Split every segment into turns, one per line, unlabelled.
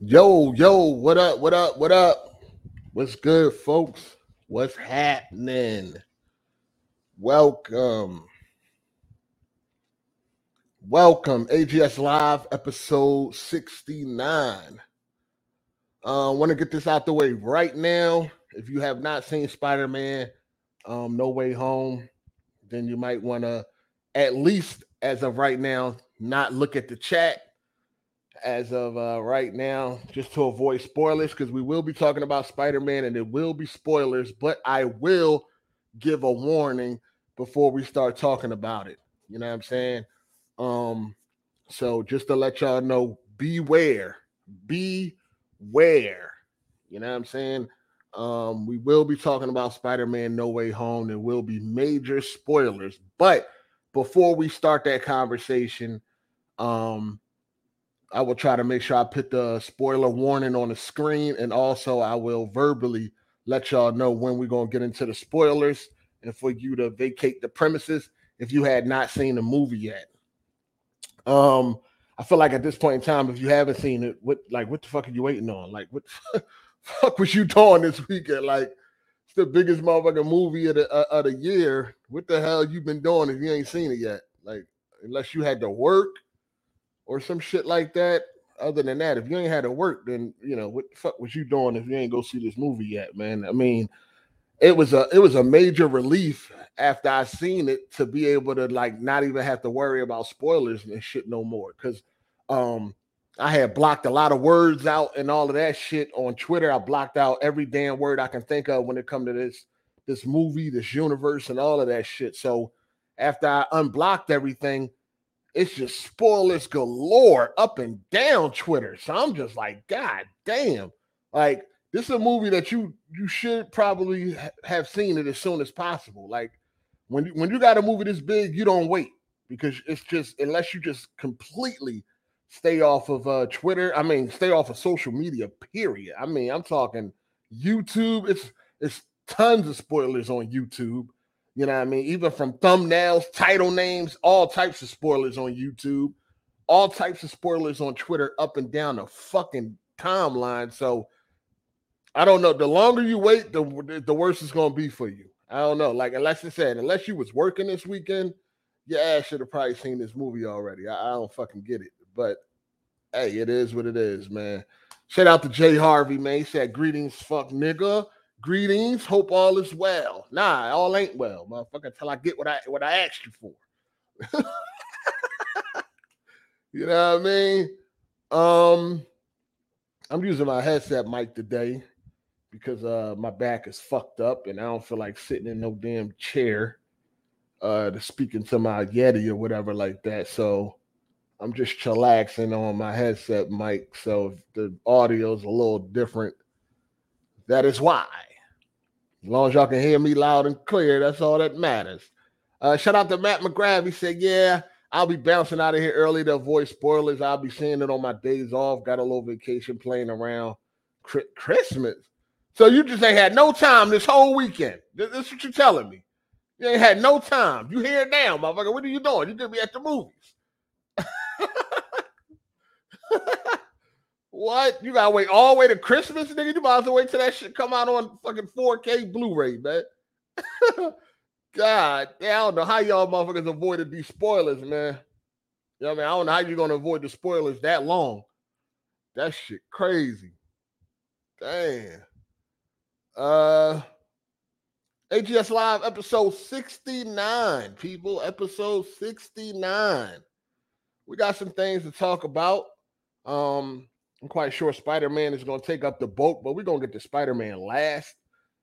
Yo, yo, what up? What up? What up? What's good, folks? What's happening? Welcome. Welcome, AGS Live, episode 69. I uh, want to get this out the way right now. If you have not seen Spider Man um, No Way Home, then you might want to, at least as of right now, not look at the chat as of uh, right now, just to avoid spoilers, because we will be talking about Spider Man and it will be spoilers, but I will give a warning before we start talking about it. You know what I'm saying? Um, so just to let y'all know, beware, beware. You know what I'm saying? Um, we will be talking about Spider Man No Way Home. There will be major spoilers, but before we start that conversation, um, I will try to make sure I put the spoiler warning on the screen, and also I will verbally let y'all know when we're gonna get into the spoilers and for you to vacate the premises if you had not seen the movie yet. Um, I feel like at this point in time, if you haven't seen it, what like what the fuck are you waiting on? Like what the fuck was you doing this weekend? Like it's the biggest motherfucking movie of the uh, of the year. What the hell you been doing if you ain't seen it yet? Like unless you had to work or some shit like that. Other than that, if you ain't had to work, then you know what the fuck was you doing if you ain't go see this movie yet, man? I mean, it was a it was a major relief after I seen it to be able to like not even have to worry about spoilers and shit no more. Cause um I had blocked a lot of words out and all of that shit on Twitter. I blocked out every damn word I can think of when it come to this this movie, this universe, and all of that shit. So after I unblocked everything, it's just spoilers galore up and down Twitter. So I'm just like, God damn. Like, this is a movie that you you should probably ha- have seen it as soon as possible. Like when you, when you got a movie this big, you don't wait because it's just unless you just completely stay off of uh Twitter. I mean, stay off of social media. Period. I mean, I'm talking YouTube. It's it's tons of spoilers on YouTube. You know what I mean? Even from thumbnails, title names, all types of spoilers on YouTube, all types of spoilers on Twitter, up and down the fucking timeline. So I don't know. The longer you wait, the the worse it's gonna be for you. I don't know. Like unless I said, unless you was working this weekend, your ass should have probably seen this movie already. I, I don't fucking get it. But hey, it is what it is, man. Shout out to Jay Harvey, man. He said, "Greetings, fuck nigga." greetings. Hope all is well. Nah, all ain't well, motherfucker. Until I get what I what I asked you for. you know what I mean? Um, I'm using my headset mic today because uh my back is fucked up and I don't feel like sitting in no damn chair uh to speaking to my Yeti or whatever like that. So I'm just chillaxing on my headset mic. So the audio's a little different, that is why. As long as y'all can hear me loud and clear, that's all that matters. Uh, shout out to Matt McGrath. He said, Yeah, I'll be bouncing out of here early to avoid spoilers. I'll be seeing it on my days off. Got a little vacation playing around Cri- Christmas. So you just ain't had no time this whole weekend. This, this what you're telling me. You ain't had no time. You here now, motherfucker. What are you doing? You could be at the movies. What? You gotta wait all the way to Christmas, nigga? You might as well wait till that shit come out on fucking 4K Blu-ray, man. God, yeah, I don't know how y'all motherfuckers avoided these spoilers, man. You know what I mean? I don't know how you're gonna avoid the spoilers that long. That shit crazy. Damn. Uh AGS Live episode 69, people. Episode 69. We got some things to talk about. Um, I'm quite sure Spider Man is going to take up the boat, but we're going to get to Spider Man last.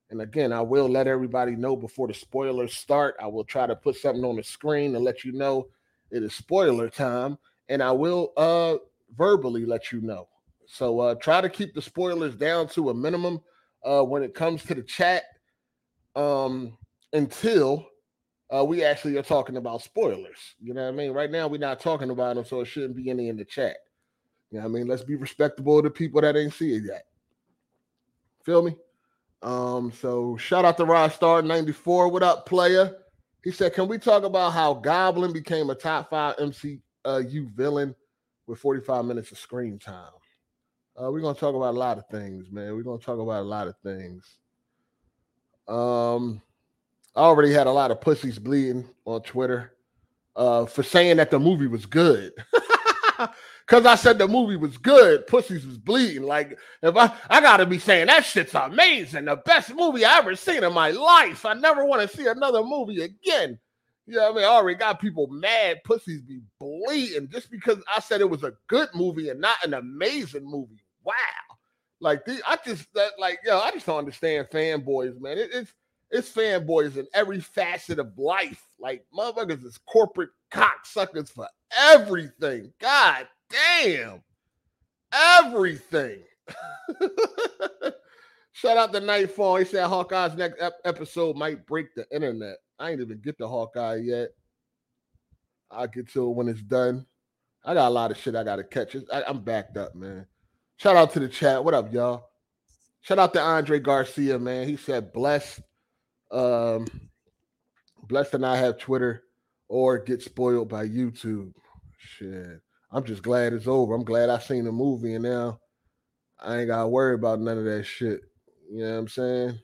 And again, I will let everybody know before the spoilers start. I will try to put something on the screen to let you know it is spoiler time. And I will uh, verbally let you know. So uh, try to keep the spoilers down to a minimum uh, when it comes to the chat um, until uh, we actually are talking about spoilers. You know what I mean? Right now, we're not talking about them, so it shouldn't be any in the chat. You know what I mean? Let's be respectable to people that ain't see it yet. Feel me? Um, so shout out to Rod Star 94. What up, player? He said, Can we talk about how Goblin became uh, a top five MCU villain with 45 minutes of screen time? Uh, we're gonna talk about a lot of things, man. We're gonna talk about a lot of things. Um, I already had a lot of pussies bleeding on Twitter uh, for saying that the movie was good. Cause I said the movie was good, pussies was bleeding. Like if I, I gotta be saying that shit's amazing, the best movie I ever seen in my life. I never want to see another movie again. You know what I mean? I already got people mad, pussies be bleeding just because I said it was a good movie and not an amazing movie. Wow. Like the, I just that, like yo, I just don't understand fanboys, man. It, it's it's fanboys in every facet of life. Like motherfuckers is corporate cocksuckers for everything. God damn. Everything. Shout out to Nightfall. He said Hawkeye's next ep- episode might break the internet. I ain't even get to Hawkeye yet. I'll get to it when it's done. I got a lot of shit I gotta catch. It's- I, I'm backed up, man. Shout out to the chat. What up, y'all? Shout out to Andre Garcia, man. He said blessed. Um, blessed to not have Twitter or get spoiled by YouTube. Shit. I'm just glad it's over. I'm glad I seen the movie and now I ain't gotta worry about none of that shit. You know what I'm saying?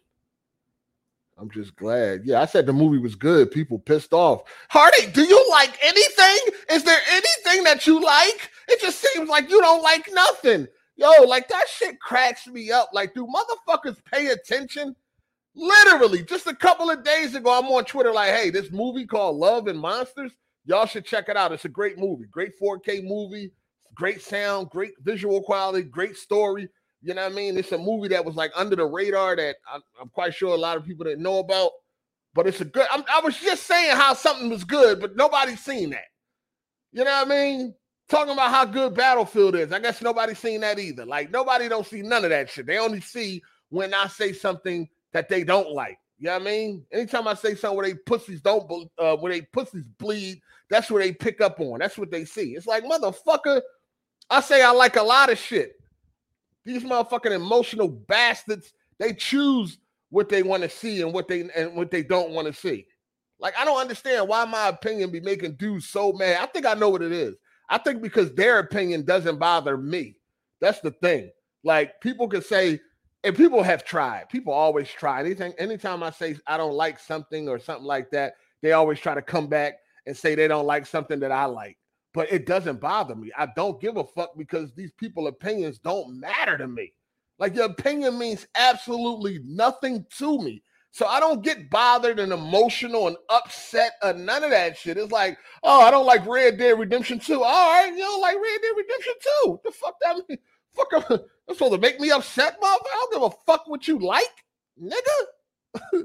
I'm just glad. Yeah, I said the movie was good. People pissed off. Hardy, do you like anything? Is there anything that you like? It just seems like you don't like nothing. Yo, like that shit cracks me up. Like, do motherfuckers pay attention? Literally, just a couple of days ago, I'm on Twitter like, hey, this movie called Love and Monsters, y'all should check it out. It's a great movie, great 4K movie, great sound, great visual quality, great story. You know what I mean? It's a movie that was like under the radar that I'm, I'm quite sure a lot of people didn't know about, but it's a good. I'm, I was just saying how something was good, but nobody's seen that. You know what I mean? Talking about how good Battlefield is. I guess nobody's seen that either. Like nobody don't see none of that shit. They only see when I say something that they don't like. You know what I mean? Anytime I say something where they pussies don't, bel- uh, where they pussies bleed, that's where they pick up on. That's what they see. It's like motherfucker. I say I like a lot of shit. These motherfucking emotional bastards. They choose what they want to see and what they and what they don't want to see. Like I don't understand why my opinion be making dudes so mad. I think I know what it is. I think because their opinion doesn't bother me. That's the thing. Like people can say, and people have tried. People always try. Anything, anytime I say I don't like something or something like that, they always try to come back and say they don't like something that I like. But it doesn't bother me. I don't give a fuck because these people opinions don't matter to me. Like your opinion means absolutely nothing to me. So I don't get bothered and emotional and upset or none of that shit. It's like, oh, I don't like Red Dead Redemption 2. All right, you don't like Red Dead Redemption 2. The fuck that mean? Fuck up. That's supposed to make me upset, motherfucker. I don't give a fuck what you like, nigga.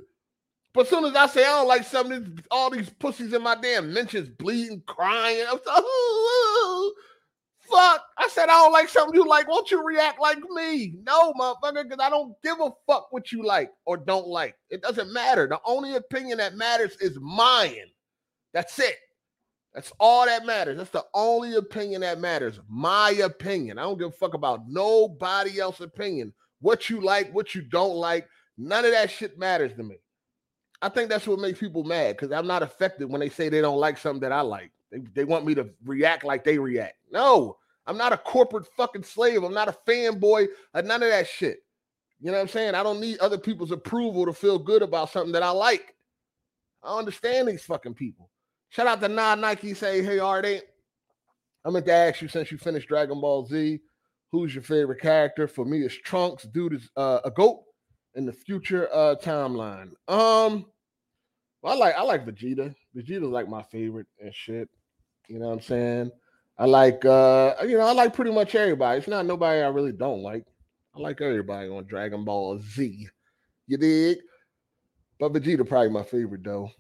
but as soon as I say I don't like something, all these pussies in my damn mentions bleeding, crying. I'm so, fuck. I said I don't like something you like. Won't you react like me? No, motherfucker, because I don't give a fuck what you like or don't like. It doesn't matter. The only opinion that matters is mine. That's it. That's all that matters. That's the only opinion that matters. My opinion. I don't give a fuck about nobody else's opinion. What you like, what you don't like, none of that shit matters to me. I think that's what makes people mad because I'm not affected when they say they don't like something that I like. They, they want me to react like they react. No, I'm not a corporate fucking slave. I'm not a fanboy or none of that shit. You know what I'm saying? I don't need other people's approval to feel good about something that I like. I understand these fucking people. Shout out to Nah Nike. Say, hey, Artie, I'm going to ask you since you finished Dragon Ball Z, who's your favorite character? For me, it's Trunks. Dude is uh, a goat in the future uh, timeline. Um, well, I like I like Vegeta. Vegeta's like my favorite and shit. You know what I'm saying? I like uh, you know, I like pretty much everybody. It's not nobody I really don't like. I like everybody on Dragon Ball Z. You dig? But Vegeta probably my favorite though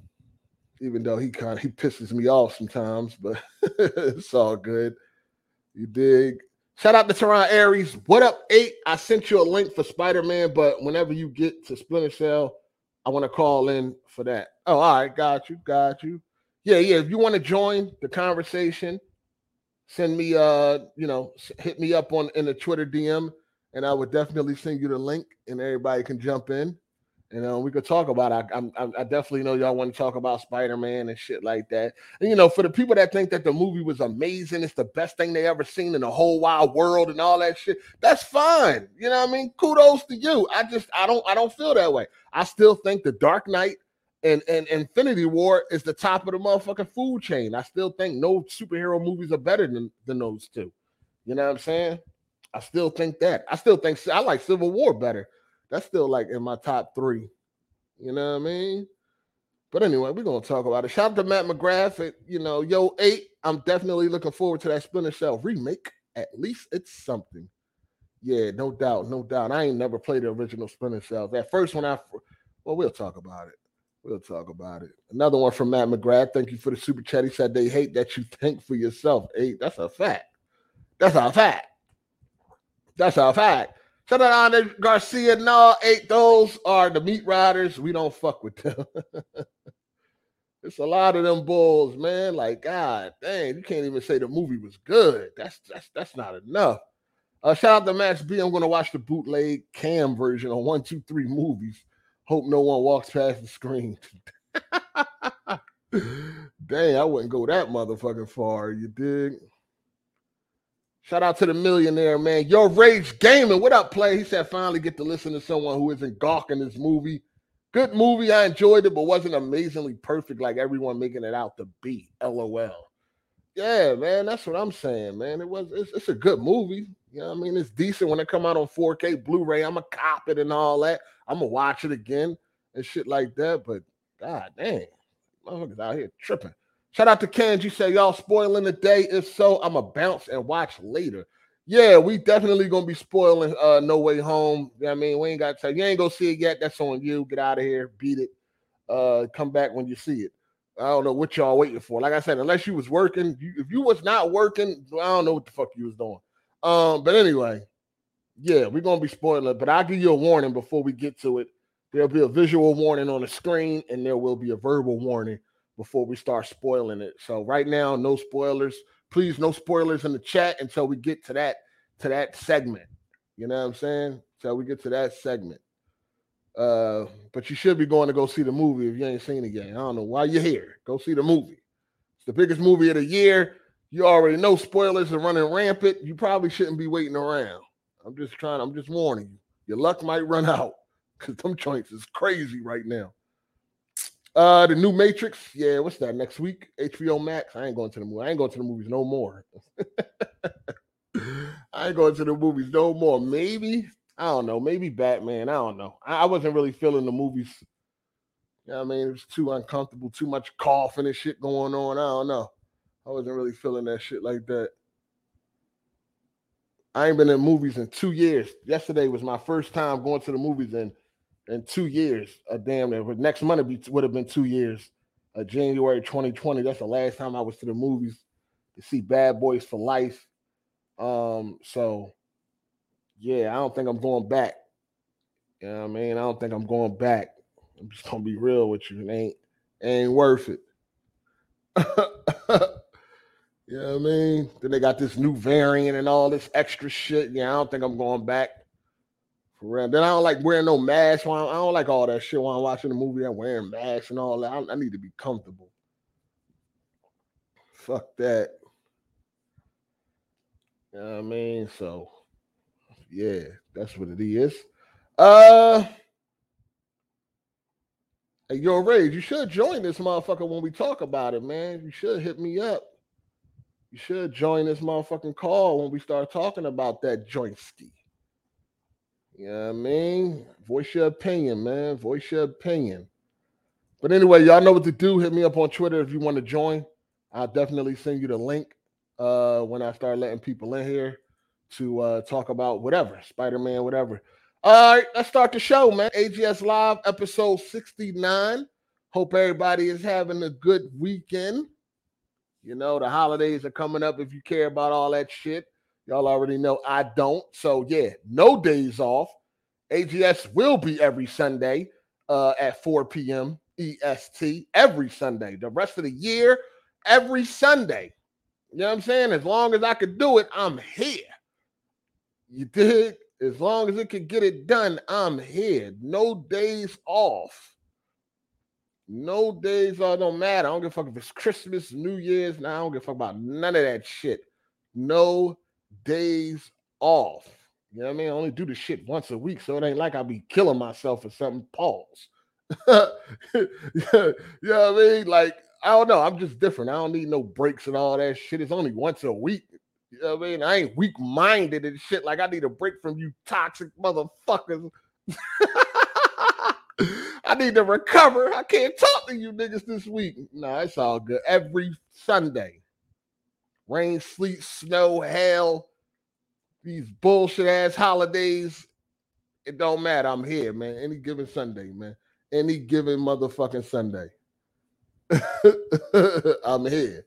even though he kind of he pisses me off sometimes, but it's all good. You dig? Shout out to Teron Aries. What up, eight? I sent you a link for Spider Man, but whenever you get to Splinter Cell, I want to call in for that. Oh, all right, got you, got you. Yeah, yeah. If you want to join the conversation, send me, uh, you know, s- hit me up on in the Twitter DM, and I would definitely send you the link, and everybody can jump in You know, we could talk about. I, I'm- I, I definitely know y'all want to talk about Spider Man and shit like that. And you know, for the people that think that the movie was amazing, it's the best thing they ever seen in the whole wide world and all that shit. That's fine. You know what I mean? Kudos to you. I just I don't I don't feel that way. I still think the Dark Knight and and Infinity War is the top of the motherfucking food chain. I still think no superhero movies are better than than those two. You know what I'm saying? I still think that. I still think I like Civil War better. That's still like in my top three. You know what I mean? But anyway, we're gonna talk about it. Shout out to Matt McGrath at you know Yo Eight. I'm definitely looking forward to that Splinter Cell remake. At least it's something. Yeah, no doubt, no doubt. I ain't never played the original Splinter Cell. That first one, I well, we'll talk about it. We'll talk about it. Another one from Matt McGrath. Thank you for the super chat. He said they hate that you think for yourself. Eight. That's a fact. That's a fact. That's a fact. Shout out Andre Garcia. No, eight. Those are the meat riders. We don't fuck with them. it's a lot of them bulls, man. Like, God dang, you can't even say the movie was good. That's that's that's not enough. Uh, shout out to Max B. I'm gonna watch the bootleg cam version on one, two, three movies. Hope no one walks past the screen. Dang, I wouldn't go that motherfucking far. You dig? Shout out to the millionaire, man. Your Rage Gaming. What up, play? He said, finally get to listen to someone who isn't gawking this movie. Good movie. I enjoyed it, but wasn't amazingly perfect like everyone making it out to be. LOL. Yeah, man. That's what I'm saying, man. It was it's, it's a good movie. You know what I mean? It's decent when it come out on 4K Blu-ray. I'ma cop it and all that. I'ma watch it again and shit like that. But god dang, motherfuckers out here tripping. Shout out to Kenji. Say y'all spoiling the day. If so, I'ma bounce and watch later. Yeah, we definitely gonna be spoiling uh No Way Home. You know what I mean, we ain't got to you ain't gonna see it yet. That's on you. Get out of here, beat it. Uh come back when you see it. I don't know what y'all waiting for. Like I said, unless you was working, you, if you was not working, I don't know what the fuck you was doing. Um, but anyway, yeah, we're gonna be spoiling, it, but I'll give you a warning before we get to it. There'll be a visual warning on the screen, and there will be a verbal warning before we start spoiling it. So right now, no spoilers. Please, no spoilers in the chat until we get to that to that segment. You know what I'm saying? Until we get to that segment. Uh, but you should be going to go see the movie if you ain't seen it yet. I don't know why you're here. Go see the movie. It's the biggest movie of the year. You already know spoilers are running rampant. You probably shouldn't be waiting around. I'm just trying, I'm just warning you. Your luck might run out because them joints is crazy right now. Uh, the new Matrix. Yeah, what's that next week? HBO Max. I ain't going to the movie. I ain't going to the movies no more. I ain't going to the movies no more. Maybe I don't know. Maybe Batman. I don't know. I, I wasn't really feeling the movies. You know what I mean, it was too uncomfortable. Too much coughing and shit going on. I don't know. I wasn't really feeling that shit like that. I ain't been in movies in two years. Yesterday was my first time going to the movies in in two years. A damn near. but Next month would be would have been two years. Uh, January 2020. That's the last time I was to the movies to see Bad Boys for Life. Um, so yeah, I don't think I'm going back. You know what I mean? I don't think I'm going back. I'm just gonna be real with you. It ain't it ain't worth it. you know what I mean? Then they got this new variant and all this extra shit. Yeah, I don't think I'm going back. For real. Then I don't like wearing no mask. While I don't like all that shit while I'm watching the movie. I'm wearing masks and all that. I, I need to be comfortable. Fuck that. You know what I mean? So, yeah, that's what it is. Uh, hey, yo, Rage, you should join this motherfucker when we talk about it, man. You should hit me up. You should join this motherfucking call when we start talking about that joint ski. You know what I mean? Voice your opinion, man. Voice your opinion. But anyway, y'all know what to do. Hit me up on Twitter if you want to join. I'll definitely send you the link uh when I start letting people in here to uh talk about whatever, Spider-Man, whatever. All right, let's start the show, man. AGS Live episode 69. Hope everybody is having a good weekend. You know, the holidays are coming up if you care about all that shit. Y'all already know I don't. So yeah, no days off. AGS will be every Sunday uh, at 4 p.m. EST E every Sunday. The rest of the year, every Sunday. You know what I'm saying? As long as I could do it, I'm here. You dig? As long as it can get it done, I'm here. No days off. No days off. Don't matter. I don't give a fuck if it's Christmas, New Year's. Now nah, I don't give a fuck about none of that shit. No days off. You know what I mean? I only do the shit once a week, so it ain't like I be killing myself or something. Pause. you know what I mean? Like, I don't know. I'm just different. I don't need no breaks and all that shit. It's only once a week. You know what I mean? I ain't weak minded and shit. Like, I need a break from you toxic motherfuckers. I need to recover. I can't talk to you niggas this week. No, it's all good. Every Sunday, rain, sleet, snow, hail, these bullshit ass holidays. It don't matter. I'm here, man. Any given Sunday, man. Any given motherfucking Sunday. I'm here.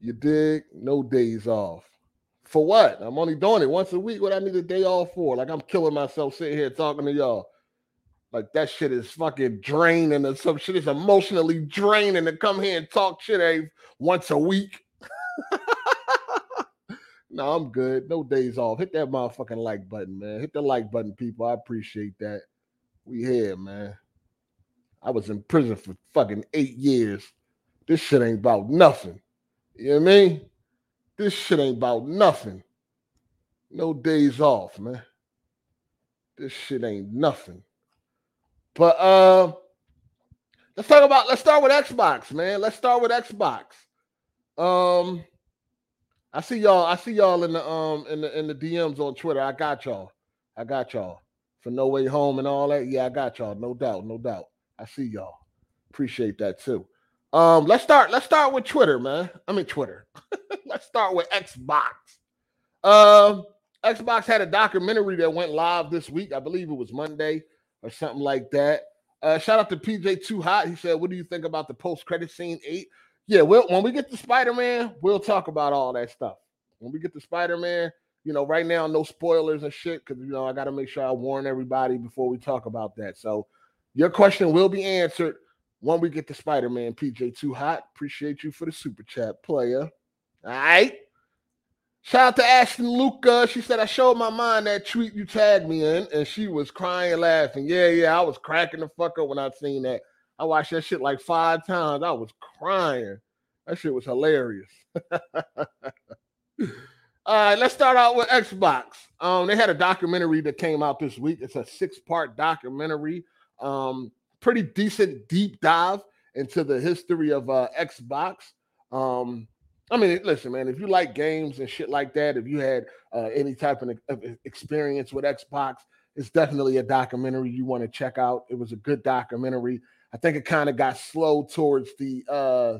You dig? No days off. For what? I'm only doing it once a week. What I need a day off for? Like I'm killing myself sitting here talking to y'all. Like that shit is fucking draining or some shit is emotionally draining to come here and talk shit every once a week. no, I'm good. No days off. Hit that motherfucking like button, man. Hit the like button, people. I appreciate that. We here, man. I was in prison for fucking eight years. This shit ain't about nothing. You know what I mean? This shit ain't about nothing. No days off, man. This shit ain't nothing. But uh let's talk about let's start with Xbox, man. Let's start with Xbox. Um I see y'all, I see y'all in the um in the in the DMs on Twitter. I got y'all. I got y'all. For no way home and all that. Yeah, I got y'all. No doubt, no doubt. I see y'all. Appreciate that too. Um, let's start. Let's start with Twitter, man. I mean Twitter. let's start with Xbox. Um, Xbox had a documentary that went live this week. I believe it was Monday or something like that. Uh, shout out to PJ Too Hot. He said, "What do you think about the post-credit scene eight? Yeah, well, when we get to Spider-Man, we'll talk about all that stuff. When we get to Spider-Man, you know, right now no spoilers and shit because you know I got to make sure I warn everybody before we talk about that. So." Your question will be answered when we get to Spider Man. PJ Too Hot, appreciate you for the super chat, player. All right. Shout out to Ashton Luca. She said, I showed my mind that tweet you tagged me in, and she was crying, laughing. Yeah, yeah, I was cracking the fuck up when I seen that. I watched that shit like five times. I was crying. That shit was hilarious. All right, Uh, let's start out with Xbox. Um, they had a documentary that came out this week. It's a six-part documentary um, pretty decent deep dive into the history of uh, Xbox. Um, I mean, listen, man, if you like games and shit like that, if you had uh, any type of, of experience with Xbox, it's definitely a documentary you want to check out. It was a good documentary. I think it kind of got slow towards the uh,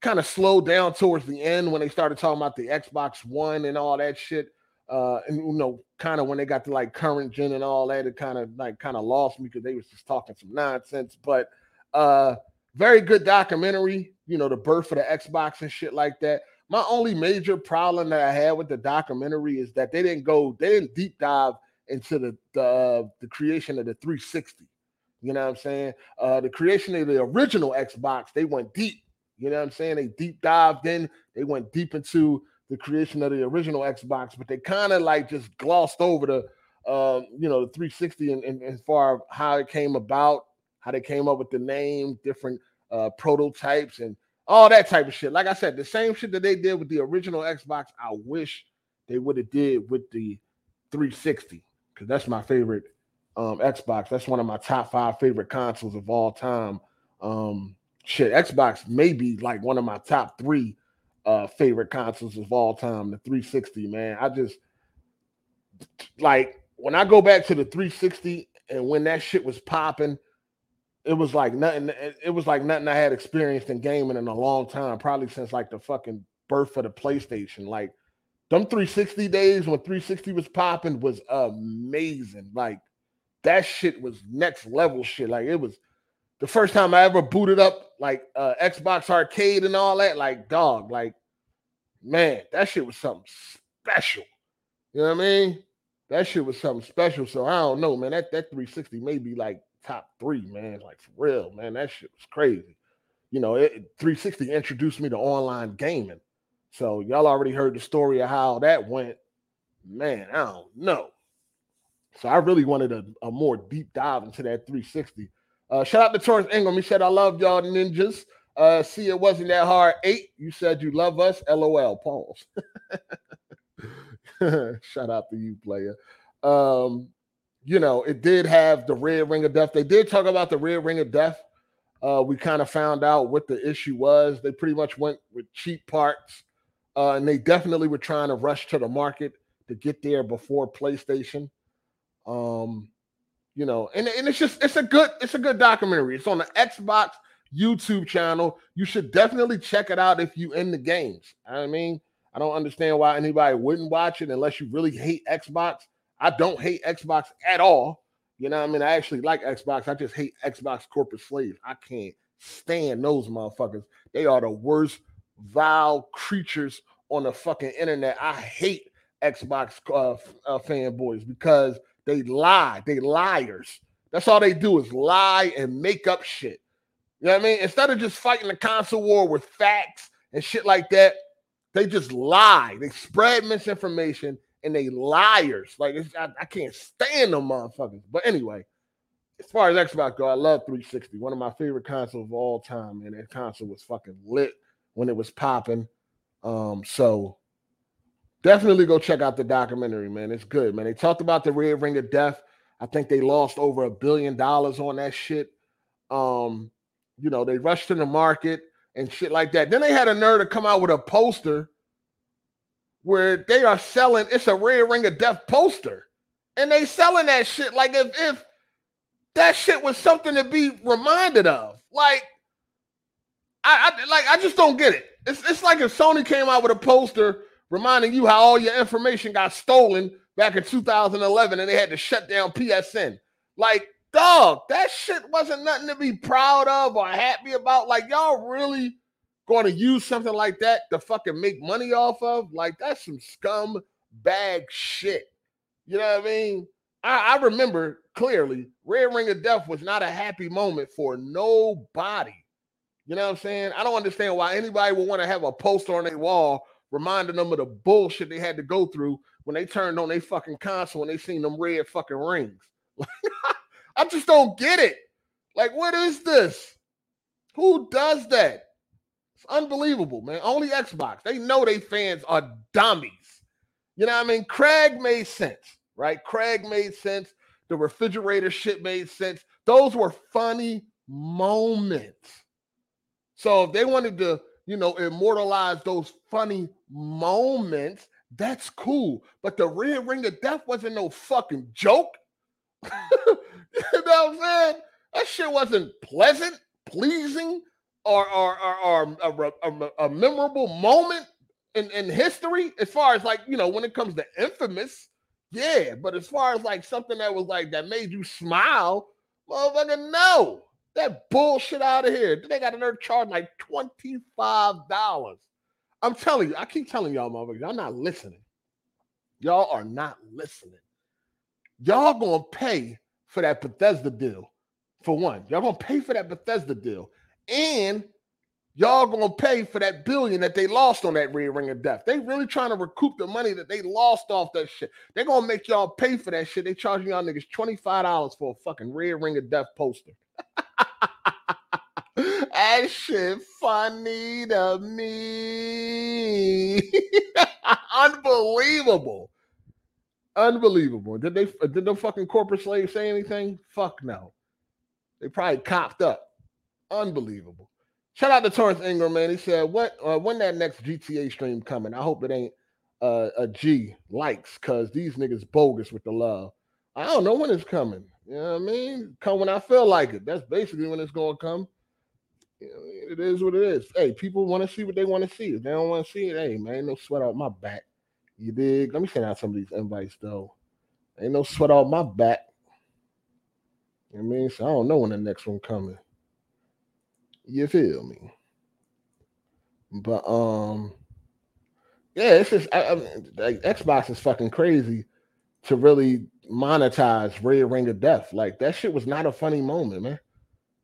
kind of slowed down towards the end when they started talking about the Xbox One and all that shit uh and you know kind of when they got to like current gen and all that it kind of like kind of lost me because they was just talking some nonsense but uh very good documentary you know the birth of the xbox and shit like that my only major problem that i had with the documentary is that they didn't go they didn't deep dive into the the, uh, the creation of the 360 you know what i'm saying uh the creation of the original xbox they went deep you know what i'm saying they deep dived in they went deep into the creation of the original Xbox, but they kind of like just glossed over the, uh, you know, the 360 and, and as far as how it came about, how they came up with the name, different uh, prototypes, and all that type of shit. Like I said, the same shit that they did with the original Xbox, I wish they would have did with the 360 because that's my favorite um, Xbox. That's one of my top five favorite consoles of all time. Um, shit, Xbox may be like one of my top three uh favorite consoles of all time, the 360, man. I just like when I go back to the 360 and when that shit was popping, it was like nothing it was like nothing I had experienced in gaming in a long time, probably since like the fucking birth of the PlayStation. Like them 360 days when 360 was popping was amazing. Like that shit was next level shit. Like it was the first time I ever booted up like uh, Xbox Arcade and all that, like dog, like man, that shit was something special. You know what I mean? That shit was something special. So I don't know, man. That that 360 may be like top three, man. Like for real, man. That shit was crazy. You know, it, 360 introduced me to online gaming. So y'all already heard the story of how that went. Man, I don't know. So I really wanted a, a more deep dive into that 360. Uh, shout out to Torrance Ingram. He said, I love y'all ninjas. Uh, see, it wasn't that hard. Eight, you said you love us. LOL. Pause. shout out to you, player. Um, you know, it did have the red ring of death. They did talk about the red ring of death. Uh, we kind of found out what the issue was. They pretty much went with cheap parts, uh, and they definitely were trying to rush to the market to get there before PlayStation. Um, you know, and, and it's just it's a good it's a good documentary. It's on the Xbox YouTube channel. You should definitely check it out if you in the games. I mean, I don't understand why anybody wouldn't watch it unless you really hate Xbox. I don't hate Xbox at all. You know what I mean? I actually like Xbox. I just hate Xbox corporate slaves. I can't stand those motherfuckers. They are the worst vile creatures on the fucking internet. I hate Xbox uh, uh, fanboys because they lie. They liars. That's all they do is lie and make up shit. You know what I mean? Instead of just fighting the console war with facts and shit like that, they just lie. They spread misinformation and they liars. Like I, I, can't stand them motherfuckers. But anyway, as far as Xbox go, I love 360. One of my favorite consoles of all time, and that console was fucking lit when it was popping. Um, so definitely go check out the documentary, man. It's good, man. They talked about the Red Ring of Death. I think they lost over a billion dollars on that shit. Um, you know, they rushed to the market and shit like that. Then they had a nerd to come out with a poster where they are selling it's a red ring of death poster and they selling that shit like if, if that shit was something to be reminded of like I, I, like i just don't get it it's, it's like if sony came out with a poster reminding you how all your information got stolen back in 2011 and they had to shut down psn like dog that shit wasn't nothing to be proud of or happy about like y'all really going to use something like that to fucking make money off of? Like that's some scumbag shit. You know what I mean? I, I, remember clearly Red Ring of Death was not a happy moment for nobody. You know what I'm saying? I don't understand why anybody would want to have a poster on their wall reminding them of the bullshit they had to go through when they turned on their fucking console and they seen them red fucking rings. Like, I just don't get it. Like, what is this? Who does that? It's unbelievable, man. Only Xbox. They know they fans are dummies. You know what I mean? Craig made sense, right? Craig made sense. The refrigerator shit made sense. Those were funny moments. So if they wanted to, you know, immortalize those funny moments, that's cool. But the red ring of death wasn't no fucking joke. you know what I'm saying? That shit wasn't pleasant, pleasing or or or, or a, a, a, memorable moment in, in history as far as like you know when it comes to infamous yeah but as far as like something that was like that made you smile motherfucker no that bullshit out of here they got another charge like $25 i'm telling you i keep telling y'all motherfuckers y'all not listening y'all are not listening y'all gonna pay for that bethesda deal for one y'all gonna pay for that bethesda deal and y'all gonna pay for that billion that they lost on that red ring of death. They really trying to recoup the money that they lost off that shit. They're gonna make y'all pay for that shit. They charging y'all niggas $25 for a fucking red ring of death poster. that shit funny to me. Unbelievable. Unbelievable. Did they did the fucking corporate slaves say anything? Fuck no. They probably copped up. Unbelievable. Shout out to Torrance Ingram, man. He said, "What? Uh, when that next GTA stream coming? I hope it ain't uh, a G likes, cause these niggas bogus with the love. I don't know when it's coming. You know what I mean? Come when I feel like it. That's basically when it's gonna come. You know, it is what it is. Hey, people want to see what they want to see. If they don't want to see it, hey man, ain't no sweat off my back. You dig? Let me send out some of these invites though. Ain't no sweat off my back. You know what I mean, so I don't know when the next one coming. You feel me? But um, yeah, it's just I, I, like Xbox is fucking crazy to really monetize Red Ring of Death. Like that shit was not a funny moment, man.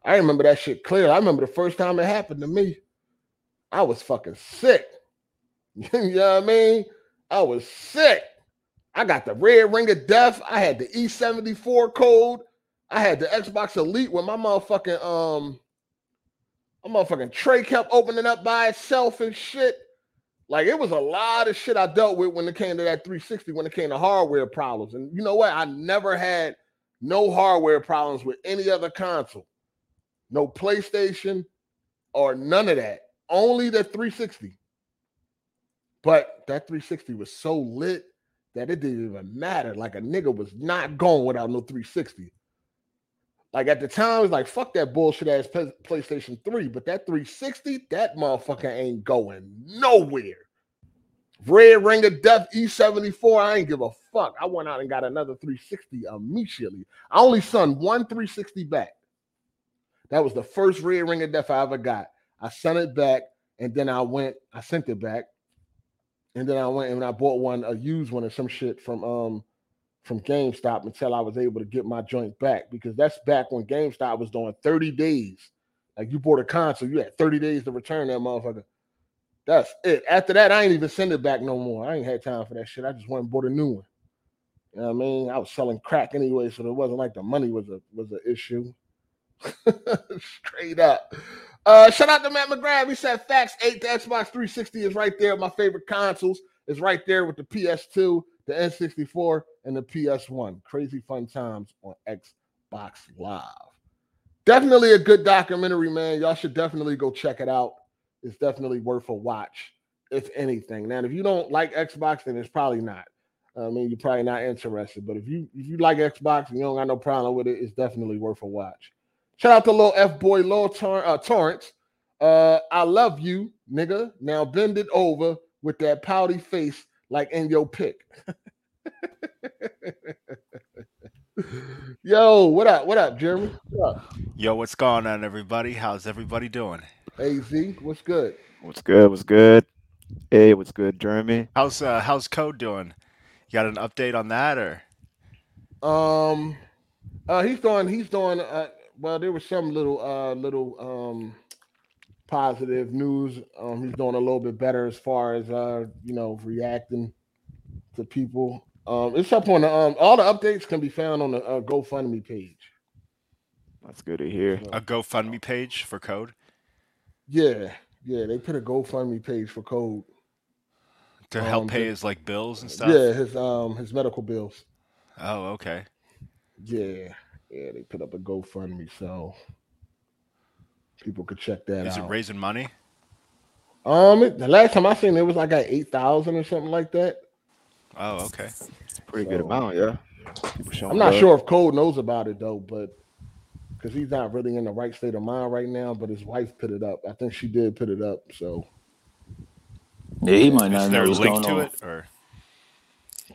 I remember that shit clear. I remember the first time it happened to me. I was fucking sick. you know what I mean? I was sick. I got the red ring of death. I had the E74 code. I had the Xbox Elite with my motherfucking um my motherfucking tray kept opening up by itself and shit. Like it was a lot of shit I dealt with when it came to that 360, when it came to hardware problems. And you know what? I never had no hardware problems with any other console. No PlayStation or none of that. Only the 360. But that 360 was so lit that it didn't even matter. Like a nigga was not going without no 360. Like at the time, it was like, fuck that bullshit ass PlayStation 3. But that 360, that motherfucker ain't going nowhere. Red Ring of Death E74, I ain't give a fuck. I went out and got another 360 immediately. I only sent one 360 back. That was the first Red Ring of Death I ever got. I sent it back and then I went, I sent it back. And then I went and I bought one, a used one or some shit from um from GameStop until I was able to get my joint back because that's back when GameStop was doing 30 days. Like you bought a console, you had 30 days to return that motherfucker. That's it. After that, I ain't even send it back no more. I ain't had time for that shit. I just went and bought a new one. You know what I mean? I was selling crack anyway, so it wasn't like the money was a was an issue. Straight up. Uh, shout out to Matt McGrath. He said facts eight. The Xbox 360 is right there. My favorite consoles is right there with the PS2, the N64, and the PS1. Crazy fun times on Xbox Live. Definitely a good documentary, man. Y'all should definitely go check it out. It's definitely worth a watch, if anything. Now, if you don't like Xbox, then it's probably not. I mean, you're probably not interested. But if you if you like Xbox and you don't got no problem with it, it's definitely worth a watch. Shout out to little F boy, Lil Tor- uh, Torrance. Uh, I love you, nigga. Now bend it over with that pouty face like in your pick. Yo, what up? What up, Jeremy? What up?
Yo, what's going on, everybody? How's everybody doing?
AZ, what's good?
What's good? What's good? Hey, what's good, Jeremy?
How's uh, how's Code doing? You got an update on that, or
Um, uh, he's doing. He's doing. Uh, well, there was some little, uh, little um, positive news. Um, he's doing a little bit better as far as uh, you know, reacting to people. Um, it's up on the. Um, all the updates can be found on the uh, GoFundMe page.
That's good to hear.
a GoFundMe page for Code?
Yeah, yeah, they put a GoFundMe page for Code.
to help
Um,
pay
the-
his like bills and stuff.
Yeah, his um, his medical bills.
Oh, okay.
Yeah, yeah, they put up a GoFundMe, so people could check that
Is it
out.
raising money?
um, it, the last time I seen it was like at eight thousand or something like that.
Oh, okay.
It's a pretty good
So-
amount, yeah. People showing
I'm not
love.
sure if Cole knows about it though, but because he's not really in the right state of mind right now. But his wife put it up. I think she did put it up. So
Yeah, he might not
Is
know
there a
what's
link
going
to
on.
it, or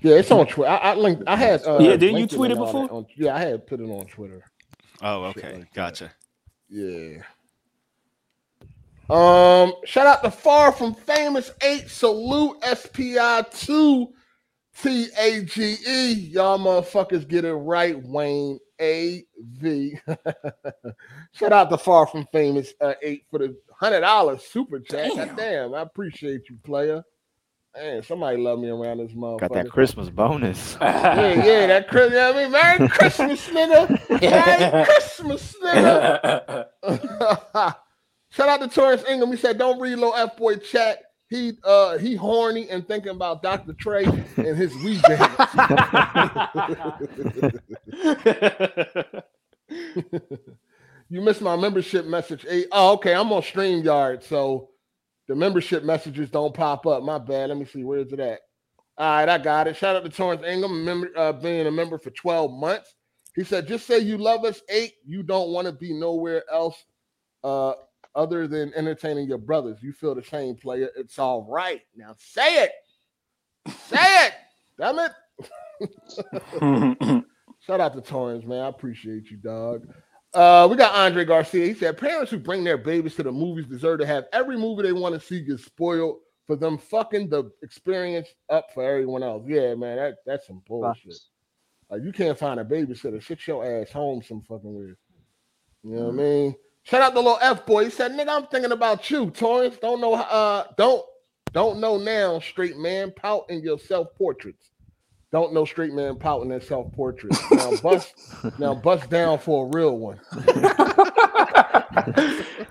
yeah, it's on Twitter. I, I linked. I had. Uh,
Yeah, didn't you
linked
tweet
and
it
all that
before?
on- yeah, I had put it on Twitter.
oh,
Shit
okay,
like that.
gotcha.
Yeah. Um, shout out to Far from Famous 8. Salute SPI2 T A G E. Y'all motherfuckers get it right, Wayne A V. shout out to Far from Famous uh, 8 for the $100 super chat.
Damn.
Damn. damn, I appreciate you, player. Man, somebody love me around this motherfucker.
Got that Christmas bonus.
Yeah, yeah, that Christmas. You know what I mean, Merry Christmas, nigga. Merry Christmas, nigga. Shout out to Torrance Ingram. He said, "Don't read low F boy chat. He uh he horny and thinking about Dr. Trey and his weed game. you missed my membership message. Hey, oh, okay, I'm on StreamYard, so the membership messages don't pop up. My bad. Let me see. Where's it at? All right, I got it. Shout out to Torrance Ingram, member, uh, being a member for 12 months. He said, just say you love us, eight. You don't want to be nowhere else uh, other than entertaining your brothers. You feel the same, player. It's all right. Now say it. Say it. Damn it. Shout out to Torrance, man. I appreciate you, dog. Uh, we got Andre Garcia. He said, parents who bring their babies to the movies deserve to have every movie they want to see get spoiled for them fucking the experience up for everyone else. Yeah, man, that, that's some bullshit. Like you can't find a babysitter. Sit your ass home some fucking weird. You know what I mean? Shout out the little F boy. He said, nigga, I'm thinking about you, Torrance. Don't know uh don't don't know now, straight man. Pout in your self-portraits. Don't know straight man pouting that self portrait. Now bust, now bust down for a real one.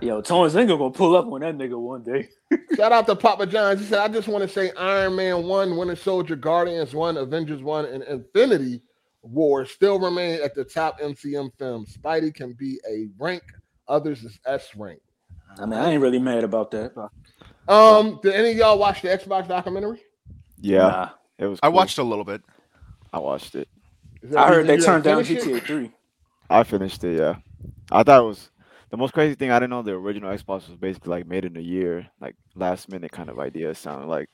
Yo, Tony Zinger gonna pull up on that nigga one day.
Shout out to Papa John's. He said, I just want to say Iron Man 1, Winter Soldier, Guardians 1, Avengers 1, and Infinity War still remain at the top MCM films. Spidey can be a rank, others is S rank.
I mean, I ain't really mad about that.
Um, did any of y'all watch the Xbox documentary?
Yeah,
Nah.
it was.
I
cool.
watched a little bit.
I watched it.
Is that-
I heard
you-
they
you
turned down
finished it?
GTA Three.
I finished it. Yeah, I thought it was the most crazy thing. I didn't know the original Xbox was basically like made in a year, like last minute kind of idea. It sounded like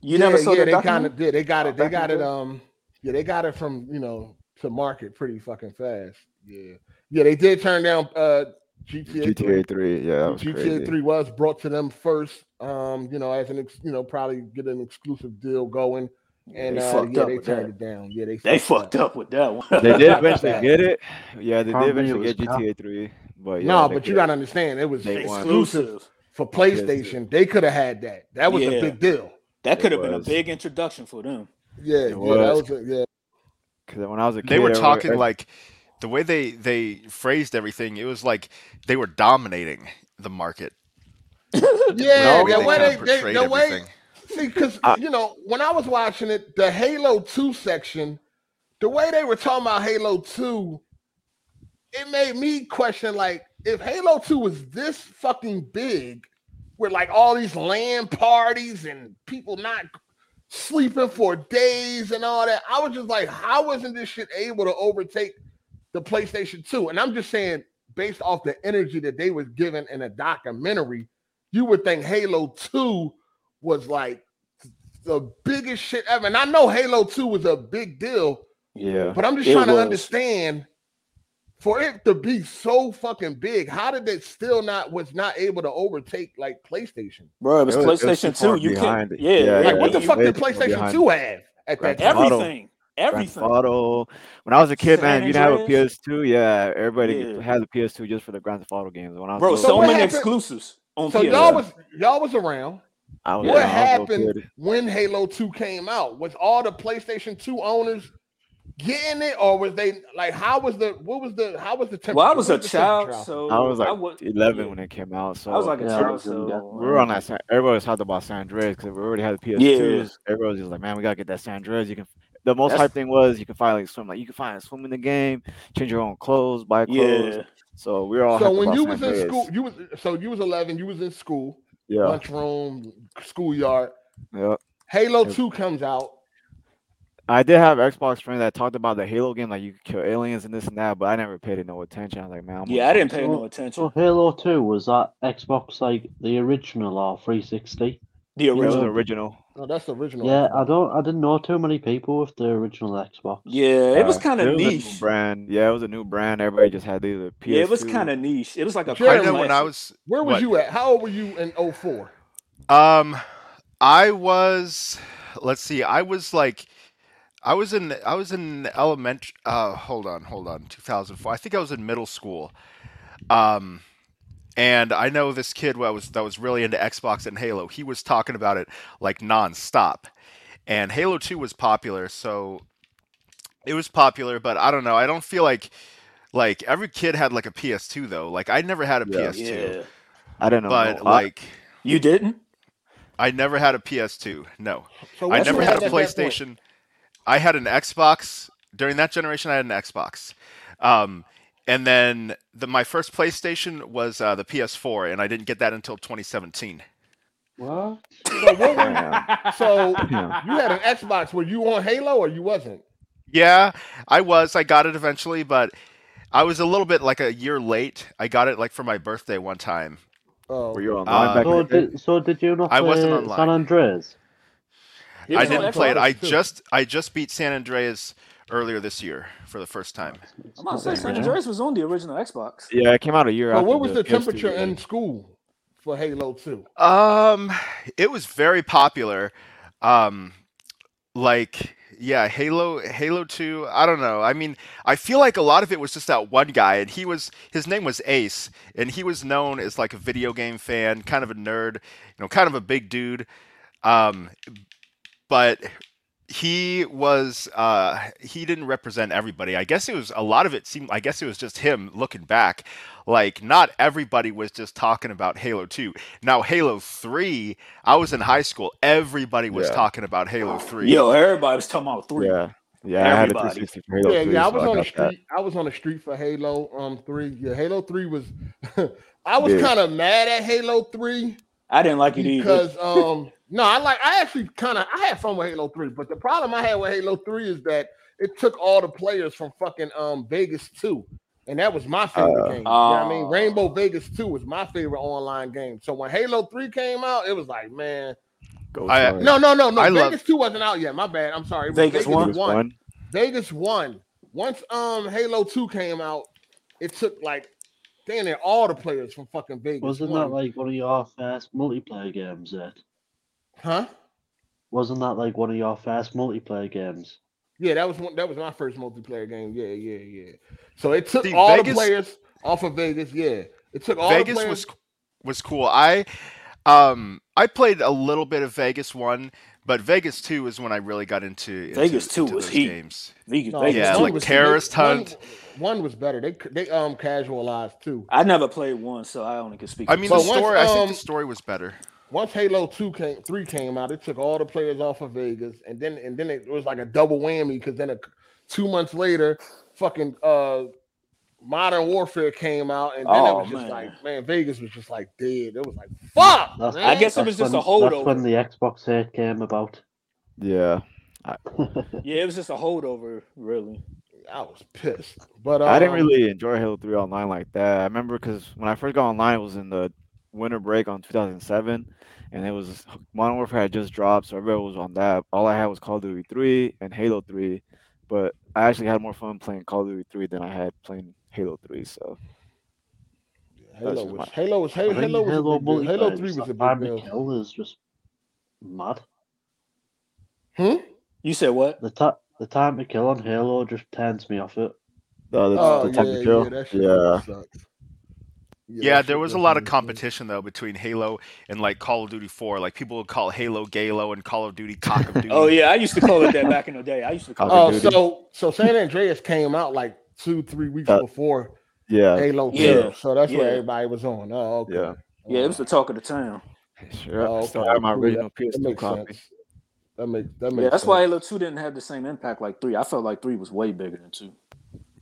You never
Yeah,
saw
yeah,
that
they kind
documentary?
of did. They got
Oh,
it. They
back in
got
the
it.
day?
Um, yeah, they got it from you know to market pretty fucking fast. Yeah, yeah, they did turn down uh GTA.
GTA Three. Yeah, that was
GTA
crazy.
Three was brought to them first. Um, you know, as an ex, you know, probably get an exclusive deal going, and
they
uh,
fucked
yeah,
up
they
with
turned
that.
it down. Yeah, they
They fucked up with that one.
They did
Yeah.
eventually get it. Yeah, they
Probably
did
it
eventually
was
get GTA Three. But yeah,
no, but
they
you
could've-
gotta understand, it was
They won.
exclusive for PlayStation. They could have had that. That was a
Yeah.
big deal.
That
It
could have been a
was.
big introduction for them.
Yeah,
It
yeah, that
was.
was a, yeah.
Cause when I was a kid,
They were
everywhere-
talking
ev-
like the way they they phrased everything. It was like they were dominating the market. with
Yeah,
the way
the
they
way
kinda
they, they,
portrayed
the way
everything.
See, because
I-
you know, when I was watching it, the Halo 2 section, the way they were talking about Halo 2, it made me question like if Halo 2 was this fucking big with like all these land parties and people not sleeping for days and all that, I was just like, how wasn't this shit able to overtake the PlayStation 2? And I'm just saying, based off the energy that they was given in a documentary, you would think Halo 2 was like the biggest shit ever. And I know Halo 2 was a big deal,
yeah,
but I'm just
It
trying to
was.
understand for it to be so fucking big, how did it still not was not able to overtake like PlayStation?
Bro, it was
It was- it was
PlayStation
too far
2. You
behind
can't.
it.
Yeah,
Yeah,
Like, what the
you-
fuck did
way
PlayStation
behind.
2 have at that time?
Grand Theft Auto.
Everything.
Grand Theft
Everything.
Auto. When I was a kid,
San
man, if you didn't have a
Andreas.
PS2, yeah, everybody g-
Yeah.
had the PS2 just for the Grand Theft Auto games. When I was
Bro,
little,
so
what
many
happened-
exclusives on
So
PS.
y'all was y'all was around
I was,
Yeah.
when
What
I was a little
happened?
kid,
when Halo 2 came out. Was all the PlayStation 2 owners getting it, or was they like how was the what was the how was the temperature?
well, I was a
what the temperature
child,
out there?
so
I was like
wa-
11
yeah.
when it came out. So
I was like a
Yeah, I
child,
was really
so uh,
young.
we were on that. San, everybody was hyped about San Andreas because we already had the PS2s. Everybody was just like, man, we gotta get that San Andreas. You can. The most
That's-
hype thing was you can finally swim. Like you can finally swim in the game, change your own clothes, buy clothes.
Yeah,
So we were all.
so
hyped
when
about
you
San
was in
Andreas.
school, you was so you was 11, you was in school,
yeah,
lunchroom, schoolyard.
yeah.
Halo
Yep.
2 comes out.
I did have Xbox friends that talked about the Halo game, like you could kill aliens and this and that, but I never paid it no attention. I was like, man, I'm
yeah, I didn't pay no
So-
attention.
So Halo Two was that Xbox like the original or 360?
The
it was
original.
original.
Oh, that's the original.
Yeah, I don't. I didn't know too many people with the original Xbox.
Yeah, it was
Uh,
kind of
it was a new
niche.
brand. Yeah, it was a new brand. Everybody just had either PS.
Yeah, it was kind of niche. It was like a
Jared,
I know when I
classic.
was
Where was
What?
you at? How old were you in 04?
Um, I was. Let's see. I was like, I was in. I was in elementary. Uh, hold on, hold on. Two thousand four. I think I was in middle school. Um, and I know this kid who I was that was really into Xbox and Halo. He was talking about it like nonstop, and Halo Two was popular, so it was popular. But I don't know. I don't feel like like every kid had like a PS2 though. Like I never had a
Yeah.
PS2,
Yeah,
I don't know.
but
no, I-
like
you didn't.
I never had a PS2. No.
So
I
what
never
you
had
at
a
that point?
PlayStation. I had an Xbox during that generation. I had an Xbox, um, and then the, my first PlayStation was uh, the PS4, and I didn't get that until 2017.
What?
So, what were- so
Yeah.
you had an Xbox. Were you on Halo or you wasn't?
Yeah, I was. I got it eventually, but I was a little bit like a year late. I got it like for my birthday one time.
Oh,
were you online
Uh,
back
So
in the day?
did, so did you not
I wasn't
play
online.
San Andreas?
It
I
was on
didn't play it. I
Xbox, too.
just I just beat San Andreas earlier this year for the first time.
I'm about to say
Not
San
bad.
Andreas was on the original Xbox.
Yeah, it came out a year.
So
after
what was the
PS2
temperature
game.
in school for Halo 2?
Um, it was very popular. Um, like yeah, Halo, Halo 2, I don't know. I mean, I feel like a lot of it was just that one guy and he was his name was Ace and he was known as like a video game fan, kind of a nerd, you know, kind of a big dude. Um, but he was uh he didn't represent everybody i guess it was a lot of it seemed i guess it was just him looking back like not everybody was just talking about halo 2 now halo 3 i was in high school everybody was
Yeah.
talking about halo 3
Yo, everybody was talking about three.
Yeah, yeah. I had a
Everybody.
360 for Halo
yeah,
3,
yeah. I
so
was on the
got that.
street. I was on the street for Halo um three. Yeah, Halo three was. I was
Yeah.
kind of mad at Halo three
I didn't like it either.
because um no, I like I actually kind of I had fun with Halo three, but the problem I had with Halo three is that it took all the players from fucking um Vegas two, and that was my favorite
Uh,
game. You know what I mean,
uh.
Rainbow Vegas two was my favorite online game. So when Halo three came out, it was like man,
Go
I-
for it.
no, no, no, no.
I love-
Vegas two wasn't out yet. My bad. I'm sorry. It was
Vegas
It
one?
was fun.
Vegas won. Once um Halo 2 came out, it took like damn near all the players from fucking Vegas.
Wasn't
won.
that like one of your first multiplayer games? That
huh?
wasn't that like one of your first multiplayer games?
Yeah, that was one that was my first multiplayer game. Yeah, yeah, yeah. So it took
See,
all the
Vegas-
players off of Vegas, yeah. It took all
Vegas
the players.
was was cool. I um I played a little bit of Vegas one, but Vegas two is when I really got into into-
Vegas 2
into
was
those
heat.
games.
Vegas,
No,
Vegas
yeah,
two
one
like
was-
Terrorist
one-
Hunt.
One, was better. They they um casualized too.
I never played one, so I only could speak.
I
to
mean
two.
But
the
once,
story. I think
um,
the story was better.
Once Halo 2 came 3 came out, it took all the players off of Vegas and then and then it was like a double whammy because then a, two months later, fucking uh Modern Warfare came out, and then it
Oh,
was just
man.
like, man, Vegas was just like dead. It was like, fuck.
That's-
man.
I guess it
That's
was just a
when- That's when
holdover.
the Xbox hate came about.
Yeah,
Yeah, it was just a holdover, really.
I was pissed, but um,
I didn't really enjoy Halo 3 online like that. I remember because when I first got online, it was in the winter break on 2007, and it was Modern Warfare had just dropped, so everybody was on that. All I had was Call of Duty 3 and Halo 3, but I actually had more fun playing Call of Duty 3 than I had playing Halo 3. So
Halo
that's
was,
my-
Halo was Halo,
I mean,
Halo was a big deal. Halo
multiplayer
three was
just
a big
time to
deal.
kill is just mad.
Hmm?
You said what?
The ta- the time to kill on Halo just turns me off it.
the other
Oh
the time
yeah,
to
yeah,
kill,
that shit
yeah,
yeah. sucks.
Yeah,
that
there
shit
was a lot of
definitely sucks.
competition though between Halo and like Call of Duty Four. Like people would call Halo Galo and Call of Duty Cock of Duty.
Oh yeah, I used to call it that back in the day. I used to call
Call
Oh,
of
it.
Duty.
so so San Andreas came out like two, three weeks
Uh,
before
yeah,
Halo
yeah,
Two, so that's what
yeah.
everybody was on. Oh, okay.
Yeah.
Yeah, it was the talk of the town.
sure.
Oh,
I still
okay,
have my
cool,
original
that
PS2
makes
copy.
sense. That makes that makes
Yeah, that's
sense.
why Halo Two didn't have the same impact like three. I felt like three was way bigger than two.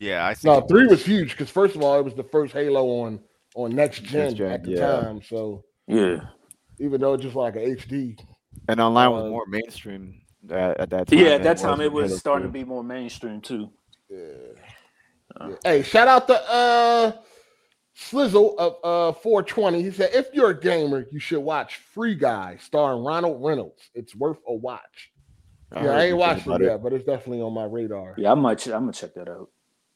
yeah. I
No,
think it
three was huge because first of all, it was the first Halo on on next gen,
Next gen,
at the
yeah.
time. So
Yeah,
even though it's just like an HD,
And online was
Uh,
more mainstream at, at that time.
yeah.
than
At that time,
in
it was
Halo
starting
3.
to be more mainstream too.
yeah. Yeah. Hey, shout out to uh Slizzle of uh 420. He said, if you're a gamer, you should watch Free Guy starring Ronald Reynolds. It's worth a watch. yeah, I
heard good
ain't
things
watched it
about
yet, but it's definitely on my radar.
Yeah, I might. I'm gonna check that out.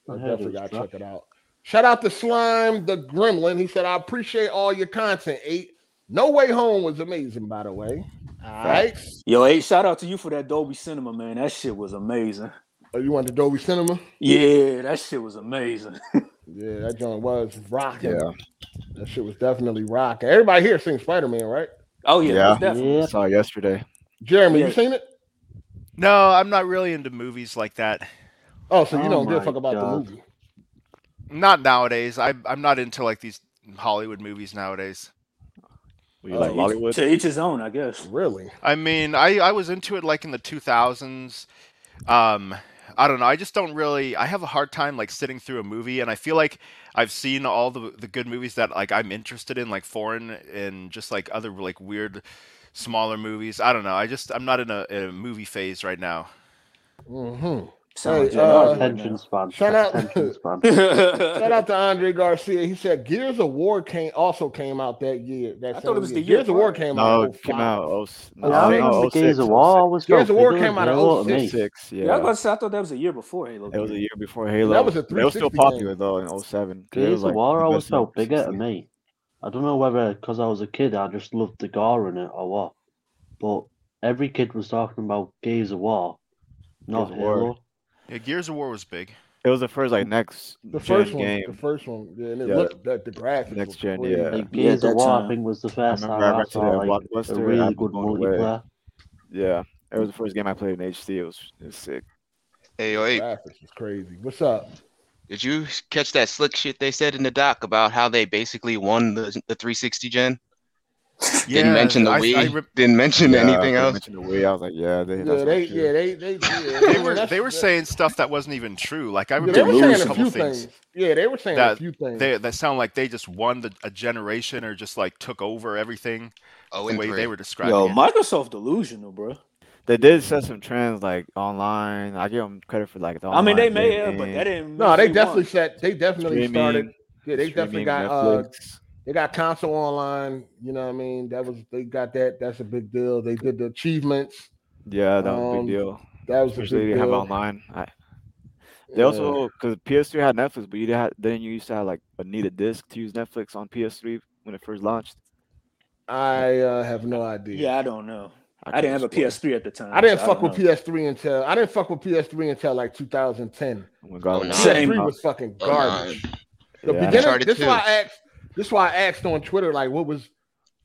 I
I heard
definitely
it was
gotta
rough.
check it out. Shout out to Slime the Gremlin. He said, I appreciate all your content. Eight. No Way Home was amazing, by the way. All right.
Yo, hey, shout out to you for that Dolby Cinema, man. That shit was amazing.
Oh, you went to Dolby Cinema?
Yeah, that shit was amazing.
Yeah, that joint was rocking.
Yeah,
That shit was definitely rocking. Everybody here seen Spider Man, right?
Oh yeah,
Yeah.
most definitely.
I
Yeah,
saw it yesterday.
Jeremy, you
Yeah.
seen it?
No, I'm not really into movies like that.
Oh, so you
Oh
don't give a
my
fuck about
God.
the movie.
Not nowadays. I I'm not into like these Hollywood movies nowadays.
Were you
Oh,
like
you-
Hollywood?
To each his own, I guess.
Really?
I mean, I I was into it like in the 2000s. Um, I don't know. I just don't really. I have a hard time like sitting through a movie, and I feel like I've seen all the the good movies that like I'm interested in, like foreign and just like other like weird smaller movies. I don't know. I just I'm not in a, in a movie phase right now.
Mm-hmm.
Sound
Hey,
like Jedi
uh,
right
attention
now.
span.
Shout out-
Attention span.
Shout out to Andre Garcia. He said Gears of War came also came out that year. That
I thought
same
it was
year.
the year
Gears of War
prior.
came
No,
out.
it came
05.
out. Oh, s-
I
no, no,
remember the
06,
Games of War was
Gears of
felt
War
bigger
came
than
out in oh
Halo to me.
06,
Yeah, I, was
yeah.
about to say, I thought that was a year before Halo.
It was a
three.
year before Halo.
that was a
but It was still
360
popular
game.
though in 07. 'cause it
Gears
was,
of
like,
War
the
always
best selling
felt bigger to
360.
me. I don't know whether because I was a kid I just loved the gore in it or what, but every kid was talking about Gears of War, not
Gears of War.
Halo.
Yeah, Gears of War was big.
It was the first like next
The
gen
first one, the
game.
first one, yeah, and it
Yeah.
looked that the graphics.
Next
was
gen,
crazy.
yeah.
Like
Yeah, at
Gears of
that
War,
time.
I think was the
I
first
remember
time
I
I
rented it at
saw like a
Blockbuster. and I
really
was
good
blown away.
multiplayer.
Yeah, That was the first game I played in HD. It was, it was sick.
Hey, yo, hey,
Graphics is crazy. What's up?
did you catch that slick shit they said in the doc about how they basically won the, the 360 gen? didn't mention the
I- I
Wii.
re-
didn't mention
Yeah,
anything
they
else.
mentioned the Wii. I was like, yeah, they,
Yeah,
that's
they,
not true.
yeah, they, they, yeah,
they were
that's-
they were saying stuff that wasn't even true. Like I
yeah,
remember
they were
hearing
saying
a
a
couple
few
things.
things. Yeah, they were saying a
That-
few things.
They that sound like they just won the, a generation or just like took over everything
Oh,
the
and
way
three.
they were describing
Yo,
it.
Microsoft delusional, bro.
They did set some trends like online. I give them credit for like the.
I mean, they may
online
have, but that
gaming,
didn't.
no, they
mean
definitely
won.
set. They definitely
streaming-
started. Yeah, they definitely
streaming,
got. Uh,
Netflix.
they got console online. You know what I mean? That was they got that. That's a big deal. They did the achievements.
yeah, that was a
um,
big deal.
That was
Especially
a
they
big
didn't have
deal.
online. I, they
Yeah.
also because PS3 had Netflix, but you didn't have, then you used to have like a needed disc to use Netflix on PS3 when it first launched.
I uh, have no idea.
Yeah, I don't know. I,
could've
didn't have a
swore.
PS3 at the time.
I didn't
so
fuck
don't
with
know.
PS3 until I didn't fuck with PS3 until like 2010.
Oh my God,
Oh,
no.
no.
Same.
PS3 was fucking
Oh, nah.
garbage. The
Yeah.
beginning.
Uncharted
This is why
2.
I asked. This is why I asked on Twitter, like, what was,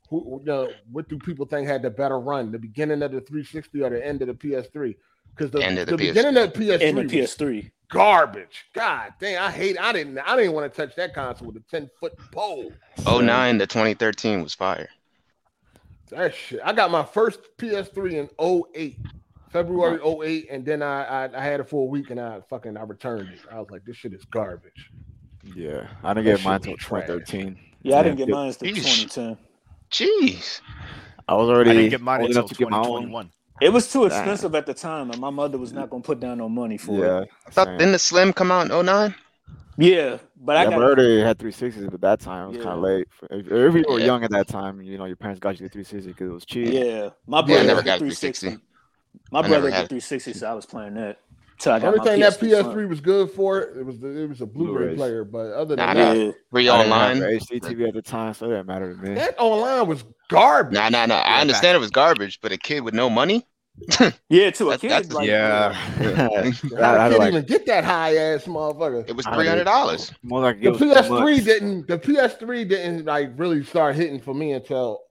who, you know, what do people think had the better run, the beginning of the 360 or the end of the PS3? Because the,
End
the,
of the PS3.
beginning of the PS3
And the
was
PS3.
garbage. God dang, I hate. I didn't. I didn't want to touch that console with a 10 foot pole.
09 to 2013 was fire.
That shit. I got my first PS3 in 08, February 08, and then I, I I had it for a week and I fucking I returned it. I was like, this shit is garbage.
Yeah, I didn't
That
get
shit
mine
was
till
trash.
2013.
Yeah, I
Yeah,
didn't get
yeah.
mine until
Yeesh.
2010.
Jeez.
I was
I
already
didn't get mine
old
until
enough to get my own.
2021.
It was too
Nah.
expensive at the time, and my mother was not gonna put down no money for
Yeah,
it.
I thought
same.
didn't the Slim come out in 09?
Yeah, but I
yeah,
got
but I already had 360s, but that time it was
Yeah.
kind of late. For, if, if you were
Yeah.
young at that time, you know, your parents got you the 360 because it was cheap.
Yeah, my brother
Yeah, I never
had the
got a
360.
360.
My
I never
brother
had
had
it.
360, so I was playing that. Till I
The
got
only
my
thing that
PS3 front.
PS3 was good for it, it was the, it was a Blu-ray
Blu-rays.
player, but other
Nah,
than
nah.
that,
Yeah.
Free
I didn't have
online.
the HDTV at the time, so it didn't matter to me.
that online was garbage.
Nah, nah, nah. I
back-
understand it was garbage, but a kid with no money?
yeah, to a
That's-
kid,
that's-
like,
How
I- I
I,
don't
didn't
like-
even get that high ass motherfucker.
It was
I don't
$300.
More like
The
it was too
PS3
much.
didn't. The PS3 didn't like really start hitting for me until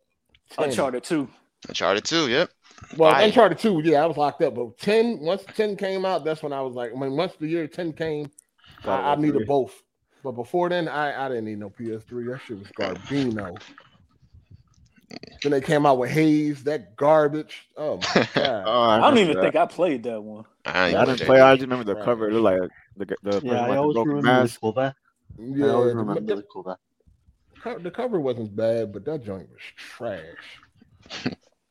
10.
Uncharted 2.
Uncharted 2, yep.
Well,
Fire.
Uncharted 2, yeah, I was locked up. But 10, once 10 came out, that's when I was like, when once the year 10 came,
Got
I, I
it, agree.
needed both. But before then, I, I didn't need no PS3. That shit was garbino. Then they came out with Haze, that garbage. Oh my god.
Oh,
I don't
remember
even
that.
think I played that one.
I, ain't
Yeah, I
gonna
didn't
check
play.
it.
I just remember the
Right.
cover. It looked like the the, the person
Yeah, I
with the
always
broken
remember
mask.
the cover.
yeah,
I always
the,
remember the
the,
cover.
co- the cover wasn't bad, but that joint was trash.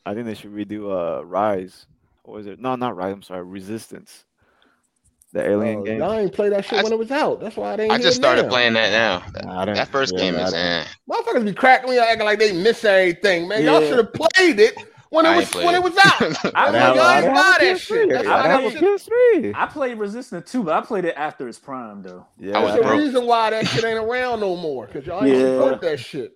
I think they should redo uh Rise. Or is it no, not Rise? I'm sorry, Resistance. The alien
Oh,
game.
y'all ain't play that shit
I-
when it was out. That's why I didn't.
I just started playing that now. That,
Nah, I didn't-
that first
yeah,
game
I
is eh.
didn't-
Motherfuckers be cracking me up, acting like they miss everything, man. Y'all
Yeah.
should have played it when it
I
was
ain't played
when it
it.
was out.
I
I'm
I
like,
didn't have
y'all
a- I
ain't
didn't
buy
have a
that shit.
PS3.
That's
I
why that
didn't have a
shit-
PS3.
I played Resistance 2, but I played it after its prime, though.
Yeah,
was
That's the
broke.
reason why that shit ain't around no more. Cause y'all ain't
Yeah.
support that shit.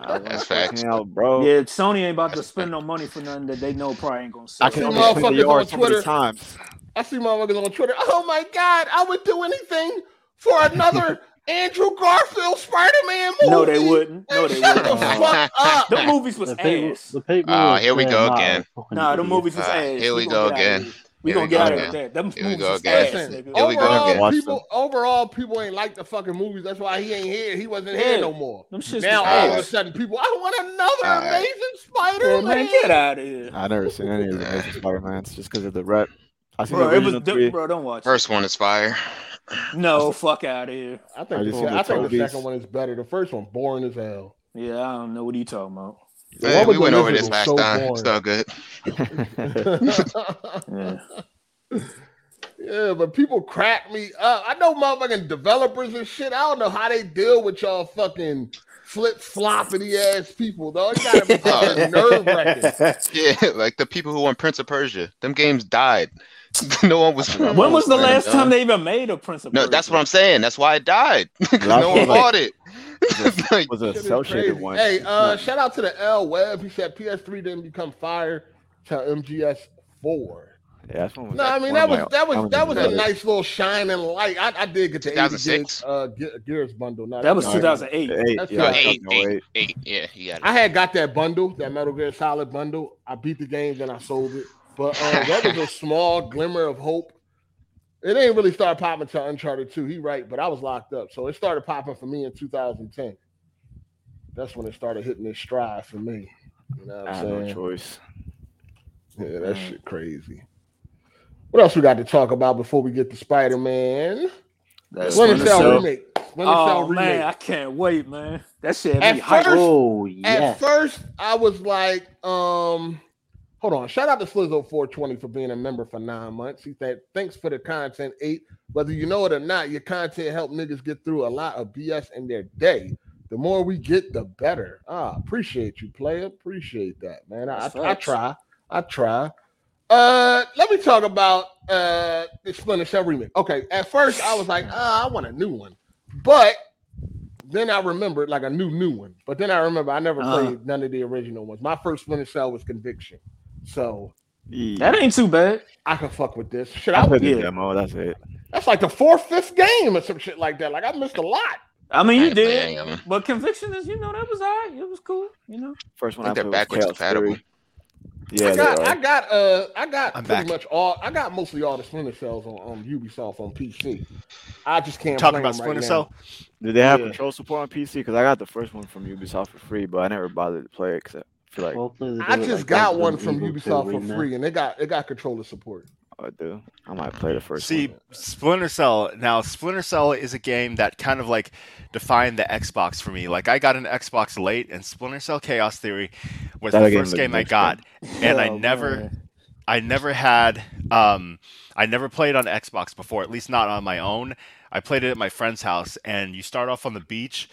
I was
That's
like,
facts.
"Damn, bro.
Yeah, Sony ain't about to spend no money for nothing that they know probably ain't gonna sell.
I can
See
only play
motherfuckers
the yard
on
so many
Twitter.
times.
I see motherfuckers on Twitter. Oh my god, I would do anything for another Andrew Garfield Spider-Man movie.
no, they wouldn't. No,
Man,
they
shut the
wouldn't.
fuck up.
Them movies was
The people,
ass.
the people
Ah,
was
here we
there
go
now are
again.
fucking
Nah, them
idiots.
movies was
Ah,
ass.
here
We
we
gonna get out
go
of
again.
here. We
Here
gonna
we
get
go
out of
again.
that. Them
Here we
movies
go
was
again.
ass,
Listen,
nigga.
Here we go
overall
again.
Watch
people,
them.
overall people ain't like the fucking movies. That's why he ain't here. He wasn't
Yeah.
here no more.
Them shits
Now
was
all of a
ass.
sudden, people, I want another
All right.
amazing
Yeah,
Spider-Man.
man, get out of here.
I never seen any of the Amazing Spider-Mans just because of the rep. I seen
Bro,
the
it was
original three.
dope. Bro, don't watch. it.
First one is fire.
No, fuck out of here.
I
I
think,
just
the,
seen
I
the
think the
Tobey's.
second one is better. The first one boring as hell.
Yeah, I don't know what you talking about.
Yeah,
Man,
Robert
we went over
Zemeckis was
this last
so
time.
boring.
It's all good.
Yeah.
Yeah, but people crack me up. I know motherfucking developers and shit. I don't know how they deal with y'all fucking flip floppity ass people, though. It gotta be
Oh,
fucking
Oh.
nerve wracking.
Yeah, like the people who won Prince of Persia. Them games died. no one was.
When was the last time they even made a Prince of
No,
Persia?
that's what I'm saying. That's why it died. 'Cause
Last
no
one,
one
like-
bought it. like,
was a cell shaded one.
Hey, uh, shout out to the L Web. He said PS3 didn't become fire till MGS4.
yeah, that's one was
No, I
like
mean
one
that
of
was
my-
that was that was a
embedded.
nice little shining light. I, I did get the 80 gig
2006?
uh, Ge- Gears bundle. Not
That was
No,
2008.
Eight,
That's
yeah,
right.
eight,
no,
eight,
eight.
eight. Yeah, you got it.
I had got that bundle, that Metal Gear Solid bundle. I beat the game, then I sold it. But uh, that was a small glimmer of hope. It ain't really start popping till Uncharted 2. He right, but I was locked up. So it started popping for me in 2010. That's when it started hitting its stride for me. You know what
I
I'm
had
saying?
no choice.
Yeah, that shit crazy. What else we got to talk about before we get to Spider Man?
That's
Splinter
Splinter
Cell
Cell.
remake. Splinter Cell
Oh
remake.
man, I can't wait, man. That shit had
At
me hyped.
first-
Oh
At
yes.
first, I was like, um, hold on. Shout out to Slizzo420 for being a member for nine months. He said, thanks for the content, eight. Whether you know it or not, your content helped niggas get through a lot of BS in their day. The more we get, the better. Ah, appreciate you, player. Appreciate that, man. I,
That's
I, I
facts.
try. I try. Uh, let me talk about uh the Splinter Cell remake. Okay, at first I was like, ah, I want a new one, but then I remembered like a new new one. But then I remember I never
Uh-huh.
played none of the original ones. My first Splinter Cell was Conviction, so
That ain't too bad.
I could fuck with this. Should
I
I?
played the
yeah.
demo. That's it.
That's like the fourth, fifth game or some shit like that. Like I missed a lot.
I mean,
I
you
didn't play
did.
any of them.
But conviction is, you know, that was alright. It was cool. You know,
First one
I
I,
think they're
played was
backwards
Chaos
compatible.
Theory. Yeah,
I
they
got, I
are.
got, uh, I got
I'm
pretty
back.
much all. I got mostly all the Splinter Cells on, on Ubisoft on PC. I just can't
Talking
play 'em
about Splinter
right now.
Cell.
Do they have
Yeah.
control support on PC? Because I got the first one from Ubisoft for free, but I never bothered to play it. Cause I feel like
Well, play the
I
game
just
like
got
Resident
one from
Evil 2
Ubisoft for
remake.
free, and it got it got controller support.
Oh, I do. I might play the first
See,
one.
Splinter Cell. Now, Splinter Cell is a game that kind of like defined the Xbox for me. Like, I got an Xbox late, and Splinter Cell Chaos Theory was
That
the
game
first
looked
game I
interesting.
got, and I
Oh,
never,
man.
I never had, um, I never played on Xbox before, at least not on my own. I played it at my friend's house, and you start off on the beach,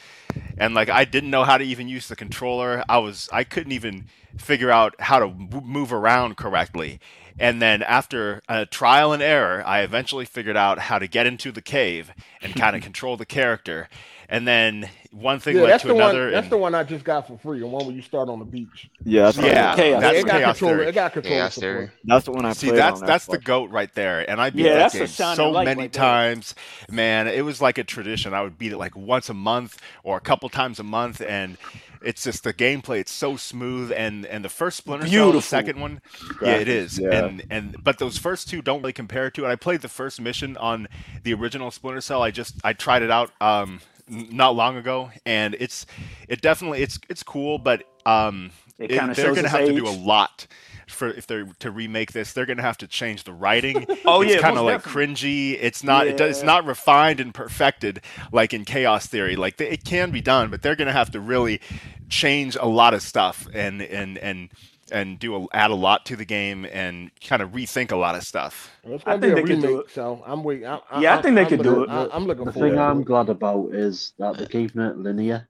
and like I didn't know how to even use the controller. I was, I couldn't even figure out how to w- move around correctly. And then after a trial and error, I eventually figured out how to get into the cave and kind of control the character. And then one thing
Yeah,
led
that's
to
the
another.
one. That's
and-
the one I just got for free, the one where you start on the beach.
Yeah, that's,
yeah,
Chaos.
that's
it got
chaos
controller.
theory.
It got controller
Chaos
support.
Theory.
that's the one I
See,
played.
that's
on
that's the
Xbox.
goat right there, and I beat
Yeah,
that
that's a
game
shining
so
light
many
right there.
times, man. It was like a tradition. I would beat it like once a month or a couple times a month, and it's just the gameplay. It's so smooth, and and the first Splinter Cell, the
Beautiful.
second one, yeah, it
Graphics,
is.
yeah.
And and but those first two don't really compare to it. I played the first mission on the original Splinter Cell. I just I tried it out um n- not long ago, and it's it definitely it's it's cool, but um
It
it-
kind of
they're
shows
gonna
his
have
age.
to do a lot for if they're to remake this. They're gonna have to change the writing.
Oh,
it's
yeah,
kind of
most
like
definitely.
cringy. It's not. It does, it's
Yeah.
not refined and perfected like in Chaos Theory. Like they, it can be done, but they're gonna have to really change a lot of stuff and and and and do a, add a lot to the game and kind of rethink a lot of stuff.
It's gonna
I
be a
think they could do
remake,
it.
so I'm waiting. I,
Yeah, I think they
I'm
could do
looking-
it. um,
I, am looking
The
forward.
thing
to
I'm
it.
glad about is that they keeping it linear,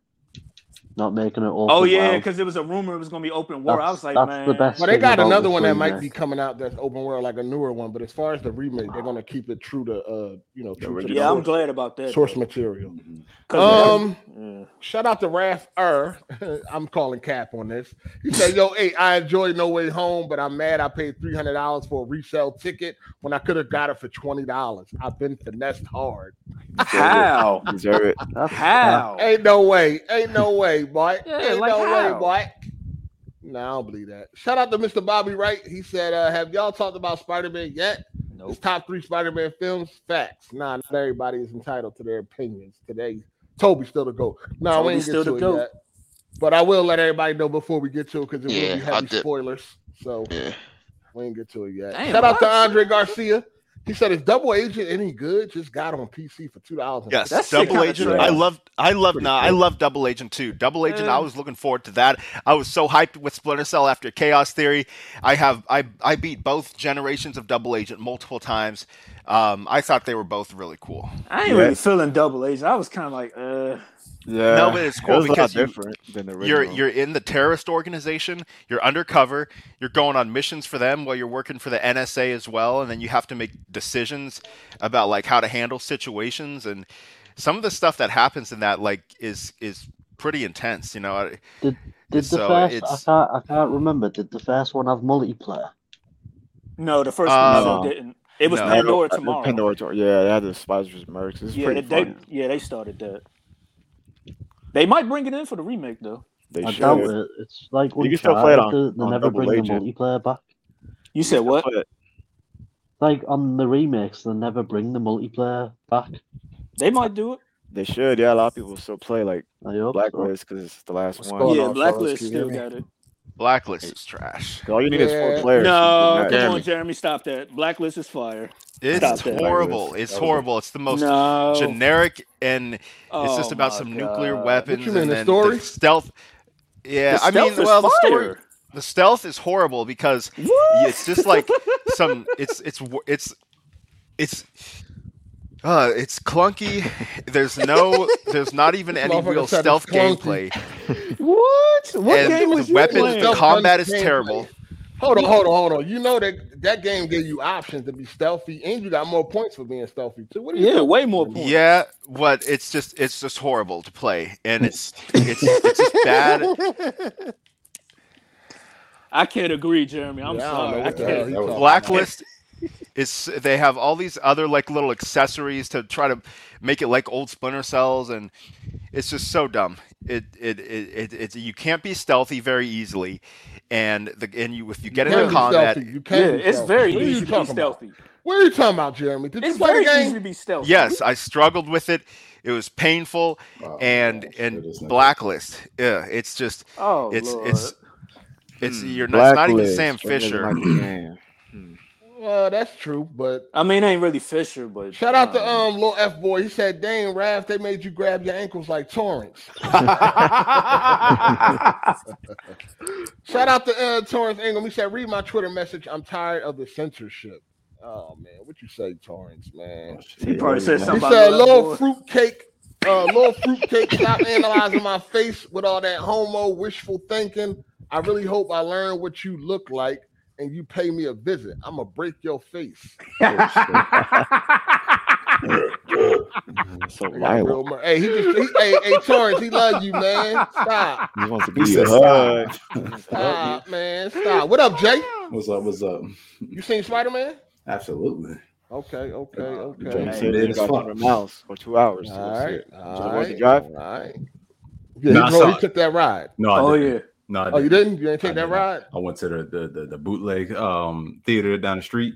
not making it all.
Oh yeah, because there was a rumor it was gonna be open war. I
That's-
was like,
that's
man,
the best.
Well, they got
about
another
this
one that
remake.
might be coming out that's open world, like a newer one. But as far as the remake, they're gonna keep it true to uh, you know, true to the
yeah, I'm
source-
glad about that.
source
though.
material.
'Cause-
Um,
yeah.
Shout out to Raph Er. I'm calling Cap on this. He said, Yo, hey, I enjoyed No Way Home, but I'm mad I paid $300 for a resale ticket when I could have got it for $20. I've been finessed hard. Uh,
how?
You Deserve it.
That's-
How?
Ain't no way. Ain't no way, boy.
Yeah,
Ain't
like
no way,
how?
boy. No, I don't believe that. Shout out to Mr. Bobby Wright. He said, uh, Have y'all talked about Spider Man yet? His
Nope.
top three Spider Man films? Facts. Nah, not everybody is entitled to their opinions. Today, Toby's still the GOAT. No, we ain't
Toby's
still
still
to
the
it
GOAT.
yet. But I will let everybody know before we get to it because it will
Yeah,
be
I'll
heavy
dip.
spoilers. So
Yeah.
we ain't get to it yet.
Damn,
Shout out to
what?
Andre Garcia. He said, "Is Double Agent any good? Just got on PC for two dollars."
Yes,
That shit
Double
kinda
Agent.
trash.
I loved. I love.
Pretty
Nah, I
cool.
love Double Agent too. Double Agent.
Yeah.
I was looking forward to that. I was so hyped with Splinter Cell after Chaos Theory. I have. I I beat both generations of Double Agent multiple times. Um, I thought they were both really cool.
I ain't
Yeah.
really feeling double agent. I was kind of like, uh,
Yeah.
No, but it's
It
cool
was a lot
because you-
different than the
You're
original.
you're in the terrorist organization. You're undercover. You're going on missions for them while you're working for the NSA as well, and then you have to make decisions about like how to handle situations and some of the stuff that happens in that like is is pretty intense. You know, I-
Did the
So
first?
it's-
I can't. I can't remember. Did the first one have multiplayer?
no, the first
Ah.
Um,
one still didn't. It was
no.
Pandora
Uh,
tomorrow.
Pandora tomorrow. Yeah, they had the Spice vs. Mercs. It's
yeah,
pretty
they, they,
fun.
yeah, they started that. They might bring it in for the remake though.
They
I
should.
doubt it. It's like
You can still play it
Uncharted,
on-
They, they
on
never
Double
bring the
Agent.
multiplayer back.
You said what?
Like on the remakes, they never bring the multiplayer back.
They might do it.
They should, yeah. A lot of people still play like
I hope so.
Blacklist because it's the last
What's
one.
going
Yeah,
on, fellas?
Blacklist
Can you
still
hear me?
got it.
Blacklist is trash.
All you need is
Yeah.
four players.
No,
Matt,
come
Jeremy.
on, Jeremy, stop that. Blacklist is fire.
It's
Stop it.
horrible.
That
It's
was a-
horrible. It's the most
no,
generic, and it's
Oh
just about
my
some nuclear
God.
What
weapons
you
and
mean,
then
the story?
the stealth.
The
Yeah, I mean,
stealth is
well, the story,
fire.
the stealth is horrible because
What?
it's just like some. It's it's wo- it's it's. Uh, it's clunky. There's no, there's not even any
Motherfucker
real
said it's
stealth
clunky.
gameplay.
what? What
and
game was
the
you
weapons,
playing?
the
Stealth
combat is
gameplay.
terrible.
Hold on, hold on, hold on. You know that that game gave you options to be stealthy, and you got more points for being stealthy too. What are you
Yeah, way more points.
Yeah, what? It's just, it's just horrible to play, and it's, it's, it's just bad.
I can't agree, Jeremy. I'm
Yeah, I don't know
sorry. I
what the hell
can't.
he talking
Blacklist is they have all these other like little accessories to try to make it like old Splinter Cells, and it's just so dumb. It it it, it it's you can't be stealthy very easily, and the and you if you get
can't
into
be
combat,
stealthy. You
Yeah,
can't be
it's
stealthy.
very
What are you
easy to be
talking about?
stealthy.
What are you talking about, Jeremy? Did
It's
you play
very
the
easy to
game?
be stealthy.
yes, I struggled with it. It was painful,
Oh,
Wow,
and
wow,
and
it is not-
Blacklist. Yeah, it's just
Oh,
it's
Lord.
it's. It's
Hmm,
you're not, it's not even
Blacklist,
Sam
that doesn't
Fisher.
like the game.
Well, Uh, that's true, but
I mean, it ain't really Fisher, but
shout out to
Nah.
um little F boy. He said, "Dang, Raph, they made you grab your ankles like Torrance." Shout out to uh, Torrance Ingram. He said, "Read my Twitter message. I'm tired of the censorship." Oh man, what you say, Torrance? Man,
He
Oh, probably said
he
something. about
said,
Lil
"Little
Boy."
fruitcake, uh, little fruitcake, stop analyzing my face with all that homo wishful thinking. I really hope I learn what you look like." And you pay me a visit. I'm gonna break your face.
So
I got real
violent.
mer- hey, he just, he, hey, hey, Torrance, he loves you, man. Stop,
He wants to
He
give you
said
a hug.
stop, man, stop. What up, Jay?
What's up? What's up?
You seen Spider Man?
Absolutely.
Okay, okay, okay.
He
Hey,
said
man,
he
it's
got
fun.
100 miles for two hours.
All right.
So was it drive?
All right. Yeah, he,
Nah, I
drove,
saw
he
it.
took that ride.
No, I
oh
didn't.
yeah.
No, I
Oh, you
didn't.
didn't? You didn't
I
take that
didn't.
ride?
I went to the the, the, the bootleg um theater down the street.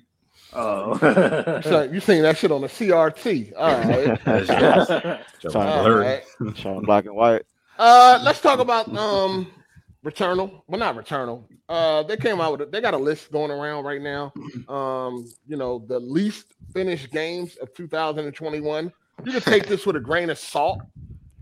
So
Oh.
you seen that shit on the CRT. All right.
That shit was- that was
Sorry.
All
blurry.
right.
Sean Black and White.
Uh, let's talk about um Returnal. Well, not Returnal. Uh, they came out with. A, they got a list going around right now. Um, you know the least finished games of 2021. You can take this with a grain of salt.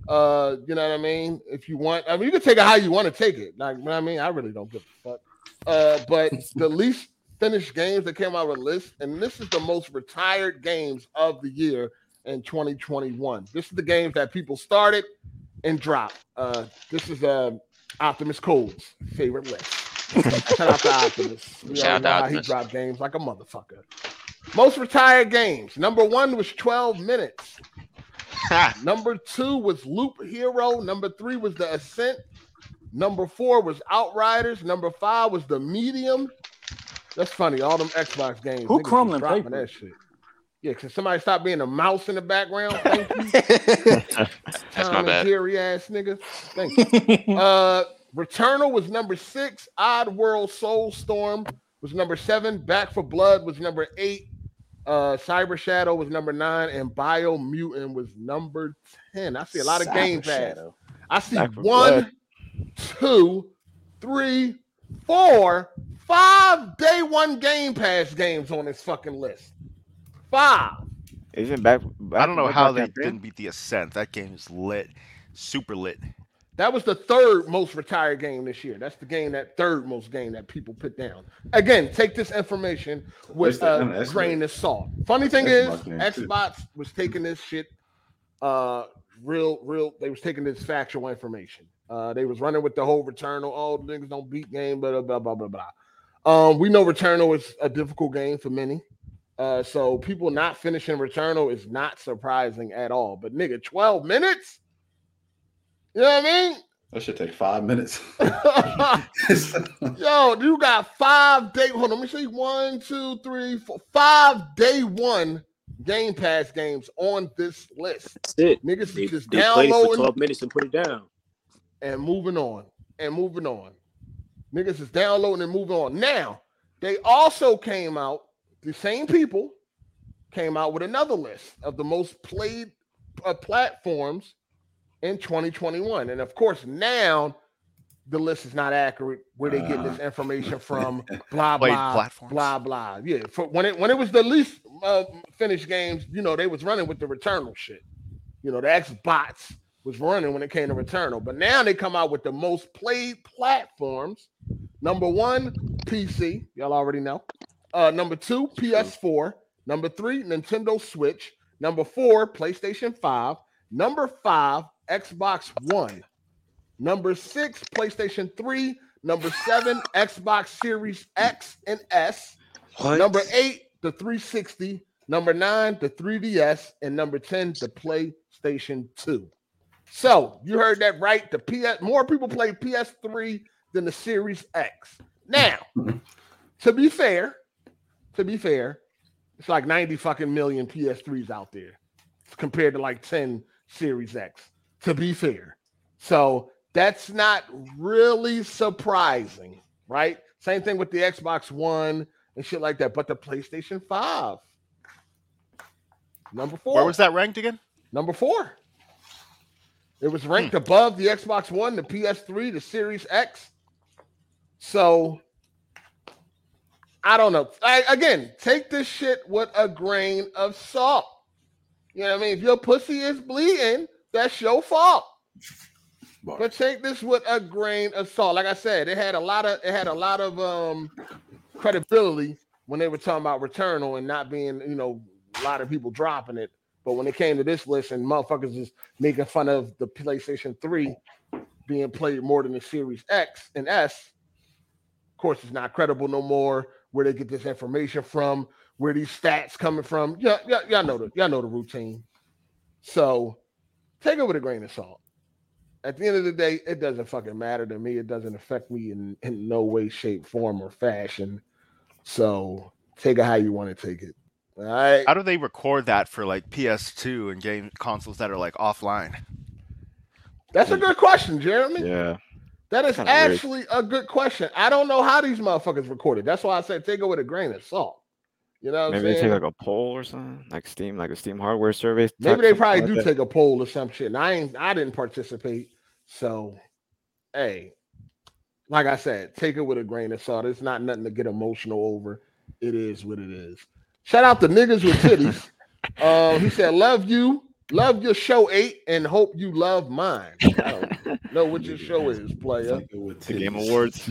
Uh, you know what I mean? If you want, I mean, you can take it how you want to take it. Like, you know what I mean, I really don't give a fuck. Uh, but the least finished games that came out with a list, and this is the most retired games of the year in 2021. This is the games that people started and drop. Uh, this is uh, Optimus Cold's favorite list. Shout out to Optimus. We already
Shout
know
out
how he
to Optimus.
dropped games like a motherfucker. Most retired games. Number one was 12 minutes. Number two was Loop Hero. Number three was The Ascent. Number four was Outriders. Number five was The Medium. That's funny. All them Xbox games.
Who
niggas be
crumbling
dropping
paper?
That shit. Yeah, can somebody stop being a mouse in the background? Thank you. Tom
That's my
Um, and
bad.
Jerry ass nigga. Thank you. Uh, Returnal was number six. Odd World Soulstorm was number seven. Back for Blood was number eight. Uh, Cyber Shadow was number nine, and Bio Mutant was number ten. I see a lot of game pass. I see
Back for
one, two, three, four, five day one game pass games on this fucking list. Five.
Isn't back? Black
I
and
don't know
White
how
got
they
that big?
didn't beat the Ascent. That game is lit, super lit.
That was the third most retired game this year. That's the game that third most game that people put down. Again, take this information
Where's
with
the-
a
I'm asking-
grain of salt. Funny thing
Xbox game,
is,
too.
Xbox was taking this shit uh real, real. They was taking this factual information. Uh they was running with the whole returnal. Oh, the niggas don't beat game, blah blah blah blah blah. Um, we know returnal is a difficult game for many. Uh, so people not finishing Returnal is not surprising at all. But nigga, 12 minutes? You know what I mean?
That should take five minutes.
Yo, you got five day. Hold on, let me see. One, two, three, four, five day one Game Pass games on this list.
That's it.
Niggas
They,
is just
they played for
downloading
12 minutes and put it down.
and moving on and moving on. Niggas is downloading and moving on. Now, They also came out, the same people came out with another list of the most played uh, platforms in 2021. And of course, now the list is not accurate where they get this information from blah
Played
blah
platforms.
blah blah. Yeah, for when it when it was the least uh, finished games, you know, they was running with the returnal shit. You know, the Xbox was running when it came to returnal, but now they come out with the most played platforms. Number one, PC. Y'all already know. Uh, number two, PS4. Number three, Nintendo Switch. Number four, PlayStation 5. Number five, Xbox One. Number six, PlayStation 3. Number seven, Xbox Series X and S. Number eight, the 360. Number nine, the 3DS. And number 10, the PlayStation 2. So you heard that right. The PS more people play PS3 than the Series X. Now, to be fair, to be fair, it's like 90 fucking million PS3s out there compared to like 10 Series X, to be fair. So that's not really surprising, right? Same thing with the Xbox One and shit like that, but the PlayStation 5. Number four.
Where was that ranked again? Hmm.
Number four. It was ranked above the Xbox One, the PS3, the Series X. So I don't know. I, again, take this shit with a grain of salt. You know what I mean? If your pussy is bleeding, that's your fault.
Bar.
But take this with a grain of salt. Like I said, it had a lot of it had a lot of um credibility when they were talking about Returnal and not being, you know, a lot of people dropping it. But when it came to this list and motherfuckers is making fun of the PlayStation 3 being played more than the Series X and S, of course, it's not credible no more. Where they get this information from, where these stats coming from. Yeah, yeah, y'all know the y'all know the routine. So take it with a grain of salt. At the end of the day, it doesn't fucking matter to me. It doesn't affect me in, in no way, shape, form, or fashion. So take it how you want to take it. All right.
How do they record that for like PS2 and game consoles that are like offline?
That's a good question, Jeremy.
Yeah.
That is
Kinda weird.
actually a good question. I don't know how these motherfuckers recorded. That's why I said take it with a grain of salt. You know what
Maybe
I'm
they
saying?
take like a poll or something, like Steam, like a Steam hardware survey. type
Maybe they
something
probably
like
do
that.
take a poll or some shit. And I ain't I didn't participate. So hey, like I said, take it with a grain of salt. It's not nothing to get emotional over. It is what it is. Shout out to niggas with titties. um, he said, Love you, love your show eight, and hope you love mine. I don't know what your show is, player.
The Game Awards.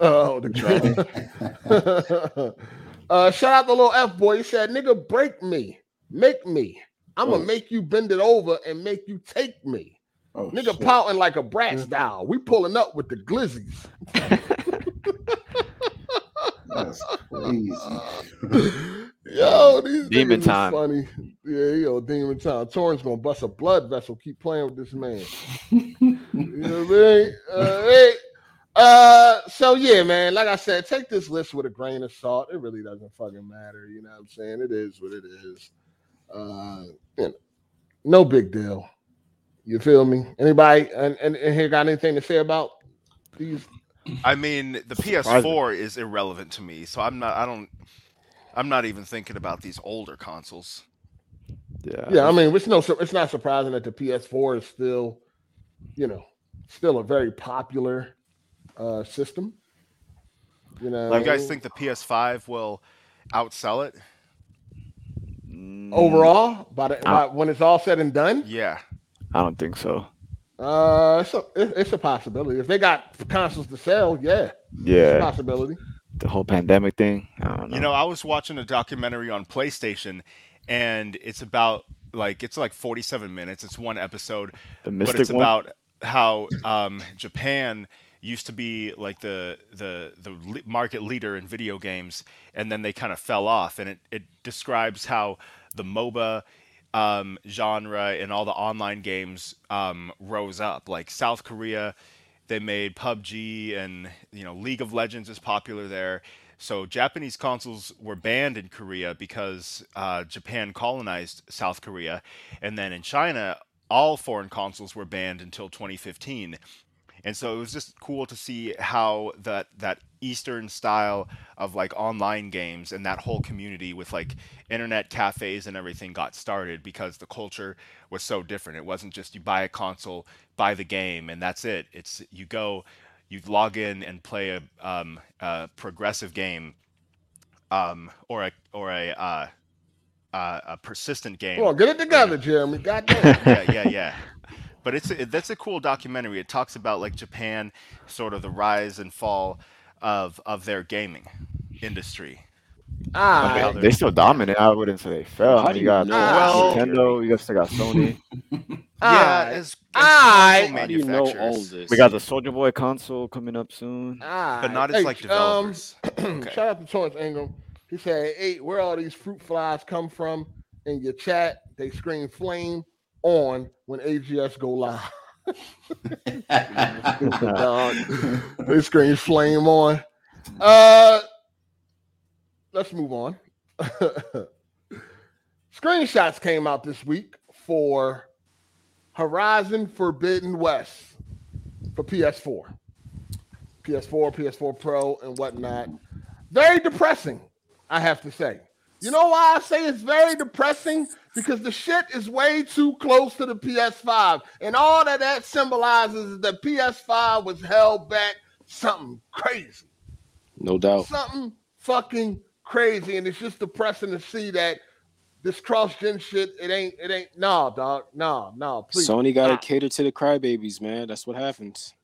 Oh, the uh, shout out the little F boy. He said, "Nigga, break me, make me. I'm gonna
Oh.
make you bend it over and make you take me."
Oh,
Nigga,
shit.
pouting like a brat's doll. We pulling up with the glizzies.
That's crazy.
Uh, yo, these
Demon
niggas
time.
Is funny. Yeah, yo, demon time. Torrance gonna bust a blood vessel. Keep playing with this man. you know what I mean? All right. Uh, so yeah, man. Like I said, take this list with a grain of salt. It really doesn't fucking matter. You know what I'm saying? It is what it is. Uh, you know, no big deal. You feel me? Anybody and, and, and here got anything to say about these?
I mean, the
Surprising.
PS4 is irrelevant to me, so I'm not. I don't. I'm not even thinking about these older consoles.
Yeah.
Yeah, I mean, it's no, sur- it's not surprising that the PS4 is still, you know, still a very popular uh system. You
Uh,
know,
you guys think the PS5 will outsell it?
Mm,
overall, by, the, by when it's all said and done,
Yeah.
I don't think so.
Uh, it's a, it- it's a possibility. If they got consoles to sell, yeah, it's a
Yeah.
possibility.
The whole pandemic thing. I don't know.
You know, I was watching a documentary on PlayStation, and it's about like it's like 47 minutes. It's one episode,
the
but it's
mystic one.
about how um, Japan used to be like the the the le- market leader in video games, and then they kind of fell off. And it it describes how the MOBA um, genre and all the online games um, rose up. Like South Korea, they made PUBG, and you know League of Legends is popular there. So Japanese consoles were banned in Korea because uh, Japan colonized South Korea, and then in China, all foreign consoles were banned until 2015. And so it was just cool to see how that that Eastern style of like online games and that whole community with like internet cafes and everything got started because the culture was so different. It wasn't just you buy a console, buy the game, and that's it. It's you go, you log in and play a, um, a progressive game, um, or a or a uh, uh, a persistent game.
Come on, get it together, Jeremy. Goddamn.
yeah, yeah, yeah. But it's a, that's a cool documentary. It talks about like Japan, sort of the rise and fall of of their gaming industry.
Ah,
Well,
They still dominate. I wouldn't say they fell. I mean, you got
know?
Nintendo. You guys got Sony.
ah,
yeah, as, as
I-
console
How
do you know all
manufacturers,
this?
We got the Soldier Boy console coming up soon.
ah.
but not as
Hey,
like
um,
developers. Okay.
Shout out to Torrance Ingram. He said, "Hey, where all these fruit flies come from?" In your chat, they scream "flame on" when AGS go live. Dog. they scream "flame on." Uh, let's move on. Screenshots came out this week for Horizon Forbidden West for PS4, PS4, PS4 Pro, and whatnot very depressing, I have to say. You know why I say it's very depressing? Because the shit is way too close to the PS5. And all that that symbolizes is that PS5 was held back something crazy.
No doubt.
Something fucking crazy. And it's just depressing to see that this cross-gen shit, it ain't, it ain't, nah, dog, nah, nah, please.
Sony got to
stop.
cater to the crybabies, man. That's what happens.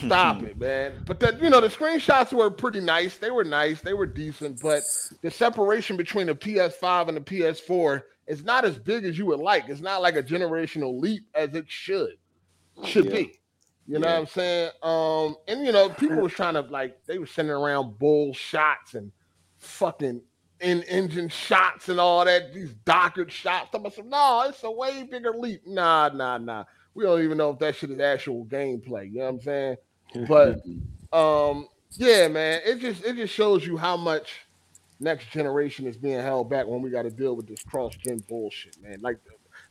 Stop it, man. But the you know the screenshots were pretty nice. They were nice. They were decent. But the separation between the PS5 and the PS4 is not as big as you would like. It's not like a generational leap as it should should
Yeah.
be. You know what I'm saying? Um, and you know people was trying to like they were sending around bull shots and fucking in engine shots and all that. These dockered shots. I'm like, no, it's a way bigger leap. Nah, nah, nah. We don't even know if that shit is actual gameplay. You know what I'm saying? But um, yeah, man, it just it just shows you how much next generation is being held back when we got to deal with this cross gen bullshit, man. Like,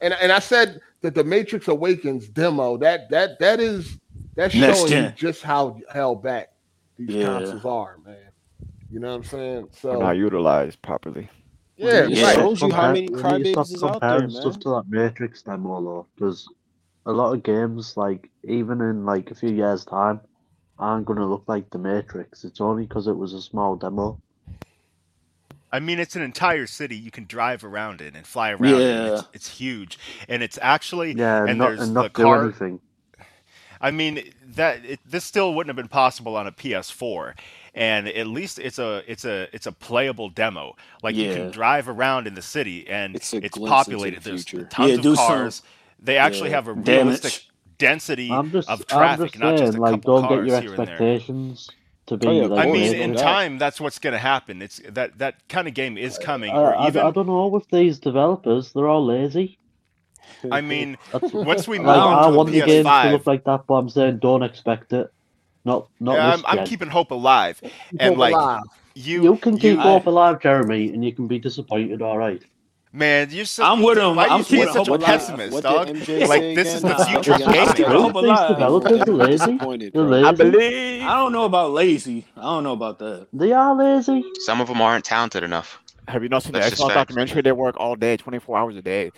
and and I said that the Matrix Awakens demo that that that is that's
Next
showing you
gen.
just how held back these
Yeah.
consoles are, man. You know what I'm saying?
They're not
So
utilized properly.
yeah,
It
right.
shows you how many
Compare- we need to
crybabies
stop
is out there,
comparing
man.
Stuff to that Matrix demo though, because a lot of games, like even in like a few years' time, aren't going to look like the Matrix. It's only because it was a small demo.
I mean, it's an entire city you can drive around in and fly around. In. It's, it's huge, and it's actually
Yeah,
and
and not
there's
and
the
not do
car-
anything.
I mean that it, this still wouldn't have been possible on a PS4, and at least it's a it's a it's a playable demo. Like you can
Yeah.
drive around in the city, and
It's
it's,
a glimpse into the
populated. There's
future.
tons
Yeah,
of
do some
cars. They actually
Yeah.
have a
Damage.
realistic density.
I'm just,
of
I'm
traffic,
just
not
saying,
just a
like,
couple
don't get your
cars here and there.
expectations to be
Oh, yeah, of
like.
I
course,
mean,
no
in
doubt.
time, that's what's going to happen. It's that that kind of game
Uh,
is coming,
I,
or
I-
even
I don't know with these developers; they're all lazy.
I mean,
That's, like,
once we move
I
on to
want
the
the games to
PS5,
look like that, but I'm saying don't expect it. Not, not
yeah,
this
um, I'm, I'm
gen.
keeping hope alive, and like
Alive.
you,
You can keep
you-
hope alive, Jeremy, and you can be disappointed. All right.
man, you're so.
I'm with him.
Why
I'm
you being
with
such a
hope
What did-
alive.
pessimist,
what did
dog?
MJ
Like,
say
this is
again?
the
I
future of
forgot.
gaming.
Don't
Hope
these
alive.
developers are
I'm
lazy.
disappointed,
They're
bro.
lazy.
I don't know about lazy. I don't know about that.
They are lazy.
Some of them aren't talented enough,
Have you not seen the
That's just
Xbox
facts.
documentary? They work all day, 24 hours a day.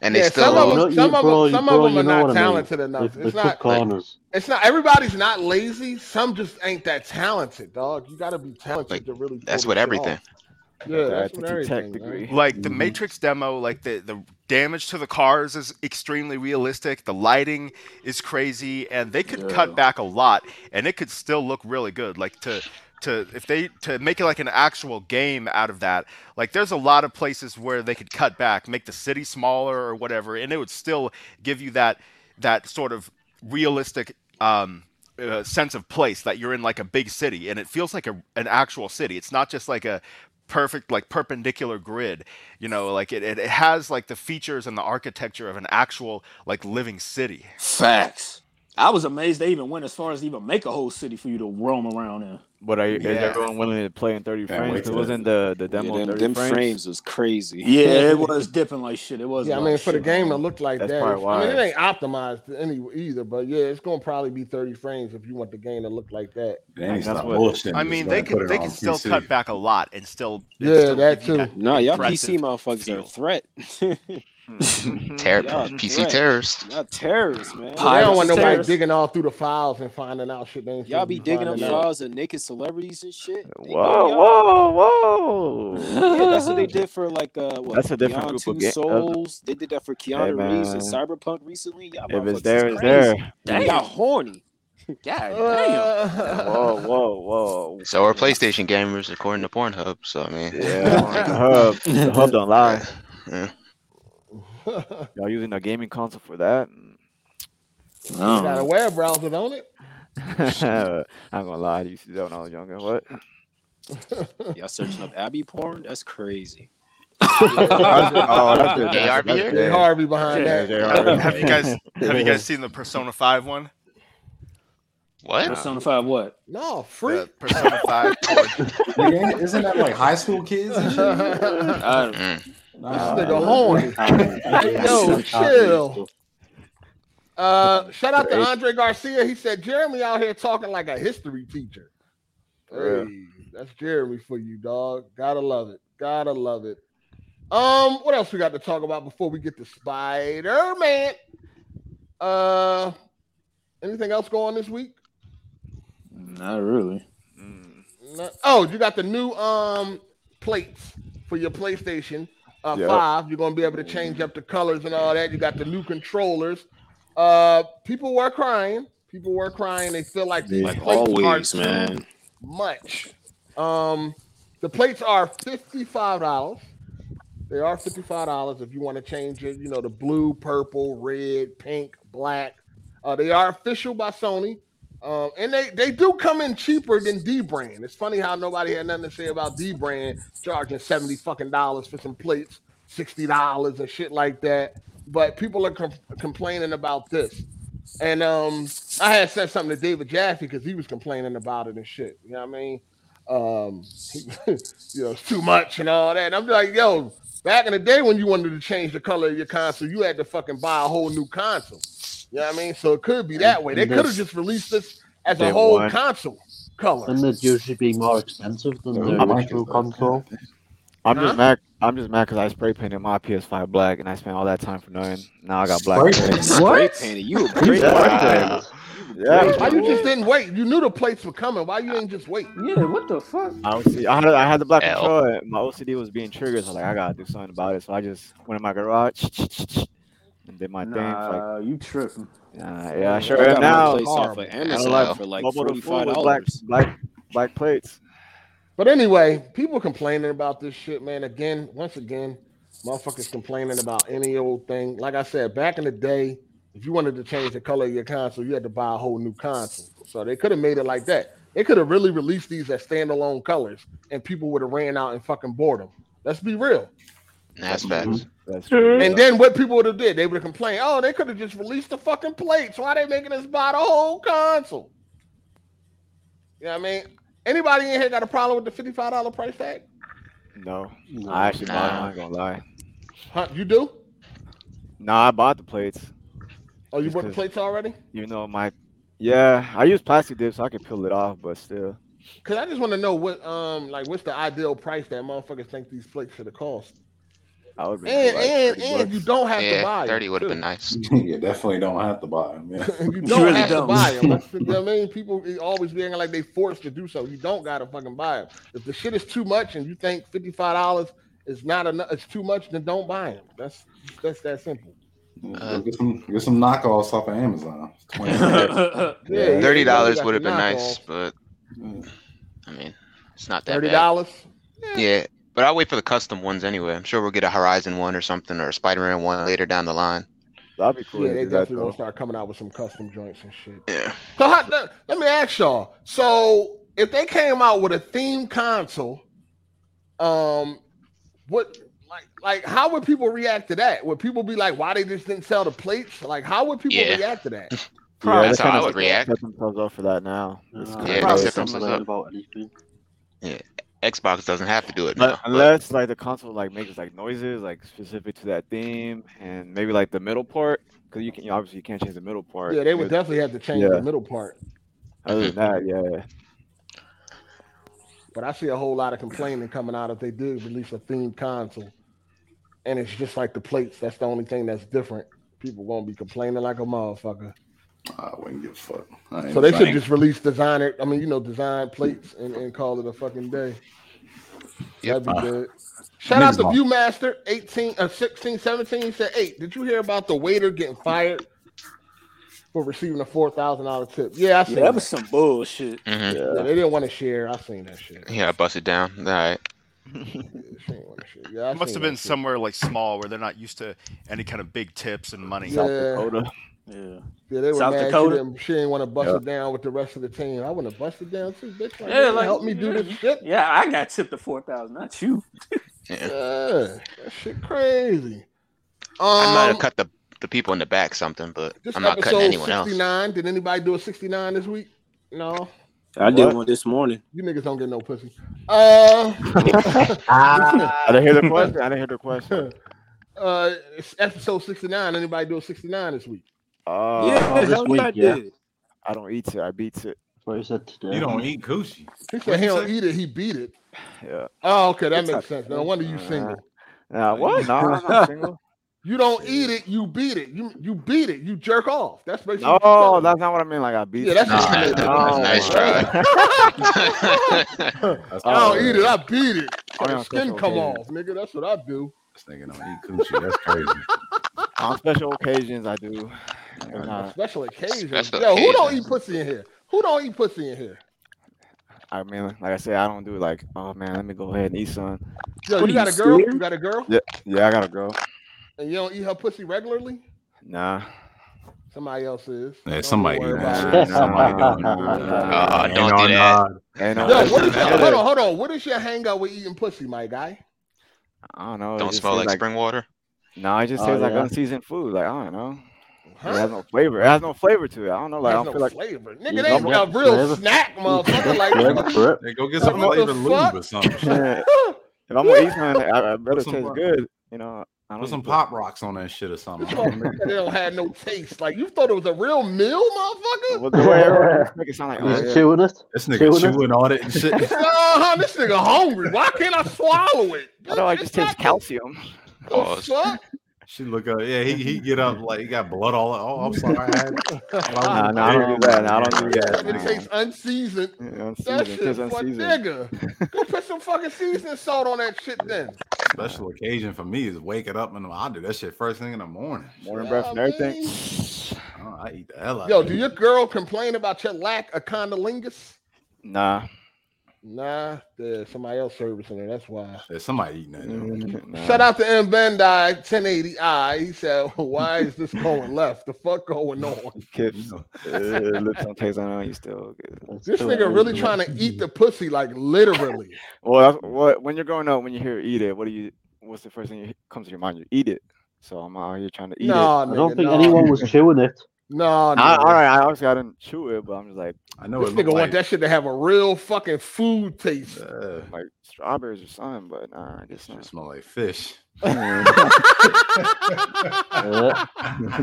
and
yeah,
they still.
some of
You know-
them, some of
bro,
them,
you-
some
bro,
of them
you
are
know what I mean.
not talented
They,
enough.
they
It's
cut
not. Like,
corners.
it's not. Everybody's not lazy. Some just ain't that talented, dog. You got to be talented
Like,
to really. pull
that's
this
with
shit
everything.
off. Yeah,
Uh,
that's
to
with
the
everything.
tech
man.
degree. Mm-hmm.
like the
Mhm.
matrix demo like the the damage to the cars is extremely realistic the lighting is crazy and they could cut
Yeah.
back a lot and it could still look really good like to to if they to make it like an actual game out of that like there's a lot of places where they could cut back make the city smaller or whatever and it would still give you that that sort of realistic um uh, sense of place that you're in like a big city and it feels like a, an actual city it's not just like a perfect like perpendicular grid you know like it, it, it has like the features and the architecture of an actual like living city
Facts. I was amazed they even went as far as even make a whole city for you to roam around in.
What are you, is
Yeah.
everyone willing to play in 30
Can't wait
frames?
to
It wasn't the, the
Yeah,
demo in
them,
30
them
frames.
frames. was crazy.
Yeah, it was dipping like shit. It was.
Yeah, I
like
mean, for the
shit.
game to look like
That's
that,
probably
it's- I mean, it
why.
ain't optimized anyway either. But yeah, it's gonna probably be 30 frames if you want the game to look like that.
They ain't
That's
stop
what-
bullshitting.
I
Just
mean,
go
they
ahead and put
could
it
they
on
could still
PC.
cut back a lot and still and
Yeah,
still
that
give you that-
Nah, y'all
Impressive
PC motherfuckers are a threat.
Terror,
Yeah,
PC
correct.
terrorists.
Y'all terrorists, man.
So they
Pirates
don't want nobody
terrorists.
digging all through the files and finding out shit. They ain't
Y'all
supposed to
be digging up
finding out.
files of naked celebrities and shit. They go,
Whoa,
"Yo."
whoa, whoa.
Yeah, that's what they did for like uh, what?
That's a different
Beyond
group
Two
of ga-
Souls. They did that for Keanu Reeves and
man.
Cyberpunk recently. Y'all
If it's
motherfuckers
there,
is
it's
crazy.
there.
Y'all
Damn.
horny.
God damn.
Uh,
Whoa, whoa, whoa.
So we're PlayStation gamers according to Pornhub. So I mean,
Yeah, the hub, the hub don't lie.
Yeah.
Y'all using a gaming console for that?
You
Um.
got a web browser, don't it?
I'm gonna lie, I used to do that when I was younger. What?
Y'all searching up Abby porn? That's crazy.
oh, that's it.
AR
That's
beer?
it.
Jay Harvey behind
Yeah,
that.
Jay Harvey.
Have you guys have you guys seen the Persona Five one?
What?
Persona Five. What?
No, free.
The Persona Five. porn.
Nigga, Isn't that like high school kids? and shit?
I don't
Mm.
Nah,
This nigga
nah,
horny.
nah.
Hey, yo, chill. Uh, shout out to
Great.
Andre Garcia. He said Jeremy out here talking like a history teacher.
Yeah.
Hey, that's Jeremy for you, dog. Gotta love it. Gotta love it. Um, what else we got to talk about before we get to Spider Man? Uh, anything else going this week?
Not really.
Mm.
No- Oh, you got the new um plates for your PlayStation uh,
Yep.
Five. You're gonna be able to change up the colors and all that. You got the new controllers. Uh, people were crying. People were crying. They feel like these
Like
plates
always,
are Too
man.
much. Um, the plates are fifty-five dollars. They are fifty-five dollars if you want to change it. You know, the blue, purple, red, pink, black. Uh, they are official by Sony, um, and they they do come in cheaper than D brand. It's funny how nobody had nothing to say about D brand charging seventy fucking dollars for some plates, sixty dollars and shit like that. But people are com- complaining about this, and um, I had said something to David Jaffe because he was complaining about it and shit. You know what I mean? Um, you know, it's too much and all that. And I'm like, yo, back in the day when you wanted to change the color of your console, you had to fucking buy a whole new console. You know what I mean? So it could be that way. They
And
could have
this-
just released this as a
They
whole
want-
console color.
And they'd usually be more expensive than
Ooh,
the
I like
original
it, though.
console.
I'm
Huh?
just mad. I'm just mad because I spray painted my PS5 black, and I spent all that time for nothing. Now I got
Spray
black. plates.
paint.
What? Spray painted. You a great
Yeah.
Why
Yeah,
you just didn't wait? You knew the plates were coming. Why you ain't just wait?
Yeah. What the fuck?
I don't see. I had I had the black
Ow.
controller. And my OCD was being triggered, so like I gotta do something about it. So I just went in my garage and did my thing. Like,
Nah, you tripping?
uh, yeah, I sure
I
am
got
now.
my place off of Amazon
Hello.
for like
Mobile to full
forty-five
with black,
dollars.
black, black plates.
But anyway, people complaining about this shit, man. Again, once again, motherfuckers complaining about any old thing. Like I said, back in the day, if you wanted to change the color of your console, you had to buy a whole new console. So they could have made it like that. They could have really released these as standalone colors, and people would have ran out in fucking boredom. Let's be real.
That's facts.
That's true.
And then what people would have did, they would have complained, oh, they could have just released the fucking plates. Why they making us buy the whole console? You know what I mean? Anybody in here got a problem with the $55 price tag?
no, I actually bought. them, I ain't gonna lie.
Huh? You do?
Nah, I bought the plates.
Oh, you
Just
bought the
'cause-
plates already?
Even though my, yeah, I use plastic dip so I can peel it off, but still.
Cause I just want to know what um like what's the ideal price that motherfuckers think these plates should have cost.
I would be
And
like
and
30
and you
bucks.
don't have to buy
Yeah,
'em,
thirty would have
too.
been nice.
you definitely don't have to buy them. Yeah.
you don't
really
have
don't.
to buy them. That's, you know what I mean? People be always being like they forced to do so. You don't gotta fucking buy them. If the shit is too much and you think fifty five dollars is not enough, it's too much, then don't buy them. That's that's that simple.
Uh,
get some get some knockoffs off of Amazon. It's 20
Yeah,
Yeah.
you
Thirty dollars
got
would have
the
been nice,
knockoff.
but I mean, it's not that
Thirty
bad.
dollars.
Yeah, but I'll wait for the custom ones anyway. I'm sure we'll get a Horizon one or something or a Spider-Man one later down the line.
That'd be cool.
Yeah,
to
they
do that,
definitely gonna
though.
start coming out with some custom joints and shit.
Yeah.
So how, let, let me ask y'all. So if they came out with a theme console, um, what like like how would people react to that? Would people be like, why they just didn't sell the plates? Like how would people
Yeah.
react to that?
Yeah,
That's
they
how
kinda
I would react.
Set themselves up for that now. It's
Uh,
kinda
Yeah,
crazy.
set themselves up.
about anything.
Xbox doesn't have to do it now.
But
but-
unless like the console like makes like noises like specific to that theme, and maybe like the middle part, because you can you obviously you can't change the middle part.
Yeah, they would
because
definitely have to change
Yeah.
the middle part.
Other than that, yeah,
But I see a whole lot of complaining coming out if they did release a themed console, and it's just like the plates. That's the only thing that's different. People gonna be complaining like a motherfucker.
I wouldn't give a fuck. I ain't
So they should
trying.
just release designer. I mean, you know, design plates and, and call it a fucking day.
Yep.
Uh,
That'd be good. Shout out
niggas
to
lost.
Viewmaster 18, uh, 16, 17. He said, Hey, did you hear about the waiter getting fired for receiving a $4,000 tip? Yeah, I seen
Yeah, that
that.
was some bullshit.
Mhm.
yeah.
Yeah, they didn't want to share. I seen that shit.
Yeah, I busted down. All right.
Yeah, she didn't wanna share. Yeah, I
It must have
seen that
been
shit.
somewhere like small where they're not used to any kind of big tips and money.
Yeah.
South Dakota.
Yeah.
Yeah, they were
South
mad.
Dakota?
She didn't, she didn't want to bust
Yeah.
it down with the rest of the team. I want to bust it down too, bitch. Like,
Yeah,
yeah,
like-
help me do this shit.
Yeah, I got tipped to four thousand, not you.
Yeah,
Yeah.
that shit crazy. Um,
I might have cut the, the people in the back something, but
This
I'm not
episode
cutting anyone else.
69. Did anybody do a 69 this week? No.
I did
What?
one this morning.
You niggas don't get no pussy. Uh,
Ah.
I didn't Ah. hear the question. I didn't hear the question.
uh, it's episode 69. Anybody do a 69 this week?
Uh,
yeah,
this
that's what I
week, yeah.
did.
I don't eat it. I beats it.
What is that today?
You don't eat Gucci.
He said he don't eat it. He beat it.
Yeah.
Oh, okay. That
It's
makes sense. No wonder you single.
Nah, what? No, I'm not single.
You don't eat it. You beat it. You you beat it. You jerk off. That's basically.
No,
what you said.
that's not what I mean. Like I beat.
Yeah, that's
it.
what you meant.
No.
Nice try.
That's
I don't
crazy.
eat it. I beat it.
Oh, yeah,
The skin
special
come
occasion.
off, nigga. That's what I do.
This nigga don't eat Gucci. That's crazy.
On special occasions, I do. If
On
not,
Special occasions.
Special
Yo, who don't
occasions.
eat pussy in here? Who don't eat pussy in here?
I mean, like I said, I don't do like. Oh man, let me go ahead and eat some.
Yo,
What
you
are
got a
you,
girl?
scared?
You got a girl?
Yeah, I gotta go.
And you don't eat her pussy regularly?
Nah.
Somebody else is.
Yeah,
Don't
somebody
worry
eating
about
that
it.
shit. Somebody doing
Uh,
that.
don't do that.
Ain't no-
Yo, what is
Yeah,
your,
that
hold on, hold on. What is your hangout with eating pussy, my guy?
I don't know. Oh, it
Don't
just
smell
tastes
like spring water.
No, it just
Oh,
tastes like
yeah.
unseasoned food. Like I don't know.
Huh?
It has no flavor. It has no flavor to it. I don't know. Like I
There's
don't
no
feel like
flavor.
You
Nigga, they ain't
know
a
what
real
flavor-
snack, motherfucker. Like,
Flavor for it.
Hey, go get
Yo,
some
what the
flavored
fuck?
lube or something.
if I'm gonna eat something, I, I better
Put some
taste
pop-
good. You know, I don't
Put some
eat-
pop rocks on that shit or something. I don't know.
they don't have no taste. Like, you thought it was a real meal, motherfucker?
Well, the way everyone just make it sound like, oh,
He's
yeah.
chewing it.
This
Chewing
nigga
it?
chewing all that and shit.
Nah, huh, this nigga hungry. Why can't I swallow it?
I know I
Bitch,
just
it's not
taste calcium.
the
Oh,
fuck?
She look up. Yeah, he he get up like he got blood all. Oh, I'm sorry. I had-
Nah, nah, I don't do that. Nah, I don't do that.
It tastes unseasoned.
Yeah,
That
unseasoned. It
shit,
tastes
what
unseasoned.
nigga? Go put some fucking seasoning salt on that shit then.
Special occasion for me is waking up and I do that shit first thing in the morning.
Morning
Yeah,
breath and
I
everything.
mean-
Oh, I eat the hell out.
Yo,
of
do
it.
your girl complain about your lack of condolingus?
Nah.
Nah, there's somebody else servicing her. That's why.
There's somebody eating that. though.
nah.
Shout out to M Bandai 1080i. He said, Why is this going left? The fuck going on?
Kids. Uh, lips don't taste. I know you still. Good.
Let's
This
do
nigga
it.
really trying to eat the pussy, like literally.
Well, that's, what when you're growing up, when you hear eat it, what do you? What's the first thing that comes to your mind? You eat it. So I'm out here trying to eat it.
No,
I don't
nigga,
think
no,
anyone was chewing it.
No, no.
I, all right, I obviously I didn't chew it, but I'm just like,
I know
This
it
nigga
look
want
like.
that shit to have a real fucking food taste.
uh,
like strawberries or something, but nah, I guess
shit
not.
smell like fish.
Yeah.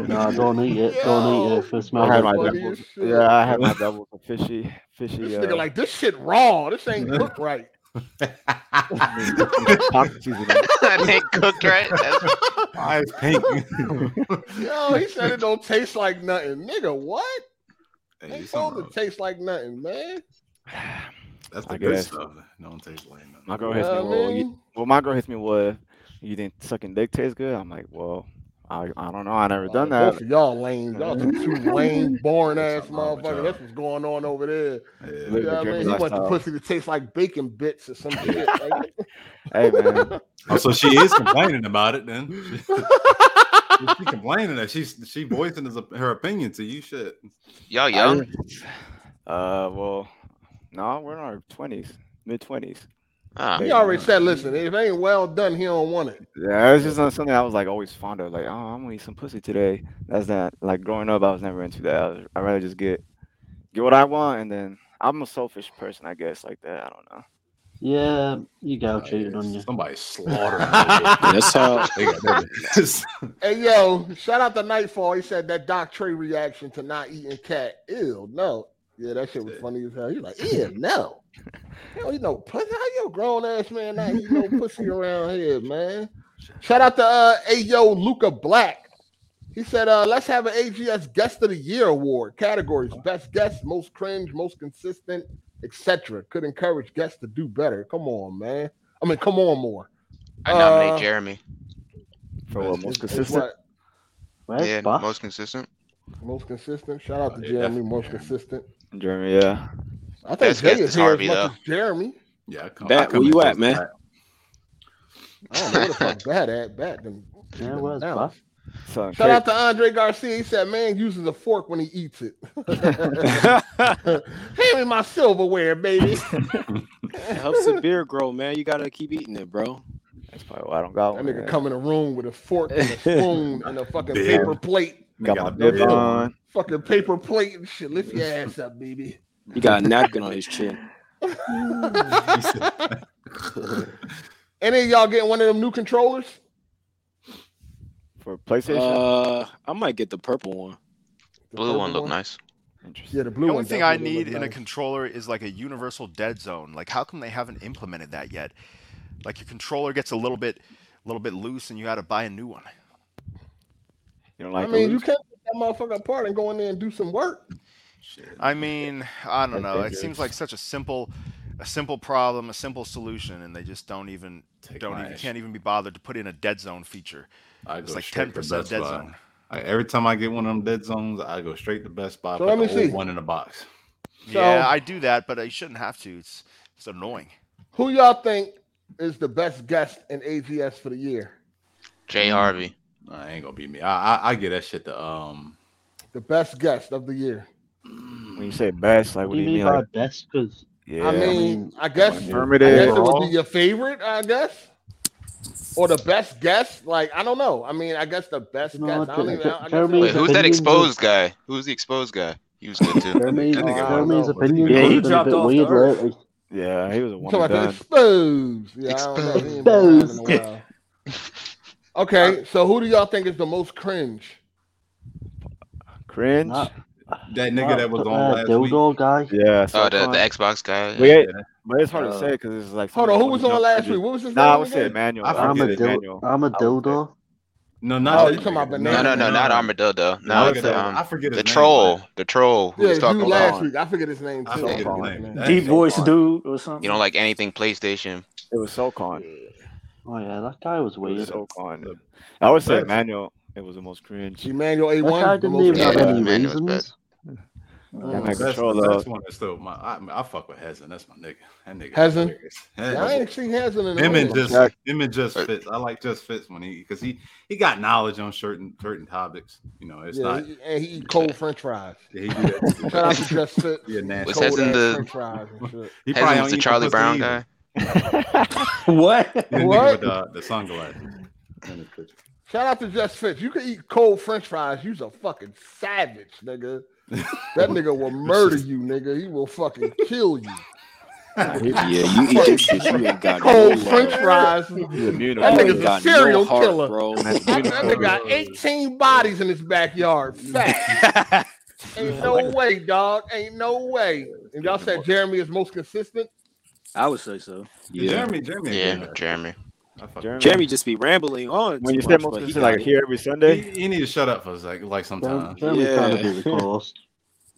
No, don't eat it. Don't eat it. If it
I
smells
had
like
my
funny as
doubles.
shit.
Yeah, I had my doubles for fishy,
This
fishy.
nigga
Uh,
like this shit raw. This ain't cooked right.
consistency in it.
that ain't cooked right. That's-
Why is pink?
Yo, he said it don't taste like nothing. Nigga, what?
Hey,
Ain't
something
supposed
wrong.
to taste like nothing, man.
That's
I
the good
guess.
stuff. Don't taste like nothing.
My girl
You
hits me.
know what I
Well, you,
mean?
well, my girl hits me. Well, you think sucking dick tastes good? I'm like, well, I, I don't know. I never done
Oh,
that.
Both of y'all lame. Y'all some two lame, boring
There's
ass
something wrong with
motherfuckers.
y'all.
That's what's going on over there.
Yeah.
You know what I
Living
mean? He wants the
lifestyle.
pussy to taste like bacon bits or some shit. Like,
Hey man,
Oh, so she is complaining about it then. She, she complaining that she's she voicing his, op- her opinion to you. Shit.
Y'all young?
uh, well, no, we're in our twenties, mid twenties.
Ah.
He already said, listen, if it ain't well done, he don't want it.
Yeah, it's just not something I was like always fond of. Like, oh, I'm gonna eat some pussy today. That's not like growing up. I was never into that. I was, I'd rather just get get what I want, and then I'm a selfish person, I guess, like that. I don't know.
Yeah, you go cheating on you.
Somebody slaughtered.
That's how.
Hey, yo, shout out to Nightfall. He said that Doc Trey reaction to not eating cat. Ew, no. Yeah, that shit was funny as hell. He like, ew, no. You don't eat no pussy. How you a grown ass man not eat no pussy around here, man? Shout out to uh hey yo Luca Black. He said, uh, let's have an AGS guest of the year award categories. Best guest, most cringe, most consistent, etc. Could encourage guests to do better. Come on, man. I mean, come on more.
I nominate
Uh,
Jeremy.
For what most
It's- it's
consistent.
what-
Where's
yeah,
Buff?
most consistent.
Most consistent. Shout out
Oh,
to
yeah,
Jeremy. Most
definitely.
consistent.
Jeremy, yeah.
I think
Best
Jay
guess
is
is
here
Harvey,
as
though.
much as Jeremy.
yeah, I come,
Bat, where you at, man?
I don't know where the fuck bad at bat. Them,
Yeah, where's
Now,
Buff?
Son,
Shout out to Andre Garcia. He said, "Man uses a fork when he eats it." Hand me my silverware, baby.
It helps the beer grow, man. You gotta keep eating it, bro.
That's probably why I don't got
That
one.
nigga
yeah.
come in the room with a fork and a spoon and a fucking
Damn.
paper plate,
got my bib
bib.
on.
fucking paper plate and shit. Lift your ass up, baby.
He got a napkin on his chin.
Any of y'all getting one of them new controllers?
For PlayStation,
Uh, I might get the purple one.
The
Blue
purple
one looked nice.
interesting.
Yeah, the blue
The
one.
only thing I
definitely
need in
looked
a
nice.
controller is like a universal dead zone. Like, how come they haven't implemented that yet? Like, your controller gets a little bit, little bit loose, and you got to buy a new one.
You don't like
I mean,
those?
you can't take that motherfucker apart and go in there and do some work.
I mean, I don't
Like
know. It
fingers.
seems like such a simple, a simple problem, a simple solution, and they just don't even, don't even, can't even be bothered to put in a dead zone feature.
I
It's
go
like
straight
ten
to
percent
Best
dead
Buy.
zone.
I, every time I get one of them dead zones, I go straight to Best Buy.
So
put
let me
the old
see.
One in a box.
yeah,
So-
I do that, but I shouldn't have to. It's, it's annoying.
Who y'all think is the best guest in AGS for the year?
Jay Harvey.
Mm. Nah, it ain't gonna be me. I, I I get that shit to um.
The best guest of the year.
When you say best, like
What
what
do you mean by
Like,
best? Because
yeah.
I mean,
mean,
I guess, I
affirmative.
guess it would be your favorite, I guess. Or the best guest. Like, I don't know. I mean, I guess the best
No,
guest. I don't
Jer-
even, I guess
Jeremy-
it-
Wait, who's that
opinions
exposed guy? Who's the exposed guy? He was good too.
Jeremy's,
I think I
Jeremy's
uh,
know.
opinion
Yeah,
has
he
been a
dropped
bit
off
weird
the earth.
lately.
yeah, he was a
You
one
talking
and
about the
done.
exposed. Yeah, I don't know. He ain't been around in a while. Okay, so who do y'all think is the most cringe?
Cringe.
Nah.
That nigga that was
Uh,
on last week.
dildo guy.
Yeah. So
Oh, the,
fun.
the Xbox guy. yeah.
We ain't- but it's hard to
Uh,
say because it's like.
Hold
something
on, who
funny,
was
you know,
on last
cringy.
week? What was his
Nah, I
name?
would say
again?
Emmanuel.
I
I would
I'm
forget
say
a
it.
dildo.
Emmanuel.
I'm a
I would say-
dildo.
No, not
Oh,
that
you talking about
nigga.
banana?
No, no, no, not Armadillo. No,
I
it's,
forget,
um,
I forget his
the
name,
troll. The troll who
Yeah,
was talking
you last
about
week. I forget his name too.
I forget his
forgot
name.
Deep voice dude or something.
you don't like anything PlayStation.
It was SoCon. It
Oh yeah, that guy was
was
weird.
SoCon. I would say
Best.
Emmanuel. It was the most cringe.
Emmanuel
That guy
A1. the
didn't
most
even have
cringe.
any
Yeah, Emmanuel's
reasons.
Yeah, man,
That's, that's
control though.
one that's still my. I, I fuck with Hezen. That's my nigga. That nigga.
Hezen?
hilarious.
Yeah, I ain't seen Hazard in a
Him and
minute.
just
Yeah.
him and just fits. I like just fits when he because he he got knowledge on certain certain topics. You know, it's
Yeah,
not
he- and he eat cold French fries.
he, do that.
Shout out to Just Fit.
He a nasty.
Was Hezen the-
French fries and shit.
He
Hasn't was
don't
the
eat
Charlie
pussy
Brown
either.
guy.
What?
He the nigga
What?
with the, the sunglasses. And his picture.
Shout out to Just Fit. You can eat cold French fries. You's a fucking savage, nigga. That nigga will murder you, nigga. He will fucking kill you.
Yeah, you eat that shit. You ain't got
Cold
no
French
heart.
fries.
He's immune.
That
You
nigga's
ain't
a
got
serial
no heart,
killer.
bro.
That nigga got 18 bodies in his backyard. Fact. Ain't no way, dog. Ain't no way. And y'all said Jeremy is most consistent.
I would say so.
Yeah.
Jeremy, Jeremy,
Yeah,
yeah.
Jeremy.
I fuck
Jeremy,
Jeremy just be rambling on.
when
too
you said
much,
most
but he
consistent,
got
like
it.
here every
with
Sunday.
him. He, he need to shut up for a second, like sometimes.
Jeremy
Yeah.
kind of be the coolest.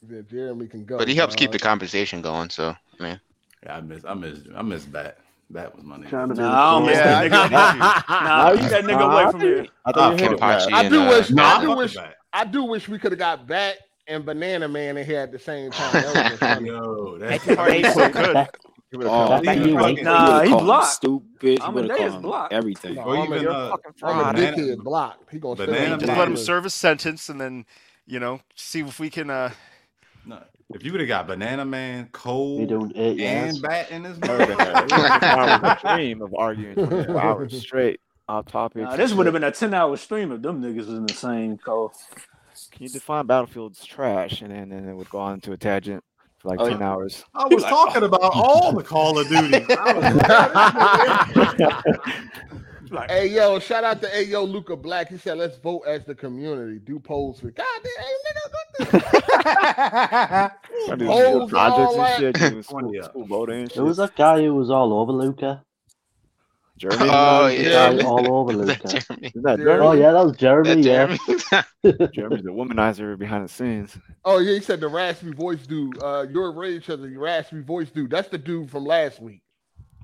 Yeah, Jeremy can go.
But he helps keep the
dog.
conversation going, so man.
Yeah, I miss, I miss, I miss Bat. Bat was my name.
Trying to be
Nah, I don't
the
miss
Yeah, I
that nigga.
got an issue.
Nah, keep that nigga away from here.
I
Ah,
thought you hated
Kenpachi
that.
I
and,
do
uh,
wish-
No,
I
I
do
fuck
wish-
with Bat.
I do wish we could have got Bat and Banana Man in here at the same time. That would have been funny.
Yo, that's
Party's so good.
He would've
Oh,
called
That
me.
you
fucking-
ain't.
Nah,
He would've
he
called him
blocked.
Stupid. He
I'm a
would have
day is
called him
blocked.
everything.
No,
Or
I'm a,
even, uh,
I'm a
Banana-
dickhead block. He gonna stay
Banana
on
Just
the
Man.
let him
block.
serve his sentence, and then you know, see if we can uh,
No. If you would have got Banana Man, Cold,
doing
eh,
it,
and
yes.
Bat in this
That would've been a- it would've been an hour
motherfucker.
stream of arguing 24 hours straight off topic.
Nah, this would have been a ten hour stream if them niggas was in the same call.
Can you define Battlefield's trash? And then, and it would go on to a tangent for like
Oh,
10 hours.
I was talking
oh,
about all the Call of Duty. oh. I was-
Hey yo, shout out to hey yo Luca Black. He said, "Let's vote as the community. Do polls for God damn, hey, nigga, what the-
Trying to do
Holes and
projects
all
and shit, doing school,
Twenty up.
school voting and shit.
There was that guy who was all over Luca.
Jeremy?
Oh,
The
yeah.
guy all over
Is that
Luca.
Jeremy?
Isn't that
Jeremy?
Oh
Jeremy?
yeah, that was Jeremy.
That
Yeah,
Jeremy?
Jeremy's the womanizer behind the scenes.
Oh yeah, he said the raspy voice dude. Uh, your rage has a raspy voice dude. That's the dude from last week.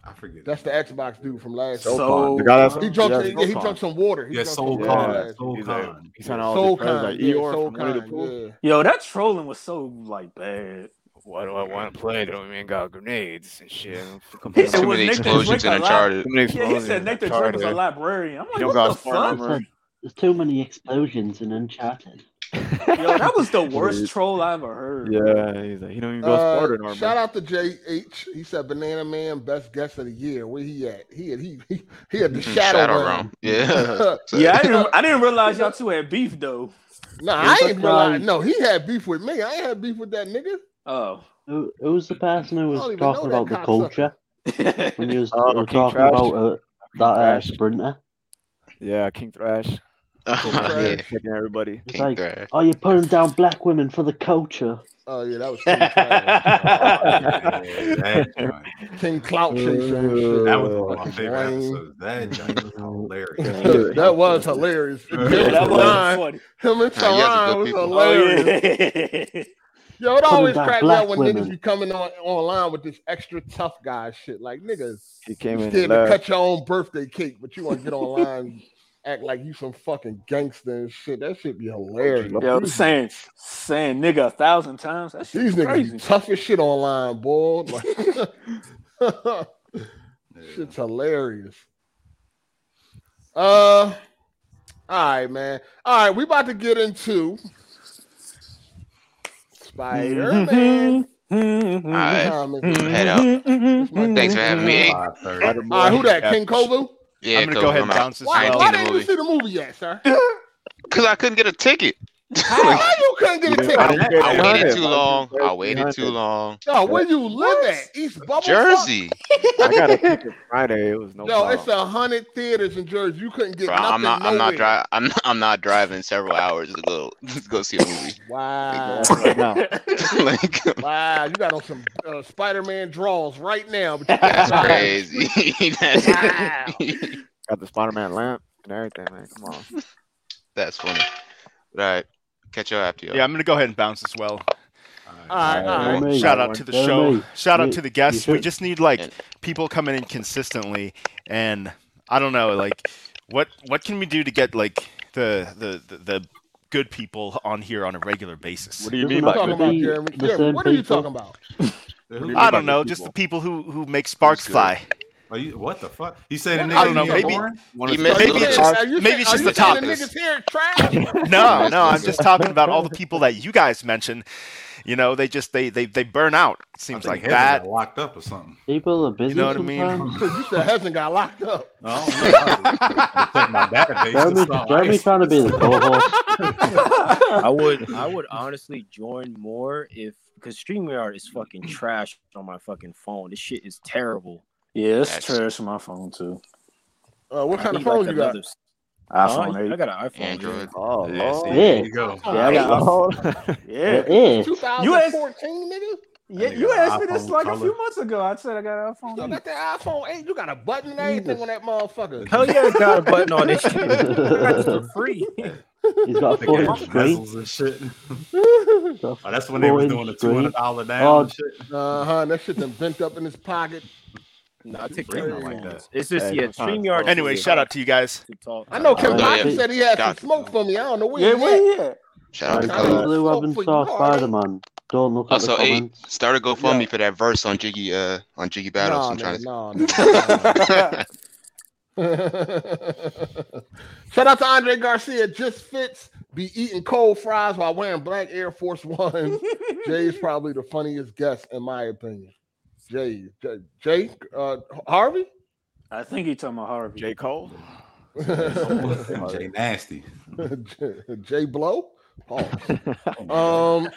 I forget.
That's the Xbox dude from last
So-
week.
Soulcon. the guy that's
He drank.
yeah,
he- he,
Soulcon.
drank some water. He
Yeah,
drank
Soul
some
Con.
water last
Soul
he's
Con.
like, he's on all
Soul
his friends,
Kind,
like
yeah,
Eeyore
Soul
from Winnie the
Kind,
Pooh.
yeah.
Yo, that trolling was so like bad.
Why do I want to play? Don't even got grenades and shit.
He
Too
said, "Was
many
Nick the
explosions
Drake
in
alive?"
Uncharted.
Yeah, he said Nick the Drake was a librarian. I'm
You
like,
don't
what
got
the
smart
fuck?
That's a- there's too many explosions in Uncharted.
Yo, that was the worst troll I ever heard.
Yeah, he's like, he don't even go
Uh,
Spartan armor.
shout out to JH. He said Banana Man, best guest of the year. Where he at? He had he he, he had the shadow,
Shadow
realm.
Realm. Yeah.
Yeah, I didn't. I didn't realize y'all two had beef though.
nah,
Here's
I
a
ain't
guy-
realize. No, he had beef with me. I ain't had beef with that nigga.
Oh,
Who, who was the person who
I don't
was
even know
talking
that
about the
cocksucker.
culture when you was
Oh,
you were
King
talking
Trash?
about uh, that uh,
Thrash.
sprinter?
Yeah, King Thrash.
Oh, yeah.
Checking everybody.
It's
King
like,
Thrash.
oh, you're putting down black women for the culture.
Oh yeah, that was King, Clout.
Yeah, that joint.
King Clout Chaser. and shit.
That was one of my favorite
Lame.
episodes. That joint was hilarious.
That was hilarious. Him
yeah, that
and
was
Salon,
funny. Oh,
him and
Yeah, you guys are
Salon
good
was
people.
hilarious.
yeah.
Yo, it always
down
cracked me up
black
when niggas
women.
be coming on online with this extra tough guy shit. Like niggas,
He came
you
in
scared
and
to
left.
cut your own birthday cake, but you want to get online, and act like you some fucking gangster and shit. That shit be hilarious.
Yo,
These-
saying saying nigga a thousand times. That shit
these
was
niggas
crazy.
be tough as shit online, boy. Like,
Yeah.
shit's hilarious. Uh, all right, man. All right, we about to get into Spider Man.
All right. Head out.
Mm-hmm.
Thanks for having me. Hey,
Five thirty.
All right, who that? King Kovu?
Yeah,
I'm gonna go ahead and bounce this
Why,
ain't
why
seen
one.
the
didn't you
movie.
see the movie yet, sir?
Because I couldn't get a ticket.
Why you couldn't get a
Yeah, I
ticket?
didn't care
I
about
waited
it.
too long. I waited
300.
too long.
Yo, where you live at? East Bubble? Park?
Jersey.
I got a ticket Friday. It was no
Yo,
problem.
it's a hundred theaters in Jersey. You couldn't get
Bro,
nothing.
I'm not. I'm not
nowhere.
driving. I'm. Not, I'm not driving several hours to go to go see a movie.
Wow.
Right now.
like
Wow, you got on some uh, Spider-Man draws right now. But you can't
that's
drive.
crazy. that's,
Got the Spider Man lamp and everything, man. Come on.
that's funny. All right, catch y'all after y'all.
Yeah, I'm gonna go ahead and bounce as well.
All right,
Uh,
all right.
Tell me,
Shout out to the
tell
show.
me.
Shout out
You-
to the guests. We
should-
just need like
And-
people coming in consistently, and I don't know, like what what can we do to get like the the the, the good people on here on a regular basis?
What do you
Listen
mean
up,
by
Talking
Michael.
about
The-
Jeremy.
the
Jeremy,
same
what are you
people.
talking about?
Who-
I don't
about good
know, just the
people?
people who who make sparks
good?
fly.
Are you, what the fuck? You saying the nigga
I
don't know,
Neil
maybe-
Warren?
You
Are
missed
you saying-
the list.
are you
Maybe it's
saying- are
just
you
the
saying
topics.
niggas here trash.
No, no, I'm just talking about all the people that you guys mentioned. You know, they just they they they burn out. It
I
seems
think
like
Heather
that.
got locked up or something.
People are busy
know what I mean?
sometimes.
you said Hudson got locked up.
I don't know. I checked my database.
Jeremy,
It's all
Jeremy
right.
trying to be the co-host.
I would I would honestly join more if because StreamYard is fucking trash on my fucking phone. This shit is terrible.
Yeah,
That's-
it's trash on my phone too.
Uh, what
I
kind of
need,
phone
like,
you got?
another s-
iPhone
Huh?
eight.
I got an iPhone.
Android.
Oh,
Yeah, see,
Lord.
there
Yeah.
you go.
Yeah, I got- Yeah.
It is.
2014, nigga.
Yeah,
nigga
you
got
asked me
iPhone
this like a
color.
few months ago. I said I got an
You
iPhone. eight.
got that iPhone 8. You got a button and everything on that motherfucker.
Hell yeah, I got a button on this shit. I got this for
He's
free.
got a
They got
full screen.
bezels and shit.
Got
Oh, that's when they
Four-inch
was doing the
screen.
two hundred dollar down
Oh,
and shit.
Uh huh. That shit done bent up in his pocket.
No, I take
Really
that
like
like
that.
that. It's just
Hey,
yeah,
sometimes-
StreamYard.
Anyway, shout out to you guys.
to talk.
I know Kim
Oh,
Johnson
yeah.
said he had some
Doctor.
smoke for me. I don't know where
Yeah,
yeah, he at.
where you at?
Shout out to
Like,
Color.
Color.
people who
Oh,
haven't
for
saw
you, alright.
Spider-Man, don't look at the
Also, hey,
comments.
start a GoFundMe for that verse on Jiggy uh on Jiggy Battles. I'm trying to.
no, no, no, no. Shout out to Andre Garcia. Just fits be eating cold fries while wearing black Air Force Ones. Jay is probably the funniest guest in my opinion. Jay, Jay, Jay uh, Harvey.
I think he talking about Harvey.
J. Cole?
Jay nasty.
Jay Blow. Oh. um,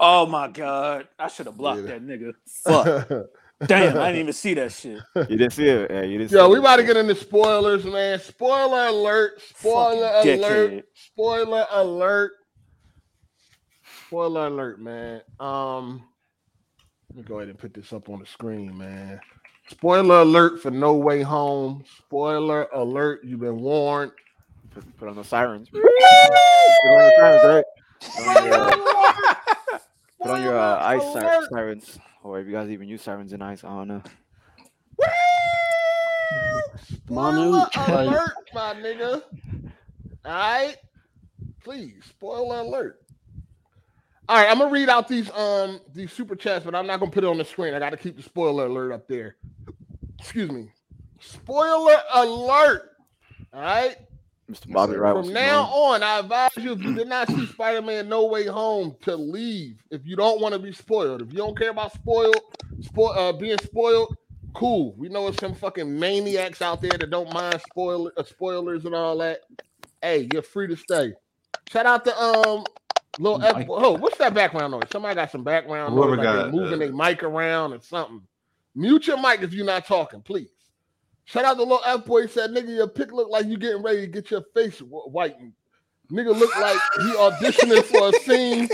Oh my god, I should have blocked
Yeah.
that nigga. Fuck, damn, I didn't even see that shit.
You didn't see it. Yeah, you didn't see
Yo,
it.
we about to get into spoilers, man. Spoiler alert! Spoiler
Fucking
alert!
dickhead.
Spoiler alert! Spoiler alert, man. Um, let me go ahead and put this up on the screen, man. Spoiler alert for No Way Home. Spoiler alert! You've been warned.
Put, put on the sirens. Put on the sirens, right? Put on your, uh, put on your uh, ice si- sirens. Or if you guys even use sirens in ice, I don't know.
Spoiler alert, my nigga. All right, please. Spoiler alert. All right, I'm gonna read out these um these super chats, but I'm not gonna put it on the screen. I gotta keep the spoiler alert up there. Excuse me. Spoiler alert. All right.
Mr. Bobby Wright. was
From now
wrong.
on, I advise you if you did not see Spider-Man No Way Home to leave if you don't want to be spoiled. If you don't care about spoiled, spo- uh, being spoiled, cool. We know it's some fucking maniacs out there that don't mind spoil uh, spoilers and all that. Hey, you're free to stay. Shout out to um little F-
Mike.
oh, what's that background noise? Somebody got some background noise,
Whoever
like they
got,
moving
uh,
their mic around or something. Mute your mic if you're not talking, please. Shout out to little F boy said, nigga, your pick look like you getting ready to get your face wh- whitened. Nigga look like he auditioning for a scene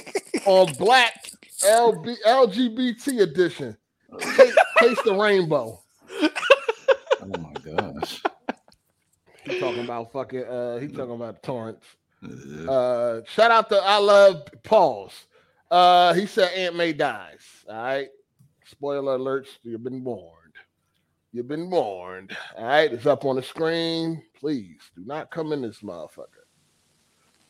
on Black LB, LGBT edition. Taste, taste the rainbow.
Oh my gosh.
He talking about fucking. Uh, he talking about torrents.
Yeah.
Uh, shout out to I love Pauls. Uh, he said Aunt May dies. All right. Spoiler alerts. You've been warned. You've been warned. All right. It's up on the screen. Please do not come in this motherfucker.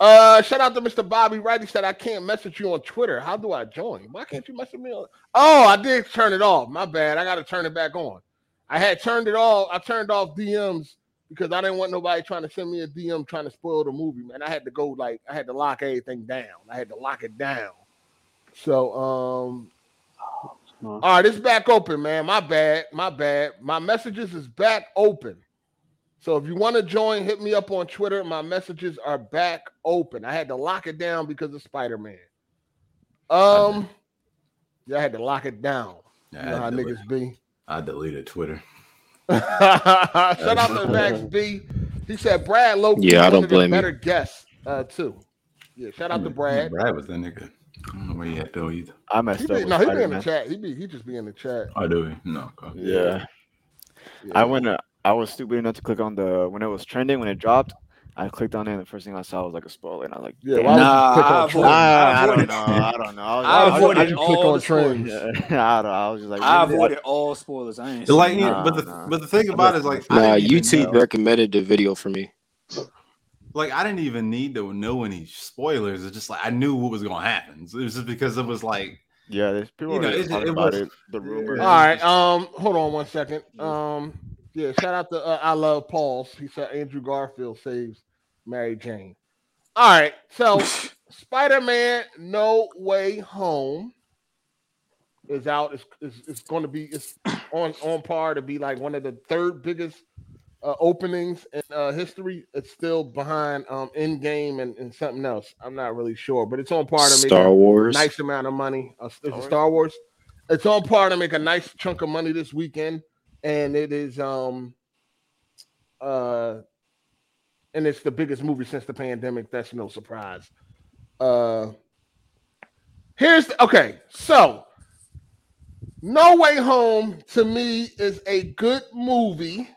Uh, shout out to Mr. Bobby Wright. He said I can't message you on Twitter. How do I join? Why can't you message me on? Oh, I did turn it off. My bad. I got to turn it back on. I had turned it off. I turned off DMs because I didn't want nobody trying to send me a DM trying to spoil the movie, man. I had to go like I had to lock everything down. I had to lock it down. So um all right, it's back open, man. My bad. My bad. My messages is back open. So if you want to join, hit me up on Twitter. My messages are back open. I had to lock it down because of Spider-Man. Um yeah, I had to lock it down. You know
Yeah,
how
I, deleted,
niggas be.
I deleted Twitter.
Shout out to Max B. He said Brad Loki.
Yeah, I
one
don't
of the
blame you.
Better guess uh, too. Yeah, shout out to Brad.
Mm, Brad was that nigga. I don't know where he at though either.
I
He
messed
be,
up.
no, he
with
be in the
Spider-Man.
chat. He be he just be in the chat.
Oh, do we? No. okay.
Yeah. I went. uh, I was stupid enough to click on the when it was trending when it dropped. I clicked on it, and the first thing I saw was like a spoiler, and I was like,
Yeah,
"Damn."
why would
Nah,
you click on
I
Twitter?
avoid-
Ah, I don't
avoided-
know. I don't know. I was,
I
I was-
avoided
you
all
click on
the spoilers.
trends?
I, don't, I was just like,
I
"Really?"
avoided all spoilers. I ain't.
But like,
Like,
Nah,
but the
nah.
but the thing about it is like, I
Nah,
Nah,
didn't even
YouTube
know-
recommended the video for me.
like I didn't even need to know any spoilers. It's just like I knew what was gonna happen. So it was just because it was like
Yeah, there's people
You know,
already
it-
talking
it
about
was-
it. The rumors.
All right. Um, hold on one second. Um, yeah, shout out to uh, I love Pauls. He said Andrew Garfield saves Mary Jane. All right, so Spider-Man: No Way Home is out. It's it's, it's going to be it's on on par to be like one of the third biggest uh, openings in uh, history. It's still behind um Endgame and, and something else. I'm not really sure, but it's on par to make
Star Wars.
nice amount of money. Uh, it's a
Wars?
Star Wars. It's on par to make a nice chunk of money this weekend, and it is um uh and it's the biggest movie since the pandemic. That's no surprise. Uh here's the, okay, so No Way Home to me is a good movie.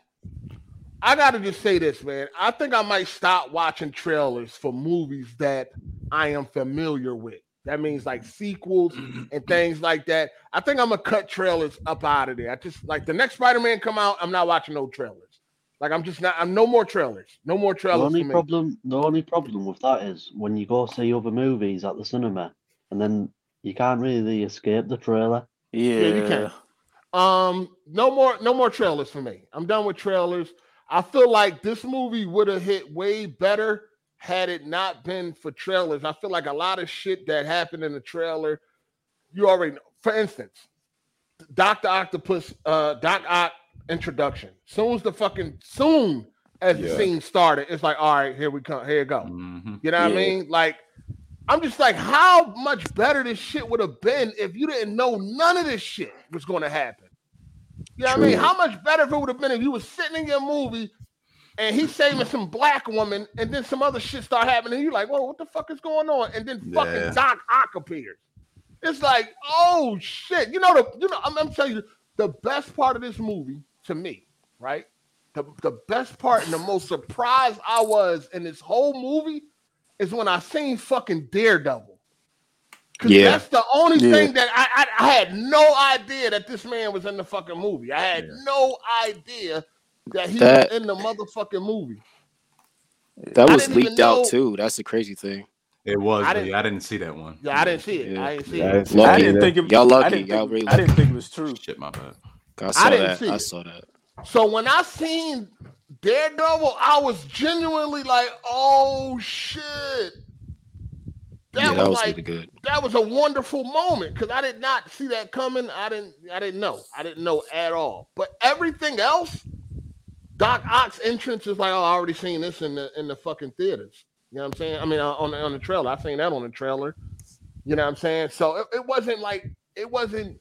I gotta just say this, man. I think I might stop watching trailers for movies that I am familiar with. That means like sequels and things like that. I think I'm gonna cut trailers up out of there. I just like the next Spider-Man come out. I'm not watching no trailers. Like I'm just not. I'm no more trailers. No more
The
trailers.
only
for me.
problem, the only problem with that is when you go see other movies at the cinema, and then you can't really escape the trailer.
yeah,
Yeah, you can. Um, no more, no more trailers for me. I'm done with trailers. I feel like this movie would have hit way better had it not been for trailers, I feel like a lot of shit that happened in the trailer, you already know. For instance, Doctor Octopus, uh, Doc Ock introduction. Soon as the fucking soon as
Yeah.
the scene started, it's like, all right, here we come, here you go.
Mhm.
You know what I
Yeah.
mean? Like, I'm just like, how much better this shit would have been if you didn't know none of this shit was going to happen. You know what I mean?
True.
How much better if it would have been if you was sitting in your movie and he's saving some black woman and then some other shit start happening. And you're like, whoa, what the fuck is going on? And then fucking
Yeah.
Doc Ock appears. It's like, oh shit. You know, the you know, I'm, I'm telling you, the best part of this movie to me, right? The, the best part and the most surprised I was in this whole movie is when I seen fucking Daredevil. Cause
Yeah.
that's the only
Yeah.
thing that I, I I had no idea that this man was in the fucking movie. I had
Yeah.
no idea that he
That-
was in the motherfucking movie.
That
I
was
didn't even
leaked out
know-
too. That's the crazy thing.
It was.
I
but
didn't-
yeah, I didn't see that one.
Yeah, I didn't see it.
Yeah.
I didn't see
Yeah,
it.
it's-
I
Lucky.
didn't think it.
Y'all lucky.
I didn't
Y'all
think,
really
I didn't think it was true.
Shit, my bad.
I saw
didn't
that.
see
I
it.
saw that.
So when I seen Daredevil, I was genuinely like, "Oh shit!" That
yeah,
was,
that was
like
really good.
that was a wonderful moment because I did not see that coming. I didn't. I didn't know. I didn't know at all. But everything else, Doc Ock's entrance is like, "Oh, I already seen this in the in the fucking theaters." You know what I'm saying? I mean, uh, on the, on the trailer, I seen that on the trailer. You know what I'm saying? So it, it wasn't like it wasn't.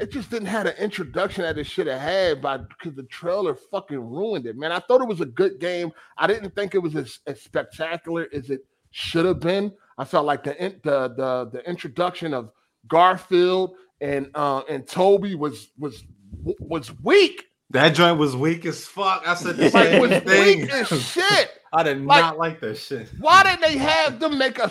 It just didn't have an introduction that it should have had by because the trailer fucking ruined it, man. I thought it was a good game. I didn't think it was as, as spectacular as it should have been. I felt like the in- the the, the introduction of Garfield and uh, and Toby was was was weak.
That joint was weak as fuck. I said the
Like
same
was
thing.
weak as shit.
I did
Like-
not like that shit.
Why didn't they have them make a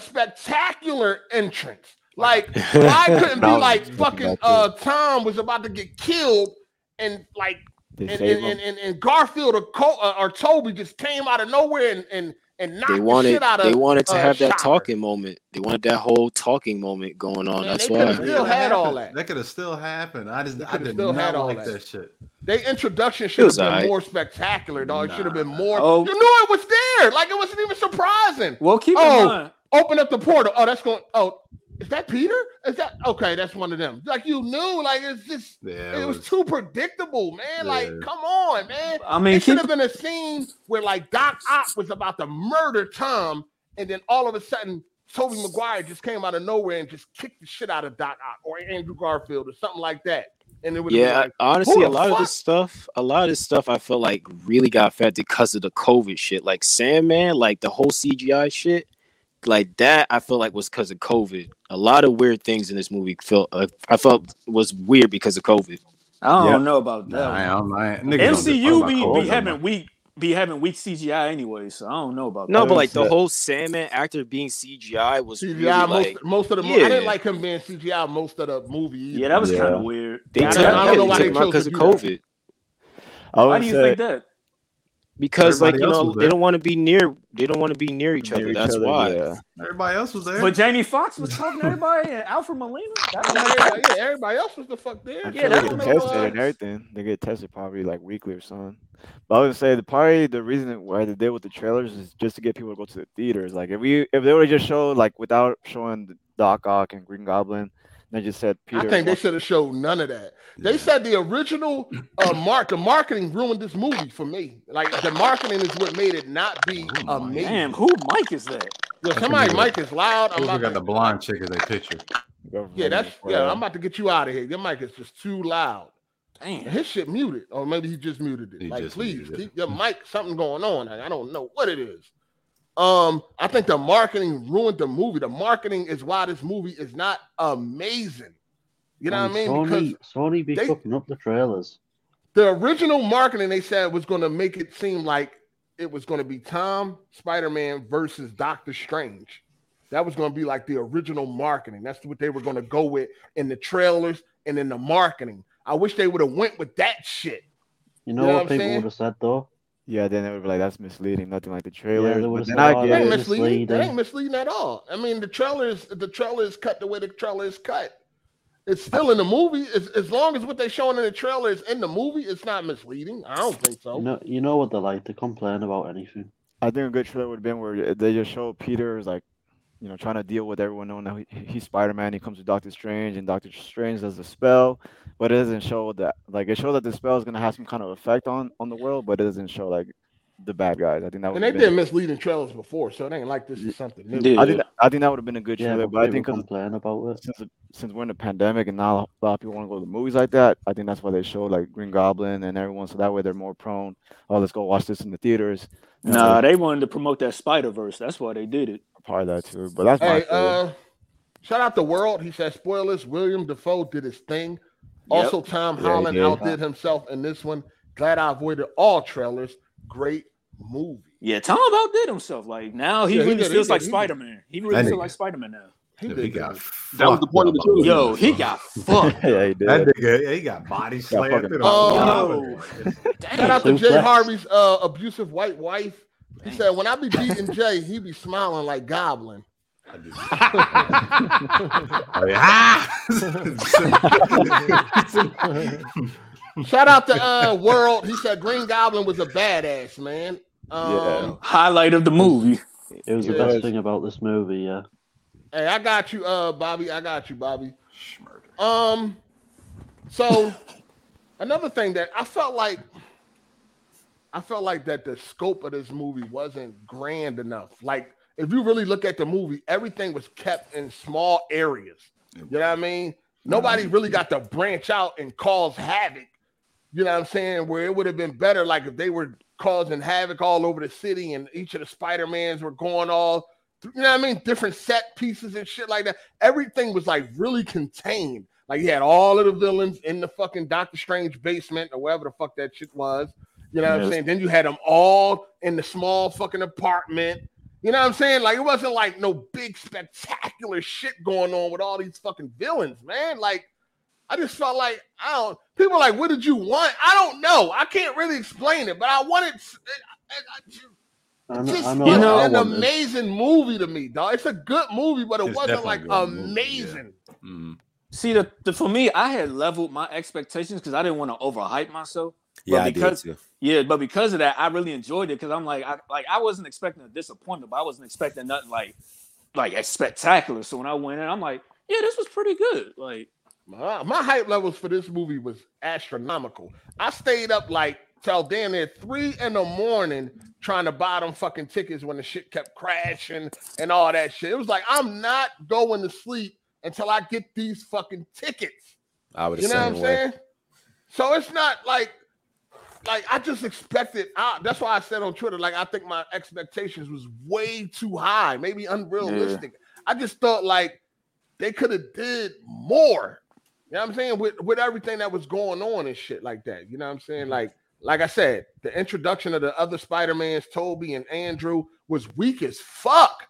spectacular entrance? Like why couldn't be
Now
like
it's
fucking
about to-
uh Tom was about to get killed and like
They
and
save
and,
him.
and, and, and Garfield or, Col- uh, or Toby just came out of nowhere and and, and knocked
They
the
wanted.
shit out of
They wanted to
uh,
have that
Shocker.
talking moment. They wanted that whole talking moment going on.
Man,
That's
they could've
why.
Still had all that.
That could have still happened. I just
It
I
could've
did
still
not
had all
like
that.
that. shit.
Their introduction should have
was
been
alright.
more spectacular, dog. It should have been
Nah.
more.
Oh.
You knew it was there. Like it wasn't even surprising.
Well, keep
Oh.
in mind.
Open up the portal. Oh, that's going. Oh, is that Peter? Is that okay? That's one of them. Like you knew. Like it's just.
Yeah,
It was, too predictable, man. Like,
Yeah.
come on, man.
I mean,
it should
keep,
have been a scene where like Doc Ock was about to murder Tom, and then all of a sudden Toby Maguire just came out of nowhere and just kicked the shit out of Doc Ock or Andrew Garfield or something like that. And it was
Yeah,
like,
I- honestly,
"Who
a
the
lot
fuck?"
of this stuff, a lot of this stuff, I feel like really got affected because of the COVID shit. Like Sandman, like the whole CGI shit, like that. I feel like was because of COVID. A lot of weird things in this movie felt uh, I felt was weird because of COVID.
I don't
Yeah.
know about that.
Nah, I am. I, niggas don't give a fuck
MCU
about
be,
Kobe,
be
man.
having weak be having weak CGI anyway, so I don't know about
No,
that.
but like the
Yeah.
whole Sandman actor being CGI was really
CGI most
like
most of the movie. I didn't
yeah.
like him being CGI most of the movie. Either.
yeah, that was
Yeah.
kind of weird.
they
I
took
don't- I don't know
him
why
out
they chose
because
to
of
do that.
COVID.
I
Why
would
do you
say
think that?
Because like you
Everybody else
know
was
they
there.
don't want to be near they don't want to be near each
near
other.
each
That's
other,
why.
yeah.
Everybody else was there.
But Jamie Foxx was talking to everybody and Alfred Molina. That's
Yeah, everybody, yeah, everybody else was the fuck there.
I'm
Yeah,
sure
that
they
don't
get
make
tested
sense.
and everything. They get tested probably like weekly or something. But I would say the probably the reason why they did with the trailers is just to get people to go to the theaters. Like if we if they would have just showed like without showing the Doc Ock and Green Goblin, they just said Peter.
I think they
Parker-
should have showed none of that. They said the original uh, mark, the marketing ruined this movie for me. Like the marketing is what made it not be
Oh, my.
amazing.
damn, who Mike is that?
Yo, somebody,
That's a
mic is loud. I'm
Who's got
about
the
to,
blonde chick as a picture?
Government
yeah, that's
for-
yeah. I'm about to get you out of here. Your mic is just too loud. And
Damn.
His shit muted, or maybe he just muted it.
He
like,
just
please
muted it.
keep your mic. Something going on. I I don't know what it is. Um, I think the marketing ruined the movie. The marketing is why this movie is not amazing. You know
And
what I mean?
Sony,
Because
Sony be
they-
fucking up the trailers.
the original marketing they said was going to make it seem like it was going to be Tom Spider-Man versus Doctor Strange. That was going to be like the original marketing. That's what they were going to go with in the trailers and in the marketing. I wish they would have went with that shit.
You know
You
what
know what I'm
people
saying?
would have said though?
yeah, then they would be like that's misleading. Nothing like the
Yeah,
trailer.
they would've
but then
said, "Oh,
I
They
get
ain't
yeah,
it.
it's
misleading. They
misleading.
ain't misleading at all. I mean, the trailer is the trailer is cut the way the trailer is cut. It's still in the movie. As, as long as what they showing in the trailer is in the movie, it's not misleading. I don't think so.
You know, you know what they like to complain about anything.
I think a good trailer would have been where they just showed Peter's like, you know, trying to deal with everyone knowing that he, he's Spider Man. He comes to Doctor Strange, and Doctor Strange does a spell, but it doesn't show that. Like, it shows that the spell is gonna have some kind of effect on on the world, but it doesn't show like the bad guys. I think that would.
And they've been misleading trailers before, so it ain't like this is something new.
Yeah.
I think I think that would have been a good
Yeah,
trailer,
but
but I
people
think 'cause
complain about it.
since since we're in a pandemic and not a lot of people want to go to the movies like that, I think that's why they show like Green Goblin and everyone, so that way they're more prone. Oh, let's go watch this in the theaters. You know,
Nah, they wanted to promote that Spider Verse. That's why they did it.
probably that too. But that's my
Hey,
theory.
uh, shout out the world. He said, spoilers. William Defoe did his thing. Also, Tom
Yeah, he
Holland
did.
outdid himself in this one. Glad I avoided all trailers. Great movie.
Yeah, Tom outdid himself. Like now he
Yeah, he
really
did, he
feels
did,
like
he did.
Spider Man. He
That
really feels
nigga.
like Spider Man now.
He
Yeah,
did
he got
good.
That was the point of the
fucked
trilogy.
up.
Yo, he got fucked.
yeah, he did.
That nigga, he got body slammed.
fucking-
through the
Oh.
whole-
Shout out to
Two
Jay
flaps.
Harvey's uh, abusive white wife. He said, when I be beating Jay, he be smiling like Goblin.
I do. Oh, yeah. Ah!
Shout out to uh, World. He said, Green Goblin was a badass, man. Um,
Highlight of the movie.
It was the
Yeah.
best thing about this movie, yeah.
Hey, I got you, uh, Bobby. I got you, Bobby. Um, so another thing that I felt like I felt like that the scope of this movie wasn't grand enough. Like if you really look at the movie, everything was kept in small areas. You know what I mean? Nobody really got to branch out and cause havoc. You know what I'm saying? Where it would have been better, like if they were causing havoc all over the city and each of the Spider-Mans were going all through, you know what I mean? Different set pieces and shit like that. Everything was like really contained. Like you had all of the villains in the fucking Doctor Strange basement or wherever the fuck that shit was. You know what I'm
Yes.
saying? Then you had them all in the small fucking apartment. You know what I'm saying? Like it wasn't like no big spectacular shit going on with all these fucking villains, man. Like I just felt like I don't. People are like, what did you want? I don't know. I can't really explain it, but I wanted. s- It, it,
I
it
know,
just
I know
wasn't
what I
an
wanted.
amazing movie to me, dog. It's a good movie, but it
It's
wasn't
definitely
like
a good movie,
amazing.
Mm.
See, the, the for me, I had leveled my expectations because I didn't want to overhype myself.
Yeah,
because-
I did too.
Yeah, but because of that, I really enjoyed it because I'm like, I like I wasn't expecting a disappointment, but I wasn't expecting nothing like like spectacular. So when I went in, I'm like, yeah, this was pretty good. Like,
My, my hype levels for this movie was astronomical. I stayed up like till damn near three in the morning trying to buy them fucking tickets when the shit kept crashing and all that shit. It was like I'm not going to sleep until I get these fucking tickets.
I would
You
have
know what I'm
same way.
saying? So it's not like like I just expected. I, that's why I said on Twitter, like I think my expectations was way too high, maybe unrealistic. I just thought like they could have did more. You know what I'm saying? With with everything that was going on and shit like that. You know what I'm saying?
Mm-hmm.
Like like I said, the introduction of the other Spider-Mans, Toby and Andrew, was weak as fuck.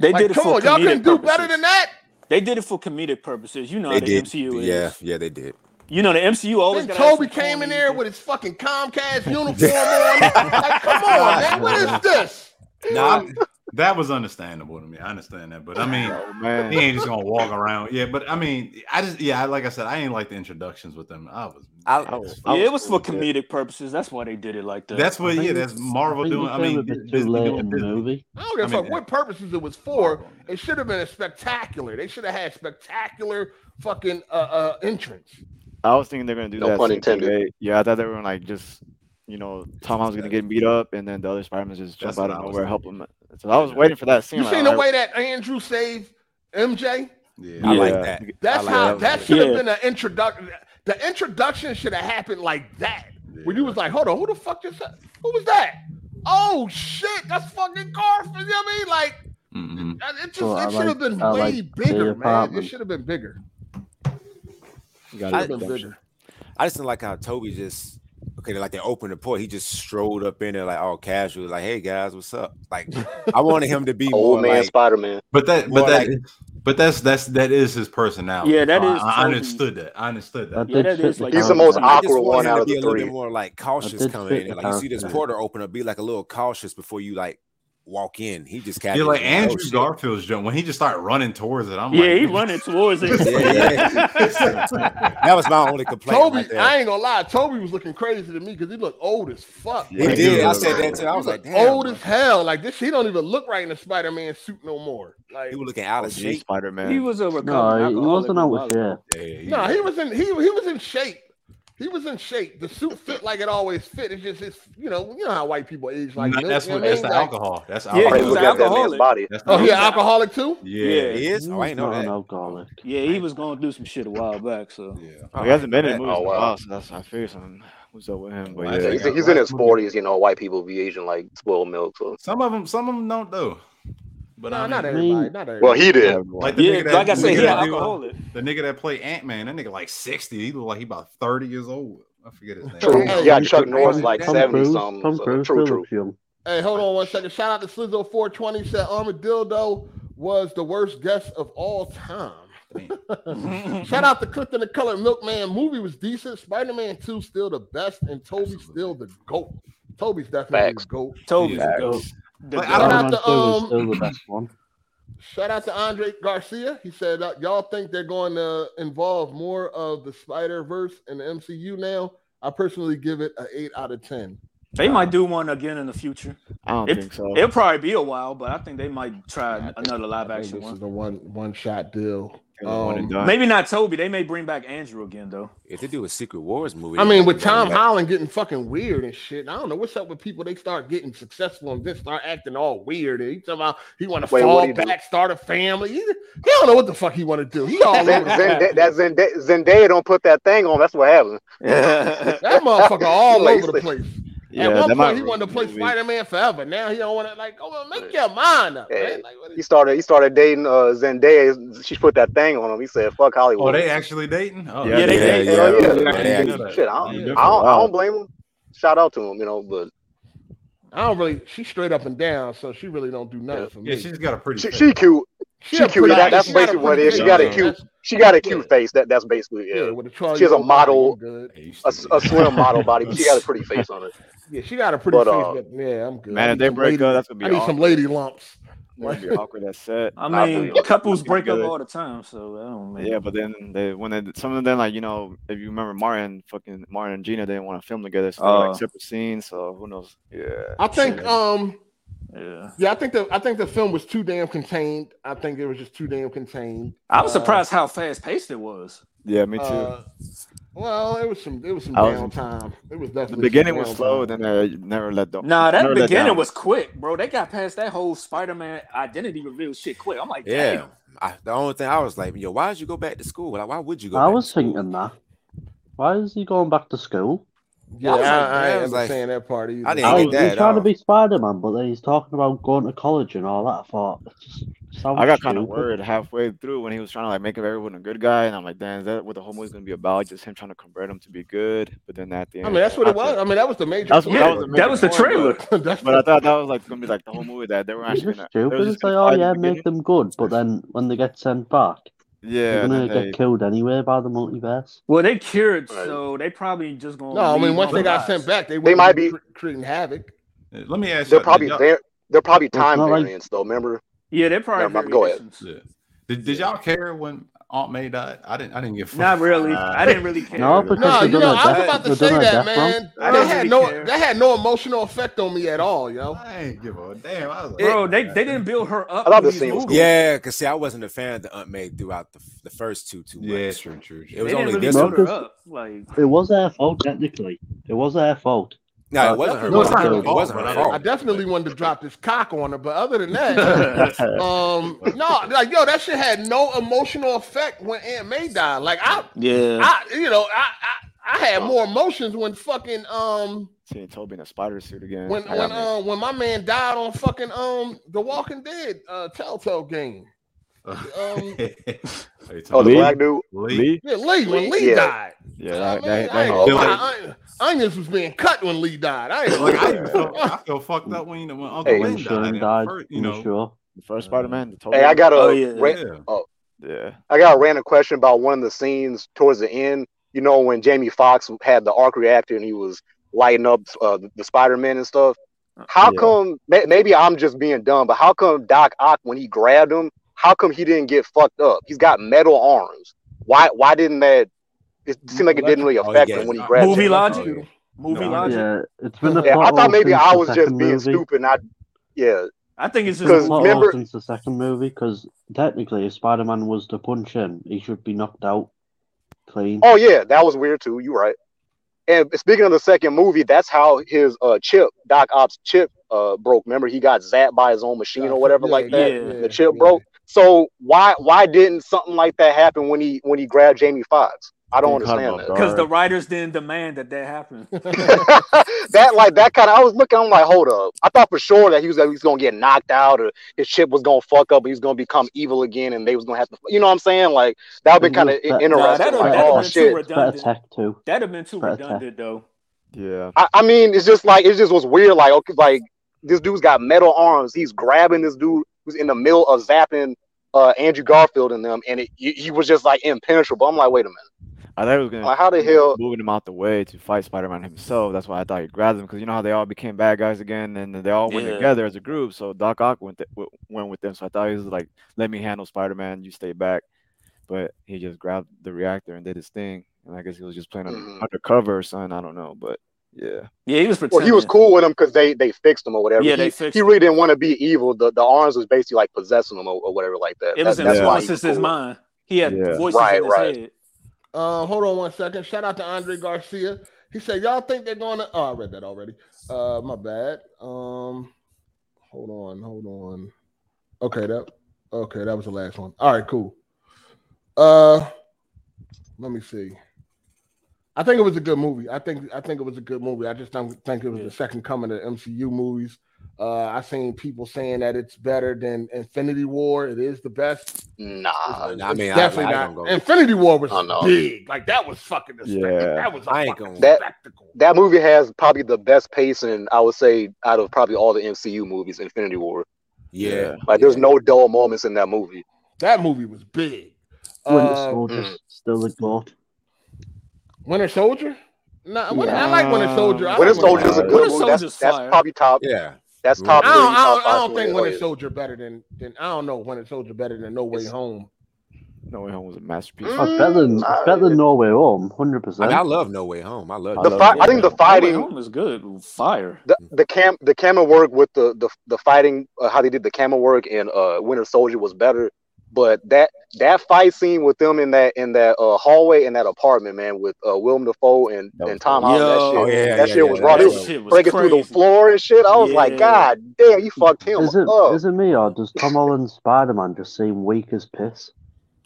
they
Like,
did it
come
for
on, y'all
comedic
couldn't do better
purposes.
than that.
They did it for comedic purposes. You know,
They
how the
did.
MCU. Is.
Yeah, yeah, they did.
you know the MCU always.
Then
gotta have
Toby
some
came in
corny-
there with his fucking Comcast uniform on. Like, Oh, come on, man, what is this?
Nah, that was understandable to me. I understand that, but I mean,
Oh, man.
he ain't just gonna walk around. Yeah, but I mean, I just yeah, I- like I said, I ain't like the introductions with them. I was.
I-
I was-
Yeah,
I
it was for
cool with it.
comedic purposes. That's why they did it like that.
that's what
I
yeah,
think
that's
I
Marvel
think
doing.
it
I
came
mean,
a bit
Disney
too late
doing
in the
Disney.
movie.
I don't give a
I mean,
fuck what purposes it was for.
Marvel.
It should have been a spectacular. They should have had spectacular fucking uh, uh entrance.
I was thinking they're gonna do
No
that.
pun
same thing,
intended.
right? Yeah, I thought they were gonna like just, you know, Tom Holland's gonna get beat up, and then the other Spider-Man just jump
That's what
out of
I was
nowhere help him. So I was waiting for that scene.
You
like,
seen the
I-
way that Andrew saved MJ?
Yeah,
I like
Yeah.
that.
That's
I like
how
that.
that should have
Yeah.
been an introduction. The introduction should have happened like that.
yeah.
When you was like, hold on, who the fuck just who was that? Oh shit, that's fucking Garfield. You know what I mean? Like
Mhm.
Uh, It just
So I
it should
like-
have been
I
way
like the
bigger, man. It
apartment.
should have been bigger.
You got
Should
I-
have
it.
been bigger.
I just didn't like how Toby just okay, like they opened the port. He just strolled up in there like all casual, like, "Hey guys, what's up?" Like I wanted him to be more
Old man
like
Spider Man.
But that,
More
but that,
like-
but that's that's that is his personality.
Yeah, that
So I-
is
I,
Toby's-
understood that. I understood
That
that.
Yeah,
did
that
fit
is
the
like-
He's the most
character.
I just
awkward
want
one
him
out
to
of
be
the
a little
three.
bit more like
I
cautious
did
coming in.
fit
there.
the
Like you see this
character.
porter open up, be like a little cautious before you like walk in. He just
Yeah,
kind
like Andrew Garfield's jump when he just started running towards it. I'm
yeah,
like,
he running towards it.
That was my only complaint.
Toby,
right there.
I ain't gonna lie, Toby was looking crazy to me because he looked old as fuck.
He
Like,
did. I said that too. I
he
was like,
looked
damn.
old as hell. Like this, he don't even look right in a Spider-Man suit no more. Like,
He was looking out of shape.
Spider
He
Man.
was a recovering
No, he
alcoholic
wasn't out
and
with shape.
Yeah, he-
no, he was in he he was in shape. He was in shape. The suit fit like it always fit. It's just it's you know you know how white people age like
nah,
this,
that's
you know
what
what I
that's
mean?
the
Like-
alcohol. That's
he
alcohol.
was
That's
an
the
alcoholic.
alcohol.
Oh, he an alcoholic too.
yeah.
He is? Oh, I ain't know
Not an
that.
alcoholic.
Yeah, he was going through some shit a while back. So
Yeah.
Oh, he hasn't been in
Oh,
the movies. Oh,
wow.
wow. So that's I figured something was up with him.
Well, I
But
So
yeah,
he's, he's in his forties, you know. White people be aging like spoiled milk. So.
Some of them, some of them don't though. But
No,
I
not
mean,
everybody. Not everybody.
Well, he did.
like the
yeah,
nigga that,
like I
the
said,
nigga
he an
that do, uh,
alcoholic.
the nigga that played Ant Man, that nigga like sixty. He look like he about thirty years old. I forget his name.
True.
Hey,
yeah,
you
Chuck
could-
Norris like
Tom
seventy
Cruise-
something.
Tom
so
Cruise
true,
still
true.
looks young.
Hey, hold on one second. Shout out to Slizzo four twenty. Said Armadillo was the worst guest of all time. Shout out to Clifton the Colored Milkman. Movie was decent. Spider Man two still the best, and Toby still the goat. Toby's definitely
Facts.
the goat.
Toby's
Yeah.
a goat. The
Like,
goat.
I
don't-
Spider-Man
the,
2 is
um,
still the best one.
Shout out to Andre Garcia. He said, uh, "Y'all think they're going to involve more of the Spider Verse and the MCU now?" I personally give it a eight out of ten.
They might do one again in the future.
I don't
It,
think so.
It'll probably be a while, but I think they might
Yeah,
try
I think-
another live
I think
action
this is
one.
a one one shot deal.
One and
Um,
done.
Maybe not Toby. They may bring back Andrew again though.
If they do a Secret Wars movie,
I mean, with
they're
Tom
gonna-
Holland getting fucking weird and shit, I don't know what's up with people. They start getting successful and then start acting all weird. And he talking about he want to
Wait,
fall
what'd he do?
back, start a family. He, he don't know what the fuck he want to do. He all over
Zen,
the place.
Zend- that Zend- Zendaya don't put that thing on. That's what happened.
That motherfucker all
Like,
over the
like-
place. At
yeah, that
one
might
point, he wanted to play
ruin the movie.
Spider Man forever. Now he don't want to like, oh, well, make your mind up, man.
Hey,
Like, what
He
is-
started. He started dating uh, Zendaya. She put that thing on him. He said, "Fuck
Oh,
Hollywood."
they actually dating? Oh,
Yeah,
Yeah, they-
Yeah,
they-
yeah,
Hell
yeah.
yeah.
yeah.
they-
Shit, I don't, I
Yeah,
don't, I
wow.
don't blame him. Shout out to him, you know. But
I don't really. She's straight up and down, so she really don't do nothing for me.
yeah, she's got a pretty.
she,
face.
she cute. she
a
cute.
pretty-
That- that's
she got a
basically what it
pretty
is. She got a
face.
cute-
That's-
she got a cute
Yeah.
face. That that's basically
Yeah,
it.
with a 12
She has a model-
Good.
Hey, you
A,
stupid.
a slim model body, but she got a pretty face on it.
Yeah, she got a pretty
But,
face,
uh,
but yeah, I'm good. I
Man, if
need
they
some
break
lady-
up, that's gonna be
I need
awkward.
some lady lumps.
That's gonna be awkward. That's set.
I
I mean,
believe it.
couples break
Together.
up all the time, so I don't know.
Yeah, but then they when they some of them like you know if you remember Martin fucking Martin and Gina they didn't want to film together so they were,
Oh.
like separate scenes so who knows yeah
I think, um,
yeah.
yeah, I think the I think the film was too damn contained. I think it was just too damn contained.
I was
Uh,
surprised how fast paced it was.
yeah me too
uh, well, it was some it was some
I was-
downtime. It was
the
definitely
beginning
some
was slow
downtime.
then they never let down
Nah, that
never let
beginning
down.
was quick, bro. They got past that whole Spider Man identity reveal shit quick. I'm like,
Yeah.
damn.
I, the only thing I was like, yo, why did you go back to school? Like, why would you go?
I
back
was
to school?
thinking that. Why is he going back to school?
Yeah, I,
I was
like,
I, ain't
man, I was like-
understand that part either.
I didn't
Oh,
get
he's
that. uh, at
trying to
all.
be Spider-Man, but then he's talking about going to college and all that. I thought it just sounds
I got kind of
stupid.
worried halfway through when he was trying to like make everyone a good guy and I'm like damn is that what the whole movie's gonna be about just him trying to convert him to be good but then at the
I
end
mean, that's what it was. I mean, that was the major.
That's what-
point.
Yeah,
was the
that was the
major point,
trailer.
that's
but I thought that was like gonna be like the whole movie that they were
It's
actually
just
gonna, they were
stupid.
just
It's like,
gonna
oh
fight in the
yeah,
beginning.
make them good, but then when they get sent back,
yeah
they're
and
gonna
then
get
they,
killed anyway by the multiverse.
Well, they cured,
Right.
so they probably just gonna.
no, I mean,
leave
once they got
otherwise.
sent back, they,
They might be-
cre- creating havoc.
Let me ask you.
They're probably
did, y'all,
var- they're probably
Well, it's
time
not like-
variants though. Remember?
Yeah, they're probably.
Never mind, go ahead.
variations.
yeah. did, did y'all care when Aunt May died? I didn't. I didn't give. a fuck.
Not really. I didn't really care.
No,
but-
because
No,
they're
you
gonna
know, I was
death-
about to
they're
say
gonna
that,
death romp.
man.
I
That
don't
had
really
no
care.
that had no emotional effect on me at all, yo.
I ain't give a damn. I was like,
bro, they, they didn't build her up.
I thought
for
the
these
scene was
movies.
Yeah, because see, I wasn't a fan of the Aunt May throughout the, the first two two.
Yeah, true, true,
It
They
was
true.
didn't
only
really
this
build
one.
her
Marcus-
up. Like,
It was their fault technically. It was their fault.
No,
Uh,
it wasn't her.
no, it's
fault.
not her
it
fault,
wasn't
but
her
I-
fault.
I definitely wanted to drop this cock on her, but other than that, um, no, like yo, that shit had no emotional effect when Aunt May died. Like I,
yeah,
I, you know, I, I, I had more emotions when fucking um
seeing Toby in a spider suit again
when
I
when
mean,
um when my man died on fucking um The Walking Dead uh Telltale game. Um,
Oh, the
Lee?
black dude.
Lee
yeah, Lee when Lee
Yeah.
died.
yeah
I
that,
mean,
that,
I
that,
ain't
hit.
gonna
hit.
lie, on- onions was being cut when Lee died. I ain't
Like, I,
like,
even felt, I feel fucked up when, when
Oh,
Uncle
Hey,
Lynn
When Sharon
died.
died,
First, you
you
know,
sure.
the first Spider Man the Toby
Hey, I got a
Oh, yeah.
ra-
yeah.
yeah
I got a random question about one of the scenes towards the end. You know when Jamie Foxx had the arc reactor and he was lighting up uh, the Spider Man and stuff. How come? may- Maybe I'm just being dumb, but how come Doc Ock, when he grabbed him, how come he didn't get fucked up? He's got metal arms. Why? Why didn't that? It seemed like it didn't really
Oh,
affect
yeah.
him when he grabbed
Movie
him.
logic.
Uh,
Movie
No.
logic.
Yeah, it's been a
Yeah, I
plot
thought
hole
maybe
since
I
the
was just
second
being
movie.
stupid. And I, yeah,
I think it's just
because
Plot hole
remember,
since the second movie because technically, if Spider-Man was to punch him, he should be knocked out clean.
Oh yeah, that was weird too. You right. And speaking of the second movie, that's how his uh chip, Doc Ops chip, uh broke. Remember, he got zapped by his own machine or whatever like that.
yeah,
the chip broke. So why why didn't something like that happen when he when he grabbed Jamie Foxx? I don't
He caught him
understand
off
that.
guard.
because the writers didn't demand that that happened.
that like that kind of I was looking. I'm like, hold up. I thought for sure that he was, he was gonna get knocked out or his chip was gonna fuck up. He was gonna become evil again, and they was gonna have to. You know what I'm saying? Like that would be kind of
Nah,
interesting.
that'd-
like,
that'd
oh
been too
shit.
It's better
redundant.
tech too.
That'd have been too
Right, okay.
redundant though.
Yeah.
I, I mean, it's just like it just was weird. Like, okay, like this dude's got metal arms. He's grabbing this dude who's in the middle of zapping uh, Andrew Garfield and them, and it, he, he was just like impenetrable. I'm like, wait a minute.
I thought he was gonna
Like, how the
keep
hell-
moving him out the way to fight Spider-Man himself. That's why I thought he grabbed him because you know how they all became bad guys again, and they all went
Yeah.
together as a group. So Doc Ock went th- w- went with them. So I thought he was like, "Let me handle Spider-Man. You stay back." But he just grabbed the reactor and did his thing. And I guess he was just playing under-
Mhm.
undercover or something. I don't know, but yeah,
Yeah, he was pretending.
Well, he was cool with him because they they fixed him or whatever.
Yeah,
he,
they fixed
He really didn't want to be evil. The the arms was basically like possessing him or, or whatever like that.
It
That-
was
that's why. he
influences
was
his
cool.
mind. He had
Yeah.
voices
Right,
in his
right.
head.
Uh, hold on one second. Shout out to Andre Garcia. He said, "Y'all think they're going to?" Oh, I read that already. Uh, my bad. Um, hold on, hold on. Okay, that. Okay, that was the last one. All right, cool. Uh, let me see. I think it was a good movie. I think I think it was a good movie. I just don't think it was the second coming of MCU movies. Uh, I seen people saying that it's better than Infinity War. It is the best.
Nah.
I mean,
It's
I-
definitely
I don't
not.
go- Oh,
Infinity War was
I know.
big. Like that was fucking the spectacle.
Yeah.
That was a
I ain't
fucking
gonna-
That-
spectacle.
That movie has probably the best pacing, I would say, out of probably all the MCU movies, Infinity War.
Yeah.
Like, there's no dull moments in that movie.
That movie was big.
Winter
Uh,
Soldier's
mm.
still the goat.
Winter Soldier. Nah, Winter- I like Winter Soldier. I
Winter
like
Soldier's a
Soldier.
good
Winter
movie. That's,
Soldier's
that's
fire.
probably top.
Yeah.
That's top.
I don't,
three,
I
top
don't, I
five
don't
for me.
think Winter
Like,
Soldier better than, than I don't know Winter Soldier better than No Way
It's-
Home.
No Way Home was a masterpiece.
Mm.
Oh, it's better than
I-
it's better than Norway Home, hundred
I mean, I
percent.
love No Way Home. I love
I
it.
The
love
fi-
it.
I think the
Fighting
fighting,
home is good. Fire.
the, the cam, the camera work with the the, the fighting, uh, how they did the camera work in uh, Winter Soldier was better. But that that fight scene with them in that in that uh, hallway in that apartment, man, with uh, Willem Dafoe and,
That
and
was
Tom
dope.
Holland, that
Yo.
shit,
Oh, yeah,
that
yeah,
shit
yeah,
was
that
raw. They
was
was
dope.
shit was
breaking through the
crazy.
floor and shit. I was like,
Yeah.
God damn, you fucked him
Is it
up.
is it me or does Tom Holland's Spider Man just seem weak as piss?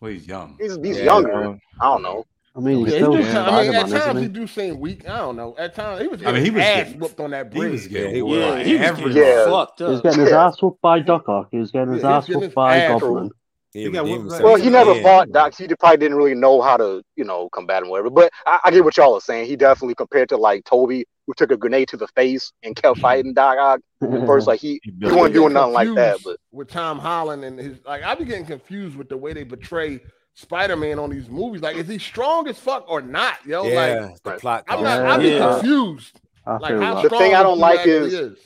Well, he's young.
He's, he's
Yeah.
younger. I don't know.
I mean,
Yeah,
he's
he
still
do, I mean,
Spider
at
Man,
times
isn't
he
he?
do seem weak. I don't know. At times he was.
I mean, he was
ass
getting-
whooped on that
He
bridge.
was
Yeah,
getting
he
yeah,
was.
yeah,
Yeah, he was getting
Yeah.
fucked
He was
up.
getting his
Yeah.
ass whooped by Doc Ock. He was getting his
Yeah, he was
ass
getting
whooped
his
by
ass
Goblin.
He
He got
redeemed
whooped
himself.
back.
Well, he never
Yeah.
fought Doc. He probably didn't really know how to, you know, combat him, whatever. But I, I get what y'all are saying. He definitely compared to like Toby, who took a grenade to the face and kept
Mm-hmm.
fighting Doc Ock at first. Like he,
I
he
be
wasn't doing
getting
nothing like that.
confused
But
with Tom Holland and his like, I be getting confused with the way they portray Spider-Man on these movies. Like, is he strong as fuck or not? Yo,
Yeah.
like
The plot.
I'm
call.
not. I be
Yeah.
confused.
I
Like
feel
how
that.
The
strong
thing I
this
don't
dude
like
actually
is-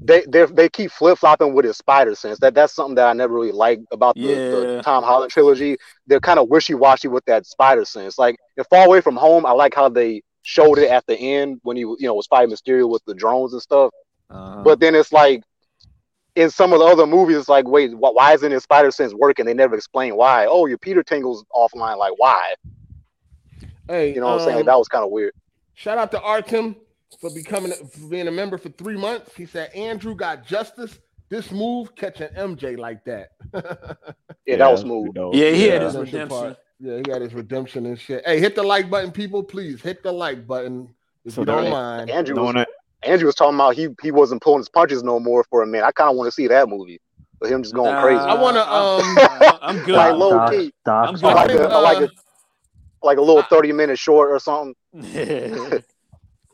they they they keep flip flopping with his spider sense. That that's something that I never really liked about the,
Yeah.
the Tom Holland trilogy. They're kind of wishy washy with that spider sense. Like in Far Away from Home, I like how they showed it at the end when he you know was fighting Mysterio with the drones and stuff.
Uh-huh.
But then it's like in some of the other movies, it's like, wait, wh- why isn't his spider sense working? They never explain why. Oh, your Peter Tingle's offline. Like, why?
Hey,
You know what I'm saying?
um,
Like, that was kind of weird.
Shout out to Artem for becoming for being a member for three months. He said Andrew got justice. This move catching MJ like that.
Yeah, that was
that's pretty
smooth.
dope.
yeah, he had
Yeah.
his redemption.
part. Yeah, he got his redemption and shit. Hey, hit the like button, people. Please hit the like button if
So
you don't
there-
mind.
Andrew
No
was,
one,
Andrew was talking about he he wasn't pulling his punches no more for a minute. I kind of want to see that movie, but him just going
Nah,
crazy.
I wanna, um,
I'm- I'm good.
Like, low
Dark,
key.
dark
I'm
I
good.
like a, I like a, like a little
I-
thirty minute short or something.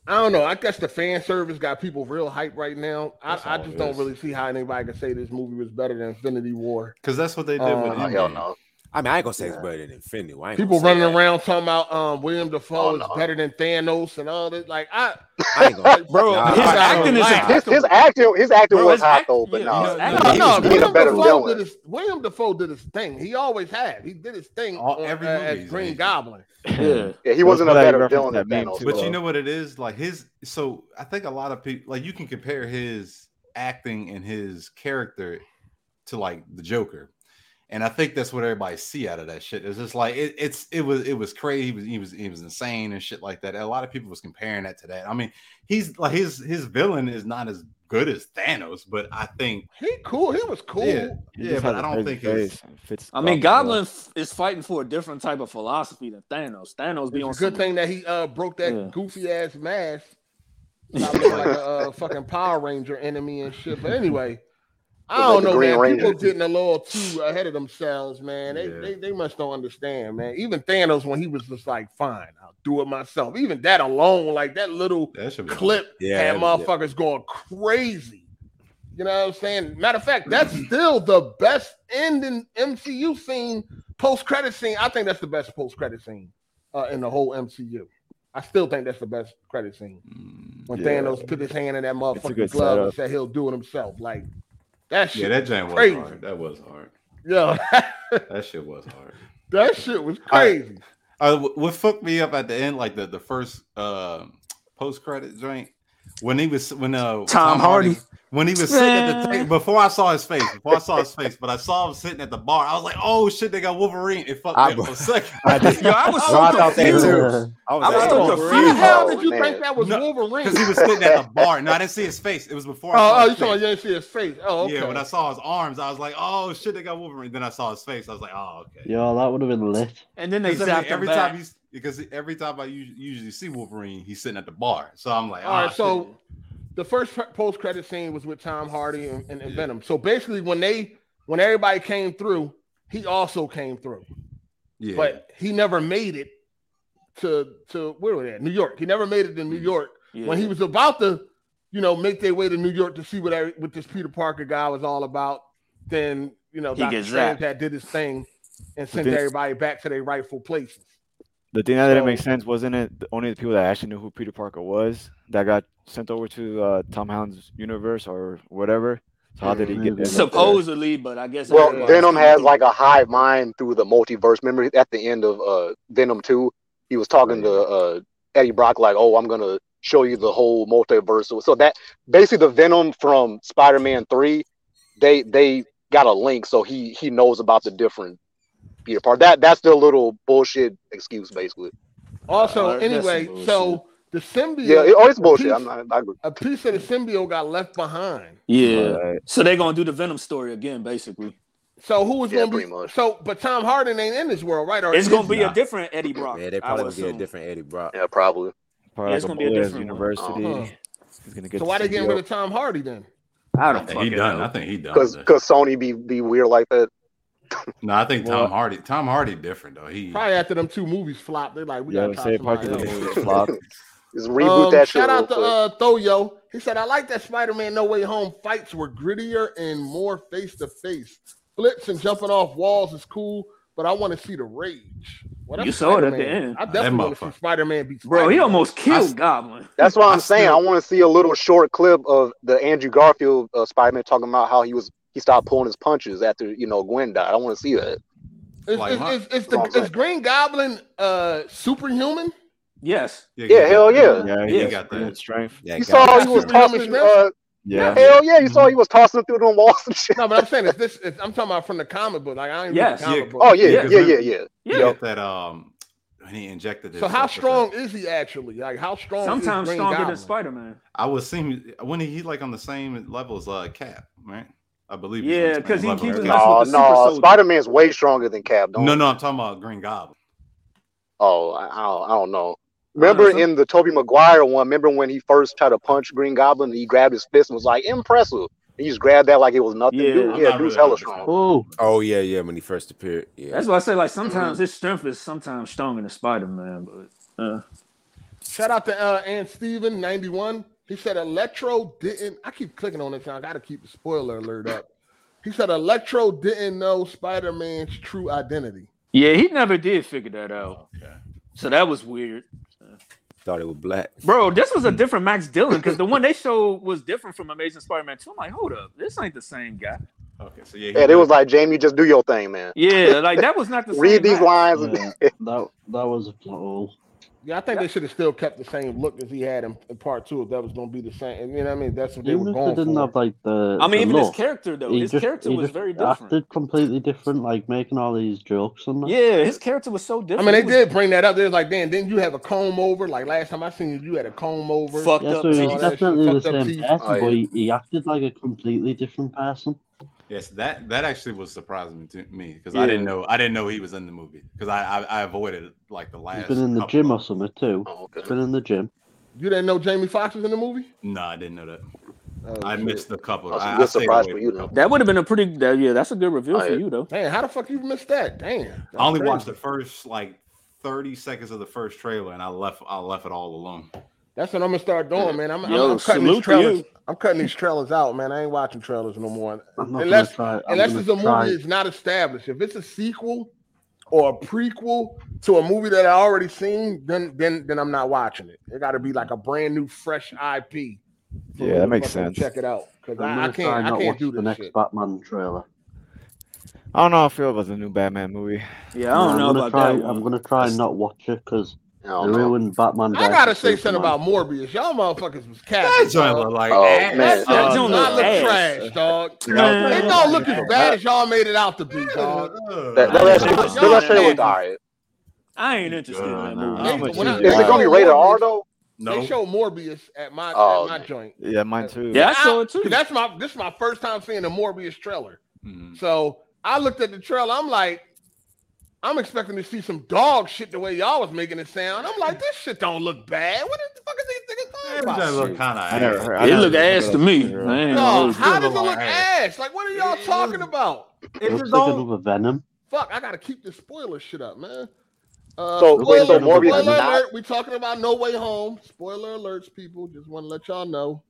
I don't know. I guess the fan service got people real hype right now. I,
That's
I
all
just
it
don't
is.
really see how anybody can say this movie was better than Infinity War.
Because that's what they did with
Uh,
Oh,
Endgame.
hell no.
I mean, I ain't gonna say it's better than Infinity. War. I ain't gonna
People
say
running
that.
around talking about um, William Defoe is better than Thanos and all this. Like I,
I ain't gonna,
bro,
Nah,
his
I-
acting is
Wow.
impeccable.
His acting, his acting
Bro,
was
his
hot
act-
though, but
yeah,
no,
his
he
acting-
No,
was-
no,
he was a
William
better
Defoe did
villain.
his William Defoe did his thing. He always had. He did his thing
All-
on,
every
uh,
movie
as
he's
Green
in.
Goblin.
Yeah.
Yeah, he
Well,
wasn't a
glad you
better
referenced
villain than
that meme,
Thanos.
too, uh,
But
though.
you know what it is? Like his so I think a lot of people like you can compare his acting and his character to like the Joker. And I think that's what everybody see out of that shit. It's just like it, it's it was it was crazy. He was he was he was insane and shit like that. And a lot of people was comparing that to that. I mean, he's like his his villain is not as good as Thanos, but I think
He cool. He was cool.
yeah,
He
yeah
just
but
has
I
a
don't
crazy
think his
face and fits
I mean,
Goblin
Goblin f- is fighting for a different type of philosophy than Thanos. Thanos be on
It's a good
some-
thing that he uh broke that
Yeah.
goofy ass mask. Stop looking like a uh, fucking Power Ranger enemy and shit. But anyway, I don't
Look like the
know,
Green
man. People
Ranger.
getting a little too ahead of themselves, man. They,
Yeah.
they they must don't understand, man. Even Thanos, when he was just like, "Fine, I'll do it myself." Even that alone, like that little
that should be
clip
Yeah,
had
that was-
motherfuckers going crazy. You know what I'm saying? Matter of fact, that's still the best ending MCU scene, post credit scene. I think that's the best post credit scene uh, in the whole MCU. I still think that's the best credit scene
Mm,
when
Yeah.
Thanos put his hand in that
It's a
motherfucking glove
good
and
setup.
said he'll do it himself. Like that
Yeah,
shit,
that jam was
Crazy.
hard. That was hard.
yeah,
That shit was hard.
that shit was crazy.
Uh, wh- what fucked me up at the end, like the the first uh, post credit joint, when he was when uh Tom,
Hardy.
when he was sitting at the
Man.
table before I saw his face, before I saw his face, but I saw him sitting at the bar. I was like, oh shit, they got Wolverine. It fucked
I
me up
bro-
for a second.
I did.
Yo, I was so
Bro, I thought that
confused.
too. I was
I was
like,
so
oh,
confused.
How the hell did
Oh,
you
man.
think that was
No,
Wolverine?
Because he was sitting at the bar, and I didn't see his face. It was before
oh,
I saw
oh,
his
you saw
face.
you didn't see his face. Oh, okay.
Yeah, when I saw his arms, I was like, oh shit, they got Wolverine. Then I saw his face. I was like, oh okay.
Yo, that would have been lit.
And then they
Because
zapped
every,
him
every
back.
time he's because every time I usu- usually see Wolverine, he's sitting at the bar. So I'm like, "Oh,
All
all
right, so the first post credit scene was with Tom Hardy and, and, and
Yeah.
Venom. So basically, when they when everybody came through, he also came through,
yeah,
but he never made it to to where were they? At? New York. He never made it to New
Mhm.
York.
Mm. Yeah.
When he was about to, you know, make their way to New York to see what every- what this Peter Parker guy was all about, then you know,
He
Doctor
gets
Strange
zapped.
had did his thing and sent
this-
everybody back to their rightful places.
The thing that didn't make
So-
sense wasn't it the- only the people that actually knew who Peter Parker was that got sent over to uh, Tom Holland's universe or whatever. So how did he get
Maybe.
there?
supposedly, but I guess
Well,
everybody's
Venom
coming
has
through.
like a hive mind through the multiverse. Remember at the end of uh, Venom 2, he was talking to uh, Eddie Brock, like, oh, I'm going to show you the whole multiverse. So- So that basically the Venom from Spider Man 3, they they got a link. So he he knows about the different Peter Parker. That, that's their little bullshit excuse, basically.
Also,
Uh, that's
anyway,
some
so the symbiote,
Yeah, it, oh, it's
a
bullshit.
piece-
I'm not, I agree.
a piece of the symbiote got left behind.
Yeah.
Right.
So they're gonna do the Venom story again, basically.
So who was
Yeah,
gonna be?
pretty much.
So, but Tom Harden ain't in this world, right? Or
It's
is
gonna be
he?
a different Eddie Brock.
yeah, they
I
probably
would
gonna get a
assume.
different Eddie Brock.
Yeah, probably.
Yeah,
Probably like
it's
a
gonna be a
Boaz
different one.
university.
Huh.
He's gonna get
Uh-huh. So
the
why they getting rid
symbiote.
of Tom Hardy then?
I
I
don't
think he
fucking
done.
know.
I think he done.
Because
with that.
Sony be, be weird like that.
No, I think
Well-
Tom Hardy. Tom Hardy different though. He
Probably after them two movies flopped, they're like, we
Yeah,
gotta
let's
try
say probably
somebody
because the
else.
movie flopped.
Just reboot
Um,
that shit.
shout
real
out to
quick.
uh, Thoyo. He said, "I like that Spider-Man No Way Home fights were grittier and more face-to-face. Flips and jumping off walls is cool, but I want to see the rage." Well, that's
You saw it at the
Spider-Man.
end.
I
That
definitely want to see
motherfucker.
Spider-Man beat
Bro, he
Spider-Man.
almost
I
killed
s-
Goblin.
That's what
I
I'm saying. I
still-
want to see a little short clip of the Andrew Garfield uh, Spider-Man talking about how he was he stopped pulling his punches after you know Gwen died. I want to see that.
It's,
Like,
it's,
my-
it's, it's
That's what
the
I'm saying.
is Green Goblin uh superhuman?
Yes.
Yeah,
he
hell
got
yeah.
that.
Yeah, he
Yeah.
got superhuman strength.
Yeah,
You
God,
saw
that's
he was
true.
tossing. Uh,
Yeah.
Hell yeah, you saw he was tossing through them walls and shit.
No, but I'm saying it's this. It's, I'm talking about from the comic book. Like I ain't read
Yes.
the comic
Yeah.
book.
Oh yeah,
Yeah.
yeah, yeah, yeah. yeah.
Yeah.
He got that. Um, when he injected uh, it.
So how strong is he actually? Like how strong?
Sometimes
is Green
stronger
Goblin?
than Spider Man.
I would seem when he, he like on the same level as uh, Cap, right? I believe. he's on
Yeah,
the same
'cause he
level
keep
as
his
Cap.
That's
No,
with the super
no,
soldier.
Spider-Man's way stronger than Cap. Don't.
No, no, I'm talking about Green Goblin.
Oh, I, I don't, I don't know.
I don't know,
Remember
some-
in the Toby Maguire one, remember when he first tried to punch Green Goblin and he grabbed his fist and was like, impressive. And he just grabbed that like it was nothing.
Yeah.
Dude,
I'm
yeah,
not really
dude's hella
100%
strong.
Oh,
Oh yeah, yeah. When he first appeared, yeah.
That's why I say like sometimes his strength is sometimes stronger than Spider Man, but uh,
Shout out to uh, Aunt Steven, 91. He said Electro didn't. I keep clicking on this. and I got to keep the spoiler alert up. He said Electro didn't know Spider Man's true identity.
Yeah, he never did figure that out. So that was weird.
Thought it was black.
Bro, this was a different Max Dillon because the one they showed was different from Amazing Spider Man 2. I'm like, hold up, this ain't the same guy.
Okay, so
Yeah, they was like, Jamie, just do your thing, man.
Yeah, like that was not the
Read
same
these
Max.
lines.
Mm.
that that was all.
Yeah, I think they should have still kept the same look as he had in, in part two if that was going to be the same. And you know what I mean? That's what they
Even
were
if they
going
didn't
for.
have like the,
I mean,
the
even his
look,
character, though,
he
his
just-
character
he
was
just
very different.
Acted completely different, like making all these jokes and that.
Yeah, his character was so
I
different.
mean, they
He was
did bring that up. They was like, damn, didn't you have a comb over? Like last time I seen you, you had a comb over.
Fucked
yeah,
up.
so he
all
was
that shit,
definitely the
fucked up
same
teeth.
person,
Oh, yeah.
but he, he acted like a completely different person.
Yes, that that actually was surprising to me because
Yeah.
I didn't know I didn't know he was in the movie because I, I I avoided like the
He's
last.
been
Oh.
in the
couple
gym
of-
or something too.
Oh, okay.
He's been in the gym.
You didn't know Jamie Foxx was in the movie?
No, I didn't know that.
Oh,
I
shit.
missed a couple.
That's a
I,
good
I stayed
surprise
away
for
from
you,
a
though.
couple.
That would have been a pretty. that- yeah, that's a good reveal
Oh,
for
yeah.
you though.
Damn, how the fuck you missed that? Damn. that's
I only
crazy.
watched the first like thirty seconds of the first trailer, and I left. I left it all alone.
That's what I'm gonna start doing, man. I'm, I'm-
Yo,
I'm cutting
salute
these
to
trailers.
you.
I'm cutting these trailers out, man. I ain't watching trailers no more.
I'm not
Unless-
gonna try. I'm
Unless
gonna
it's a
try.
movie that's not established. If it's a sequel or a prequel to a movie that I already seen, then then then I'm not watching it. It got to be like a brand new, fresh IP. for me
Yeah, that
to
makes
fucking
sense.
Check it out because
I'm
I, I
gonna try
can't. I
not
can't
watch
do
the
this
next
shit.
Batman trailer.
I don't know how I feel about the new Batman movie.
Yeah, I don't
am
know
gonna
about
try,
that one.
I'm gonna try
That's-
and not watch it because they
I don't know.
ruined Batman.
I gotta say
versus
something
Superman.
about Morbius. Y'all motherfuckers was
That
capping.
joint
dog.
looked like
Oh,
ass.
man.
That shit
That joint
did not
was
look
ass.
trash, dog.
Man.
It don't look as bad as y'all made it out to be, dog.
That, that
Nah,
last,
nah,
that
nah,
last trailer
nah.
was all right.
I ain't interested in
Nah,
that movie.
nah.
They-
much
when
is
I-
it?
they
Is it gonna be
showed
rated R
Morbius-
though?
They
No,
showed Morbius at my
Oh,
at my
man.
joint.
Yeah, mine too.
Yeah, I saw it too.
That's my this is my first time seeing a Morbius trailer.
Mhm.
So I looked at the trailer. I'm like, I'm expecting to see some dog shit the way y'all was making it sound. I'm like, this shit don't look bad. What the fuck is these niggas talking
that
about?
joint looked kind of
I never
ass.
heard. I
It
never
look
heard
ass to me. I
Yeah.
ain't gonna
No,
hold you.
how does it
still
look
like
ass? Like, what are y'all
It
talking
is.
about?
It
looks
just
like
don't.
another Venom.
Fuck, I gotta keep the spoiler shit up, man. Uh,
So-
spoiler,
wait,
so Morbius is
spoiler
not-
alert. We talking about No Way Home. Spoiler alerts, people. Just want to let y'all know.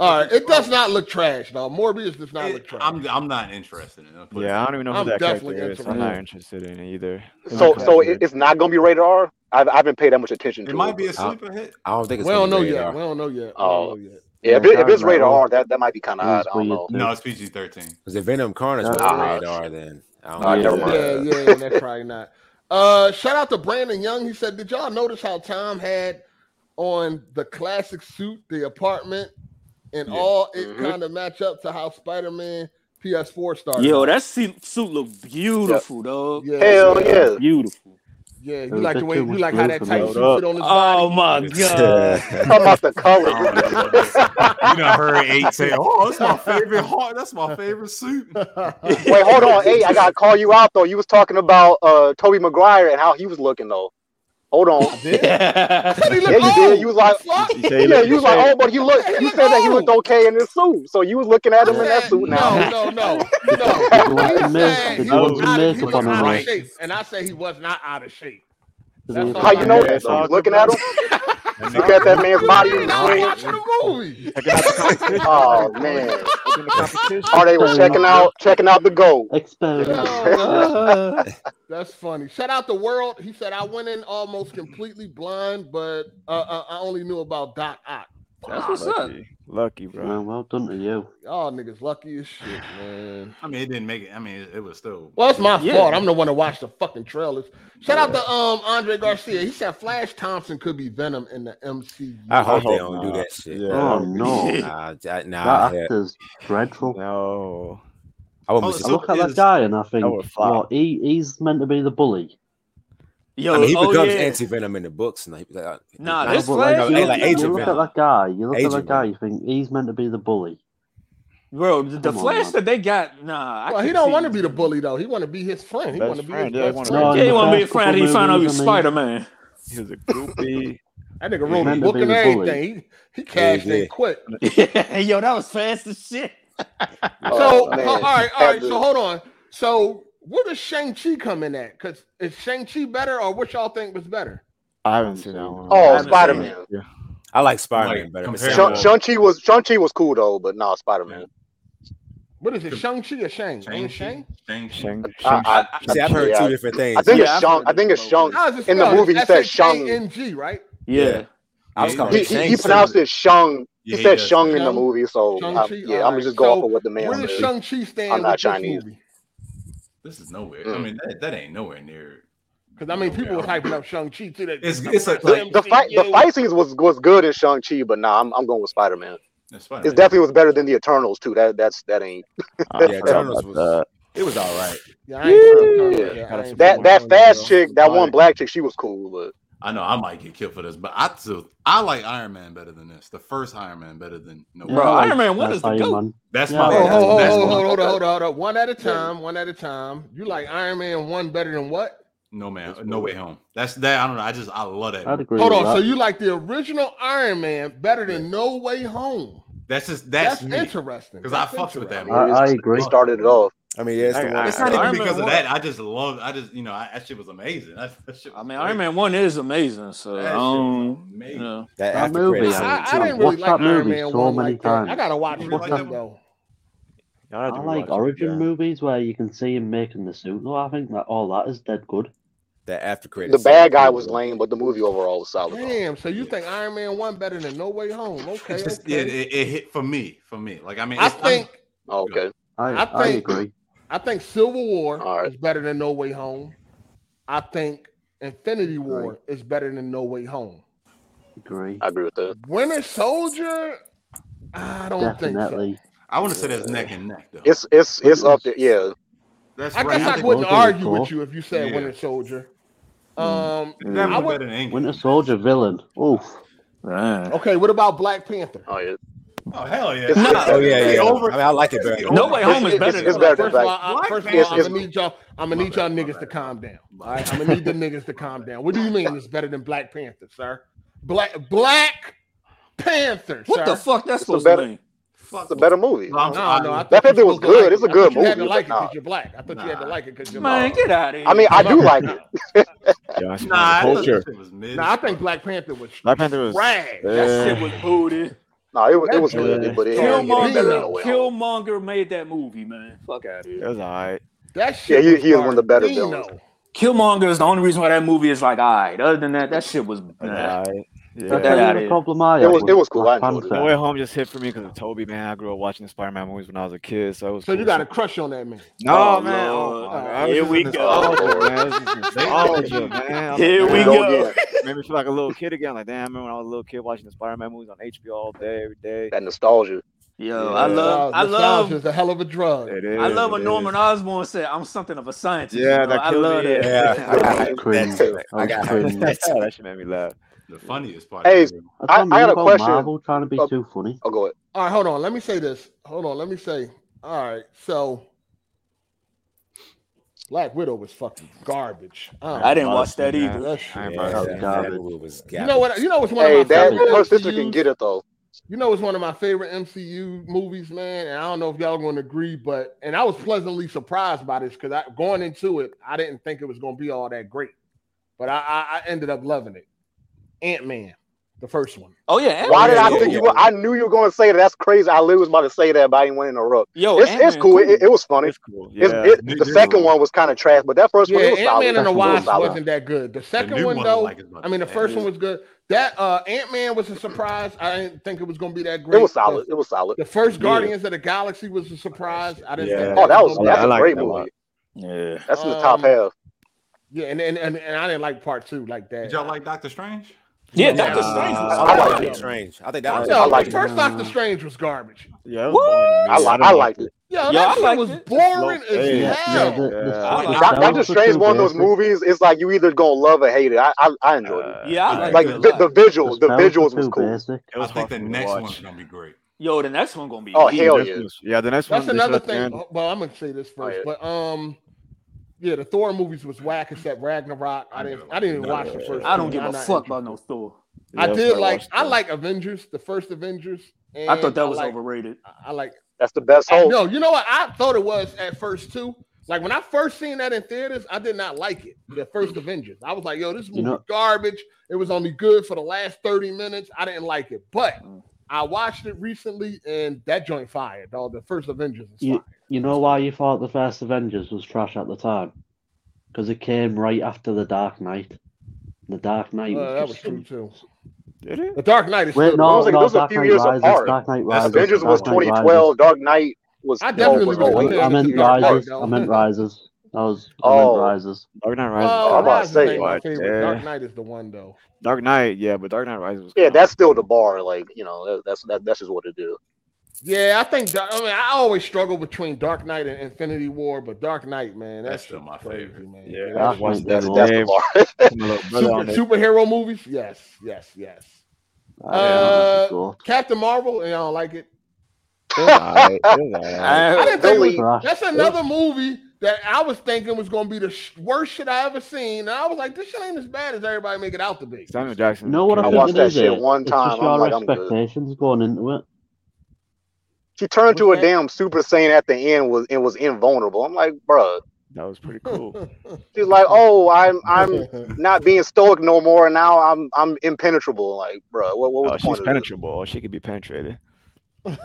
All right, it does not look trash, though. Morbius does not look
It,
trash.
I'm I'm not interested in it. Put it
Yeah, I don't even know who
I'm
that
definitely
character is. I'm
interested.
not interested in it either. It's
So,
not
so it,
good.
it's not gonna be rated R. I've, I haven't paid that much attention
It
to
might
it.
be a
Uh,
sleeper hit.
I don't think
we
it's gonna
don't know
be rated
yet. We
R.
don't know yet. We
Oh.
don't know yet.
Yeah, if,
Yeah,
it, if
I
it's
don't
rated
know.
R, that, that might be kind of
It
odd.
is
I don't
weird
know.
too.
No, it's PG thirteen.
Because if Venom Carnage
Yeah.
Mm-hmm. was
Ah.
rated R, then I don't uh,
All right,
think
never
it's
mind.
rated
Yeah,
R.
yeah, yeah, that's probably not. Uh, shout out to Brandon Young. He said, "Did y'all notice how Tom had on the classic suit, the apartment, and
Yeah.
all it
Mhm.
kind of match up to how Spider-Man PS4 started?
Yo,
out?
that se- suit look beautiful, dog.
yeah,
Hell
yeah,
yeah.
Beautiful.
yeah. You
was
like
a
the
bit
way
too
you
much
like how
blue
that
for
tight
me.
suit
Hold
fit on his body.
Oh my god.
Talking about the color.
Oh, you know, her eight say, "Oh, that's my favorite heart. That's my favorite suit."
Wait, hold on. Hey, I gotta call you out though. You was talking about uh Toby Maguire and how he was looking though. Hold on.
I said he
Yeah,
looked
you did. You was
old.
like,
Fuck.
You say he
yeah,
look-
you
you
was like,
say-
oh, but he looked.
He
You
looked
said that he looked
old.
okay in his suit, so you was looking at
I
him in that
said,
suit now.
no, no, no, no.
Did you want
He
some
said
milk? Did
he
you want
was
some
out of, he
makeup on
was out
him?
of
Right.
shape, and I said he was not out of shape.
Did
That's
you
all
How
I
you know
said.
that
It's
though?
all
You
good,
looking
bro.
at him?
That
You
nigga
got that
really
man's
You
body
did
in the
not
swing.
watch the movie.
Checking out the competition.
Oh
Bro.
man.
Checking the competition.
Oh, they was checking out, checking out the goal.
Experiment.
Oh man,
Uh,
that's funny. Shout out the world. He said I went in almost completely blind, but uh, uh, I only knew about Doc Ock.
that's what's up.
Lucky, lucky, bro.
Well, well done to you.
Y'all niggas lucky as shit, man.
I mean, it didn't make it. I mean, it, it was still.
Well, it's my
Yeah.
fault. I'm the one that watched the fucking trailers. Shout out to um Andre Garcia. He said Flash Thompson could be Venom in the MCU.
Ah,
I hope
hope
they don't do
not.
that shit.
Yeah.
Oh
that'd be-
no,
Nah, I- nah,
that
yeah.
actor's dreadful.
No.
I wouldn't be
Oh,
I
surprised.
so
look at
is-
that guy and I think,
would flop.
well, he, he's meant to be the bully.
Yo,
I mean, he
oh
becomes
yeah.
anti Venom in the books. Like, like,
Nah,
No,
this
but like
Flash,
you
Hey,
look,
like
you
Agent
look at
Venom.
that guy, you look at that
Agent
guy,
Venom.
you think he's meant to be the bully.
bro. The
Come on,
Flash
man.
that they got, nah. I
Well, he
can't
don't
see
want to
this
be the
dude.
bully though. He want to be his friend. He
Best
want to be his
friend, yeah, he
best
wanna be
friend.
No, in
Yeah, he
the
want to be a
first couple
friend. He found out he was
movies, I mean,
Spider Man.
He was a groupie.
That nigga
He
wrote a
meant to
book
be
and
the bully.
everything. He, he
Yeah, he
cashed and
did.
quit.
Yo, that was fast as shit.
So,
Oh man.
all right, all
Had
right.
to-
So hold on. So where does Shang Chi come in at? Because is Shang Chi better or what y'all think was better?
I haven't seen that one.
Oh,
haven't seen
Spider
it.
Man.
Yeah.
I like Spider Man
Like,
better. but
compare
Sam
to-
Raimi-
Shang Chi was Shang Chi was cool though, but no Spider Man.
What is it, Shang Chi or Shang? Ain't it Shang?
Shang-Chi? Shang-Chi.
Shang,
I- I-
See, I've heard
Yeah,
two different things.
I think
Yeah, I've
it's Shang.
heard
I think
it
it's
before.
Shang.
How is it
In the
spelled?
movie, he
It's
said Shang.
S-H-A-N-G, right?
Yeah.
I was
Yeah,
calling
He,
it
he, he
Shang.
pronounced it Shang. He,
Yeah, he
said
does
Shang
say
in the
Shang-
movie, so I'm,
Shang-Chi?
yeah, I'm
alright.
just going
So,
for what the man
Where does
said.
Shang-Chi stand
I'm
with
not
this
Chinese.
movie?
This is nowhere. I
Mm.
mean, that, that ain't nowhere near.
Because, I mean, people was
nowhere.
hyping up Shang-Chi too. That
It's- it's a-
The, the fight, the
MCU.
fight scenes was was good in Shang Chi, but nah, I'm I'm going with Spider Man.
It's
It
Spider-Man. Uh,
definitely was better than the Eternals too. That that's that ain't
I
Yeah,
forgot
Eternals
about
was-
that.
It was all right.
Yeah, I ain't fucking with
Yeah.
Tony. Yeah, I
Gotta
ain't
support
fucking
that
with
that
Tony,
fast
bro.
chick, that one
Alright.
black chick, she was cool, but
I know I might get killed for this, but I still I like Iron Man better than this. The first Iron Man better than no.
Bro,
I
Iron Man 1
that
is the
Iron
GOAT.
Man.
That's
Yeah,
my.
I
Oh,
like
hold,
that's,
Iron
hold,
Man
that's
hold,
my.
hold, hold,
Okay.
hold, hold, hold. One at a time. One at a time. You like Iron Man one better than what?
No man, no way home. That's that. I don't know. I just I love that.
I'd
Movie.
agree
Hold
with
on. So
that.
you like the original Iron Man better than No Way Home?
That's just
That's,
that's, me.
interesting.
'Cause I
That's
fucked with that
interesting.
I,
It is-
I
They
agree.
started it off.
I mean, that's the
I-
one.
It's
I-
not even
Iron Man
because of
one.
that. I just love. I just you know I, that shit was amazing. That, that shit
I
was
mean,
great.
Iron Man One is amazing. So I
That shit was
don't, you
amazing.
know.
that
That
after
movie,
credit
I,
I,
scene
I, I
too.
didn't really
watched
like
that
Iron
movie
Man
so
one
many
like that. I
times.
gotta watch
You
it
really like
again
that one?
though.
Y'all had
I
to
like
rewatch it.
origin
Yeah.
movies where you can see him making the suit. No, I think that all that is dead good.
That after credit.
The
scene
bad guy
too,
was
bro.
lame, but the movie overall was solid though.
Damn. So you
Yeah.
think Iron Man one better than No Way Home?
It
Okay,
just
okay.
it, it, it hit for me for me. Like I mean,
I
it's, I'm-
think
Oh, Okay.
I
I
I
think
agree.
I think Civil War
All right.
is better than No Way Home. I think Infinity
Agree.
War is better than No Way Home.
Agree.
I agree with that.
Winter Soldier, I don't think so.
Definitely.
I want to say that's neck and neck though.
It's it's
It
it's up there.
was-
Yeah.
that's
I
right.
guess
I
I
think
was-
wouldn't
Soldier
argue
cool.
with you if you said
Yeah.
Winter Soldier.
Mm.
Um,
it's
I
definitely
would.
better than Endgame.
Winter Soldier villain. Oof.
Man.
Okay, what about Black Panther?
Oh yeah.
Oh hell yeah!
It's-
Nah,
it's-
Oh yeah,
it's
yeah.
over.
I mean, I like it better.
It's
than
No
over.
Way
It's
Home is
it's,
better
it's,
than
it's
Black
better than
First of all,
Black.
I,
Black
first of all,
It's
I'm
it's
gonna need y'all. I'm gonna
My
need
bad,
y'all
my
niggas
bad,
to
my
calm down.
bad.
All right, I'm gonna need them niggas to calm down. What do you mean it's better than Black Panther, sir? Black Black Panther,
What
sir.
the fuck that's
It's a
supposed
better-
to mean?
Fuck
it's a better movie.
No, I'm,
No, no, I
I,
thought
Black
you
Panther was
supposed to like
good.
it.
It's a
I thought
good
you had to
movie,
like
but
it
nah.
because you're black. I thought you had to
Nah.
like it because you're
Man,
black.
get out of here.
I mean, I
My
do
bad.
like
No,
it.
Y'all not supporting the
nah, I thought
culture.
that shit was mid.
no,
as
I think
fuck.
Black Panther was
Black Panther was.
trash.
That shit
eh,
was booty.
No, it was it
That
was
joint
good,
was
but it ain't, it ain't better than
garbage.
Killmonger,
No Way Home.
Killmonger made that movie, man. Fuck out of
it
here.
was alright.
That
Yeah,
shit
he,
was
he is one of the better villains.
Garbino.
Killmonger is the only reason why that movie is like, all right. Other than that, that shit was
It was
nah.
alright.
I'll
Cut
Yeah.
tell
that
you
out of
the
here.
problem I
It
had
was it
with
was cool.
Black
I enjoyed it.
No
Panther.
Way Home just hit for me because of Toby, man. I grew up watching the Spider-Man movies when I was a kid, so it was
So you
cool.
got
So
a crush on that man.
no,
Oh
man. Oh
Lord.
my
Oh,
god, it
Here
was just a
we go.
Lord.
nostalgia, Oh, man. It was just
They-
nostalgia, man. I was like,
Here
Here we
man.
man,
go
go.
again.
made me feel like a little kid again. Like, damn, I remember when I was a little kid watching the Spider-Man movies on HBO all day, every day.
That nostalgia.
Yo, I
Yeah,
Nostal-
love I
Nostalgia
love
is a hell of a drug.
it
I
is.
love
It
when Norman
is.
Osborn said, I'm something of a scientist, you
Yeah,
know.
that
I
killed
love
me.
that.
Yeah, I
That
got
was
hyped for that
cringe.
too.
That
I
was
got hyped for
cringe.
that too.
that shit made me laugh.
The funniest part
Hey,
is
That's
I,
what I
I
mean
got a
about
question.
Marvel trying to be
Oh,
too funny.
oh, go ahead.
All right, hold on. Let me say this. Hold on. Let me say. All right. So Black Widow was fucking garbage. I don't
I
I
ain't
know.
didn't
about to
watch
see
that
that.
either.
That shit
I
was
ain't
Yeah,
about to
That was
garbage.
that,
garbage.
that movie was
You know
garbage.
what? You know what's one of
Hey,
my
that
favorite
Savage.
her sister can
MCU's?
get it though.
You know, it's one of my favorite MCU movies, man. And I don't know if y'all going to agree, but and I was pleasantly surprised by this because I going into it, I didn't think it was going to be all that great, but I, I, I ended up loving it. Ant Man, the first one.
Oh yeah, Ant
Why
Yeah,
did I
yeah,
think
Man.
you?
yeah.
Were, I knew you were going to say that. That's crazy. I literally was about to say that, but I didn't want to interrupt.
Yo,
It's
Ant
it's
Man
cool. It,
cool.
it, it was funny.
It's cool.
It's
Yeah.
it.
new,
The
new,
second one was kind of trash, but that first
Yeah,
one it was
Ant
solid.
Man and the
Second
It
one
was
was
Wasp
solid.
crap.
wasn't that good. The
the
second
new
one
one I
though,
like is about
I mean, the
that.
first one was good. That uh, Ant Man was a surprise. I didn't think it was going to be that
It was
great. The,
solid. It was solid.
the first
Yeah.
Guardians of the Galaxy was a surprise. I didn't think
Yeah.
that
Oh,
was going
that was
I
to be
like, I
that's a
that
like
great
great.
that a lot.
movie.
Yeah.
That's in the top
Um,
half.
yeah, and and, and and I didn't like part two like
Did
that.
y'all like Doctor Strange?
Yeah,
No,
Doctor
I didn't. Fuck
Strange was fire.
I liked
Nah, I like
no.
Doctor Strange. I think that was the
No,
I
the
liked
weakest.
it.
first Doctor
No.
Strange was garbage.
Yeah, it was boring to
I
me. li-
like I
I didn't like
liked
it.
it.
Yo,
Yo,
that
I
shit
liked
was
it.
The slow
boring as
fade.
Yeah, yeah.
hell.
The the
Yeah.
I
second
liked it.
Doc,
Dallas
Doctor
were
Strange,
too
one of those
basic.
movies. It's like you either gonna love or hate it. I I, I enjoyed it.
Uh,
Yeah, I
I
liked
Like
it a
agree.
lot.
the, the
The
visuals, the
spells were
visuals was
too
cool.
basic.
it
I
was
think
hard
the
for me to
next one's
watch.
gonna be great.
Yo, the next one gonna be
Oh
The
hell
huge.
next
yeah!
one's, yeah, the next
That's
one they should
another
have
thing.
ended.
oh, Well, I'm gonna say this
Oh
first,
yeah!
but um, yeah, the Thor movies was whack except Ragnarok. I
I
didn't,
never
I
liked
didn't even
none
watch
of
the
that
first
shit.
I
two.
don't give
I'm
a
not
fuck about
interested.
no Thor.
I
Yeah, I
did
started
like,
watching
I
that.
like Avengers, the first Avengers,
I thought
and
that
I
was
like,
overrated.
I like.
That's the best
I,
hope.
no, you know what? I thought it was at first too. Like when I first seen that in theaters, I did not like it. The first Avengers, I was like, "Yo, this
You
movie
know,
garbage. It was only good for the last thirty minutes. I didn't like it." But
Mm.
I watched it recently, and that joint fired. All the first Avengers is
you
fire.
You know why you thought the first Avengers was trash at the time? Because it came right after the Dark Knight. The Dark Knight
Uh, that
was
was
just.
true too.
Did it?
The Dark Knight is
Wait,
still
no,
the
Those are-
no,
those are a
Dark
few
Knight
years
Rises,
apart.
Dark Knight
That's
Rises.
Avengers was
Dark Knight Rises.
2012. Dark Knight was
I definitely
was
would
old.
compare
I
it to
meant
the Dark Knight,
Rises.
though.
I meant Rises. That was. I
Oh.
meant Rises.
Dark Knight Rises.
Well,
Oh, I'm
kinda-
about to
Rises
say,
ain't my
like-
favorite. Dark
Yeah.
Knight is the one though.
Dark Knight, yeah, but Dark Knight Rises was
Yeah,
kinda-
that's still the bar. Like you know, that, that's that, that's just what it is.
Yeah, I think. Dar- I mean, I always struggle between Dark Knight and Infinity War, but Dark Knight, man, that's,
That's still my
crazy,
favorite.
man.
Yeah,
That's-
I was
Dark
watching
Knight
that
That's
on
that's the
live
bar.
with my little brother on
Super,
it.
superhero movies? Yes, yes, yes.
I don't know,
Uh,
it's
Captain Marvel, and I don't like it.
It was alright. It was alright.
I didn't think
Really?
Trash.
that's another movie that I was thinking was going to be the sh- worst shit I ever seen, and I was like, this shit ain't as bad as everybody make it out to be.
Samuel Jackson.
You know what I
I
think
watched
it
that
is,
shit
eh?
one
It's
time.
just
I'm
your
like, I'm good.
expectations going into it.
She turned to a
What's that?
damn Super Saiyan at the end was and was invulnerable. I'm like, bruh.
That was pretty cool.
She's like, oh, I'm I'm not being stoic no more. And now I'm I'm impenetrable. Like, bruh, what, what was
Oh,
the
she's
point of this?
penetrable. Oh, she could be penetrated.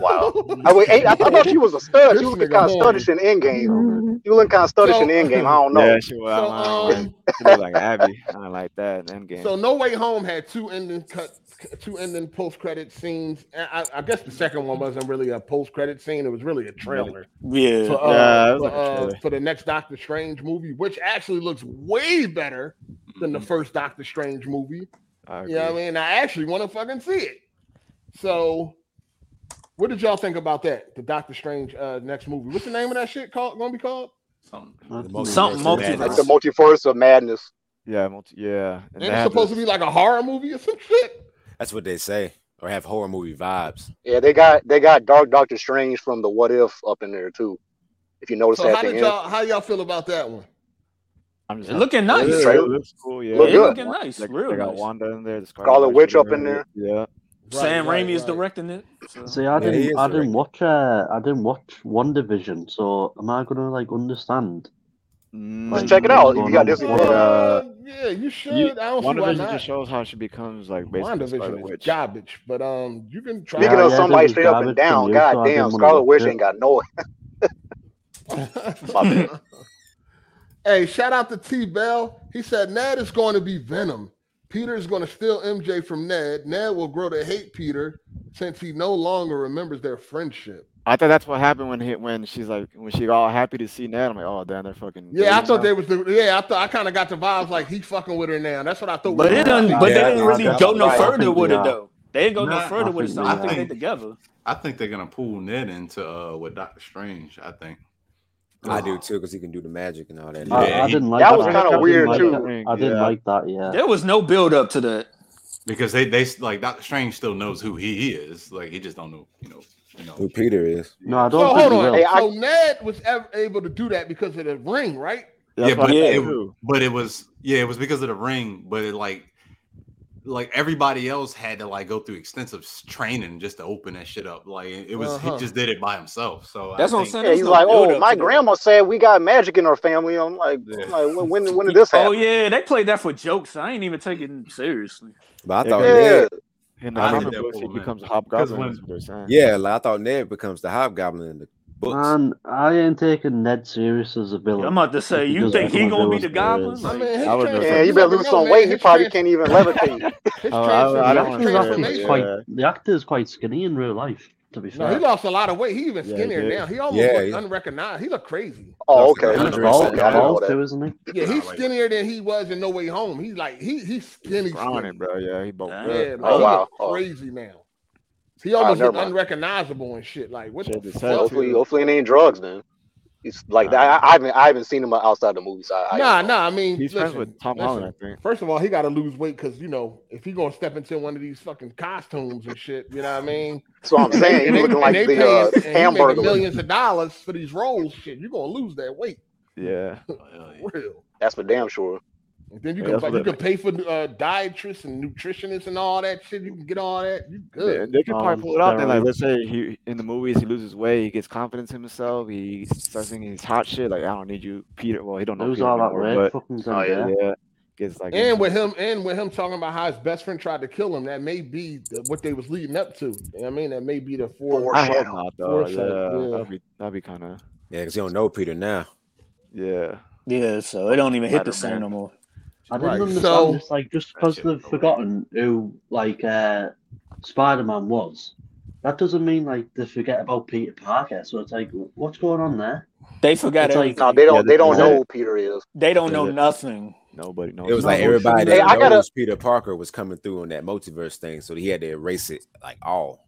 Wow.
Oh,
I, wait, ain't- I, I thought she was a stud. She
This
was
nigga
looking kind of
horny.
studdish in Endgame.
Mhm.
She was looking kind of studdish in
So-
Endgame. I don't know.
Yeah, she was. I
So,
don't, I don't like.
um,
She looked like Abby. I don't like that. Endgame.
so No Way Home had two ending cut, two ending post credit scenes. And I, I guess the second one wasn't really a post credit scene; it was really a trailer.
Yeah.
for, uh,
Yeah, it was
for,
like a
uh,
trailer.
for the next Doctor Strange movie, which actually looks way better than the first Doctor Strange movie.
I
You know what I
agree.
mean? I actually want to fucking see it. So, what did y'all think about that? The Doctor Strange uh, next movie. What's the name of that shit called? Going to be called?
Something.
Something
Multiverse of
multiverse.
Like
Madness.
the multiverse of madness.
Yeah, multi, yeah. And
And it's supposed to be like a horror movie or some shit.
That's what they say, or have horror movie
uh,
vibes.
Yeah, they got they got Dark Doctor Strange from the What If up in there too. If you notice
So
at
how
the
did
end,
y'all how y'all feel about that one?
I'm just
It looking nice.
Yeah,
Yeah,
trailer.
it looks cool. Yeah,
Look
They got
good.
Looking
Wan-
nice,
They, they
real
got
nice.
Wanda in there. The Scarlet
Scarlet Witch
Witch in
up in there.
Yeah,
Sam
right,
Raimi is
right.
directing it. So.
See, I
Yeah, he
didn't,
is
I didn't
directing.
watch, uh, I didn't watch One Division, so am I gonna like understand
Just
like
check it
what's
out if you
going
got
on with
Disney
One?
Plus.
Uh,
yeah.
yeah, you
You,
should. I don't see why
WandaVision
not.
just shows how she becomes like basically Scarlet
WandaVision is
Witch.
garbage, but um, you can try.
Speaking
Yeah, yeah, I
it
of
did
somebody
was
straight up
garbage from
and down,
you, so I
goddamn,
didn't want to
Scarlet
watch
Witch
it.
ain't got no. My bad.
hey, shout out to T Bell. He said Ned is going to be Venom. Peter is going to steal MJ from Ned. Ned will grow to hate Peter since he no longer remembers their friendship.
I thought that's what happened when he, when she's like when she got all happy to see Ned. I'm like, oh damn, they're fucking.
Yeah, I
dating
thought
now.
they was the yeah. I thought I kind of got the vibes like he fucking with her now. That's what I thought.
But it
was gonna
doesn't.
happen.
But they
Yeah,
didn't
no,
really
that's
go
what
no
I
I
further
think
with
they
it
are.
though. They didn't go no
Nah, I
further with it,
think
so
they
I
I
don't think
are.
they
think
together.
I think they're gonna pull Ned into uh with Doctor Strange. I think.
I
Cause
do too, because he can do the magic and all that.
I,
yeah,
I
he,
didn't like
That was
Right,
that.
kind
that
of
I
was
didn't
weird
like
another
that.
too.
thing.
I didn't
Yeah,
like that. Yeah,
There was no build up to that.
because they they like Doctor Strange still knows who he is. Like he just don't know, you know, you know.
Who Peter is?
no, I
So
don't think
hold
he
on.
will.
Hey, I-
so Ned was ever able to do that because of the ring, right?
that's
yeah,
what
but
I
Yeah.
thought
it,
too.
but it was yeah, it was because of the ring. But it like like everybody else had to like go through extensive s- training just to open that shit up. Like it was
Uh-huh.
he just did it by himself. So
That's
I
what I'm
think
saying.
Yeah,
There was
he's
no
like,
build
oh,
up
my
to that.
grandma said we got magic in our family. I'm like,
Yeah.
I'm like, when when, when did
Ye-
this
Oh
happen?
yeah, they played that for jokes. I ain't even taking it seriously.
But I
Yeah,
thought
'cause
Yeah,
Ned.
In the
I think
comic
that
books,
pulled
he
him in
becomes a
because
hobgoblin.
when
That's what they're saying.
Yeah, like, I thought Ned becomes the Hobgoblin in the books.
Man, I ain't taking Ned serious as a
Yeah, I'm
villain
about to
if
say,
he
you
doesn't
think he
become a
gonna be
villain
the
for
goblin?
his.
I
Like,
mean, his
I would do it
trans-
yeah,
first.
you
you
better
never
lose
know,
some
man.
weight. He
His
probably
trans-
can't even levitate.
his
Oh, I, I
transform-
The
his
don't want
actor's
to say
actually
it, but
transformation.
quite.
yeah,
The actor's quite skinny in real life. To be
No, he
fair,
lost a lot of weight. He even
yeah, he
skinnier
did.
now. He almost
Yeah,
looked
yeah.
unrecognized. He looked crazy.
Oh, okay.
That's like
and he's
100 and
bald.
something
Okay,
He's
I didn't
pounds.
know
bald
that.
too, isn't he?
Yeah,
nah,
he's
like
skinnier than he was in No Way Home. He's like he he's
He's
skinny
grinding,
skinny.
bro. Yeah, he bulked
Dang.
up.
Yeah, like
Oh
he
wow.
looked
Oh,
crazy now. He
oh,
almost
never
looked
mind.
unrecognizable and shit. Like what the
Shit to
Yeah,
say
fuck?
hopefully,
too.
hopefully it ain't drugs, man. It's like
Nah,
that. I, I haven't I haven't seen him outside the movies. I, I don't
Nah,
know.
nah. I mean,
he's friends with
listen,
Tom Holland,
listen.
I think.
First of all, he got to lose weight because you know if he gonna step into one of these fucking costumes and shit, you know what I mean?
That's what I'm
And they
saying.
and
He's
they
looking
and
like
they
the
paying
uh,
and he making
hamburger lady.
millions of dollars for these roles. Shit, you gonna lose that weight,
Yeah,
oh, hell yeah.
for real.
That's for damn sure.
And then you
yeah
can
that's
buy,
what
you
it,
can pay for uh, dietists and nutritionists and all that shit. You can get all that. You
they,
good.
they could
All
probably
on
pull it off. Then, like, let's
steroids.
say he in the movies he loses weight, he gets confidence in himself, he starts thinking he's hot shit. Like, I don't need you, Peter. Well, he don't know
Lose
Peter
all that
anymore,
weight,
but
fucking
Oh yeah.
Zendaya.
yeah, gets like
And
into
with him, and with him talking about how his best friend tried to kill him, that may be the, what they was leading up to. You know what I mean, that may be the four
I hope
Foreshadow.
not though.
foresight.
Yeah,
Yeah,
that'd be that'd be kind of.
Yeah, because you don't know Peter now.
Yeah.
Yeah, so it don't even hit the same
Spider-Man.
no more.
I didn't
Right,
understand
so-
this, like just because
shit
they've forgotten who like uh, Spider Man was, that doesn't mean like they forget about Peter Parker. So it's like, what's going on there?
They forgot
It's like-
everything.
No,
No, they
Yeah,
don't.
this
they don't
is
know
it.
who Peter is.
They don't
Yeah,
know
that-
nothing.
Nobody knows.
It was
No,
like
but
everybody
shouldn't
that
they- I gotta-
knows Peter Parker was coming through on that multiverse thing, so he had to erase it like all.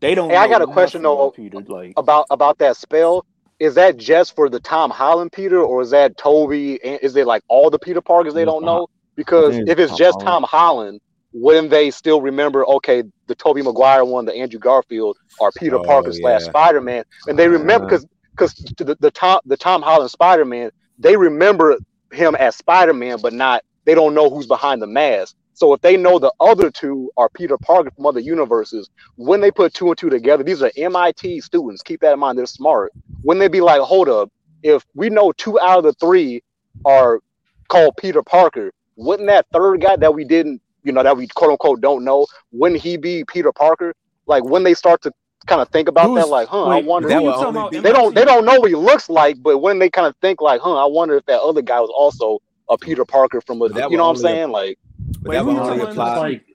They don't.
Hey,
know
I got a question,
nothing,
though,
Peter. Like,
About about that spell. Is that just for the Tom Holland Peter, or is that Toby? And is it like all the Peter Parkers they
No,
don't
Tom-
know? Because
it's
if it's
Tom
just
Uh-huh.
Holland.
Tom Holland, wouldn't they still remember? Okay, the Toby Maguire one, the Andrew Garfield, or Peter
Oh,
Parker slash
yeah.
Spider Man, and they remember
Uh,
because because the, the Tom the Tom Holland Spider Man, they remember him as Spider Man, but not they don't know who's behind the mask. So if they know the other two are Peter Parker from other universes, when they put two and two together, these are MIT students. Keep that in mind; they're smart. When they be like, "Hold up, if we know two out of the three are called Peter Parker, wouldn't that third guy that we didn't, you know, that we quote unquote don't know, wouldn't he be Peter Parker?" Like when they start to kind of think about
Who's-
that, like, "Huh, I
wait,
wonder."
that
who you
would
talking
only
about?
be-
They don't they
MIT?
don't know what he looks like, but when they kind of think like, "Huh, I wonder if that other guy was also a Peter Parker from a,"
But that
you
would
know what I'm
only-
saying? Like,
but
Wait,
that
who
would
you
No,
only
talking
it's
about?
just
apply.
like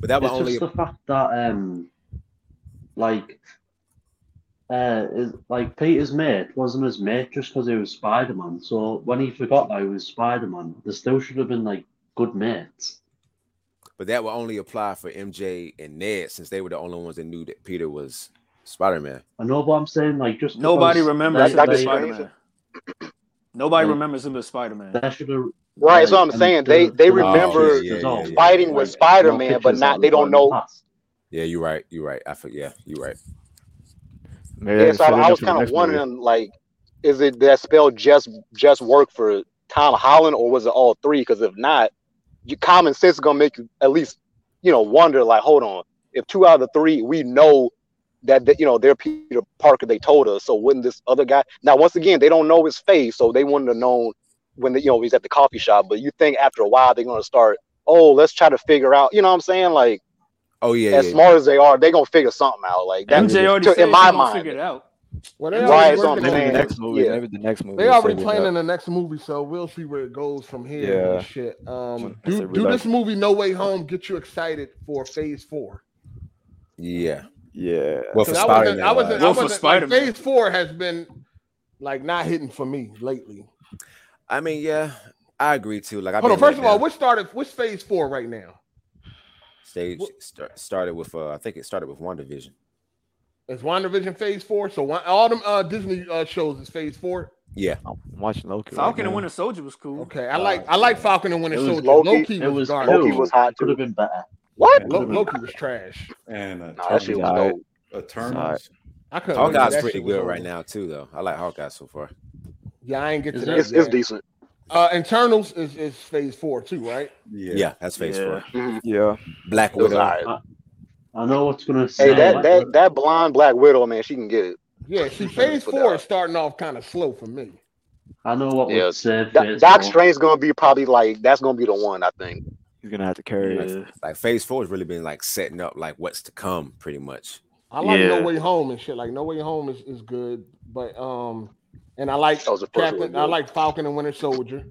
But that would
it's
only
just the fact that um, like uh, is, like Peter's mate wasn't his mate just because he was Spider Man. So when he forgot that he was Spider Man, they still should have been like good mates.
but that would only apply for MJ and Ned since they were the only ones that knew that Peter was Spider Man.
I know what I'm saying. Like just
Nobody
because
remembers
they,
him
Doctor
as
they,
Spider
Strange.
Man. Nobody
They-
remembers him as Spider Man.
they should have
right?
like,
That's what I'm
and
saying. They
there-
they
there were no
remember
pictures
yeah,
at
yeah,
all,
yeah,
fighting
you're
with
right.
no
Spider-Man, but
pictures that
not
they
they
got
don't
in the
know.
past.
Yeah, you're right. You're right. I forget. Yeah, you're right.
Maybe
Yeah,
they
so
fit
I, I
in
was
for the
kind of
next movie.
wondering, like, is it that spell just just work for Tom Holland, or was it all three? Because if not, your common sense is gonna make you at least, you know, wonder. Like, hold on, if two out of the three we know that, that you know they're Peter Parker, they told us. So wouldn't this other guy? Now, once again, they don't know his face, so they wouldn't have known when they, you know he's at the coffee shop. But you think after a while they're gonna start. Oh, let's try to figure out. You know what I'm saying? Like.
Oh yeah,
as
yeah.
smart as they are, they gonna figure something out. Like that,
MJ already
to,
said
in
she
my
gonna figure it
mind,
out.
Well, they already
Right,
right? So I'm
working on
Maybe
Maybe the
saying,
it.
next movie.
yeah,
Maybe the next movie.
They
they'll
already
save it
planning
up.
the next movie, so we'll see where it goes from here
Yeah.
and shit.
Once
Um,
they
do do
realize-
this movie, No Way Home, get you excited for Phase Four?
Yeah.
Yeah.
Well,
Because I
for
wasn't,
Spider-Man,
I wasn't, I
Well, for
wasn't. Like
Spider-Man.
Phase Four has been like not hitting for me lately.
I mean, yeah, I agree too. Like, I've
Hold on.
been
First
let
of all,
down.
which started? Which Phase Four right now?
stage
what-
start, started with uh, I think it started with one division.
Is WandaVision Phase Four? So one, all them uh, Disney uh, shows is Phase Four.
Yeah,
I'm watching Loki.
Falcon
right
and
now.
Winter Soldier was cool.
Okay, I
Oh,
like I like Falcon and Winter
It was
Soldier.
Loki-
Loki,
It
was
was
garbage.
Loki
cool.
was hot
It could have
too.
been better.
What?
It could
Lo-
have been better.
Loki was trash.
And
No, that
Eternals.
shit
Loki's
was
alright.
dope.
Sorry.
Eternals.
I couldn't wait.
Hawkeye's
That
pretty
shit was
good right
horrible.
now too, though. I like Hawkeye so far.
Yeah, I ain't get to
Is
that.
it-
It's, it's
yet.
decent.
Uh, Internals is, is phase four too, right?
Yeah.
Yeah, that's Phase Four.
Mhm.
Yeah.
It
Black
was
Widow.
alright.
I know what's gonna
Hey,
say.
that
Black
that
Widow-
that blonde Black Widow man, she can get it.
Yeah. See,
Let me
phase
put that
four
out.
is starting off kind of slow for me.
I know what
Yeah.
would save
Doc,
Phase
Doc
Four.
Strange's gonna be probably like that's gonna be the one I think.
He's gonna have to carry
Like,
it.
Yeah.
like Phase Four has really been like setting up like what's to come, pretty much.
I like No
Yeah.
Way Home and shit. Like No Way Home is, is good, but um, and I like
That was the first one.
Captain. I
Good.
like Falcon and Winter Soldier.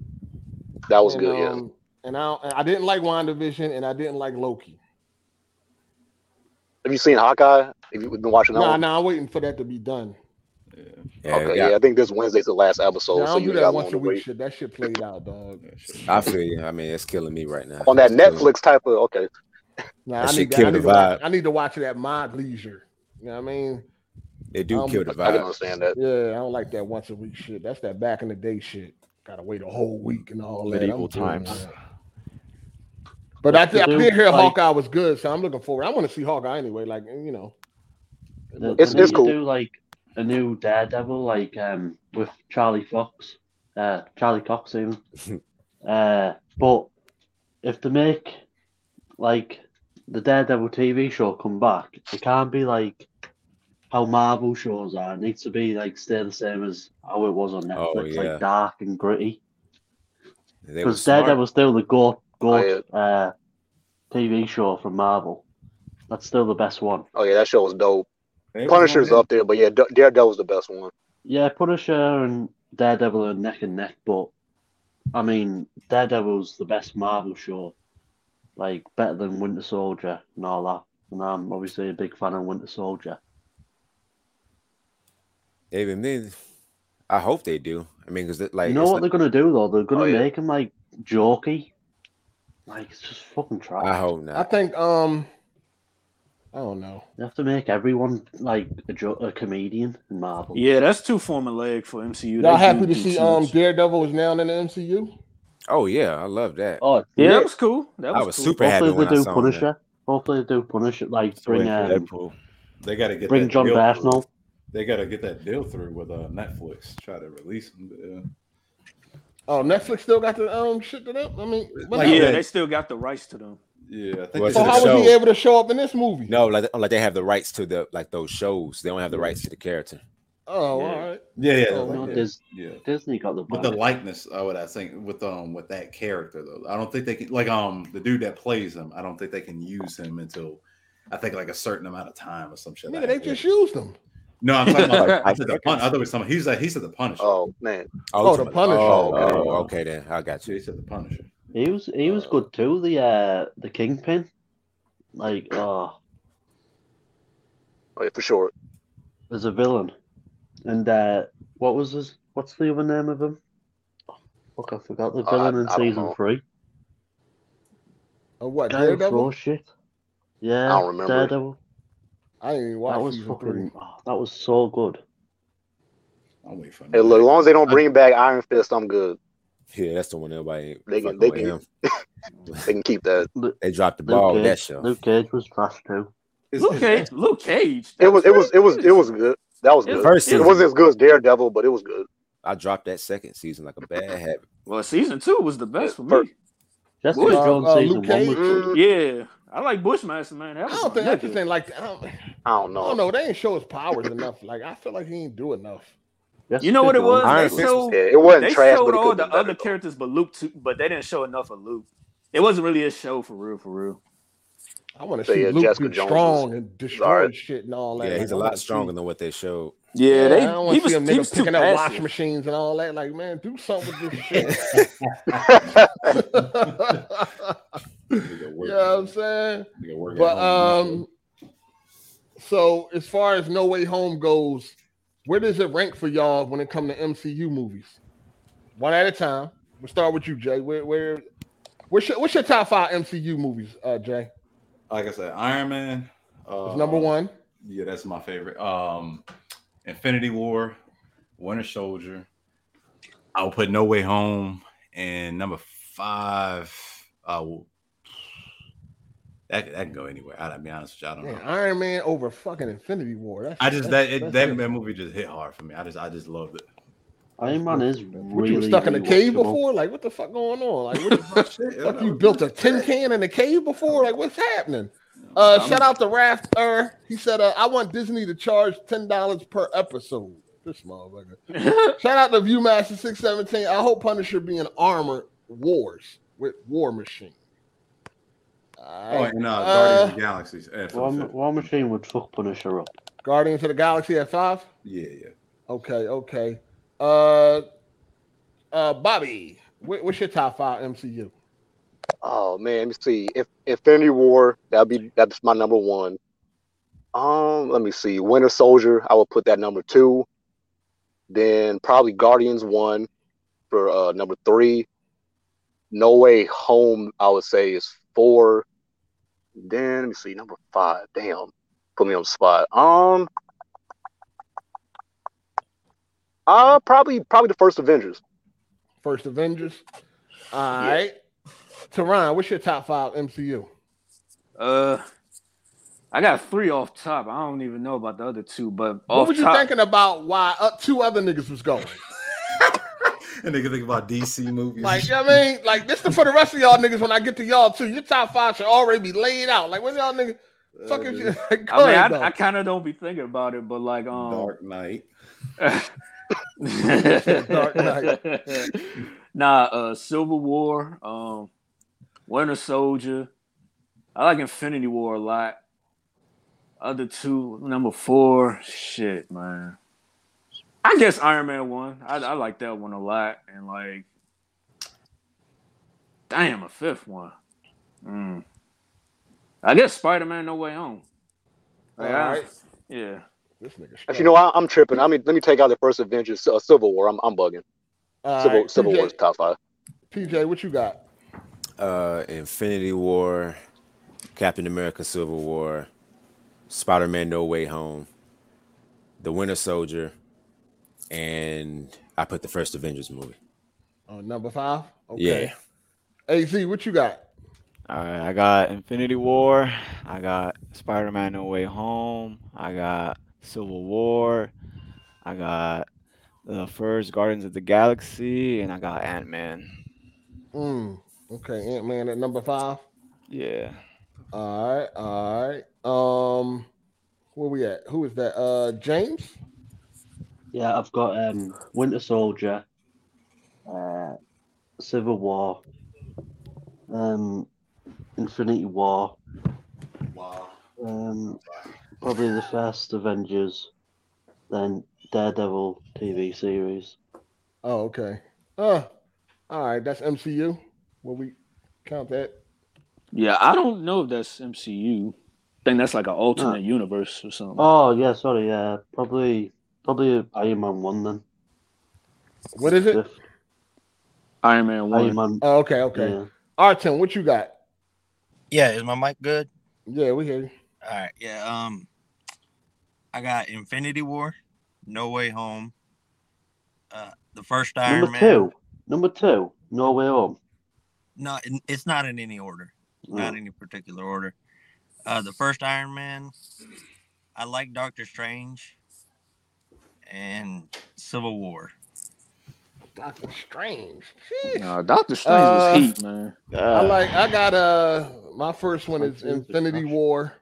That was
and,
good. Yeah.
Um, and I don't- and I didn't like WandaVision and I didn't like Loki.
Have you seen Hawkeye? Have you been watching that
Nah,
one?
nah, I'm waiting for that to be done.
Yeah.
Yeah,
okay.
yeah.
Yeah, I think this Wednesday's the last
Yeah,
episode,
I
so
don't
you
do
ain't
that
got long
once
to
a week
wait.
shit. That shit played out, dog.
That shit
I
was-
feel you. I mean, it's killing me right now.
On that
It's killing-
Netflix type of okay.
Nah,
That
I
shit
need to, I
killed
need
the
to watch.
vibe.
I need to watch it at my leisure. You know what I mean?
They do
Um,
kill the
I can
vibe.
understand that.
Yeah, I don't like that once a week shit. That's that back in the day shit. Gotta wait a whole week and all that. I'm
Medieval
good with
times.
that. But I,
What they
did- I
do,
did hear
like-
Hawkeye was good, so I'm looking forward. I want to see Hawkeye anyway. Like you know, it
They,
looked
they
It's
need
it's
cool.
to
cool.
do like a new Daredevil, like um with Charlie Fox, uh Charlie Cox even. Uh, but if they make like the Daredevil TV show come back, it can't be like how Marvel shows are. It needs to be like stay the same as how it was on
Oh,
Netflix,
yeah.
like dark and gritty.
They were
Because
smart.
Daredevil's still the goat
Oh
goat
yeah.
uh TV show from Marvel. That's still the best one.
Oh yeah, that show was dope.
They was on
Punisher's
there.
up there, but yeah, Da- Daredevil's the best one.
Yeah, Punisher and Daredevil are neck and neck, but I mean, Daredevil's the best Marvel show, like better than Winter Soldier and all that. And I'm obviously a big fan of Winter Soldier.
Even then, I hope they do. I mean, because like
you know
it's
what
like-
they're gonna do though? They're gonna
Oh, yeah.
make him like jokey. Like it's just fucking trash.
I hope
I
not.
think um I don't know.
They have to make everyone like a jo- a comedian in Marvel.
Yeah, that's too formulaic for MCU.
Y'all
They do
happy to
do
see
too
um
much.
Daredevil is now in the MCU?
Oh yeah, I love that.
Oh
Yeah, that was cool. That was,
I was
cool.
super happy
Hopefully they
when I
do
saw that.
Punisher. Hopefully they do Punisher. Like
Wait
bring
for
um,
Deadpool.
They got to get
bring
that
John
deal
Bernthal.
through. They got to get that deal through with uh, Netflix. Try to release them. but, uh,
Oh, Netflix still got the um shit to them. I mean, what
Like,
the-
yeah,
that.
they still got the rights to them.
yeah, I think
Well,
they
to
so
the
how
should-
was he
show.
able to show up in this movie?
No, like, like they have the rights to the like those shows. They don't have the rights to the character.
Oh,
Yeah.
all right.
yeah, yeah,
Oh,
like,
No,
yeah.
Dis-
yeah.
Disney got the
But the
bag.
likeness, I would I think with um with that character though, I don't think they can like um the dude that plays him. I don't think they can use him until I think like a certain amount of time or some shit.
Nigga,
like
they
that.
just used him.
no, I'm talking about
Like,
I said the pun. I thought it was someone. He's like he said the Punisher.
Oh man,
Oh,
you
the
talking about-
Punisher.
Oh,
Okay.
oh, okay then. I got
Yeah,
you.
he said the Punisher.
He was he was good too. The uh the Kingpin, like oh,
oh, yeah, for sure.
as a villain, and uh what was his? What's the other name of him? Oh, fuck, I forgot the
Uh,
villain
I-
in
I don't
season
know.
three.
Or what?
Guy who
Daredevil?
throws shit. Yeah,
I don't remember.
Daredevil.
I didn't even
That
watch
was
season three.
fucking. Oh, that was so good.
I'll wait for him.
Hey, look, as long as they don't bring back Iron Fist, I'm good.
Yeah, that's the one everybody ain't
They can-
fucking
they
with
can-
him.
They can keep that.
Lu-
They dropped the
Luke
ball with that
Cage.
show.
Luke Cage was trash too.
Is-
Luke
is-
Cage. Luke Cage.
It was it was it was it was good. That was
It's-
good.
First
It
season,
wasn't as good as Daredevil, but it was good.
I dropped that second season like a bad habit.
Well, season two was the best for me.
First-
Jessica
Boy,
Jones
uh, uh,
season
Luke
one
Cage?
was
Mm,
Yeah, I like Bushmaster, man. That
I
was
don't
my
think I just
nigga.
ain't like I don't, I
I don't know.
don't know. They ain't show his powers enough. Like I feel like he ain't do enough.
You know what it
Jessica
was?
Jones.
Iron
They
Fist was-
showed,
Yeah, it wasn't
they
trash, but
showed
it
all
could
the other characters but Luke, too, but they didn't show enough of Luke. It wasn't really a show for real, for real.
I want to
So,
see
yeah,
Luke
Jessica
be
Jones is-
strong and destroy
alright.
shit and all that.
Yeah,
Like,
he's
I
a
wanna
lot
see-
stronger than what they showed.
Yeah,
Yeah, I don't
they. he
want to
was,
see him
he
nigga
was too
picking up washing
passive.
machines and all that. Like, man, do something with this shit.
Nigga
you know
working-
what I'm saying?
nigga working
But
at home.
um, so as far as No Way Home goes, where does it rank for y'all when it comes to MCU movies? One at a time. We'll start with you, Jay. Where where what's your, what's your top five MCU movies, uh Jay?
like I said, Iron Man. Uh,
It's number one.
Yeah, that's my favorite. Um, Infinity War, Winter Soldier. I'll put No Way Home and number five. I will. That, that can go anywhere. I, I'll be honest with you, I don't
Man,
know.
Iron Man over fucking Infinity War. That's,
I just that
that's-
it,
that's
that,
it.
that movie just hit hard for me. I just I just loved it.
Iron Man is
What
really
you was stuck in a cave
rewatchable.
before? Like what the fuck going on? Like what the
Shit,
fuck
I
you
was-
built a tin can in a cave before? Like what's happening? Uh
I'm-
shout out to Rafter. He said uh, I want Disney to charge ten dollars per episode. This motherfucker. Shout out to Viewmaster 617. I hope Punisher be in armor wars with War Machine.
Oh,
Alright.
and uh,
Uh,
Guardians of the Galaxy. eh, for
War,
the fifth.
War Machine would fuck Punisher up.
Guardians of the Galaxy at five.
yeah, yeah.
Okay, okay. Uh uh Bobby, wh- what's your top five MCU?
Oh man, let me see. If Infinity War, that'd be that's my number one. Um, let me see. Winter Soldier, I would put that number two. Then probably Guardians one for uh number three. No Way Home, I would say is four. Then let me see, number five. Damn, put me on the spot. Um, uh, probably probably the first Avengers.
First Avengers. All right. Teron, what's your top five MCU?
Uh, I got three off top. I don't even know about the other two, but
What
off
were you
top,
thinking about why uh, two other niggas was going?
And they can think about DC movies.
Like, you know what I mean, like this is for the rest of y'all niggas when I get to y'all too. Your top five should already be laid out. Like, what y'all niggas fucking
Uh,
like,
I
go
mean,
ahead,
I,
though.
I kind of don't be thinking about it, but like, um,
Dark Knight.
Dark Knight.
nah, uh, Civil War, um, Winter Soldier. I like Infinity War a lot. Other two, number four, shit, man. I guess Iron Man one. I, I like that one a lot, and like, damn, a fifth one. Mm. I guess Spider Man No Way Home. Like, I-
Alright.
Yeah.
This nigga.
Actually, you know, I, I'm tripping. I mean, let me take out the first Avengers, uh, Civil War. I'm, I'm bugging.
All
Civil,
right,
Civil
PJ,
War's top five.
PJ, what you got?
uh Infinity War, Captain America Civil War, Spider-Man No Way Home, The Winter Soldier, and I put the first Avengers movie.
Oh, number five.
Yeah.
AZ, what you got?
All right, I got Infinity War. I got Spider-Man: No Way Home. I got Civil War. I got the first Guardians of the Galaxy, and I got Ant-Man.
Mm, okay, Ant Man at number five.
Yeah.
All right, all right. Um, where we at? Who is that? Uh, James.
Yeah, I've got um, Winter Soldier, uh, Civil War, um, Infinity War. Um, probably the first Avengers, then Daredevil TV series.
Oh, okay. Uh, all right. That's MCU. Will we count that?
Yeah, I don't know if that's MCU. I think that's like an alternate universe or something.
Uh,
Oh yeah, sorry. Yeah, probably probably Iron Man one then.
What is it?
Fifth.
Iron Man one.
Iron Man.
Oh, okay, okay.
Yeah.
Artem, what you got?
Yeah, is my mic good?
Yeah, we hear you.
All right, yeah. Um, I got Infinity War, No Way Home, uh, the first Iron
Number
Man.
two. Number two. No way home.
No, it- it's not in any order, not
Mm.
any particular order. Uh, the first Iron Man. I like Doctor Strange. And Civil War.
Doctor Strange.
Nah, Doctor Strange
Uh,
was heat, man.
Ah.
I like. I got uh my first one is
Something's
Infinity
discussion.
War,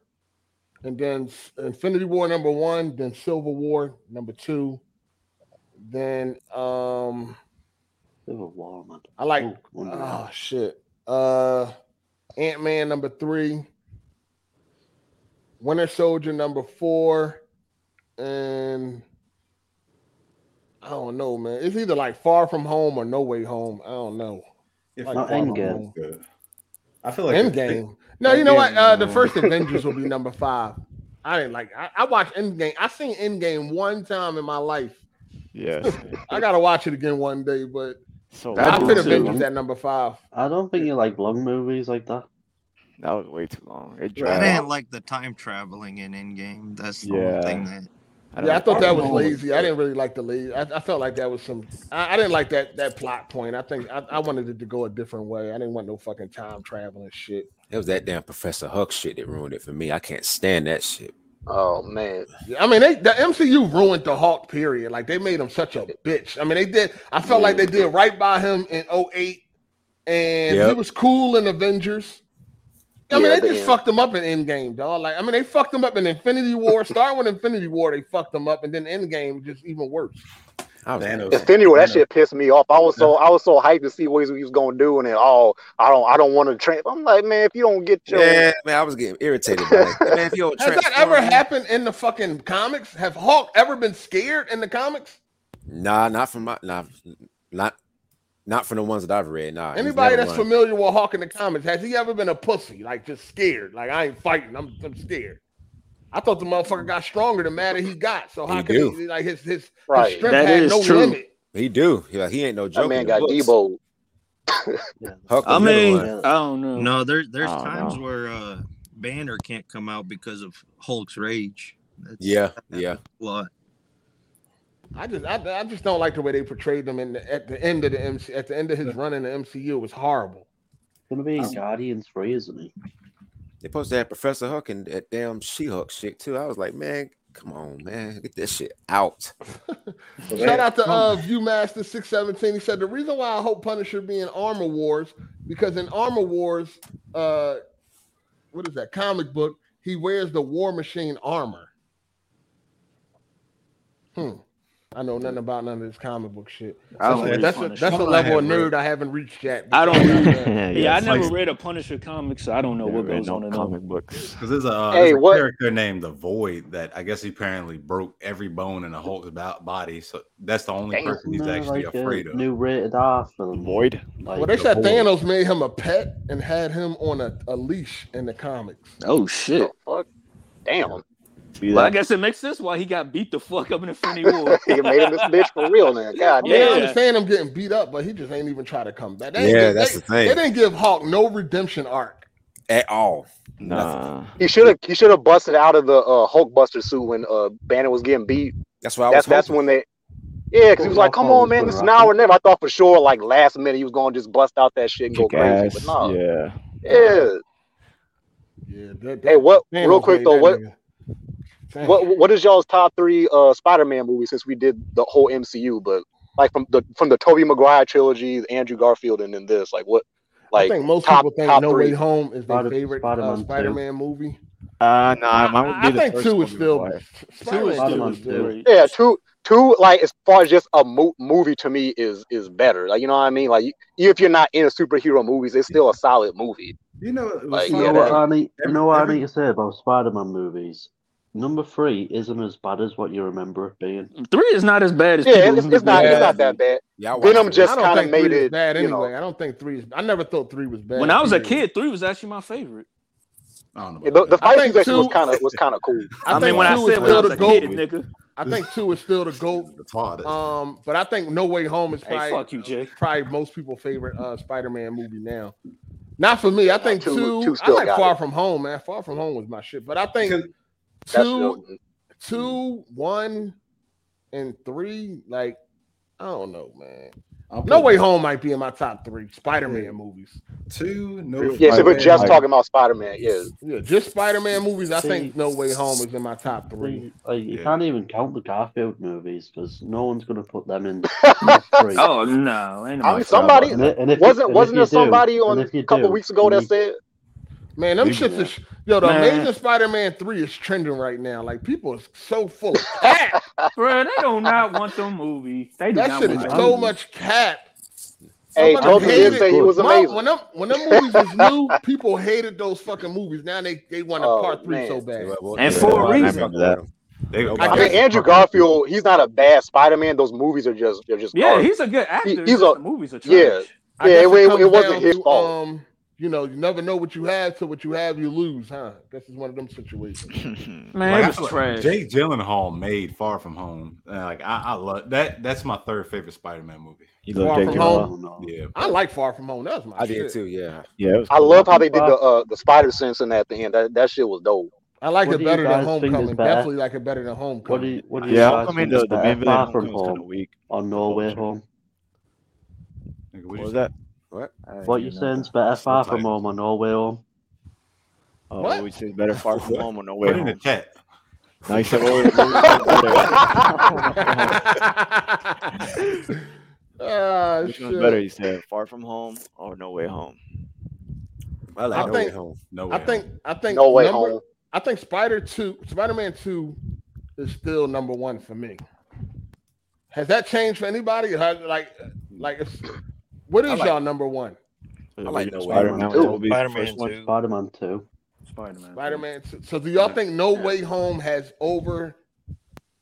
and then S- Infinity War number one, then Civil War number two, then um
Civil War, man.
I like.
Oh, Wonder
Oh
Woman.
shit. Uh, Ant Man number three, Winter Soldier number four, and I don't know, man. It's either like Far From Home or No Way Home. I don't know.
If
Like
Not
Far From
Endgame.
Home.
good. I feel like
Endgame. No, you know what?
Endgame,
Uh, the
uh,
first Avengers will be number five. I didn't like. I, I watched Endgame. I seen Endgame one time in my life.
Yeah.
I gotta watch it again one day, but
So
I
That
long.
put
was too
Avengers
long.
at number five.
I don't think you like long movies like that.
That was way too long. It
I
dragged.
didn't like the time traveling in Endgame. That's the only thing that.
I
Yeah, I
don't-
thought that was
Far From Home.
lazy. I didn't really like the lead. I, I felt like that was some. I, I didn't like that that plot point. I think I, I wanted it to go a different way. I didn't want no fucking time traveling shit.
It was that damn Professor Huck shit that ruined it for me. I can't stand that shit.
Oh man,
Yeah, I mean, they the MCU ruined the Hulk period. Like they made him such a bitch. I mean, they did. I felt like they did right by him in 08. and he
Yep.
was cool in Avengers. I mean,
Yeah,
they
they-
just fucked him up in Endgame, dog. Like, I mean, they fucked him up in Infinity War. Starting with Infinity War, they fucked him up, and then Endgame just even worse.
I was
Thanos.
Infinity War, that
Thanos.
shit pissed me off. I was so I was so hyped to see what he was gonna do, and then oh, I don't I don't want to train. I'm like, man, if you don't get your
yeah, man, I was getting irritated by that. Man, if you don't
Has that
transform,
ever
man-
happened in the fucking comics? Have Hulk ever been scared in the comics?
Nah, not from my nah, not not from the ones that I've read. Nah, he's
Anybody
never
that's
run.
familiar with Hulk in the comics, has he ever been a pussy? Like just scared? Like I ain't fighting. I'm, I'm scared. I thought the motherfucker got stronger the madder he got. So how
He
could
do.
he like his his, his
right.
strength
That
had
is
no
true.
limit?
He do. He, like, he ain't no joke.
That man
in the
got
books.
Debo.
Yeah.
Huck
I
was never
mean,
run.
I don't know.
No, there, there's
Oh,
I don't
times
know.
where uh, Banner can't come out because of Hulk's rage. That's
Yeah, yeah.
a lot.
I just I, I just don't like the way they portrayed him in the, at the end of the MC at the end of his run in the MCU It was horrible.
Gonna be
Oh,
in Guardians three, isn't he?
They posted that Professor Huck and that damn She Hulk shit too. I was like, man, come on, man, get this shit out.
Shout out to uh, Viewmaster six seventeen. He said the reason why I hope Punisher be in Armor Wars because in Armor Wars, uh, what is that comic book? He wears the War Machine armor. Hmm. I know nothing about none of this comic book shit.
I don't
That's-
read
that's a,
Punisher.
that's a
Some I
level of
have read.
nerd I haven't reached yet. uh,
I don't.
Yeah,
yeah,
yeah,
I
it's
never
like-
read a Punisher comic, so I don't know what goes on in comic books.
Because there's a, uh,
Hey,
there's a
what-
character named the Void that I guess he apparently broke every bone in the Hulk's bo- body. So that's the only person he's actually
like
afraid
a
of.
new rated R film.
Void.
Like,
well, they
the
said
Void.
Thanos made him a pet and had him on a, a leash in the comics.
Oh shit!
Fuck. Damn.
Well, I guess it makes sense why he got beat the fuck up in Infinity War.
He made him this bitch for real now. God
I, mean, I
damn.
understand him getting beat up, but he just ain't even try to come back. They
Yeah,
ain't give-
that's
they-
the thing.
They didn't give Hawk no redemption arc.
At all.
Nah.
He should have he should have busted out of the uh, Hulkbuster suit when uh, Banner was getting beat.
That's why I
That's
was
that's when they. Yeah, because he was like, "Come on, man, this is now or never." I thought for sure, like last minute, he was gonna just bust out that shit and go
Kick
crazy. But
ass.
nah,
Yeah.
yeah.
Yeah. That,
Hey, what?
Thanos
real quick
made
though,
that
what?
nigga.
What what is y'all's top three uh Spider-Man movies since we did the whole MCU? But like from the from the Tobey Maguire trilogy, Andrew Garfield, and then this, like what? Like
I think most
top,
people think
top
No
three.
Way Home is their
Spider-
favorite
Spider-Man
Spider-Man,
two.
uh, Spider-Man movie.
Uh, nah, mine would be
I
the
think
first
two is
Tobey
still
Maguire.
Spider-Man two is
Spider-Man
still
two.
Yeah, two two like as far as just a mo- movie to me is is better. Like you know what I mean? Like you, if you're not into superhero movies, it's still a solid movie.
You know, it was
Like
You
yeah,
know what
that,
I need? You
every-
know what I
every-
need to say about Spider-Man movies. Number three isn't as bad as what you remember it being.
Three is not as bad as
yeah,
people
it's,
lead
it's not
it
it's
to
not that
be.
bad.
Yeah, I watched
Venom
it.
just
I don't
kind of
think
made
three is
it,
bad
you
anyway.
know.
I don't think three is. I never thought three was bad.
When I was a
period.
kid, three was actually my favorite.
I don't know about
The,
I
the fight
think
sequence actually was
two-
kind of was kind of cool.
I,
I
think
mean, when I
two is
said when I
still
was
the
a kid,
goat.
nigga.
I think two is still the goat.
It's hard.
Um, but I think No Way Home is
Hey,
probably
fuck you, Jay.
probably most people's favorite uh, Spider-Man movie now. Not for me. I
Nah,
think
two-
two.
two
I
still
like
got
Far From Home, man. Far From Home was my shit. But I think
Because-
That's
two, two, one, and three. Like I don't know, man.
I'm
No
putting
Way Home might be in my top three Spider-Man
Yeah.
movies.
Two, no.
yes. If we're
Spider-Man.
just talking about Spider-Man, yeah.
Yeah, just Spider-Man movies. I think
See-
No Way Home is in my top three.
See, Like, you
Yeah.
can't even count the Garfield movies because no one's going to put them in. top three.
Oh no, ain't nobody
I mean,
forgot
somebody-
about
And i- and if you-
Wasn't
and if
wasn't
you
there somebody
do-
on
and if
a
you
couple
do,
weeks ago that
you-
said
Man, them
Big
shits
one.
is yo. The
Man.
Amazing Spider-Man three is trending right now. Like people is so full of cat.
Bro, they do not want the movie. They do
that
not
shit
want
is
them
so
movies.
much cat.
Hey,
Somebody
Toby did
hated-
say he was
Mo-
amazing.
When them when them movies was new, people hated those fucking movies. Now they they want a
Oh,
part three
man.
so bad.
And for a reason.
They,
I
I
guess-
mean, Andrew Garfield, he's not a bad Spider-Man. Those movies are just they're just
Yeah,
garbage.
he's a good actor.
He-
it's
he's
just
a-
the movies are trash.
Yeah,
I
yeah,
guess
it-
it
it
comes
wasn't
down
his
to,
fault.
Um, you know, you never know what you have till what you have you lose, huh? This is one of them situations.
Man,
Like, I
it
feel
was
like
trash.
Jake Gyllenhaal made Far From Home. And, like I, I love that. That's my third favorite Spider-Man movie.
You
Far
Jake
from
Gyllenhaal?
home.
Yeah,
I like Far from home. That was my
I
shit.
did too, yeah.
Yeah, it was
I
cool.
love how they did the uh, the spider sense in at the end. That that shit was dope.
I like
What
it
do you
better than
guys think is
Homecoming.
better?
Definitely like it better than Homecoming.
what do you, what do you
Yeah,
guys
Homecoming,
think is
the, the
better,
main villain
Far From
Homecoming was kind of
Home
weak.
or No Way
Vulture.
Home?
Nigga,
What
what you
was
say?
that?
What? I didn't
What
hear
you
nothing.
saying's better,
What
Far From
title?
Home or No Way Home?
Oh,
What?
what we said better far from
What?
home or no way
Put in the
home.
chat.
Now you said what was what was said better?
Ah,
Which one's
shit.
better? You said far from home or no way home?
I like
I
No
think-
Way Home.
No way.
I think I think
No way
number,
home.
I think Spider Two, Spider Man Two, is still number one for me. Has that changed for anybody? Has- like, like, it's, what
I
is
like-
y'all number one?
I like No Way
Home
Spider-Man
too.
with Toby.
Spider-Man
First one.
two.
Spider-Man 2.
Spider-Man.
Spider Man Two. So, do y'all think No Way Home has over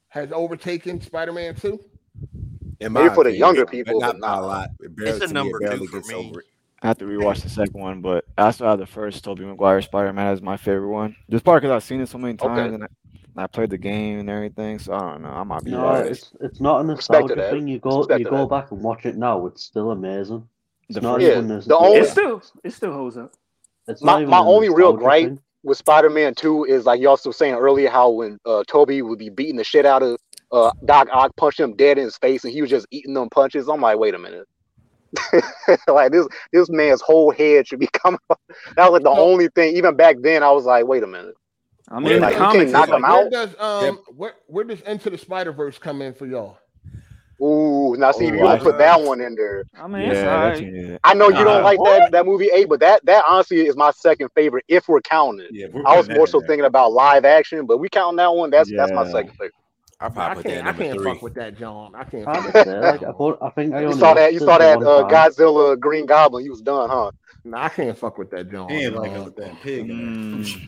has overtaken Spider Man Two?
In
Maybe
my
for the
opinion,
younger
but
people,
not
but
by a
nah.
lot. It barely,
It's a
to
number
me, it barely
two for
gets
me.
over it.
I have to rewatch the second one, but I still have the first Tobey Maguire Spider-Man as my favorite one. Just probably because I've seen it so many
Okay.
times and I, and I played the game and everything. So I don't know. I might be
No,
biased.
it's it's not a
Respect to
nostalgia
that.
thing. You go
Respect
you
to
go
that.
back and watch it now. It's still amazing. It's
The
not
first
Yeah,
even as
the only-
It
it's,
still it still holds up.
it's
My
not even
my
a
only real
nostalgia
gripe
thing.
with Spider Man Two is like y'all was saying earlier how when uh, Toby would be beating the shit out of uh, Doc Ock, punch him dead in his face, and he was just eating them punches. I'm like, wait a minute. like this this man's whole head should be coming. off. That was like the
So-
only thing. Even back then, I was like, wait a minute.
I mean, in the
Like you can't
comics,
knock
it's
him
like
Where
out.
does um where where does Into the Spider Verse come in for y'all?
Ooh,
um,
now see if
Oh,
you're gonna
I,
put that one in there.
I mean, it's
yeah, that
alright.
changed it.
I know you don't
Nah,
like that that movie eight, but that that honestly is my second favorite if we're counting it.
yeah, if we're
I
putting
was
that
more
in
so
there.
thinking about live action, but we count that one. That's that's my
Yeah.
second favorite.
I
I
probably
can't. I can't
three.
fuck with that, John. I can't.
I
fuck with
understand.
that.
Like, I, thought, I think I
You
only
saw that. You
watched it
saw that
one
uh,
time.
Godzilla Green Goblin. You was done, huh?
No, I can't fuck with that, John.
He ain't like
dog.
a
uh,
damn pig.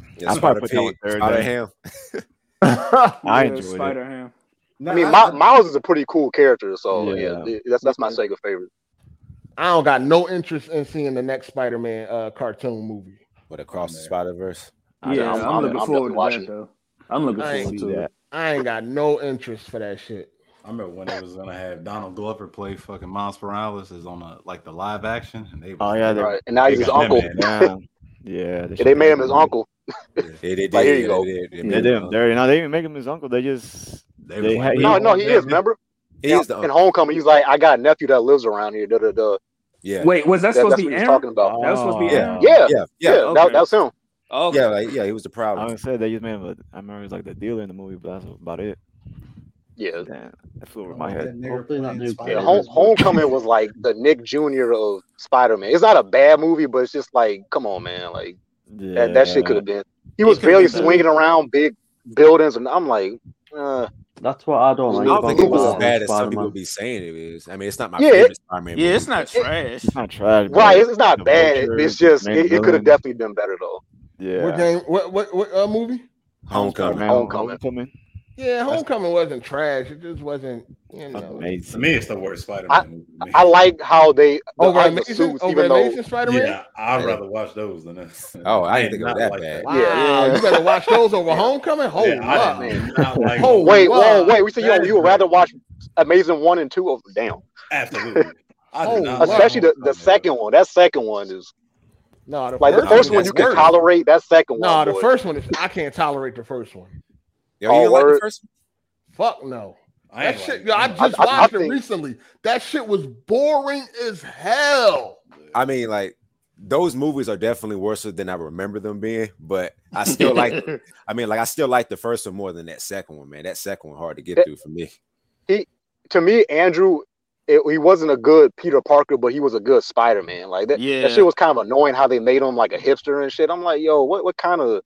Yeah,
I'd
Spider
probably put that
Pig,
one third
Spider
then.
Ham.
I
Yeah,
enjoyed it.
Spider Ham.
I mean, My, Miles is a pretty cool character, so yeah,
Yeah.
that's that's my Sega favorite.
I don't got no interest in seeing the next Spider-Man uh, cartoon movie.
With across the Spider Verse.
I-
Yeah,
I'm-
I'm,
I'm-
looking
I'm
forward
definitely
to
watching
that
it.
though. I'm looking
I
forward
ain't
to
that.
it.
I ain't got no interest for that shit.
I remember when they was gonna have Donald Glover play fucking Miles Morales is on a like the live action, and they was
Oh yeah, they
Right, and now he's
They
his
got that
uncle.
man.
down. Yeah,
Yeah, they made him his
uncle.
uncle.
They, they did.
Like, here you
yeah,
go.
They did. They
They
made
did
him
him
the-
dirty. No, they didn't make him his uncle. They just
They was
They
like,
had-
"We
No,
want
no, he
that
is.
man."
Remember
He is the
in
uncle.
Homecoming, he's like, I got a nephew that lives around here. Da, da, da.
Yeah.
Wait, was that
That,
supposed
that's
to be
what he was
Aaron?
talking about.
That was supposed to be Aaron?
Yeah.
Yeah,
Yeah.
yeah,
Yeah.
that,
Okay.
that was him.
Oh, okay.
Yeah. Like, yeah. He was the
I
problem.
would say they just made him. A, I remember he was like the dealer in the movie, but that's about it.
Yeah,
Damn, that flew over
I
my
want
head.
that nigga
Hopefully not
playing
new
yeah.
Spider
Home,
characters,
Man.
but
Homecoming was like the Nick Jr. of Spider Man. It's not a bad movie, but it's just like, come on, man, like that that shit could
Yeah,
have been. He
He
was
could have
barely
been better.
swinging around big buildings, and I'm like, uh,
that's what I don't
just
I
like
move,
don't
about
think
the
it
move
was
last
along.
as
new
bad as some people
Spider-Man.
be saying it is. I mean, it's not my
Yeah, it-
favorite Spider Man
Yeah,
movie,
it's not
but
trash.
it's not trash, but
right?
it's
It's, it's not
the
bad. It,
vulture,
it's
the
just
main
it, it could have
villain.
definitely been better though.
What
Yeah,
game? What what what uh, movie?
Homecoming.
Homecoming,
Homecoming.
Homecoming,
Yeah,
That's-
Homecoming wasn't trash. It just wasn't. You know, it-
To
amazing.
me, it's the worst Spider
I
Man movie.
I like how they the
over
like the
Amazing,
suits,
over
even though
Amazing Spider-Man.
Yeah, I'd
I didn't-
rather watch those than this.
Oh, I
I
didn't
did
think it was
not
that
like
bad.
that.
Wow,
yeah,
you better watch those over Homecoming. Hold
Yeah, I
up,
man.
did not like
hold
Wait, whoa,
up,
wait. We said you
that
you
is
would rather
bad.
watch Amazing One and Two of damn,
Absolutely. I did
hold
not like
up.
especially the,
Homecoming
the
at all.
second one. That second one is
No, the
like the
first
No,
one
first one
is
that's
you can
worse.
terrible.
tolerate. That second one,
No, the
boy.
first one is. I can't tolerate the first one.
Yo, you
Oh,
didn't like the
word.
first
Fuck no.
I
That
ain't like
shit.
it.
Yo,
I
I
ain't like
just
I,
it.
I, I
watched it
think
recently. That shit was boring as hell.
one? I mean, like those movies are definitely worse than I remember them being, but I still like. I mean, like I still like the first one more than that second one, man. That second one hard to get
That-
through for me.
he to me Andrew, it, he wasn't a good Peter Parker, but he was a good Spider Man. Like that that
yeah.
shit was kind of annoying how they made him like a hipster and shit. I'm like, yo, what what kind of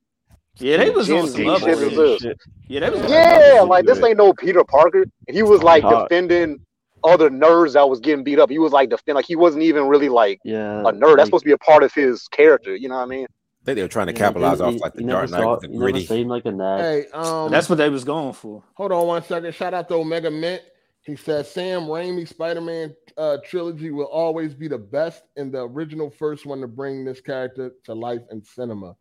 Yeah, they was on
Gen
some
Z
other
shit is
Skateboarding
shit.
this?
shit.
Yeah, they was on some other
Yeah,
shit.
like this ain't no Peter Parker. And he was like
Hot.
defending other nerds that was getting beat up. He was like defend like he wasn't even really like
Yeah,
a nerd. That's
like
supposed to be a part of his character. You know what I mean?
I think they were trying to
yeah, you
capitalize
didn't,
off
you,
like the
you never
Dark Knight
saw,
with the
you never
gritty.
seemed like a nerd.
Hey, um,
That's what they was going for.
hold on one second. Shout out to Omega Mint. He says Sam Raimi's Spider-Man uh, trilogy will always be the best and the original first one to bring this character to life in cinema.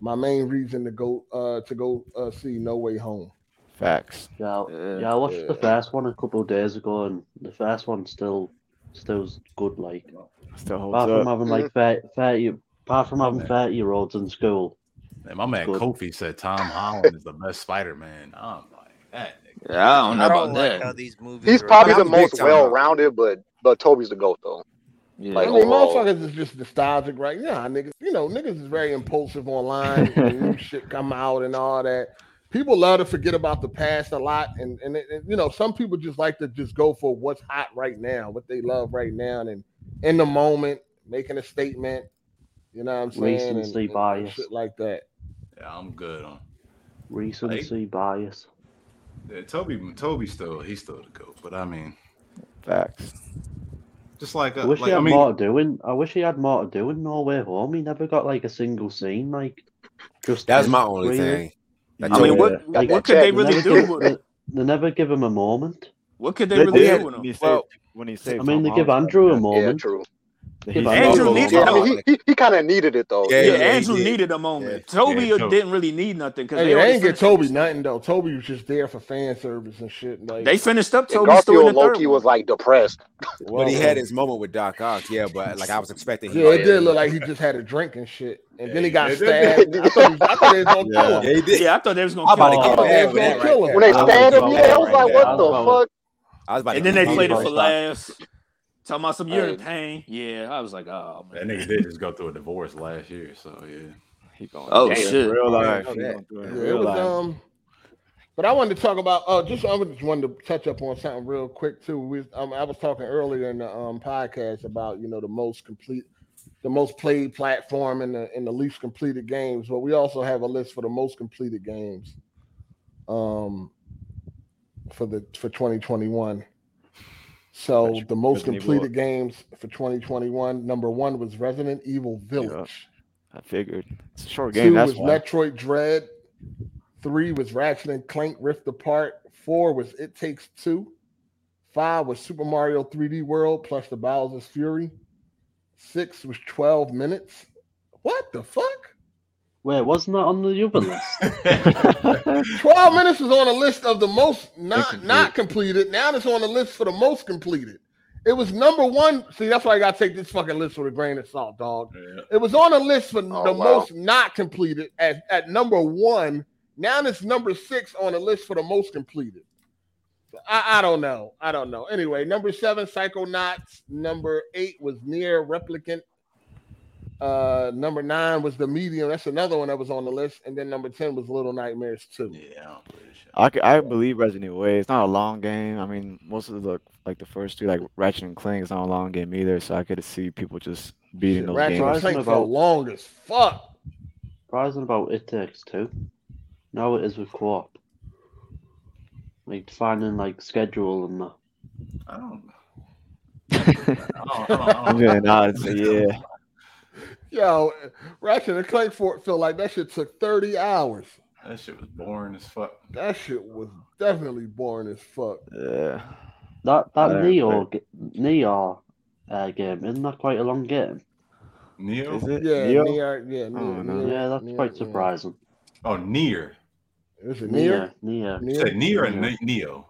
My main reason to go uh, to go uh, see No Way Home.
Facts.
Yeah,
Yeah.
yeah, I watched the
Yeah.
first one a couple of days ago, and the first one still, still was good. Like
Still holds
apart from
up.
having
Mhm.
like 30, 30 apart from
My
having
man,
thirty year olds in school,
man, my
it's
man
good.
Kofi said Tom Holland is the best Spider Man. I'm like, that nigga.
Yeah, I don't know
I
about
don't like how
that.
these movies
He's
are.
probably
I
the
mean, I'm a big
most
Tom Holland.
well-rounded, but but Toby's the goat though.
Yeah.
Like
I mean,
overall,
motherfuckers is just nostalgic, right? Yeah, niggas, you know, niggas is very impulsive online when new shit come out and all that. People love to forget about the past a lot, and and, it- it- you know, some people just like to just go for what's hot right now, what they love right now, and in the moment, making a statement. You know what I'm saying, and,
Recency
and, and
bias,
shit like that.
Yeah, I'm good on. Like,
recency bias.
yeah, Toby, Toby still, he's still the goat. But I mean,
Facts.
just like,
I
uh,
wish he
like I
had
mean,
more to do in. I wish he had more to do in Norway Home. He never got like a single scene, like just
That was
him,
my only
really.
thing. That
I
I
told
mean,
me.
what
Yeah,
got
like
that
what could
check.
they
they
really
never
do
give
with
they, they never give him a moment.
what could they
They
Oh
really do
yeah.
did
with
when
him?
he
Well,
saved when he
I
saved
mean,
Tom
they give
Holland.
Andrew a
Spider-Man.
Yeah,
moment.
true.
That
Give
He
Andrew
saved
a
Andrew
oh
Tom
needed a
Yeah, I
yeah.
mean
moment.
he he, he kind of needed it though.
Yeah,
You
yeah,
know what I
yeah,
mean?
he
Andrew
did.
needed a
yeah,
moment.
yeah,
Toby
Toby.
didn't really need nothing because
Hey,
they
they
already
didn't get
finished.
Toby nothing though. Toby was just there for fan service and shit. Like,
They finished up
And
Toby story in
Garfield
the third
Loki was
one.
like depressed.
But
Well,
he had
well,
his moment with Doc Ock, yeah. But like I was expecting him
yeah,
to
it
Yeah,
did
be
look
like,
like he just had a drink and shit, and
Yeah,
then he
he
got
did that.
stabbed. I thought he was, I thought they was gonna kill
Yeah.
him.
yeah, he did.
Yeah, I thought they was gonna
I'm about
kill him.
to
I
get
thought they was
mad with that
gonna
right
kill him.
when
there.
they
I
I
was about
was about
stabbed him,
to get
yeah,
mad
to. I
I was like, what
right there.
was
the
about.
fuck?
I was about to
And
get
then they
I was
played it
mad.
about
for
to start.
laughs. Talking about some you're
Hey,
in pain. Uh, Yeah, I was like, oh
That nigga
man.
did just go through a divorce last year, so yeah.
he going
Oh
through it in
shit.
real
I didn't
life.
know
He
that.
going through it in
Yeah, it
real
was
life.
um. But I wanted to talk about. Oh, just I just wanted to touch up on something real quick too. We, um, I was talking earlier in the um podcast about you know the most complete, the most played platform and the and the least completed games. But we also have a list for the most completed games. Um, for the for 2021. So the most
Resident Evil.
completed games for 2021, number one was Resident Evil Village.
I figured it's a short
Two
game. That's
was
why.
Metroid Dread. Three was Ratchet and Clank Rift Apart. Four was It Takes Two. Five was Super Mario 3D World plus the Bowser's Fury. Six was 12 minutes. What the fuck?
Wait, wasn't that on the other list?
12 minutes was on a list of the most not not completed. Now it's on the list for the most completed. It was number one. See, that's why I gotta take this fucking list with a grain of salt, dog. It was on a list for the
wow.
most not completed at, at number one. Now it's number six on the list for the most completed. I, I don't know. I don't know. Anyway, number seven, Psychonauts. Number eight was Near Replicant. Uh, number nine was The Medium. That's another one that was on the list. And then number 10 was Little Nightmares 2.
Yeah.
I, c- I believe Resident Evil 8. It's not a long game. I mean, most of the like the first two, like Ratchet and Clank, is not a long game either. So I could see people just beating those
Ratchet and
games.
Clank felt long as fuck.
Rising about it takes two. Now it is with co-op. Like finding like schedule and that.
I don't know. Oh,
I'm gonna nod and say, yeah.
Yo, Ratchet and Clank for, feel like that shit took 30 hours.
That shit was boring as fuck.
That shit was definitely boring as fuck.
Yeah.
That that
Yeah,
Neo ga- Neo uh, game isn't that quite a long game?
Neo?
Is it?
Yeah,
Neo?
near, yeah, near,
Oh, no.
yeah, that's
near,
quite
yeah.
surprising.
Oh, near.
Is it near?
Neo, Neo,
You
Near?
said near and ne- Neo.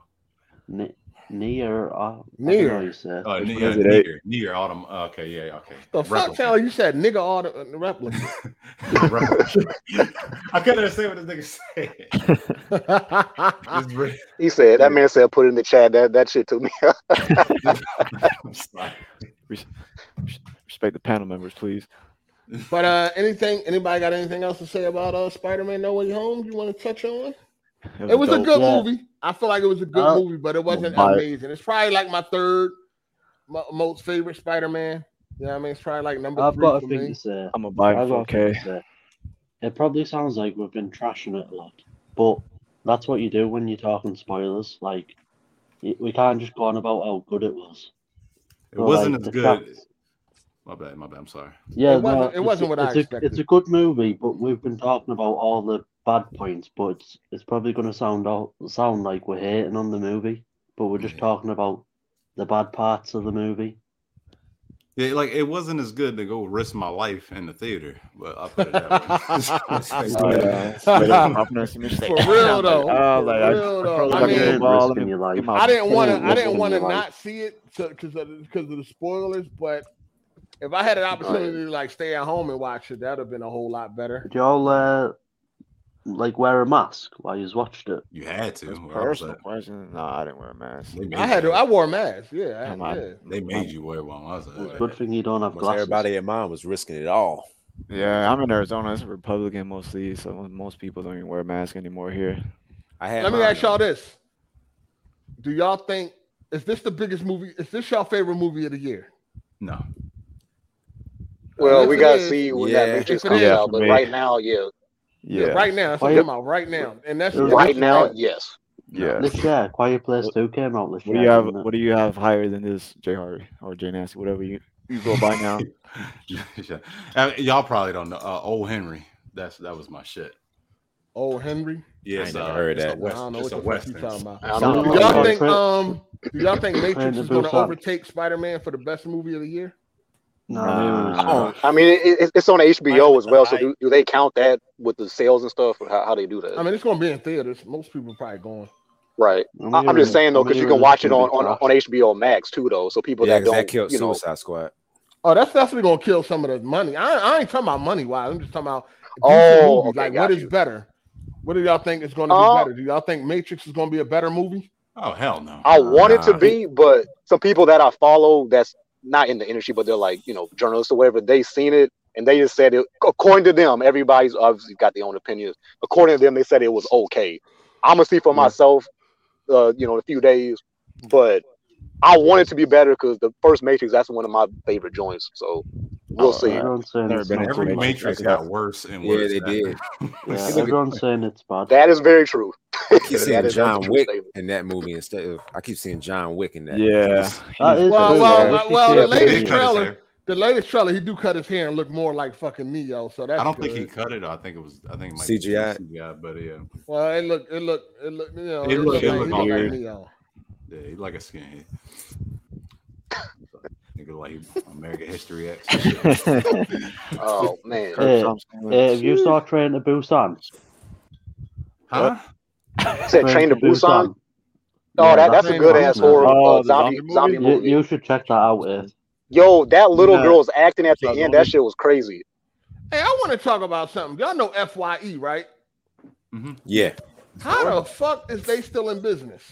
Ne- Neo. Uh, I
Neo.
don't know you said.
Oh, ne-
one
yeah,
is it, eh?
near. Near autumn. Okay, yeah, okay.
The fuck,
Replicant.
Charlie? You said nigga all the uh, replica.
Replicant. I couldn't understand what this nigga said. It's re-
He said that man said put it in the chat. That that shit took me out.
I'm sorry.
Respect the panel members, please.
but uh, anything? Anybody got anything else to say about uh Spider-Man: No Way Home? You want to touch on? It was a
dope.
good
Yeah.
movie. I feel like it was a good
Uh,
movie, but it wasn't
my-
amazing. It's probably like my third mo- most favorite Spider-Man. You know what I mean? It's probably like number
I've
three
got
for
a thing
me.
to say.
I'm a buy it
I've
for
got a thing
4K.
to say. It probably sounds like we've been trashing it a lot, but that's what you do when you're talking spoilers. Like, y- we can't just go on about how good it was.
It
So,
wasn't
like,
as
the
good.
fact-
My bad, my bad. I'm sorry.
Yeah,
It wasn't-
no,
it
it's
wasn't
a-
what I
it's a,
expected.
It's a good movie, but we've been talking about all the bad points. But it's it's probably going to sound out sound like we're hating on the movie, but we're just
Yeah.
talking about the bad parts of the movie.
Yeah, like it wasn't as good to go risk my life in the theater, but I put it that
Oh,
way.
yeah. Straight up popping up some shit,
For
like,
real though,
Oh, like,
for real
I, I,
though.
probably
I
got the
mean,
ball. Let
Risking
me
your life.
get my
I didn't want to.
Killing
I didn't
people
want to
in your life.
not see it because of because of the spoilers. But if I had an opportunity to like stay at home and watch it, that'd have been a whole lot better.
Did y'all uh, like wear a mask while you watched it?
You had to.
That's
where I was
personal
at.
question. No, I didn't wear a mask.
They made
I had
you-
to. I wore a mask. Yeah, I-
Come on.
yeah.
They made you wear one. I was
It's a
like,
good thing you don't have
Almost
glasses.
everybody at mine was risking it all.
Yeah, I'm in Arizona. It's Republican mostly, so most people don't even wear a mask anymore here.
I had.
Let me
mine
ask y'all
on.
this: Do y'all think is this the biggest movie? Is this y'all favorite movie of the year?
no.
Well,
Yes,
we
it
gotta
is.
see when
Yeah.
that Matrix
If it
comes
is.
out.
For
But
me.
right now, yeah,
Yeah,
Yeah.
right now. It's gonna
Quiet-
come out right now, and that's
Yeah.
and
right
that's
now,
bad.
yes.
No.
Yeah.
This year, Quiet Place Two came out this
What do
year.
you have?
didn't it?
What do you have higher than this, J Harvey or J Nasty, whatever you, you go by now?
Yeah. Uh, y'all probably don't know. Uh, old Henry. That's that was my shit.
Oh, Henry.
Yeah,
I
it's
ain't
a,
never heard
uh, it's
that.
A
Nah, I
West,
don't know
it's a
what the fuck you
Western.
talking about.
I
Sounds
don't
Do
know.
like
y'all
Fred-
think
Fred-
um do y'all think
Fred
Matrix
the
is gonna
Bull Sam.
overtake Spider-Man for the best movie of the year?
No, I mean,
Nah.
it was
Oh,
I mean, it, it, it's on HBO as well. So
I-
do, do they count that with the sales and stuff? Or how, how they do that?
I mean, it's gonna be in theaters. Most people probably going.
right.
I'm
I, am
hearing
just
it-
saying though,
I'm
because you
hearing
can
it's
watch it
gonna
on,
be
on
trash.
on HBO Max too, though. So people
yeah,
that
'cause that
don't,
killed
you know,
Suicide Squad.
Oh, that's definitely gonna kill some of the money. I, I ain't talking about money wise. I'm just talking about decent
Oh,
movies.
okay,
like, what
got
is
you.
better? What do y'all think is gonna be
Uh,
better? Do y'all think Matrix is gonna be a better movie?
Oh hell no.
I want it to
Nah.
be, but some people that I follow that's not in the industry, but they're like, you know, journalists or whatever, they seen it and they just said it according to them, everybody's obviously got their own opinions. According to them, they said it was okay. I'ma see for
Yeah.
myself, uh, you know, in a few days. But I want it to be better because the first Matrix, that's one of my favorite joints. So we'll
Oh,
see.
I-
Everyone's saying
never
it's
been
not
into
Every
good.
Matrix
Matrix
like that.
got worse and
Yeah,
worse.
they did.
Yeah,
It was a-
everyone's saying it's bad.
That is very true.
I keep
That
seeing
is- that's a
John
true
Wick
statement.
in that movie instead of I keep seeing John Wick in that.
Yeah.
That is
Well,
true,
well,
though.
well, well, the
Yeah, but
latest
he did cut his
trailer,
hair.
the latest trailer, he do cut his hair and look more like fucking Neo. So that's
I don't
good.
think he cut it. I think it was. I think it might
CGI.
Be CGI, but yeah,
Well, it look, it look, it look, you know,
It look-
look
it
like,
look
like
weird.
Neo.
yeah, he like a skinhead. Nigga, like American History X. and shit.
Oh
Hey,
man.
Chomp sandwich.
hey, if you saw Train to Busan, Uh,
huh?
I said Train to Busan. Oh,
Yeah,
that, that's a
Train to
good ass
Busan.
horror
Oh,
uh,
the
zombie
zombie
zombie
You,
movie.
you should check that out. Ed.
Yo, that little
Yeah.
girl's acting at
That's
the end,
all.
that shit was crazy.
Hey, I want to talk about something. Y'all know Fye, right?
Yeah.
How the fuck is they still in business?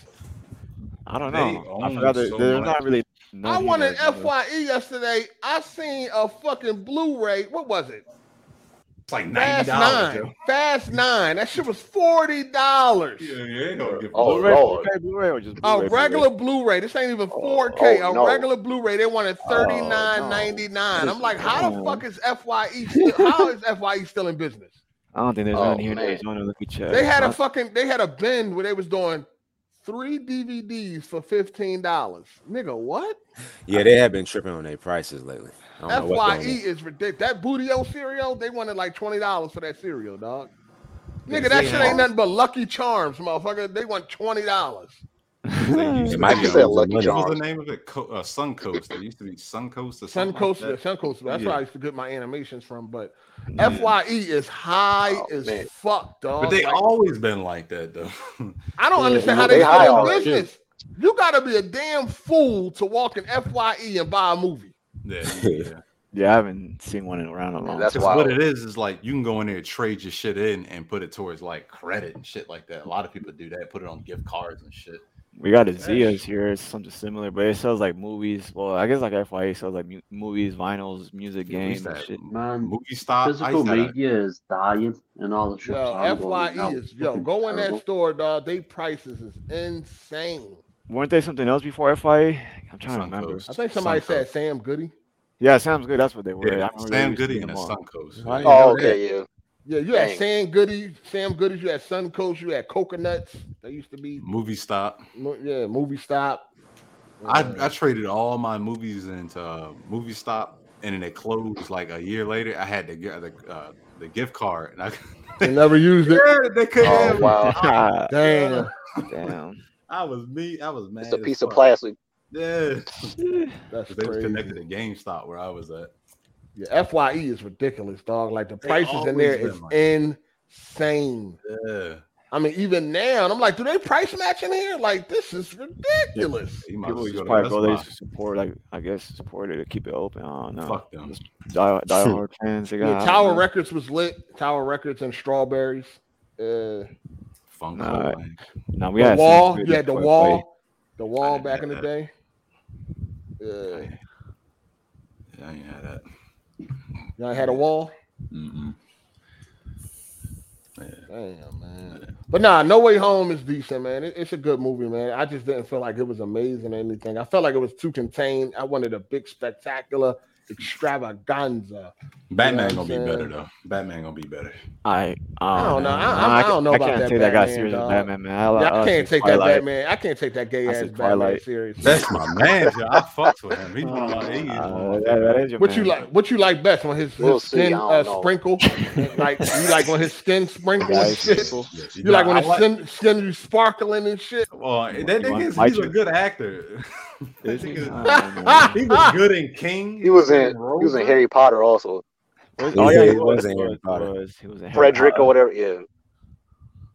I don't
They
know. I
own
forgot that
so
they're
much.
not really.
I
known
won an
here right now.
Fye E yesterday. I seen a fucking Blu-ray. What was it?
It's like ninety
Fast
dollars.
Nine. Fast Nine. That shit was forty dollars.
Yeah, you ain't gonna give.
Oh,
Blu-ray,
Lord.
4K, Blu-ray, or just
A
Blu-ray,
regular Blu-ray. This ain't even 4K.
oh,
a
no.
regular Blu-ray. They wanted
Oh,
thirty nine ninety nine. I'm like, how the
Damn.
fuck is Fye still? How is Fye still in business?
I don't think there's
Oh,
none here in
man.
Arizona. Let me check.
They had a
Not-
fucking. They had a bin where they was doing three DVDs for fifteen dollars. Nigga, what?
Yeah, they have been tripping on their prices lately. I don't know what's
Fye
going on.
E is ridiculous. That Bootio cereal, they wanted like twenty dollars for that cereal, dog. Nigga,
Yeah,
that
yeah.
shit ain't nothing but Lucky Charms, motherfucker. They want twenty dollars.
They used
It
to
might
be,
be
said
um,
losing
Lucky
money.
Charms.
What was the name of it? Co- uh, Suncoast. It used to be Suncoast or something.
Suncoast,
Like that.
Suncoast. That's where
Yeah.
I used to get my animations from. But
Yeah.
Fye is high
Oh,
as
man.
fuck, dog.
But they
Like,
always been like that though.
I don't
Yeah,
understand
no,
how
they
they
high
still
already.
in business. You gotta be a damn fool to walk in Fye and buy a movie.
yeah, yeah.
yeah, I haven't seen one in around a long
That's
time.
Because what
wild.
it is is like you can go in there, trade your shit in, and put it towards like credit and shit like that. A lot of people do that, put it on gift cards and shit.
We got a Zia's here. It's something similar, but it sells like movies. Well, I guess like FYA sells like mu- movies, vinyls, music,
Yeah, we used
games, and
to
shit.
have
Man,
Movie stop. I uh,
physical
used to have-
media is dying, and all the shit.
Yo,
E
Fye is yo, go in that store, dog. They prices is insane.
Weren't they something else before FYA? I'm trying to remember.
Suncoast.
I think somebody
Suncoast.
said Sam Goody.
Yeah, sounds good. That's what they were. I
Yeah,
remember they
Sam
used to
Goody
do
and a
them all.
Suncoast.
Why
yeah.
you
Oh,
know that?
okay, yeah.
Yeah, you had
Dang.
Sam Goody, Sam Goodies, you had Sun Coast, you had Coconuts. They used to be
Movie stop.
mo- yeah, movie stop.
I,
Uh,
I traded all my movies into uh, Movie Stop, and then it closed like a year later. I had to get the uh, the gift card, and I
they never used it.
yeah, they couldn't.
Oh,
have it.
wow.
Damn.
Damn.
I was me. I was mad.
It's a
as
piece of
fuck.
plastic.
Yeah,
That's
'Cause they was
crazy.
connected to GameStop where I was at.
Yeah, Fye is ridiculous, dog. Like the
They
prices in there
always
is
been like
insane.
Yeah,
I mean, even now, and I'm like, do they price match in here? Like, this is ridiculous.
you might as
People
well
just
go to
probably
Best
go there
Buy.
to support, like I guess support it to keep it open. I don't know.
Fuck them.
Just Die, die hard fans. They got,
Yeah,
I don't
Tower
know.
Records was lit. Tower Records and Strawberries. Uh,
Funko.
Nah,
man.
No, we
the
had some
wall.
good
You had the
FYA.
wall. The wall
didn't
back
have
in the
that.
day.
I
Yeah,
ain't- I ain't had that.
y'all had a wall.
Mm-mm.
Damn, man. But nah, No Way Home is decent, man. It- it's a good movie, man. I just didn't feel like it was amazing or anything. I felt like it was too contained. I wanted a big, spectacular extravaganza.
Batman
You know what
gonna be
I'm
better
saying?
though. Batman gonna be better.
I, I
I don't know. I- I- I don't know
I
about
can't
that
take that guy
Batman,
serious
dog.
as Batman, man. I, li-
Yeah,
I
I
like
can't
the
take that
Twilight.
Batman. I can't take that gay
I
ass
said
Batman
Twilight. Oh,
seriously.
That's my man. yo. I fucks with him. He's one of my, he is one
Uh,
of my
that,
favorite.
that is your
What you
man.
like? What you like best? When his, his
We'll see.
skin
I don't
uh,
know.
sprinkle, like you like when his skin sprinkle and
Guys,
shit.
people.
Yeah,
You like when
I
his skin, skin you sparkling and shit.
well, that
You
nigga
wanna
is-
fight
he's a
you.
good actor. That
Is he?
nigga-
I don't know.
he was good in King.
He was in
Rover.
he was in Harry Potter also.
Was-
He
Oh
was
yeah,
in-
he
he
was.
was in
He
Harry
was. He
Potter.
was. He was in Harry
Frederick
Potter.
or whatever. Yeah.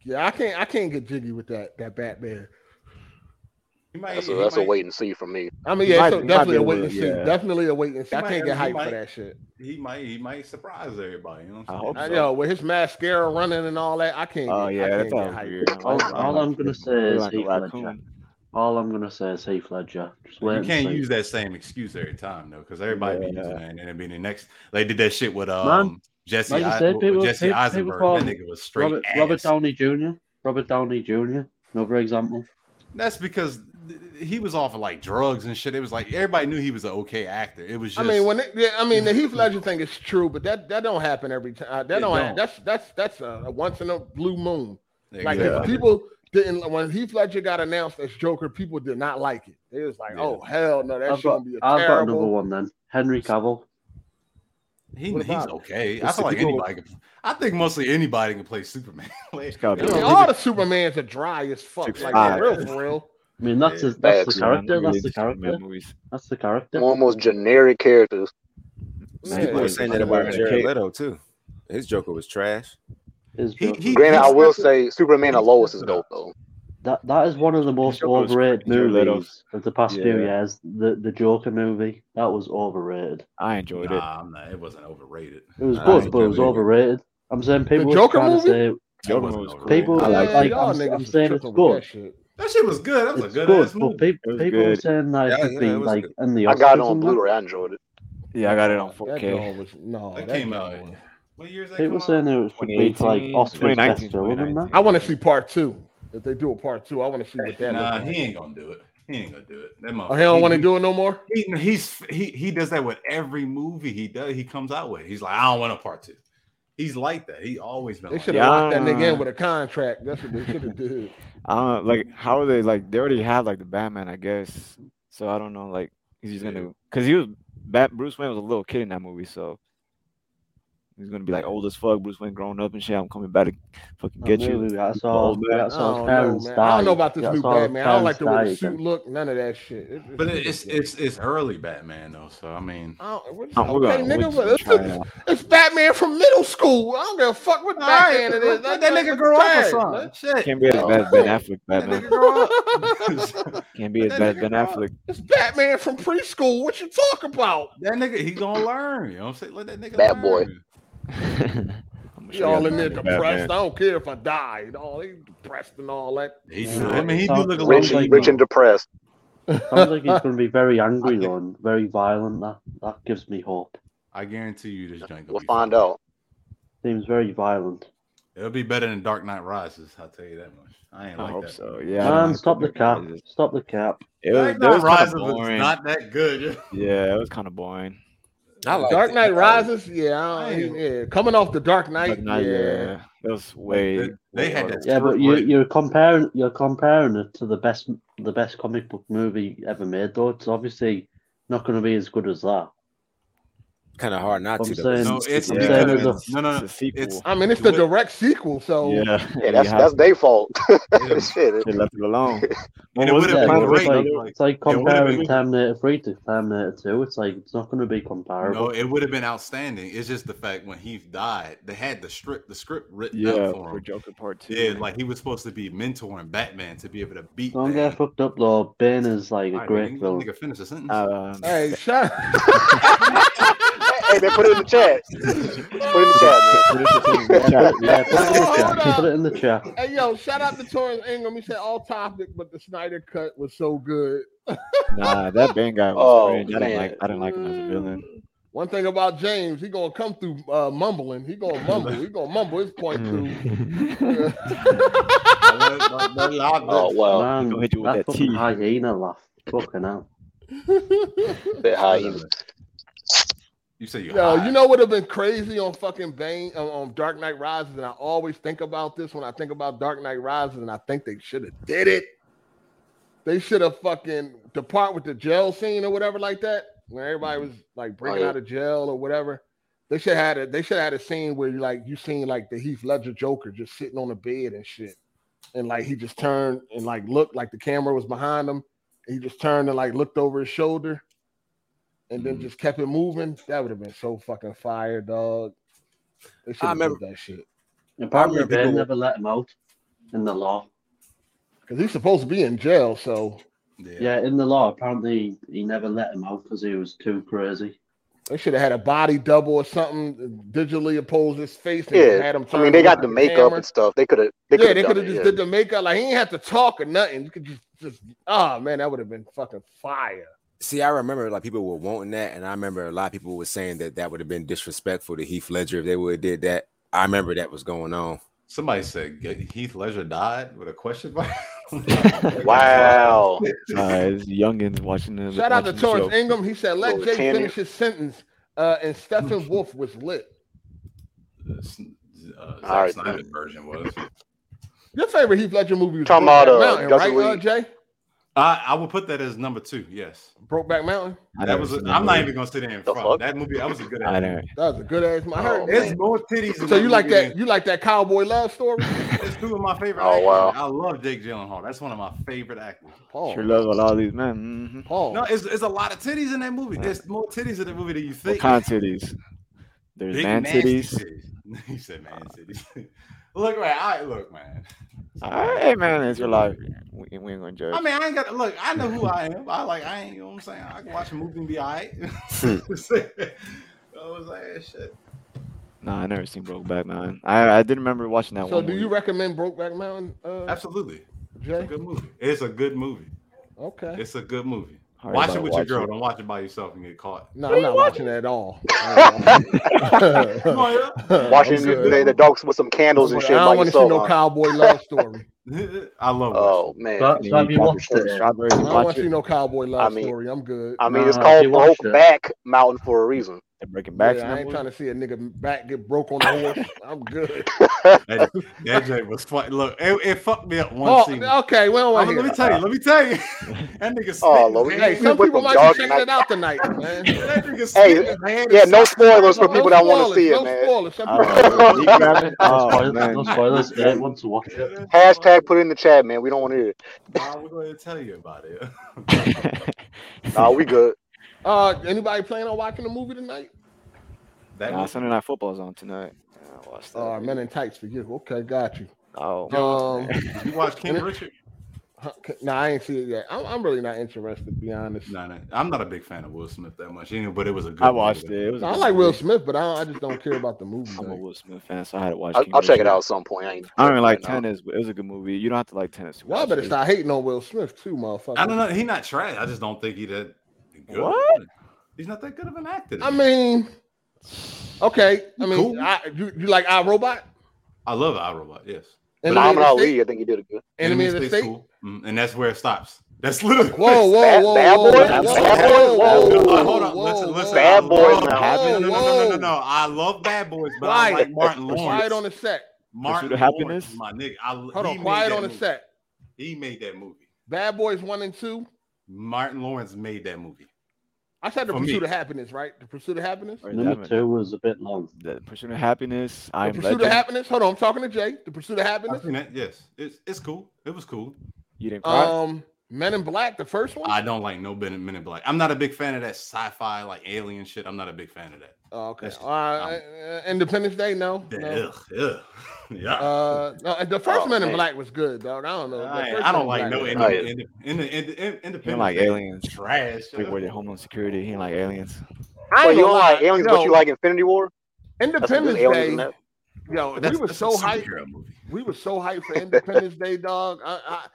Yeah, I can't. I can't get jiggy with that. That Batman.
He might,
That's a
he
that's a
might-
wait and see for me.
I mean,
He
yeah,
might-
so
he might
definitely
be
a
a
wait and
little-
see.
yeah.
Definitely a wait and see.
He
I
might
can't get
have- he
hyped for
might-
that shit.
He might he might surprise everybody. You know what
I
I'm
hope
saying?
I,
so.
yo, with his mascara running and all that, I can't. Get,
Oh
I
yeah,
can't
that
get
sounds
hyped.
weird. I
All,
like, I
all
like
I'm gonna
it.
say
Look
is
like a
Heath Ledger.
raccoon.
All I'm gonna say is Heath Ledger. Just wait
You
and
can't
see.
use that same excuse every time though, because everybody be using
Yeah.
that, and it'd be the next. They did that shit with um Jesse
like you
I,
said,
with
people-
Jesse
people- people
Eisenberg.
call
that
him
nigga was straight
Robert,
ass.
Robert Downey Jr. Robert Downey Jr. Another example.
That's because th- he was off of like drugs and shit. It was like everybody knew he was an okay actor. It was just
I mean, when it, yeah, I mean the Heath Ledger thing is true, but that that don't happen every time. That
It
don't,
don't.
That's that's that's a, a once in a blue moon. Like
Exactly.
people didn't when Heath Ledger got announced as Joker, people did not like it. They was like, "Oh hell no, that
Uh,
I've,
shit
got,
gonna be a
I've got another
terrible."
one then. Henry Cavill.
He,
What
he's
about it?
okay. I
It's
feel like
typical-
anybody. Can, I think mostly anybody can play Superman. Like,
I mean, all the Supermans are dry as fuck. Like
five.
for real, for real.
I mean, that's,
Yeah.
his, that's
Facts.
the character.
Yeah,
That's the character. That's the character.
Almost generic characters.
People were saying that about Jared Leto too. His Joker was trash.
His
Joker. Granted, I will say Superman and Lois is dope though.
That that is one of the most
Joker was
overrated
pretty good.
movies of the past few
Yeah.
years. The the Joker movie that was overrated.
I enjoyed
it. Nah, I'm not, it wasn't overrated.
It was
I
good,
enjoyed
but it was
it.
overrated. I'm saying people were
Joker
trying
movie?
to say
Joker movie was cool.
people
I
like,
liked it.
like
Y'all
I'm,
niggas
I'm
was
saying it's
tripping
good.
with That shit was good. That was
It's
a good,
good,
ass
but
movie.
peop- people were
good.
saying that
Yeah,
it
yeah,
could be
it was
like
good.
in the
I got it
Oscars
on
and that.
Blu-ray. I enjoyed it.
Yeah, I got it on
That
4K.
joint was no.
That
that
came
joint
out.
was-
What years that
People
come out?
saying it should be like
2018,
Oscar's best
2019,
film and that.
I want to see part two. If they do a part two, I want to see what that.
Nah,
looks like.
he ain't gonna do it. He ain't gonna do it. That
Oh, he don't want to do it no more.
He, he's he he does that with every movie he does. He comes out with. He's like, I don't want a part two. He's like that. He always been.
They
like
should have locked that nigga in with a contract. That's what they should have did.
I don't like how are they like they already have like the Batman, I guess. So I don't know like he's just gonna because he was Bat Bruce Wayne was a little kid in that movie, so he's gonna be like old as fuck. Bruce Wayne grown up and shit. I'm coming back to fucking
That
get you.
movie, that's
you
all-
old man.
that's
I
all
don't know,
parents
Oh, man. I don't know
died.
about this
That's
new
all
Batman. I don't like
parents
the way the
died
suit
again.
look. None of that shit. It- it-
But
it-
it- it's it's it's early Batman though. So I mean,
I don't- what-
Oh, we're
okay,
gonna-
nigga,
we're
but
just gonna
it's-
try it out.
it's Batman from middle school. I don't give a fuck what
All
Batman
right,
it is.
let- let that nigga grow up or something. Shit.
Can't be as
Oh,
bad as Ben Affleck Batman.
Affleck.
Can't be as
That
bad as
nigga
Ben
uh,
grown
Affleck.
it's Batman from preschool. What you talking about?
that nigga he gonna learn. You know what I'm saying? Let that nigga. learn.
Bad boy.
I'm
He all in there
Batman.
depressed. I don't care if I die. You know, he depressed and all that.
He
do-
I mean, he do
Sounds-
look a
sounds
Rich,
little.
like-
rich and depressed.
Sounds like he's going to be very angry though, and very violent. That that gives me hope.
I guarantee you, this joint gonna
We'll
be.
find out.
Seems very violent.
It'll be better than Dark Knight Rises. I'll tell you that much. I ain't
I
like
hope
that.
Oh,
so.
movie.
Yeah. I don't
Man,
like
Um, stop the
Dark
cap.
Knight Rises.
Stop the cap.
It was,
Dark
that
Knight
was kind
Rises
of
was
boring.
not that good.
Yeah, it was kind of boring.
I liked
Dark
it.
Knight
I-
Rises, yeah, I
I
don't,
ain't-
yeah, coming off the Dark
Dark
Knight,
Knight,
yeah.
yeah, it was way.
They, they
way
had
harder.
that.
Yeah, but
script
you
written.
you're comparing you're comparing it to the best the best comic book movie ever made though. It's obviously not going to be as good as that.
kind of hard not
I'm
to though.
saying-
No, it's
I'm
Yeah.
because
saying there's a
it's- no, no,
It's
no.
a sequel.
It's
I mean, it's the
What-
direct sequel, so
yeah,
Yeah, that's
have
that's their fault.
Yeah.
Shit, it-
they left it alone.
And it
was
would've
yeah,
been
the plan
but
to
it's
make
great,
like
another-
like-
it's like
it would've
comparing
been-
Terminator Three to Terminator Two. It's like it's not going to be comparable.
No, it would have been outstanding. It's just the fact when Heath died, they had the strip the script written
Yeah,
out for
for
him.
Joker Part Two.
Yeah, like he was supposed to be mentoring Batman to be able to beat.
Don't
Batman.
get fucked up though. Bane is like
All
a
right,
great
nigga, let
villain. Uh,
nigga finish the sentence.
Um,
hey, shut
hey, they put it in the chat. Put it in the chat, man.
finish the sentence in the
Yeah,
chat.
put it, yeah, put it in the
Hold
chat.
up.
Put it in the chat.
Hey yo, shout out to Torrance Ingram. He said all topic, but the Snyder cut was so good.
Nah, that Bane guy was
Oh,
cringe. I didn't like.
man.
I didn't like him as a villain.
One thing about James, he gonna come through uh, mumbling. He gonna mumble. He gonna mumble his point through.
Mm.
I wanna- that- that loud-
Oh wow,
Man,
gonna hit you with
that
that
fucking
tea.
hyena laugh. Fucking hell.
that high even.
Whatever. You say you.
Yo,
high.
you know what have been crazy on fucking Bane on, on Dark Knight Rises, and I always think about this when I think about Dark Knight Rises, and I think they should have did it. They should have fucking depart with the jail scene or whatever like that, when everybody
Mm-hmm.
was
Oh,
like breaking
yeah.
out of jail or whatever. They should have had it. They should have had a scene where you like you seen like the Heath Ledger Joker just sitting on the bed and shit, and like he just turned and like looked like the camera was behind him. and he just turned and like looked over his shoulder and then
Mhm.
just kept it moving, that would have been so fucking fire, dog. They should
I
have did
remember-
that shit
Apparently,
remember
Bane
people-
never let him out in the law.
because he's supposed to be in jail. So
Yeah, in the law, apparently he never let him out because he was too crazy.
they should have had a body double or something digitally opposed his face and
Yeah,
had him.
I mean, they
turn
got
over
the
to
makeup
camera.
and stuff. They could have. They could
yeah,
have
they could have
done it.
just
Yeah.
did the makeup. Like he ain't have to talk or nothing. You could just, just oh man, that would have been fucking fire.
See, I remember like people were wanting that, and I remember a lot of people were saying that that would have been disrespectful to Heath Ledger if they would have did that. I remember that was going on.
Somebody said "Get- Heath Ledger died with a question mark.
Wow.
Uh, it's youngins watching the.
Shout out to
watching the
Torrance
show.
Ingram. He said, "Let
Little
Jay
Kenny.
finish his sentence." Uh, and Stephen Wolf was lit.
This, uh, Zack
All right,
Snyder
then.
version was.
Your favorite Heath Ledger movie was
Talking about,
Brokeback
uh,
Mountain,
Guts
right,
and
uh,
Weed.
Jay?
I, I would put that as number two. Yes,
Brokeback Mountain.
I
that
never
was. A,
seen that
I'm not
movie.
even gonna sit there in
The
front.
fuck?
That movie. That was a good.
I
ass
know.
That was a good ass. I heard.
Oh,
There's
man.
more titties. in
So
that
you like
movie
that?
than-
You like that cowboy love story?
It's two of my favorite.
Oh,
actors.
wow.
I love Jake Gyllenhaal. That's one of my favorite actors.
Paul.
Sure love a lot of these men. hmm
Paul.
Mm-hmm. No, it's, it's a lot of titties in that movie. There's more titties in that movie than you
What
think.
kind of titties? There's
Big
man
nasty
titties.
titties. he said man titties. look, man. I look, man.
All right, man, it's your life. We, we ain't gonna judge.
I mean, I ain't got look. I know who I am. I like. I ain't. You know what I'm saying? I can watch a movie and be alright. I was like, shit.
no, I never seen Brokeback Mountain. I I did remember watching that
So
one.
do you
movie.
recommend Brokeback Mountain, uh,
Absolutely, it's a
Jay?
good movie. It's a good movie.
Okay.
It's a good movie.
Hard
watch
about
it with
watching.
your girl. Don't watch it by yourself and get caught.
No, I'm not watching that at all. I'm
Come
Watching
good.
the, the dogs with some candles and
I
shit by
don't want to see
yourself.
no
huh?
cowboy love story.
on. I love.
Oh
Western.
man.
So,
And
so have you
pop your
watched
soda
it? Ed?
Strawberries
I
and
don't want
watch
to see
it.
no cowboy love
I mean-
story. I'm good.
I mean, it's
Nah,
called
he watched it.
Brokeback Mountain for a reason.
And breaking backs
Yeah,
in
I
that
ain't
movie.
trying to see a nigga back get broke on the horse. I'm good.
That, that joke was funny. Look, it, it fucked me up one
Oh,
scene.
okay, we don't want
I'm-
to
let
hear.
me
it.
tell you. Let me tell you. that nigga. spit
Oh,
in his
Lord.
Hey,
hand.
some
With
people
the
might be
dog
checking
night.
it out tonight, man.
That nigga spit in
Hey,
his hand Uh,
yeah,
and
no spoilers
No,
for
no
people that
spoilers,
want to see it,
no
man.
spoilers. Some people
Oh,
might
the
be
knee grabbing?
No
Uh,
Oh
spoilers. No
man,
spoilers. Ed
That-
wants to watch it.
that-
Hashtag put it in the chat, man. We don't want to hear it.
Nah, we're going to tell you about it.
Nah, we good.
Uh, anybody planning on watching the movie tonight?
That
nah,
was,
Sunday Night Football's on tonight. Yeah, I watched that.
Oh, men in tights for you. Okay, got you.
Oh,
Um,
you watch King Richard?
huh, c- nah, I ain't see it yet. I'm, I'm really not interested, to be honest.
No, no, I'm not a big fan of Will Smith that much, you know, but it was a good.
I
movie,
watched it.
though.
It was. a
No, I
good
like Will
movie.
Smith, but I, don't, I just don't care about the movie.
I'm a
Like,
Will Smith fan, so I had to watch.
I'll,
King
I'll check it
Richard.
out at some point. I ain't
I
plugged
don't even
in
like
right now.
tennis, but it was a good movie. You don't have to like tennis to
y'all
watch
better
it.
stop hating on Will Smith too, motherfucker.
I don't know. He's not trash. I just don't think he that good.
What?
He's not that good of an actor. to
I
me.
mean, okay. I mean,
Cool.
I, you, you like I Robot?
I love iRobot. Yes, But
Enemy of
Muhammad
the State?
Ali, I think he did it good.
Enemy of the
State's
State?
cool, Mm, and that's where it stops. That's literally.
Whoa, whoa,
Bad-
whoa,
bad
whoa,
boy?
whoa,
Bad
whoa,
boy?
whoa,
Bad
whoa,
boy?
Hold on,
whoa,
listen,
whoa,
listen.
Bad
I
boy
love,
now.
No,
whoa,
no, no, no, no, no,
whoa.
no. I love Bad Boys, but I
Quiet.
like Martin
Quiet on
Lawrence.
the set.
Martin
of
Lawrence
Happiness?
is my nigga. I,
Hold
he
on.
made
Quiet
that
on the
movie.
set.
He made that movie.
Bad Boys One and Two.
Martin Lawrence made that movie.
I said the
For
pursuit
me.
of happiness, right? The pursuit of happiness.
Or that
Number
one-
two was a bit long.
The Pursuit of Happiness.
The
I am
pursuit
Legend.
of happiness. Hold on, I'm talking to Jay. The pursuit of
I've
happiness.
seen it. Yes, it's it's cool. It was cool.
you didn't cry.
Um, Men in Black, the first one.
I don't like no Ben Men in Black. I'm not a big fan of that sci-fi like alien shit. I'm not a big fan of that.
Oh, okay.
That's-
Uh, uh, Independence Day. No.
That-
no.
ugh, ugh. yeah.
Uh, no, and the first
Oh,
Men in
man.
Black was good, dog. I don't know. The
I,
first
I
Men
don't
in
like
Black
no
was
in,
Oh, yeah.
in, in, in, in, in,
You don't
independent
like aliens.
trash.
Wait, where the Homeland Security? He didn't like aliens.
I
Well,
ain't
you
gonna
don't like
lie.
aliens, but
Yo,
you like Infinity War? That's some good
Independence
aliens in
Day.
that.
Yo,
But
we
that's,
were
that's a
so hyped.
superhero movie.
We were so hyped for Independence Day, dog. I, I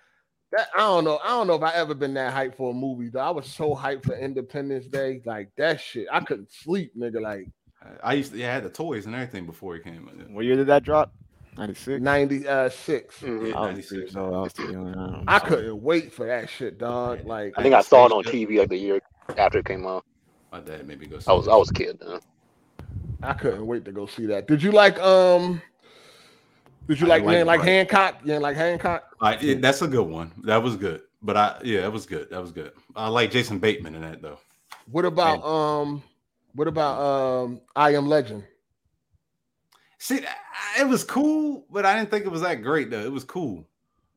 that I don't know. I don't know if I ever been that hyped for a movie. Though I was so hyped for Independence Day, like that shit. I couldn't sleep, nigga. Like
I- I used to, yeah, I had the toys and everything before it came. out.
What year did that drop? 96?
ninety uh six.
Mhm.
Yeah,
I was three
96.
years old. I was too young. I'm
I
sorry.
couldn't wait for that shit, dog. Like
I think I saw it on TV like the year after it came out.
My dad made me go see
I was
that
I
shit.
was a kid. Then.
I couldn't wait to go see that. Did you like um? Did you
I
like
like
man like
Bright.
Hancock? You ain't like Hancock?
I, it, that's a good one. That was good. But I, yeah, that was good. That was good. I like Jason Bateman in that though.
What about um? What about um? I Am Legend.
See, I, it was cool, but I didn't think it was that great though. It was cool.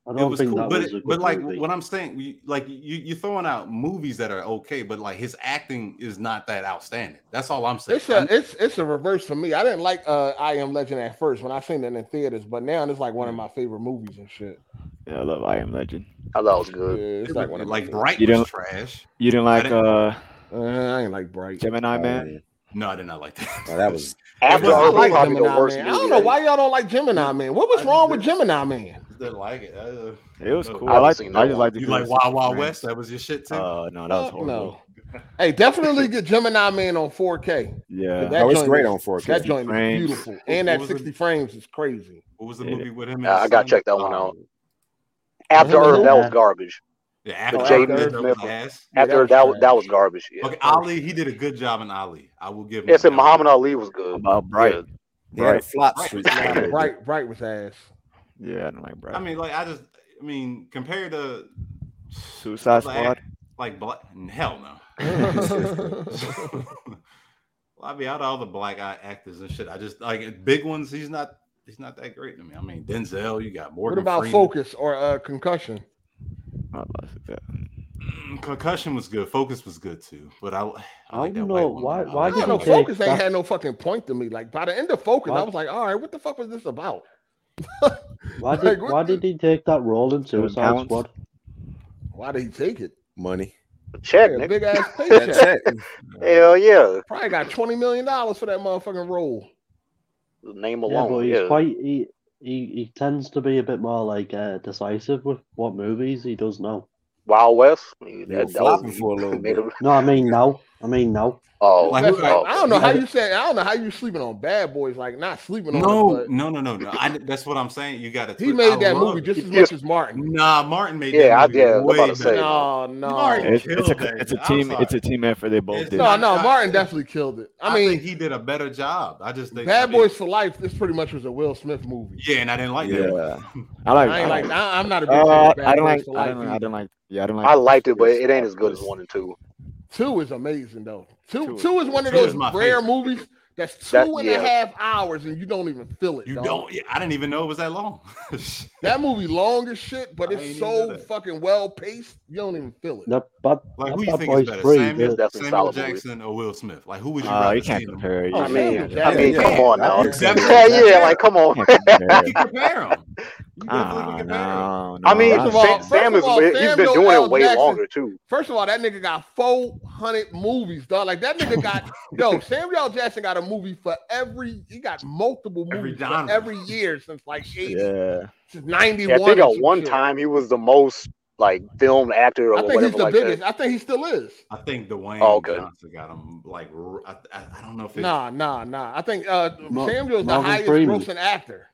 I
It
don't
was
think
cool,
that
but
was a
it,
good
but like
movie.
what I'm saying, you, like you you're throwing out movies that are okay, but like his acting is not that outstanding. That's all I'm saying.
It's a it's it's a reverse for me. I didn't like uh I Am Legend at first when I seen it in theaters, but now it's like one of my favorite movies and shit.
Yeah, I love I Am Legend.
I thought it was
Yeah,
good.
it's
It
like
was-
one of my
like
favorite-
Bright
You
was
don't-
trash.
You didn't
I
like
didn't-
uh
Uh, I ain't like Bright. Oh,
Gemini Man?
No, I did not like that.
Oh, that was-
It
After
wasn't
I
Earth was
like
cool.
probably the
Gemini
worst
Man. I
movie.
don't know
ever.
why y'all don't like Gemini Man. What was
I
wrong
just
with
did.
Gemini Man?
I didn't like it. Uh,
It was
no.
cool.
I
I
haven't
like.
seen
I
that
just
one.
liked it.
You
'cause
like
it's just
Wild Wild
friends.
West? That was your shit too.
Uh, no, that was
Fuck
horrible.
no. Hey, definitely get Gemini Man on 4K. 'cause
Yeah.
That
No, it's
joint
great
is-
on 4K.
That joint is
frames.
beautiful,
What-
and
what
that
was it?
60 frames is crazy.
What was the
Yeah.
movie with him and
Nah,
his
I gotta
son?
check that one
Oh,
out.
Him
After
and
Earth,
who?
that was
Yeah.
garbage.
yeah,
The
after
Oh,
Earth,
Jaden
After
that
Earth?
was ass.
Smith,
Yeah, that
after
was
that was that was
trash.
garbage. Yeah,
Okay,
that was
Ali, he did a good job in Ali. I will give him.
Yes,
that
and
one.
Muhammad Ali was good.
About
Yeah,
Uh, Bright.
They had a
Bright.
flop
Right.
streak. Get out of here.
Bright, Bright was ass.
Yeah, I don't like Brad.
I mean, like I just, I mean, compared to
Suicide
like,
Squad.
like black, hell no. well, I mean, out of all the black eye actors and shit, I just like big ones. He's not, he's not that great to me. I mean, Denzel, you got Morgan.
what about
Freeman.
focus or uh, concussion?
Concussion was good. Focus was good too. But I, I like that
don't
white
know
woman.
why.
I
Why
like
I don't
that
know.
white woman.
Focus ain't had no fucking point to me. Like by the end of Focus, I
Why-
was like, all right, what the fuck was this about?
Why did
Like, what
Why did he take that role in
Kevin
Suicide
Palance?
Squad?
Why did he take it?
Money.
Check,
Yeah,
nigga.
big ass paycheck.
check.
Hell yeah.
Probably got twenty million dollars for that motherfucking role.
The name
Yeah, but
alone.
he's
Yeah,
quite he, he he tends to be a bit more like uh, decisive with what movies he does now.
Wild West.
You were flopping
for a little
No, I mean now. I mean now.
Oh,
That's like- I don't know how
Yeah.
you say. I don't know how you sleeping on Bad Boys. Like not sleeping on.
No,
it,
no, no, no, no. I, that's what I'm saying. You got to.
He made that movie just as much as Martin.
Nah, Martin made
Yeah, I-
that movie.
yeah, I'm
way
about to say.
better.
No, no.
Martin
It's, it's
killed
a
that.
it's a
I'm
team
sorry.
it's a team effort. They both did.
No,
not-
no,
I-
Martin definitely killed it. I
I
mean,
think he did a better job. I just think I
Bad
mean,
Boys for Life. This pretty much was a Will Smith movie.
Yeah, and I didn't like that.
Yeah, I like.
I ain't like. I, I'm not a big fan
Uh,
of Bad
I
Boys
don't like.
for
I
Life.
don't. I
either.
don't like. Yeah, I don't like.
I liked it, but it ain't as
Suicide
good as
Squad.
one and two.
Two is amazing though. Two, two
Two
is,
is-
one of
Two
those
is my
rare
favorite.
movies that's two
That-
and a half
yeah.
hours and you don't even feel it.
You
dog.
don't. yeah, I didn't even know it was that long.
That movie long as shit, but
I ain't
it's
even
so
know that.
fucking well paced. You don't even feel it.
That bad,
like,
that
who you
Bad
think is
Boys
better,
three.
Samuel,
the-
Definitely
Samuel
solid movie.
Jackson or Will Smith? Like, who would you
Uh,
rather
you
see?
can't
in the-
compare. You
Oh,
I
can't
mean,
compare.
Samuel
I mean,
Jackson.
come on now.
You definitely
Yeah,
can
yeah,
compare
like come on.
You can't compare.
You can compare them. You definitely can
Ah,
compare them.
no, no.
I mean,
First of
Sam,
all- first
Sam
of
is
all,
way- he's been
Samuel
doing
L.
it way
Jackson-
longer too.
First of all, that nigga got 400 movies, dog. Like that nigga got yo, Samuel L. Jackson got a movie for every he got multiple
Every
movies for
genre.
every year since like 80,
yeah.
since 91.
Yeah, I think
or
at
some
one
shit.
time he was the most like filmed actor or
I think
whatever
he's the
like
biggest.
that.
I think he still is.
I think Dwayne
Oh, okay.
Johnson got him. Like, r- I, I, I don't know if it's
Nah, nah, nah. I think uh
Mo-
Samuel's the
Marvin
highest
Freeman.
grossing actor.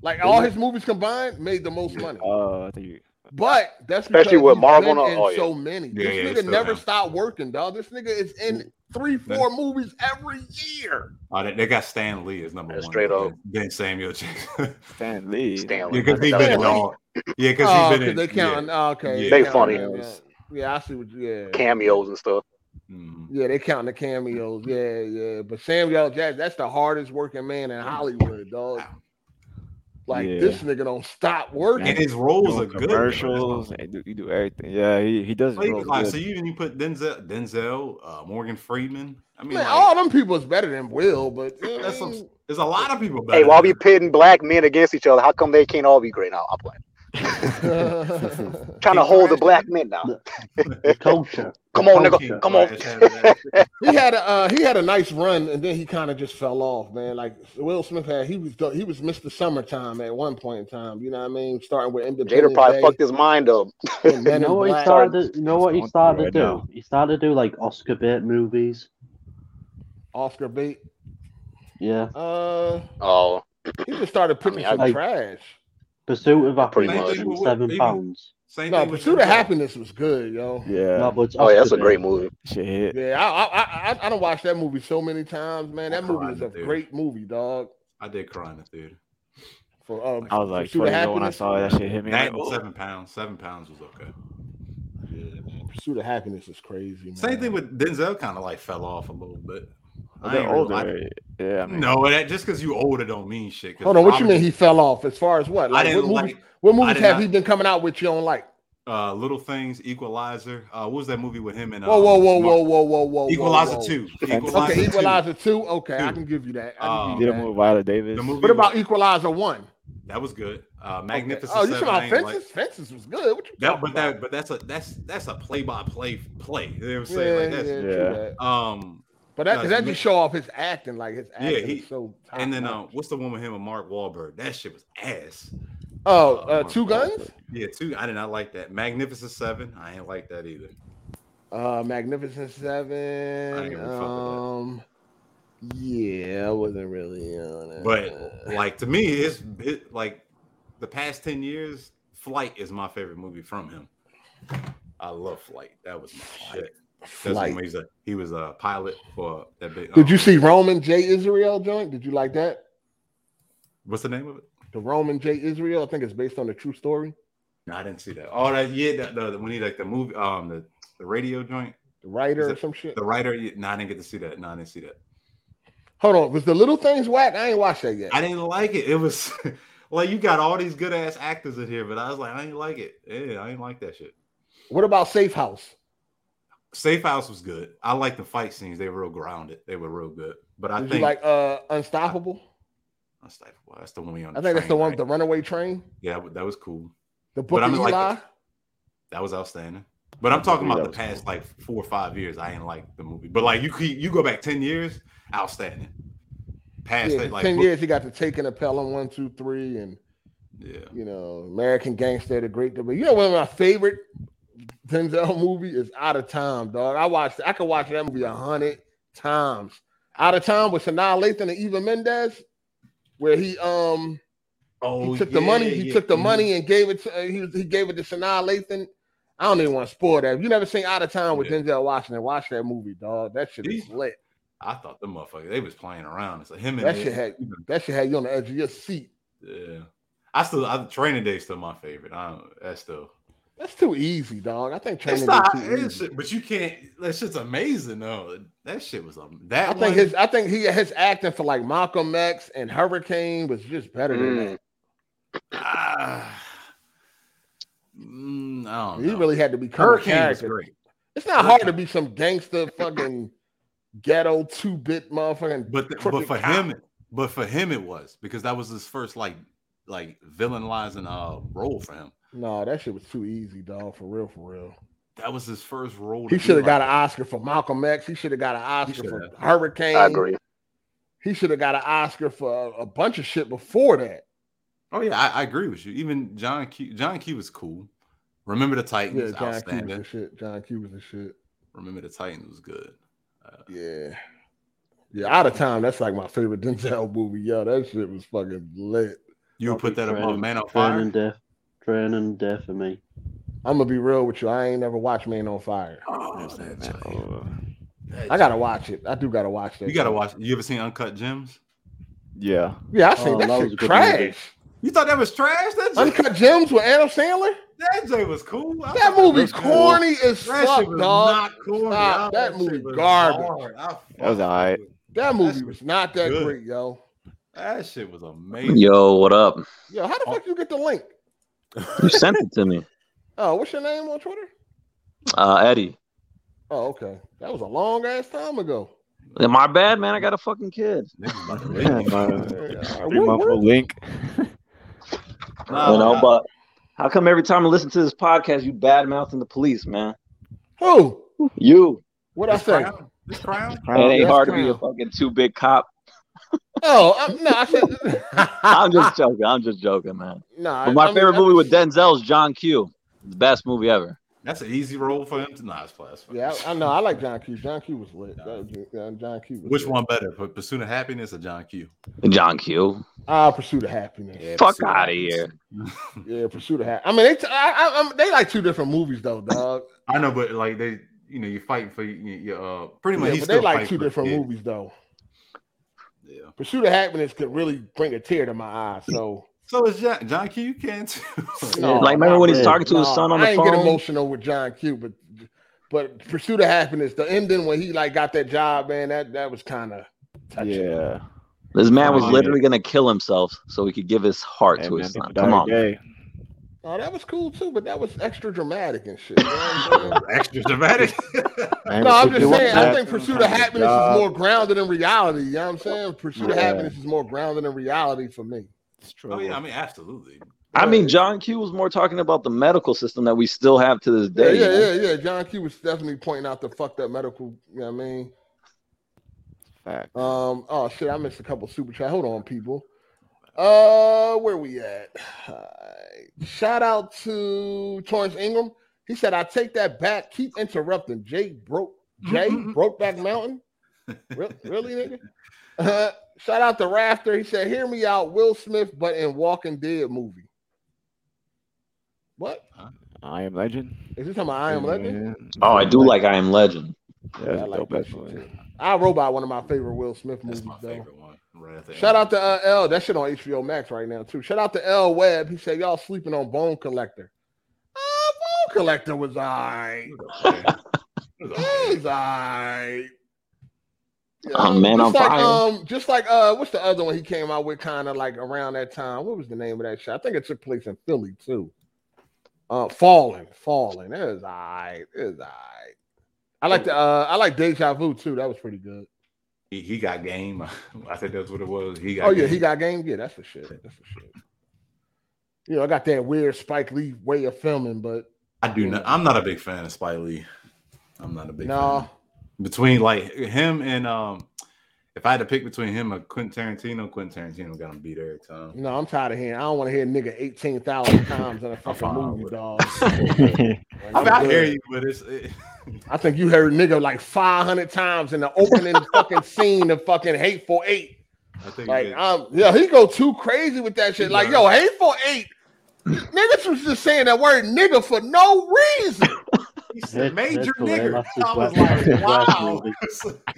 Like all his movies combined made the most money.
Oh, I think you.
But that's
Especially
because
with
he's
Marvel
been
and all-
in
oh, yeah.
so many.
Yeah, yeah,
this
it's
nigga
still
never
him.
stopped working, dog. This nigga is in three, four movies every year.
Oh, they, they got Stan Lee as number
Yeah,
one.
straight
then-
up.
Then Samuel Jackson.
Stan Lee.
Stanley.
because he
That
been in
was
all. Yeah, because
Oh,
he
'cause
been in.
they counting.
yeah.
oh, okay,
Yeah.
They
counting
funny.
them, Yeah. Yeah, I see what. Yeah,
cameos and stuff.
Mhm.
yeah, they counting the cameos. Yeah, yeah. But Samuel Jackson, that's the hardest working man in Hollywood, dog. Like
Yeah.
this nigga don't stop working.
And his roles
doing
are good. though. That's what I'm
commercials. They do, you do everything. Yeah, he, he does his
Like,
roles
like, so
good.
you even you put Denzel, Denzel, uh, Morgan Freeman. I mean,
Man,
like,
all them people is better than Will, but you know
that's
what I
some,
mean?
there's a lot of people better.
Hey, while we
than-
pitting black men against each other, how come they can't all be great now? I'm playing. Trying to
He
hold the
crashed
black
it.
men now.
The, the culture.
Come
the
on, nigga.
culture.
Come on.
Right, it's having that-
he had a uh, he had a nice run, and then he kind of just fell off, man. Like Will Smith had, he was the- he was Mr. Summertime at one point in time. You know what I mean? Starting with
Jada
Independence
probably
Day
fucked his mind up.
and Men
You know
in
what he
Black.
started? You know what he
Going through
started to
right
do?
now.
He started to do like Oscar bait movies.
Oscar bait.
Yeah,
Uh,
Oh,
he just started picking
mean,
some
I-
trash.
Pursuit of
Pretty
Happiness
much.
and
Even-
Seven
even-
Pounds.
Same
No,
thing with
Pursuit of
Denzel.
Happiness was good, yo.
No,
Yeah.
but it's
oh yeah, that's
Oscar
a great
bait.
movie.
Shit hit.
Yeah, I I I, I- I don't watch that movie so many times, man. That
I
movie
cried
was
in
a
the theater.
great movie, dog.
I did cry in the theater.
For um,
I was like
Pursuit
20
of
years old when I
Happiness.
saw it. That shit hit me.
That
Like, oh."
and
whoa.
seven pounds. Seven pounds was okay.
Yeah, man. Pursuit of Happiness is crazy, man.
Same thing with Denzel. Kind of like fell off a little bit. I
They're
ain't real- I-
older. Yeah, I mean.
no, that, just because you older don't mean shit. 'cause
Hold on, what you
I
mean
was-
he fell off? As far as what?
I
Like
didn't
what movies?
like
what movies
did
have
not-
he been coming out with you don't like?
uh, Little Things, Equalizer. Uh, what was that movie with him and?
Whoa, whoa,
um,
whoa,
Mark-
whoa, whoa, whoa, whoa,
Equalizer
whoa.
two.
Okay,
Equalizer
Okay,
two.
Equalizer two. Okay, I
Two.
can give you that. I
Um,
can
Did
give
a
you
movie with
that.
Viola Davis.
The movie
What about
was-
Equalizer one?
that was good. Uh,
Okay.
Magnificent.
Oh, you talking
Seven, I
about
ain't
fences?
like-
Fences was good. What you
That,
talking
but
about?
that, but that's a that's that's a play by play play. You know what I'm
yeah,
saying? like
yeah,
that's
true
Yeah.
that.
um,
But
No,
that
it's
that
mi-
just show off his acting, like his
Yeah,
acting
he-
is so. Top
and then uh,
notch.
what's the one with him and Mark Wahlberg? That shit was ass.
oh,
uh,
uh,
Mark
two guns.
Yeah, too. I did not like that. Magnificent Seven. I ain't like that either.
Uh, Magnificent
I ain't
Seven.
gonna fuck with that.
Um, yeah, I wasn't really on it.
But like to me, it's it, like the past ten years. Flight is my favorite movie from him. I love Flight. That was my shit. That's
Flight.
when he was a he was a pilot for that big.
Did you
um,
see Roman J Israel joint? Did you like that?
What's the name of it?
The Roman J. Israel, I think it's based on a true story.
No, I didn't see that. Oh, that yeah, that, the, we need like the movie, um, the, the radio joint,
the writer
Is
or
it-
some shit.
The writer, yeah, no, I didn't get to see that. No, I didn't see that.
Hold on, was the little things whack? I ain't watched that yet.
I didn't like it. It was like you got all these good ass actors in here, but I was like, I ain't like it. Yeah, I ain't like that shit.
What about Safe House?
Safe House was good. I like the fight scenes. They were real grounded. They were real good. But I
Did you
think
like uh Unstoppable?
that's, like, well, that's the one we on.
I think that's the
train,
one,
right?
the Runaway Train,
Yeah, that wa- that was cool.
the
But
Book
I
of
mean, like,
Eli.
That was outstanding. But I'm talking
Yeah,
about
that
the past like four or five years. I ain't like the movie. But like you, keep- you go back ten years, outstanding. Past
yeah,
that, like
ten
book-
years he got to take in a Pelham one, two, three, and
yeah,
you know, American Gangster, the Great Debate. You know, one of my favorite Denzel movie is Out of Time, dog. I watched, I could watch that movie a hundred times. Out of Time with Sanaa Lathan and Eva Mendes, where he um
Oh,
he took the money,
yeah,
he
yeah.
took the
Mhm.
money and gave it to uh, he, he gave it to Sanaa Lathan. I don't even want to spoil that. If you never seen Out of Time with Denzel Washington, watch that movie, dog. That shit is
These-
lit.
I thought the motherfucker they was playing around. It's like him and
That
his-
shit had that shit had you on the edge of your seat.
Yeah, I still I, Training Day's still my favorite. I don't, that's still
That's too easy, dog. I think
it's
training
not,
Day too easy.
it's shit, but you can't. That shit's amazing though. That shit was um, that
I
one-
think his I think he his acting for like Malcolm X and Hurricane was just better than that.
Ah. Mm, I don't
He
know.
really had to become a
Hurricane was
character.
great.
It's not hard to be some gangster fucking ghetto two bit motherfucking
but th- but
crooked
for
cop.
him, but for him it was because that was his first like like villainizing uh role for him.
No, that shit was too easy, dog. For real, for real.
That was his first role. to
He
be
should have
like
got an
that.
Oscar for Malcolm X. He should have got an Oscar for
shoulda.
Hurricane.
I agree.
He should have got an Oscar for a, a bunch of shit before that.
Oh yeah, I, I agree with you. Even John Q. John Q. was cool. Remember the
Yeah,
Titans,
John Q was
outstanding.
the shit. John Q was the shit.
Remember the Titans was good. Uh,
yeah, Yeah, out of time. That's like my favorite Denzel movie. Yo, that shit was fucking lit.
You would put that above
Training-
Man on Fire.
Training Day. Training Day for me.
I'm gonna be real with you. I ain't never watched Man on Fire.
Oh, that joint. That
I gotta watch it. I do gotta watch that.
You gotta watch. You ever seen Uncut Gems?
Yeah.
Yeah, I seen
Oh,
that,
that was a
shit
good movie.
trash.
You thought that was trash? That joint-
Uncut Gems with Adam Sandler.
That joint was cool. I
That
thought
movie
was cool.
corny as
That shit
fuck,
was
dog.
Not corny.
Stop.
Oh,
That
shit
movie
was
garbage.
hard. I
That was all right.
That movie was not that
good.
great, yo.
That shit was amazing.
Yo, what up?
Yo, how the
Oh.
fuck you get the link?
You sent it to me,
Oh, what's your name on Twitter?
uh, Eddie.
Oh, okay. That was a long ass time ago.
My bad, man. I got a fucking kid.
Yeah,
my
three month old link.
you know, but how come every time I listen to this podcast, you bad mouthing the police, man?
Who?
You.
What I say?
This crown?
It ain't
Yes,
hard to be a
Crown.
fucking two big cop.
Oh, I'm, no, I said
I'm just joking. I'm just joking, man.
Nah,
But my
I mean,
favorite
I'm
movie with Denzel is John Q. The best movie ever.
That's an easy role for him to not nice class.
Yeah, I, I know. I like John Q. John Q was lit. That was- yeah, John Q. Was
Which
lit.
one better, P- Pursuit of Happiness or John Q?
John Q.
Ah, Pursuit of Happiness.
Yeah,
Fuck out of here.
Yeah, Pursuit of Happiness. I mean, they, t- I, I, I'm- they like two different movies though, dog.
I know, but like they, you know, you're fighting for your, your uh, pretty much.
Yeah,
he's
but they
still
like
fighting
two
for his
different
kid.
movies though.
Yeah.
Pursuit of Happiness could really bring a tear to my eye. So
So is John, John Q. You can too.
No,
like remember
not
when he's
really.
talking to his
No,
son on the
I ain't
phone?
get emotional with John Q, but but Pursuit of Happiness, the ending when he like got that job, man, that that was kind of
Yeah.
This man was
Yeah.
literally gonna kill himself so he could give his heart
Hey,
to
man,
his son.
people
Come
die
on.
today.
oh, that was cool too, but that was extra dramatic and shit. you know what I'm saying?
Extra dramatic.
Man,
no, I'm
people
just
want
saying. I
that
think Pursuit of
kind of
Happiness is
job.
more grounded in reality. You know what I'm saying? Pursuit of
Yeah.
Happiness is more grounded in reality for me.
It's true.
oh yeah, I mean absolutely.
I mean, John Q was more talking about the medical system that we still have to this
Yeah,
day.
yeah,
you know?
yeah, yeah. John Q was definitely pointing out the fucked up medical. You know what I mean?
Fact.
Um. Oh shit, I missed a couple super chat. Hold on, people. Uh, where we at? Alright. Shout out to Torrance Ingram. He said, "I take that back. Keep interrupting." Jay broke. Jay broke back mountain. Re- really, nigga. Uh, shout out to Rafter. He said, "Hear me out, Will Smith, but in Walking Dead movie." What
I am legend.
is this? Talking about I Am Legend?
Oh, I do like I Am Legend.
Yeah, that's
I
a
like
dope
that
ass
shit
movie.
too. I Robot, one of my favorite Will Smith movies.
That's my
though.
favorite one. Right at the
Shout out to uh, L. That shit on HBO Max right now too. Shout out to L. Webb. He said y'all sleeping on Bone Collector. Uh, Bone Collector was alright. He's alright.
Oh, man,
just like
I'm fire.
um, just like uh, what's the other one he came out with? Kind of like around that time. What was the name of that show? I think it took place in Philly too. Uh, Falling, Falling. It was alright. It was alright. I
Oh.
like the uh, I like Deja Vu too. That was pretty good.
He, he got game. I think that's what it was. He got.
oh yeah,
game.
he got game. Yeah, that's for shit. That's for shit. You know, I got that weird Spike Lee way of filming, but
I do not. I'm not a big fan of Spike Lee. I'm not a big
No.
fan. Between like him and um, if I had to pick between him and Quentin Tarantino, Quentin Tarantino got him beat every time.
no, I'm tired of hearing. I don't want to hear nigga eighteen thousand times in a fucking
fine
movie, dog.
I, mean, I hear you, but it's it,
I think you heard nigga like 500 times in the opening fucking scene of fucking Hateful Eight.
I think
Like,
it-
um, yeah, he go too crazy with that shit. Like, yo, Hateful Eight, niggas was just saying that word nigga for no reason.
he
said
major
nigger.
I
was
like,
wow.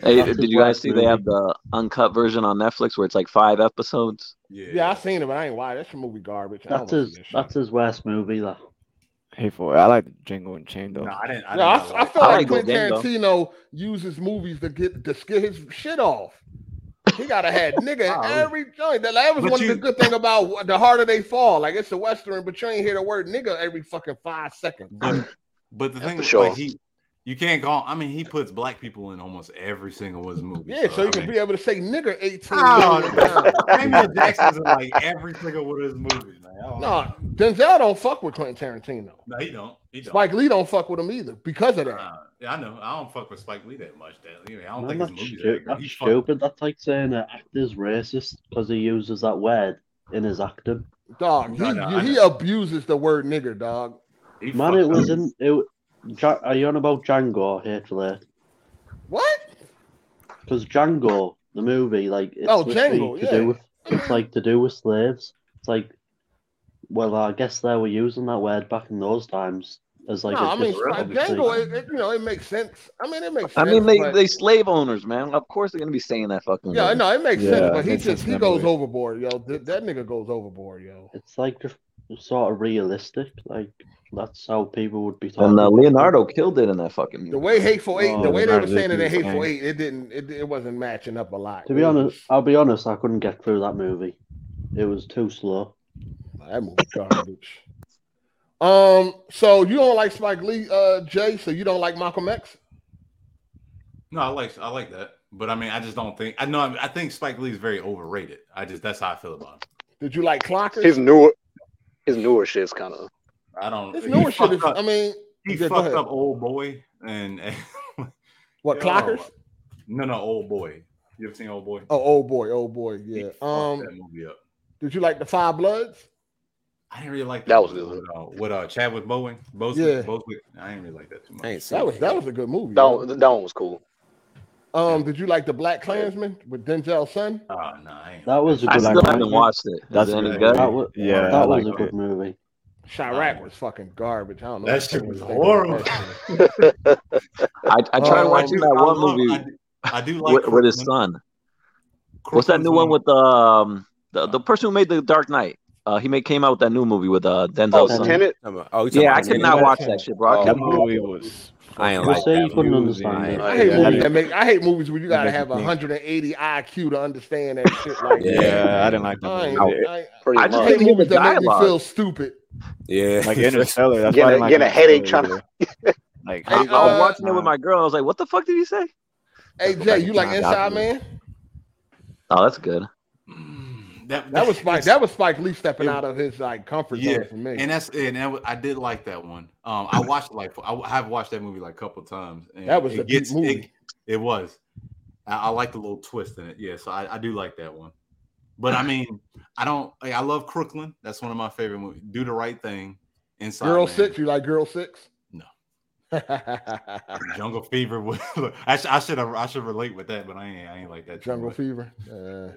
Hey, did you guys see they have the uncut version on Netflix where it's like five episodes?
Yeah, I seen it, but I ain't why. That's a movie garbage. I
That's
don't wanna see
his. That's his worst movie, though.
Hateful. I like Django and Chain though.
No, I didn't.
I, no, I, I feel
I
like
like
Quentin
Golden,
Tarantino uses movies to get to scare his shit off. He gotta have nigga in every joint. That, that was
But
one
you-
of the good thing about the harder they fall. Like it's a western, but you ain't hear the word nigga every fucking five seconds.
But, but the thing
for
is,
sure.
like he, you can't call. I mean, he puts black people in almost every single one of his movies.
yeah, so
I
you can
mean,
be able to say nigga 18
Oh,
million times.
Samuel Jackson's in like every single one of his movies, man. I don't know.
No, Denzel don't fuck with Quentin Tarantino.
No, he don't. He don't.
Spike Lee don't fuck with him either because of that.
Yeah, I know. I don't fuck with Spike Lee that much. That anyway, I don't
Man,
think his
that's
movies.
stu-
Are that good.
that's
He's fucking-
stupid. That's like saying an actor's racist because he uses that word in his acting.
Dog, he,
No, no, I
he abuses the word nigger, dog.
Man, it was in. It, wa- Ja- are you on about Django here today?
What?
Because Django, the movie, like it's
Oh,
literally
Django,
to
yeah.
do with it's like to do with slaves. It's like, well, I guess they were using that word back in those times as like.
no,
a
I mean,
disrespect,
Spike Django, it, it, you know, it makes sense. I mean, it makes
I
sense.
mean, they,
but-
they slave owners, man. Of course they're gonna be saying that fucking.
Yeah,
word.
no, it makes sense, but he
makes
just
sense
he
in every
goes
way.
overboard, yo. Th- that nigga goes overboard, yo.
It's like just sort of realistic. Like that's how people would be talking.
And uh,
about it.
Leonardo killed it in that fucking movie.
The way Hateful Eight, the
Oh,
way they
Leonardo
were saying it in
DiCaprio's
Hateful
fine.
Eight, it didn't, it, it wasn't matching up a lot.
To be
It was-
honest, I'll be honest. I couldn't get through that movie. It was too slow.
that movie garbage. um, so you don't like Spike Lee, uh, Jay, so you don't like Malcolm X?
No, I like I like that, but I mean, I just don't think I know. I think Spike Lee is very overrated. I just that's how I feel about him.
Did you like Clockers?
His newer, his newer shit's kind of.
I don't.
His
he
newer shit
fucked
is,
up-
I mean,
he
yeah, go
fucked
ahead.
up old boy and, and
What,
yo,
Clockers?
No, no, old boy. You ever seen old boy?
Oh, old boy, old boy,
He
yeah.
fucked
Um,
that movie up.
did you like the Five Bloods?
I didn't really like that.
That was
movie
good.
with, uh, with uh, Chadwick Bowen. Boseman.
Yeah.
Boseman. I didn't really like that too much.
That was that was a good movie.
That
yo.
one, that one was cool.
Um, did you like the Black Klansman with Denzel's son?
Oh no, I ain't.
That was a
I
good.
still haven't watched it. Is
That's
it
a
any
good
good?
movie.
That was,
Yeah,
that
I
was a
liked
good
it.
movie.
Chirac was fucking garbage. I don't know.
That
what
shit
the
was
fuck you
horrible.
thinking.
I, I tried
Um,
watching that
Oh, I
one
love-
movie
I do, I do like
with, with his
Kirkman.
son. What's that
Kirkman's
new one with um, the the person who made the Dark Knight? Uh, he made came out with that new movie with uh
Oh,
Denzel.
Tenet?
Oh, you talking
yeah,
about
I could
Tenet?
not watch
Tenet.
that shit, bro. I
Oh.
That
couldn't do
movie was.
I ain't
You
like
say
that.
you couldn't
movie.
understand it.
I
Oh,
ain't
I hate
like that.
movies that make. I hate movies where you gotta
That makes
have
me think.
180 IQ to understand that shit. Like,
Yeah,
Yeah, I didn't like
I,
that
ain't-
movie.
I,
Pretty
I
I
just
much.
hate
didn't get
movies
the
that make me
dialogue.
feel stupid.
Yeah,
Like Interstellar. That's why
Getting
I
a,
didn't like
getting a headache trying
Interstellar
to.
either. Like
Hey,
I, I was
uh,
watching it with my girl. I was like, "What the fuck did he say?"
Hey
Go
Jay,
back
you
in
like
time,
Inside
Doctor.
Man?
Oh, that's good.
That,
That was Spike. That was Spike Lee stepping
It-
out of his like comfort
yeah,
zone for me.
and that's and that was, I did like that one. Um, I watched it like I have watched that movie like a couple times. And
That was
it
a deep movie.
It, it was. I, I like the little twist in it. Yeah, so I, I do like that one. But I mean, I don't. Like, I love Crooklyn. That's one of my favorite movies. Do the right thing. Inside
Girl
Man.
Six, you like Girl Six?
No.
Jungle
Jungle Fever. Was, I, sh- I should have. I should relate with that, but I ain't. I ain't like that. too much.
Fever. Uh, Yeah.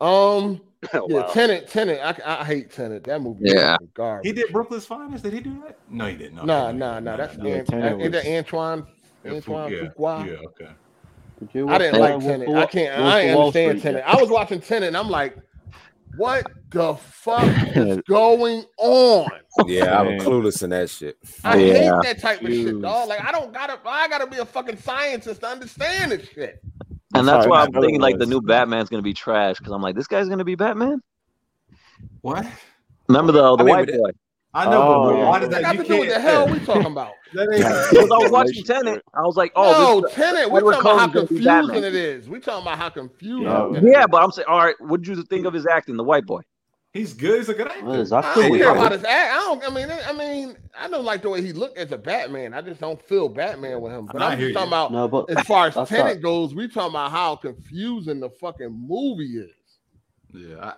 Um.
Oh,
Yeah,
wow.
Tenant, Tenant. I, I hate Tenant. That movie
Yeah.
yeah. garbage.
He did Brooklyn's Finest. Did he do that? No, he didn't. No,
Nah,
no,
nah, nah. That's
no, no.
An-
Tenet
ain't that
was-
Antoine
Yeah,
Antoine
yeah,
Fuqua.
yeah, okay.
Did you
I
watch
didn't
the-
like
Wolf-
Tenet.
Wolf-
I can't.
Wolf
I
of
ain't
Wall
understand
Street
Tenet.
yet?
I was watching Tenet, and I'm like, what the fuck is going on?
Yeah, I'm
Man.
clueless in that shit.
I hate that type of shit, dog. Like, I don't gotta. I gotta be a fucking scientist to understand this shit.
And that's
Sorry,
why
I
I'm
know
thinking
it
like the
was.
new Batman's gonna be trash because I'm like, this guy's gonna be Batman.
What?
Remember the, the
I mean,
white
but-
boy?
I know, but
Oh,
Oh,
why does that?
got
you
to do with
can't-
the hell we talking about?
Because I was watching Tenet, I was like, oh,
no,
this-
Tenet. We're
Edward
talking about how
Cullen's gonna be
confusing
Batman.
it is. We're talking about how confusing.
Yeah,
it is.
but I'm saying, all right, what did you think of his acting, the white boy?
He's good. He's a good actor.
What is
I don't care about his act. I don't. I mean, I mean, I don't like the way he looked as a Batman. I just don't feel Batman with him. But
I
I'm
hear
just talking
you.
about
No, but
as far as
that's
Tenet
not-
goes, we talking about how confusing the fucking movie is.
Yeah,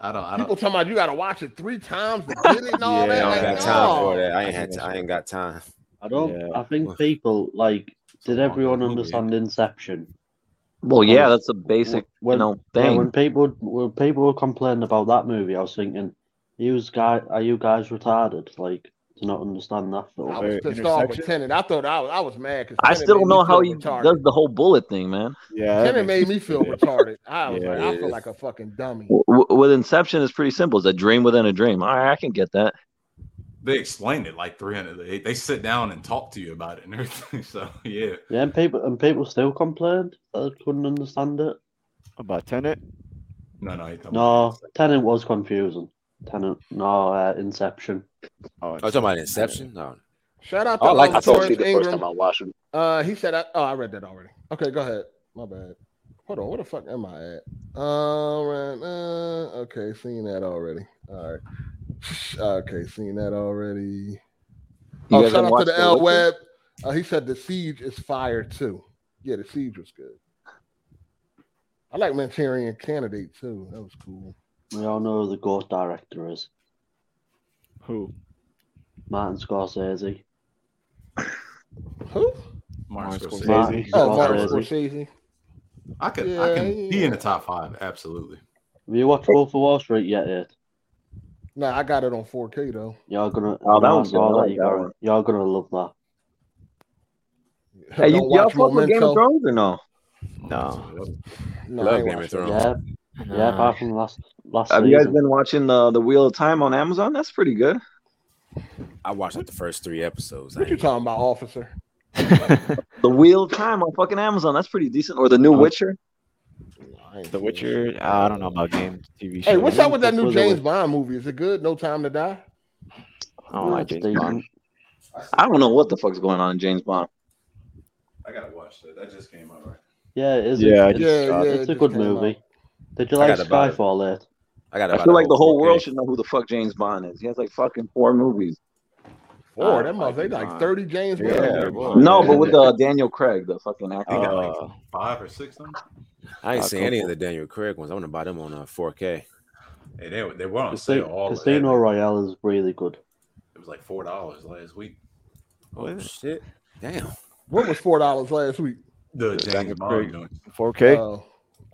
I, I don't. I
People
don't.
talking about you got to watch it three times to get it and all
I
that.
don't
Like,
got
no.
time for that. I ain't had. I ain't got time.
I don't. I think people like. Did everyone understand Inception?
Well, yeah, that's a
When-
basic,
when-
you know,
yeah,
thing.
when people when people were complaining about that movie, I was thinking, "You guy, are you guys retarded? Like to not understand that film?"
I was pissed off with Tenet. I thought I was, I was mad because
I still don't know how he does the whole bullet thing, man.
Yeah,
Tenet made me feel retarded. I was
Yeah,
like,
it
I feel
is.
like a fucking dummy.
with Inception, it's pretty simple. It's a dream within a dream. All right, I can get that.
They explained it like 300. They, they sit down and talk to you about it and everything. So yeah.
Yeah, and people and people still complained that they couldn't understand it.
About Tenet?
No, no, he told
No, Tenant was confusing. Tenant, no, uh, Inception.
Oh,
talking about Inception. No.
Shout out to
I like
um,
I saw it
Torrance
the first
Ingram.
time I watched it.
Uh, he said, I, "Oh, I read that already." Okay, go ahead. My bad. Hold on. Where the fuck am I at? All right. Uh, okay, seen that already. All right. Okay, seen that already.
You
oh,
guys
shout
didn't
out to
watch
the
The
L
Witcher?
Web. Uh, he said the siege is fire too. Yeah, the siege was good. I like Manchurian Candidate too. That was cool.
We all know who the ghost director is
Who?
Martin Scorsese.
Who?
Martin
Martin Scorsese.
Scorsese.
Oh, Martin
Scorsese.
Scorsese.
I could. I
Yeah,
can. He in
yeah.
the top five. Absolutely.
Have you watched Wolf of Wall Street yet? Ed?
Nah, I got it on 4K though.
You're gonna.
Oh, that
I
one's good.
saw
I
that.
like that
You're gonna,
one.
you're gonna love that.
Hey, you,
Don't
y'all
watch
fuck with Game
Memento.
of Thrones or no?
No.
No,
Love
I ain't
Game
watching
of
it.
Thrones.
Yeah, yeah.
Nah.
Apart from last last
Have you guys
season,
been watching the the Wheel of Time on Amazon? That's pretty good.
I watched like the first three episodes. I
What you
ain't,
talking about, officer?
The Wheel of Time on fucking Amazon. That's pretty decent. Or the New
Oh.
Witcher.
I ain't
The
seen it.
Witcher? I don't know about game TV show.
Hey, what's up with that new
What's the
James
word?
Bond movie? Is it good? No Time to Die.
I don't like
That's
James Bond.
decent.
I don't know what the fuck's going on in James Bond.
I gotta watch that. That just came out right.
yeah, it is.
Yeah, I
it's,
just saw it.
it's
Yeah,
a
it
good
just came
movie.
out.
Did you
I
like
got about it.
Skyfall? Ed?
I got
I
about.
feel like the whole eh?
4K.
world should know who the fuck James Bond is. He has like fucking four movies.
Four.
I
That
don't
must
like
they
James
like
Bond.
thirty James
Yeah,
Bond.
boy.
No,
yeah.
but with uh, Daniel Craig, the fucking actor.
They got like
Uh,
five or six of them.
I ain't
a
seen any of
couple.
the Daniel Craig ones. I want to buy them on uh, 4K.
Hey, they, were- they were on sale
Casino,
all
Casino
It
Royale is really good.
was like four dollars last week.
Oh shit! Damn.
What was four dollars last week?
The
The
James
Daniel
Bond
Craig.
joint.
4K?
Oh.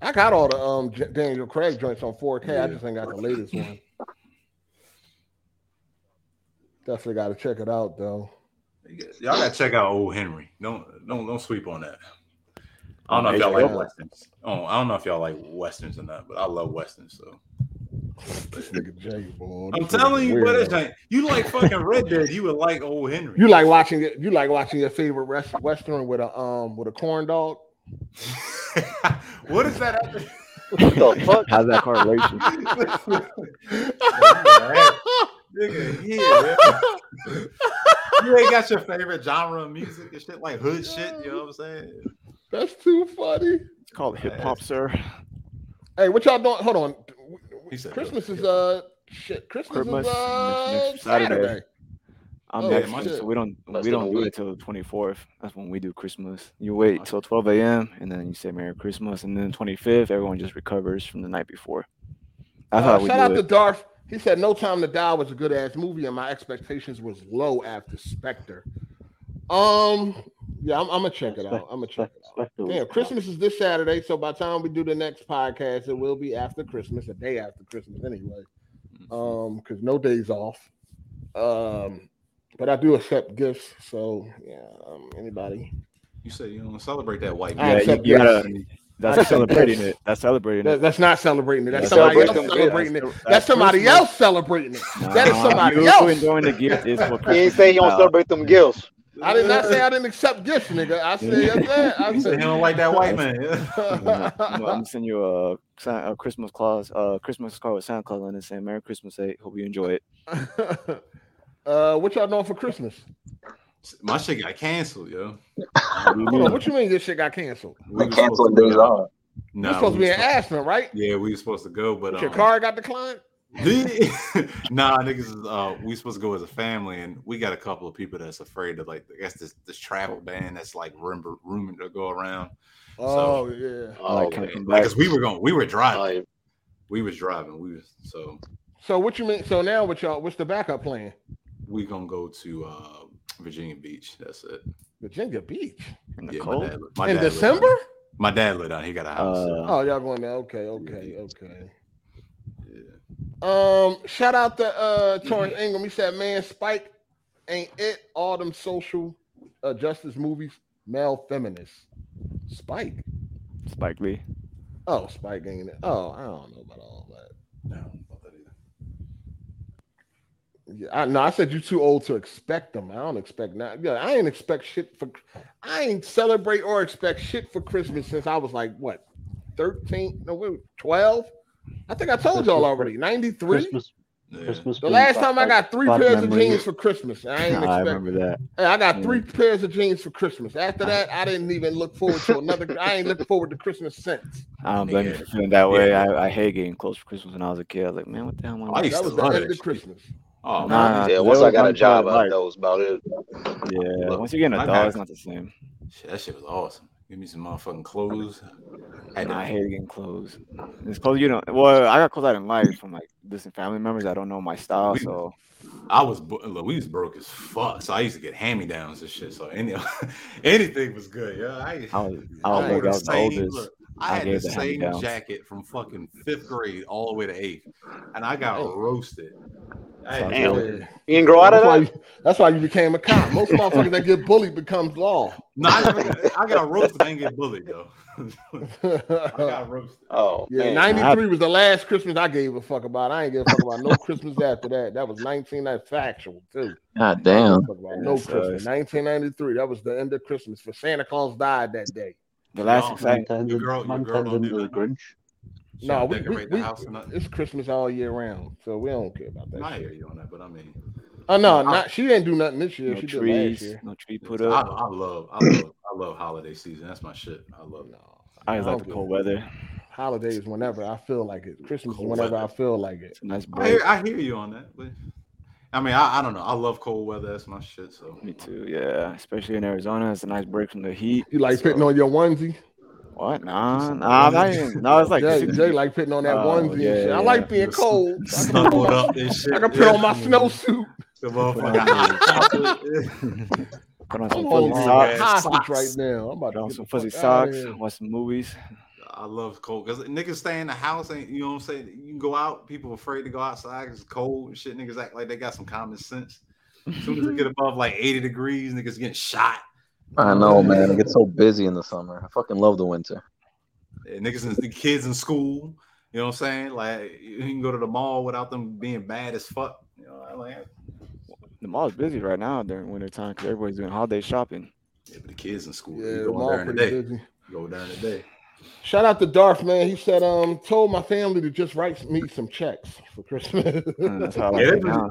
I got all the um J- Daniel Craig joints on 4K. I
Yeah.
just ain't got the latest one. Definitely got to check it out though.
Y'all gotta check out Old Henry. Don't don't don't sweep on that. I
Oh,
don't know
On
if y'all like
HBO?
westerns. Oh, I don't know if y'all like westerns or not, but I love westerns. So
This nigga Jay, boy.
I'm
This nigga's
telling you,
weirdo.
but it's like you like fucking Red Dead, you would like Old Henry.
you like watching it. You like watching your favorite rest, western with a um with a corn dog.
what is that? After?
the fuck?
How's that correlation?
Nigga, yeah, man. you ain't got your favorite genre of music and shit like hood shit. You know what I'm saying?
That's too funny.
It's called hip hop, sir.
Hey, what y'all doing? Hold on.
He said
Christmas is uh shit. Christmas,
Christmas
is uh
next- next
Saturday.
Saturday. I'm
Oh,
Mexican,
shit.
so we don't
Less
we
than a
don't do
week.
it till the 24th. That's when we do Christmas. You wait till 12 a.m. and then you say Merry Christmas, and then 25th everyone just recovers from the night before. That's
Uh,
how we
shout
do
out to
it.
Darth. He said No Time to Die was a good ass movie, and my expectations was low after Spectre. Um, yeah, I'm, I'm gonna check it out. I'm gonna check it out.
Spectre was
Damn,
crap.
Christmas is this Saturday, so by the time we do the next podcast, it will be after Christmas, a day after Christmas anyway.
Mm-hmm.
Um, because no days off. Um, but I do accept gifts, so yeah. Um, anybody
You said you don't celebrate that white.
I
man.
accept
you
yes.
gotta- that's celebrating it. That's celebrating it.
That- that's not celebrating it. That's
That's
somebody else
celebration.
celebrating it.
That's-
That's somebody
Christmas.
else celebrating it. That is
Nah,
somebody
you
else.
enjoying the gift is what
He ain't
Christmas
say
is
he don't
about.
celebrate them gifts.
I did not say I didn't accept gifts, nigga. I said
Yeah.
that. I
You
said
said you don't like that white man.
man.
I'm gonna send you a, Sa- a Christmas clause, a Christmas card with Santa Claus on it saying "Merry Christmas." eh? hope you enjoy it.
uh, what y'all doing for Christmas?
My shit got canceled, yo.
Hold on, what you mean this shit got canceled?
We were supposed to go.
You're supposed to
we
be
were
in Aspen, right?
Yeah, we were supposed to go, but
But your
um,
car got declined.
nah, niggas, is, uh, we supposed to go as a family, and we got a couple of people that's afraid of like, I guess this this travel ban that's like rumor rumored to go around.
Oh yeah.
Oh, because we were going, we were
Oh,
driving, we was driving, we was so
So what you mean? So now what y'all? What's the backup plan?
we gonna go to uh, Virginia Beach. That's it.
Virginia Beach
In,
cold?
my dad, my
in
dad lived out-
December?
my dad lived out. He got a house. so-
oh, y'all going there? Okay, okay, okay. Um, shout out to uh Torrance Ingram. He said, "Man, Spike ain't it all them social uh, justice movies male feminists." Spike.
Spike Lee.
Oh, Spike ain't it. Oh, I don't know about all that. Yeah, I no, I said you too old to expect them. I don't expect not. Yeah, I ain't expect shit for. I ain't celebrate or expect shit for Christmas since I was like what, thirteen? No, wait, twelve. I think I told y'all already. Ninety three.
Christmas. Christmas
The
brings
last
back,
time I
like,
got three
fond
pairs of
memories.
jeans for Christmas. I ain't
I
expect.
remember that.
Hey, I got three pairs of jeans for Christmas. After that, I didn't even look forward to another. I ain't looking forward to Christmas since.
I don't blame you for feeling that way. I, I hated getting clothes for Christmas when I was a kid. I was like, man, what the hell? Am I
that was
wearing?"
the end of Christmas.
Oh,
Nah,
yeah,
that
once I
was
got
my
a job,
entire
I,
life.
that was about it.
Uh, Yeah,
Look,
once you get an
I
adult,
got-
it's not the same.
Shit, that shit was awesome. Give me some motherfucking clothes.
Nah, I hate getting clothes. It's clothes you don't. Well, I got clothes I didn't like from like distant family members. I don't know my style,
We-
so
I was bo- look, we was broke as fuck, so I used to get hand me downs and shit. So any anything was good, yeah. I,
I was- I was
wore
like,
the
I was the
same-
oldest.
I,
I
had the
gave the
same
hand-me-downs.
jacket from fucking fifth grade all the way to eighth, and I got roasted. I had-
Damn.
You didn't grow out of
that's why
that.
you, that's why you became a cop. Most motherfuckers that get bullied becomes law.
No, I, never got, I got roasted. I didn't get bullied though. I got roasted.
Oh,
Yeah,
man.
ninety three was the last Christmas I gave a fuck about. I ain't give a fuck about no Christmas after that. That was nineteen. That's factual too.
God
I ain't give a
damn.
fuck about no
That sucks.
Christmas. Nineteen ninety three. That was the end of Christmas. For Santa Claus died that day.
the last
Y'all-
exciting.
Your girl, your girl don't do that.
Grinch.
no, we, we,
decorate the
we-
house or nothing.
it's Christmas all year round, so we don't care about that.
I
shit.
hear you on that, but I mean,
Oh no,
I-
not she didn't do nothing this year.
No
she did last
trees,
year.
no tree put
I, I
up.
love, I love, I love holiday season. That's my shit. I love it.
I
I
always like
don't
the
get
cold weather.
Holidays whenever I feel like it. Christmas is
Cold
whenever
weather.
I feel like it.
It's a nice
I
break.
hear, I hear you on that. But I mean, I, I don't know. I love cold weather. That's my shit. So
Me too. Yeah, especially in Arizona, it's a nice break from the heat.
You like pitting on your onesie?
What? Nah, nah, not even. No, it's like
Jay,
60
Jay like putting on that
Oh,
onesie and
yeah,
shit. I
yeah.
like being
You're
cold. I can, put
snuggled
on,
up and shit.
I can put on my snowsuit.
The
on
motherfucker hot chocolate.
Put on
I'm
some
on
fuzzy
long
socks.
ass
hot
socks.
right now. I'm about
Put
to
on
get
some
the
fuzzy
fuck outta
socks.
here.
Watch some movies.
I love cold because niggas stay in the house ain't you know what I'm saying. You can go out, people afraid to go outside 'cause it's cold and shit. Niggas act like they got some common sense. As soon as they get above like 80 degrees, niggas getting shot.
I know, man. It gets so busy in the summer. I fucking love the winter.
And niggas and the kids in school, you know what I'm saying? Like you can go to the mall without them being mad as fuck. You know, I like
The mall's busy right now during winter time because everybody's doing holiday shopping.
yeah, but the kids in school,
Yeah,
you
the
go
mall
during the
pretty
day.
busy.
You go during the day.
Shout out to Darth man. He said, um, told my family to just write me some checks for Christmas.
And that's how I like
Yeah,
it
that's-
now.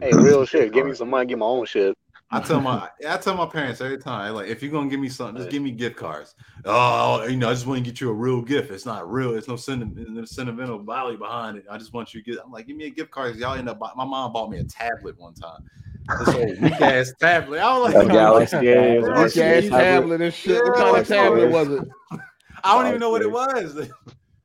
Hey, real shit. Give me some money. Get my own shit.
I tell my I tell my parents every time, like, if you're gonna give me something, just give me gift cards. Oh, you know, I just want to get you a real gift. It's not real. It's no sentiment, no sentimental value behind it. I just want you to get. I'm like, give me a gift card. 'cause Y'all end up. Buy, my mom bought me a tablet one time. This old weak ass tablet. I was
It was
like,
a Galaxy. Yeah, it was an
This ass
RCA tablet.
tablet and shit.
Yeah,
what kind
like,
of tablet was it?
I don't even know what it was.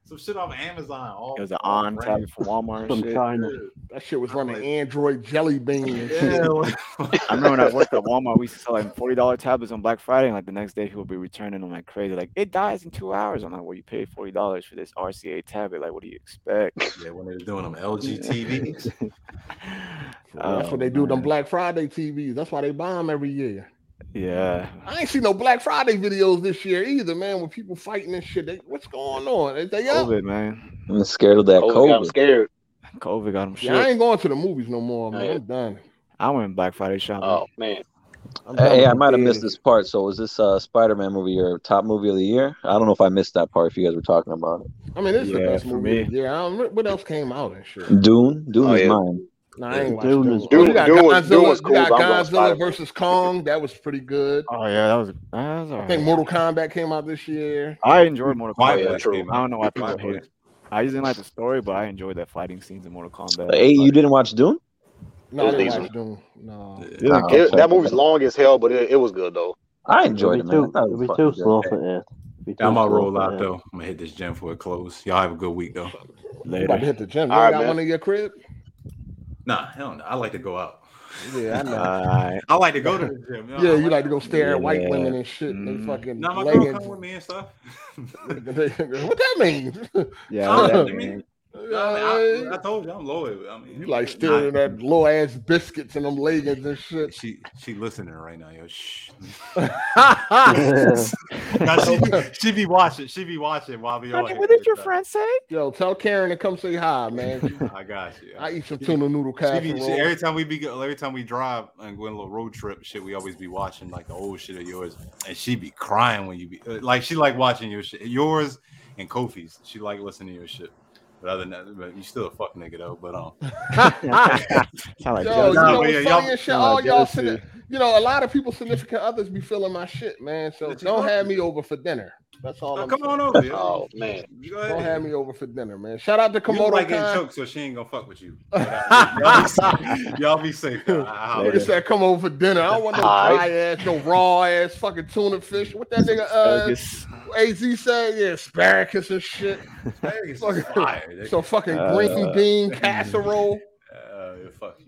Some shit off Amazon. All,
It was an
all
on
brand.
tablet from Walmart and
From
shit.
China.
That shit was running Android Jelly Bean and shit.
Yeah, like-
I remember when I worked at Walmart, we used to sell like forty dollar tablets on Black Friday, and like the next day people would be returning them like crazy. Like it dies in two hours. I'm like, well, you paid forty dollars for this RCA tablet. Like, what do you expect?
yeah, when they was doing them LG TVs.
That's
Oh,
what they do with them
man.
Black Friday TVs. That's why they buy them every year.
Yeah.
I ain't seen no Black Friday videos this year either, man. With people fighting and shit, They- what's going on? Is they up?
COVID, man.
I'm scared of that
COVID got 'em
COVID.
scared.
COVID got him shit.
Yeah, I ain't going to the movies no more, man. I'm done.
I went Black Friday shopping.
Oh man,
Hey, I might have missed this part. So, is this uh, Spider-Man movie your top movie of the year? I don't know if I missed that part. If you guys were talking about it,
I mean, this is the
Yeah,
best
for
movie.
me.
Yeah, I don't, what else came out and shit?
Dune. Dune
Oh,
is
yeah.
mine.
Nah, I ain't watched
Dune
Dune.
is-
Oh, you got
Dune was-
Godzilla,
Dune was cool,
you
but I'm
got
going
Godzilla
Spider-Man.
versus Kong. That was pretty good.
Oh yeah, that was that was
I think
alright.
Mortal Kombat came out this year.
I enjoyed Mortal
Quiet
Kombat.
Boys came
I don't know why
out.
people
Quiet
hate
Boys.
it. I just didn't like the story, but I enjoyed the fighting scenes in Mortal Kombat.
Hey, you didn't watch Dune?
No, I didn't
These
watch Doom. No.
Yeah,
It-
okay.
that movie's long as hell, but it, it was good though.
I
enjoyed
It'd
it,
be
man. I
too-
thought it
it'd
was
be
fucking
too
good.
slow for it. It'd be
Yeah, I'm
too slow
gonna roll
for
out
it.
though. I'm gonna hit this gym for a close. Y'all have a good week though.
You about to hit the gym? You
All
ain't got
right, man.
one in your crib?
Nah, hell no. I like to go out.
Yeah, I know.
I like to go to the gym.
Yeah, you like to go stare at white women and shit. and They fucking
Nah, my girl
leggings.
come with me and stuff.
what that means?
Yeah,
I
that
don't
man.
mean, I, mean, I, I told you I'm loyal. I mean,
You like
Nah.
stealing that low ass biscuits and them leggings and shit.
She she listening right now, yo. Shh. Nah, she, be,
Yo,
she be watching. She be watching while we on.
what did your friend say?
tell Karen to come say hi, man.
here. I got you.
I eat some tuna noodle
She be, she, every
casserole.
time we be go- every time we drive and go on a little road trip, shit, we always be watching like the old shit of yours, and she be crying when you be uh, like she like watching your shit, yours and Kofi's. She like listening to your shit, but other than that, but you still a fuck nigga though. But um,
Sound like
Yo, you know
Nah, but
what's
yeah, y'all-
funny and shit? All y'all,
jealousy.
signi- you know, a lot of people, significant others, be feeling my shit, man. So don't have me over for dinner. That's all. I'm
come
saying.
on over. Yo.
Oh man,
Go ahead.
don't have me over for dinner, man. Shout out to
You
Komodo
like getting
Khan.
choked, so she ain't gonna fuck with you. Y'all be safe. Y'all be safe. I- I holler at
Nigga
you.
said, "Come over for dinner." I don't want no
Alright.
dry ass, no raw ass, fucking tuna fish. What that nigga
Asparagus.
uh, Az said? Yeah, asparagus and shit.
Asparagus is
Fucking-
fire, nigga.
Some fucking
Uh,
green bean casserole.
Uh, fuck you,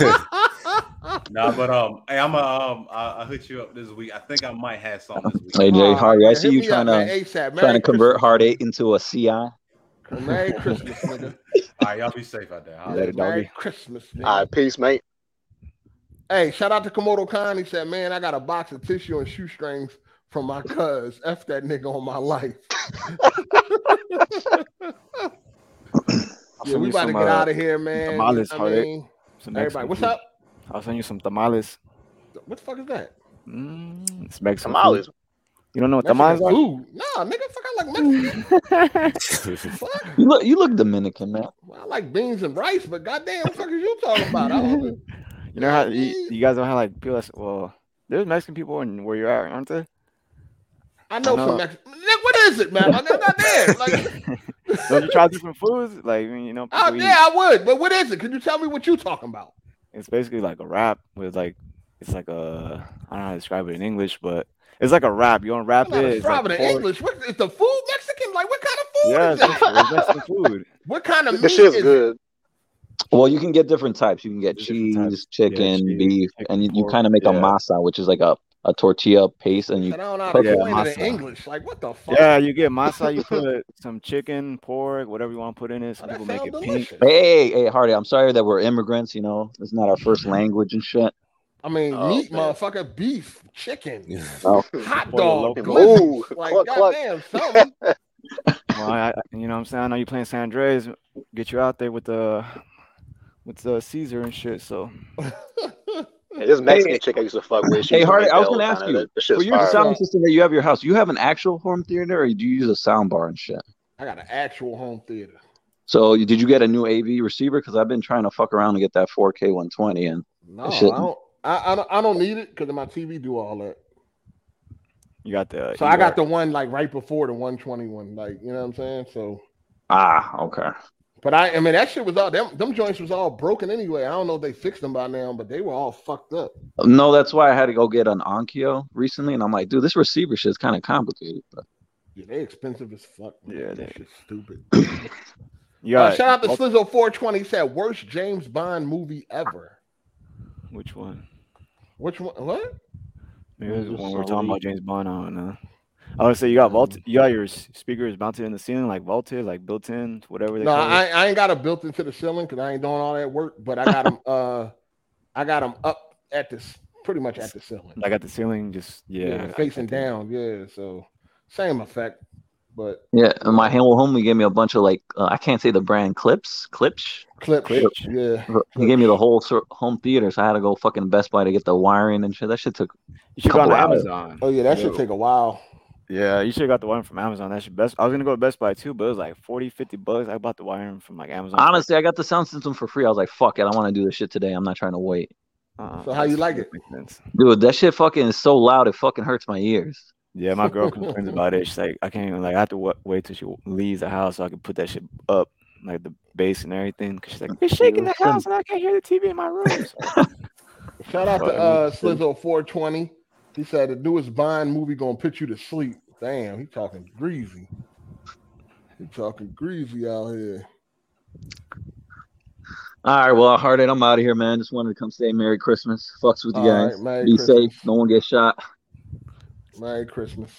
nigga. nah, but um, hey, I'm uh, um, I, I'll hit you up this week. I think I might have something this week.
Hey Jay Harvey, I see you
me
trying
up, man,
to
ASAP.
trying
Merry
to convert Hard Eight into a CI.
Merry Christmas, nigga.
All right, y'all be safe out there. Holla.
Later,
Merry
doggy.
Christmas, nigga.
All right, peace, mate.
Hey, shout out to Komodo Khan. He said, "Man, I got a box of tissue and shoestrings from my cuz. F that nigga on my life."
I'll
Yeah,
send
we
you
about to
some,
get
uh,
out of here,
some
man.
Tamales,
I
Hard Eight.
mean,
Some
everybody,
Mexican
what's
food.
up?
I'll send you some tamales.
What the fuck is that?
Mm, it's Mexican
Tamales?
Food. You don't know what
Mexican
tamales are?
food? Nah, nigga, fuck. I like Mexican.
you look you look Dominican, man.
I like beans and rice, but goddamn, what the fuck is you talking about? I don't
You know how you, you guys don't have like people. That's, well, there's Mexican people in where you're at, aren't there?
I know
know.
some Mexican. Nick, what is it, man? Like, I'm not there. Like,
Don't you try different foods? Like I mean, you know,
oh,
people eat-
yeah, I would, but what is it? Can you tell me what you talking about?
it's basically like a wrap with like it's like a I don't know how to describe it in English, but it's like a wrap. You unwrap
I'm
it.
not
It's like
describing in
pork.
English. What is the food Mexican? Like, what kind of food
Yeah,
is
it's Mexican- it's Mexican
that?
food.
what kind of meat
This
is
good. Well, you can get different types. You can get
different
cheese, chicken,
cheese,
beef, and you, you
pork,
kind of make a
yeah.
masa, which is like a, a tortilla paste, and you
I don't know how
cook
to
it.
explain it in
masa.
English. Like, what the fuck?
Yeah, you get masa. You put some chicken, pork, whatever you want to put in it. Some people make it pink.
Hey, hey, hey, Hardy, I'm sorry that we're immigrants. You know, it's not our first language and shit.
I mean,
Oh,
meat, motherfucker, beef, chicken,
No.
hot
Pollo
dog,
loco.
blizzards,
Ooh,
like
cluck, cluck.
goddamn something.
Well, I, I- you know what I'm saying? I know you playing San Andreas. Get you out there with the with the Caesar and shit. So
Yeah, This Mexican
Hey.
chick I used to fuck with. She
Hey,
used to
Hardy,
make
I was
that all
going to
the
ask
time.
you
That- that
for
shit's
your
fire.
sound system that you have at your house. Do you have an actual home theater, or do you use a sound bar and shit?
I got an actual home theater.
So, you, did you get a new AV receiver? Because I've been trying to fuck around and get that 4K 120, and
No,
that shit-
I don't. I, I don't. I don't need it because my TV do all that.
you got the
So I got
ER.
the one like right before the 121. Like you know what I'm saying. So,
ah okay.
but I. I mean that shit was all them. Them joints was all broken anyway. I don't know if they fixed them by now, but they were all fucked up.
No, that's why I had to go get an Onkyo recently, and I'm like, dude, this receiver shit is kind of complicated. But
Yeah, they expensive as fuck. Yeah, that shit's stupid.
Yeah.
Uh, shout out to Slizzo 420 said worst James Bond movie ever.
Which one?
Which one? What?
Maybe it was
Just
when we were talking
Solid.
about James Bond. I don't know. I would say you got vault. You got your s- speakers mounted in the ceiling, like vaulted, like built in, whatever they
No,
call
I,
it.
I ain't got them built into the ceiling because I ain't doing all that work. But I got them. uh, I got them up at this pretty much at the ceiling.
Like at the ceiling, just yeah.
facing down. Yeah, so same effect, but
Yeah, and my Hamel homie gave me a bunch of like uh, I can't say the brand clips, clips,
clips, yeah.
He gave me the whole sor- home theater, so I had to go fucking Best Buy to get the wiring and shit. That shit took.
You should
a
go on
couple hours.
Amazon.
Oh yeah, that should take a while.
Yeah, you should have got the one from Amazon. That should best. I was gonna go to Best Buy too, but it was like 40, 50 bucks. I bought the wiring from like Amazon.
Honestly, I got the sound system for free. I was like, fuck it, I want to do this shit today. I'm not trying to wait.
Uh,
So how you like it?
Dude, that shit fucking is so loud, it fucking hurts my ears.
Yeah, my girl complains about it. She's like, I can't even like. I have to wa- wait till she leaves the house so I can put that shit up, like the bass and everything. Cause she's like,
You're shaking the house
and I can't hear the TV in my room.
Shout out to
Fucking
uh,
shit.
Slizzo420. He said the newest Bond movie gonna put you to sleep. Damn, he talking greasy. He talking greasy out here.
All right, well, Hardin, I'm out of here, man. Just wanted to come say Merry Christmas. Fucks with you
All right,
guys.
Merry
Be
Christmas.
safe. No one gets shot.
Merry Christmas.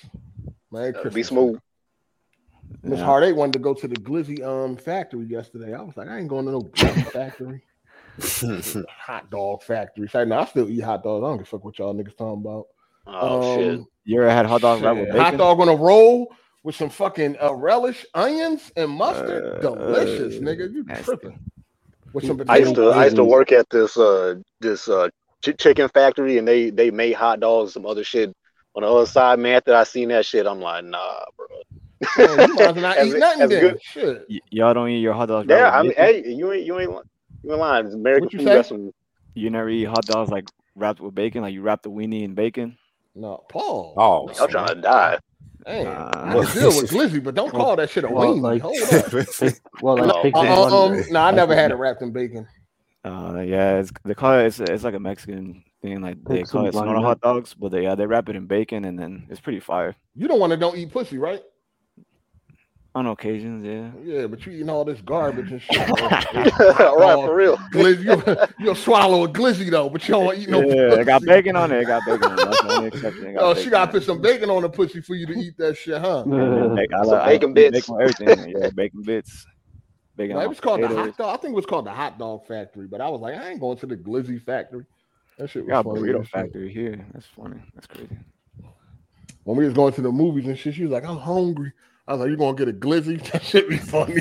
Merry
Uh,
Christmas.
be smooth.
Miss
Yeah.
Hardate wanted to go to the Glizzy um factory yesterday. I was like, I ain't going to no Glizzy factory. hot dog factory. So, now I still eat hot dogs. I don't give a fuck what y'all niggas talking about.
Oh, shit.
Um,
You ever had hot dog wrapped with
shit. Hot
bacon?
dog on a roll with some fucking uh, relish, onions, and mustard. Delicious, nigga. You tripping? With some
Uh, I used to
potato
I used to
wedges.
work at this uh this uh ch- chicken factory and they they made hot dogs and some other shit on the other side. Man, after I seen that shit, I'm like, nah, bro.
Yeah, you might as well not
As
eat
it-
nothing
as
then.
good-
Shit.
Y- y'all don't eat your hot dogs.
Yeah,
wrapped
I
with
mean,
bacon?
hey, you ain't you ain't li- you ain't lying. American
What you
food
say?
got some.
You never eat hot dogs like wrapped with bacon, like you wrap the weenie in bacon.
No, Paul.
Oh,
I'm trying to die.
Hey,
Nah.
I can deal with glizzy, but don't call that shit a
Well,
weenie.
like-
Hold up.
well, like
no,
pig
uh,
Latin-
um, no, I never had it wrapped in bacon.
Uh, yeah, it's they call it. It's, it's like a Mexican thing. Like they
Take
call
some
it Sonora
lime.
hot dogs, but they uh, they wrap it in bacon and then it's pretty fire
You don't want to don't eat pussy, right?
on occasions. Yeah.
Yeah, but you eating all this garbage and shit.
right, for real.
Glizzy, you'll, you'll swallow a glizzy though, but you don't want to eat no.
yeah, it got
pussy.
bacon on it. It got bacon on it. That's the only exception. It got
Oh,
bacon.
she gotta put some bacon on the pussy for you to eat that shit, huh?
And then, like, I, like- I eat Bacon with everything. in it. Yeah, bacon bits. Bacon
No,
on
it
my
was called the hot
potatoes.
dog. I think it was called the hot dog factory, but I was like, I ain't going to the glizzy factory. That shit
We
was
got a
funny.
burrito
as shit.
factory here. That's funny. That's crazy.
When we was going to the movies and shit, she was like, I'm hungry. I was like, You gonna get a glizzy? That shit be funny.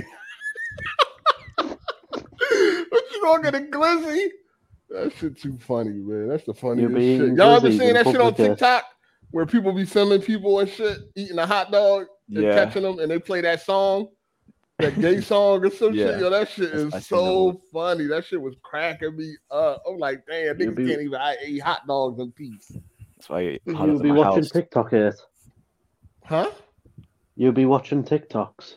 but you gonna get a glizzy? That shit too funny, man. That's the funniest
be
shit.
eating
Y'all ever
glizzies and
seen that shit on
pooping
TikTok where people be filming people and shit eating a hot dog and
Yeah.
catching them and they play that song, that gay song or some
Yeah.
shit? Yo, that shit is
I seen that
so funny. That shit was cracking me up. I'm like, damn,
You'll
niggas
be-
can't even I eat hot dogs in peace.
That's why I eat
You'll
hot dogs
be
in my
watching
house.
TikTokers.
Huh?
You'll be watching TikToks.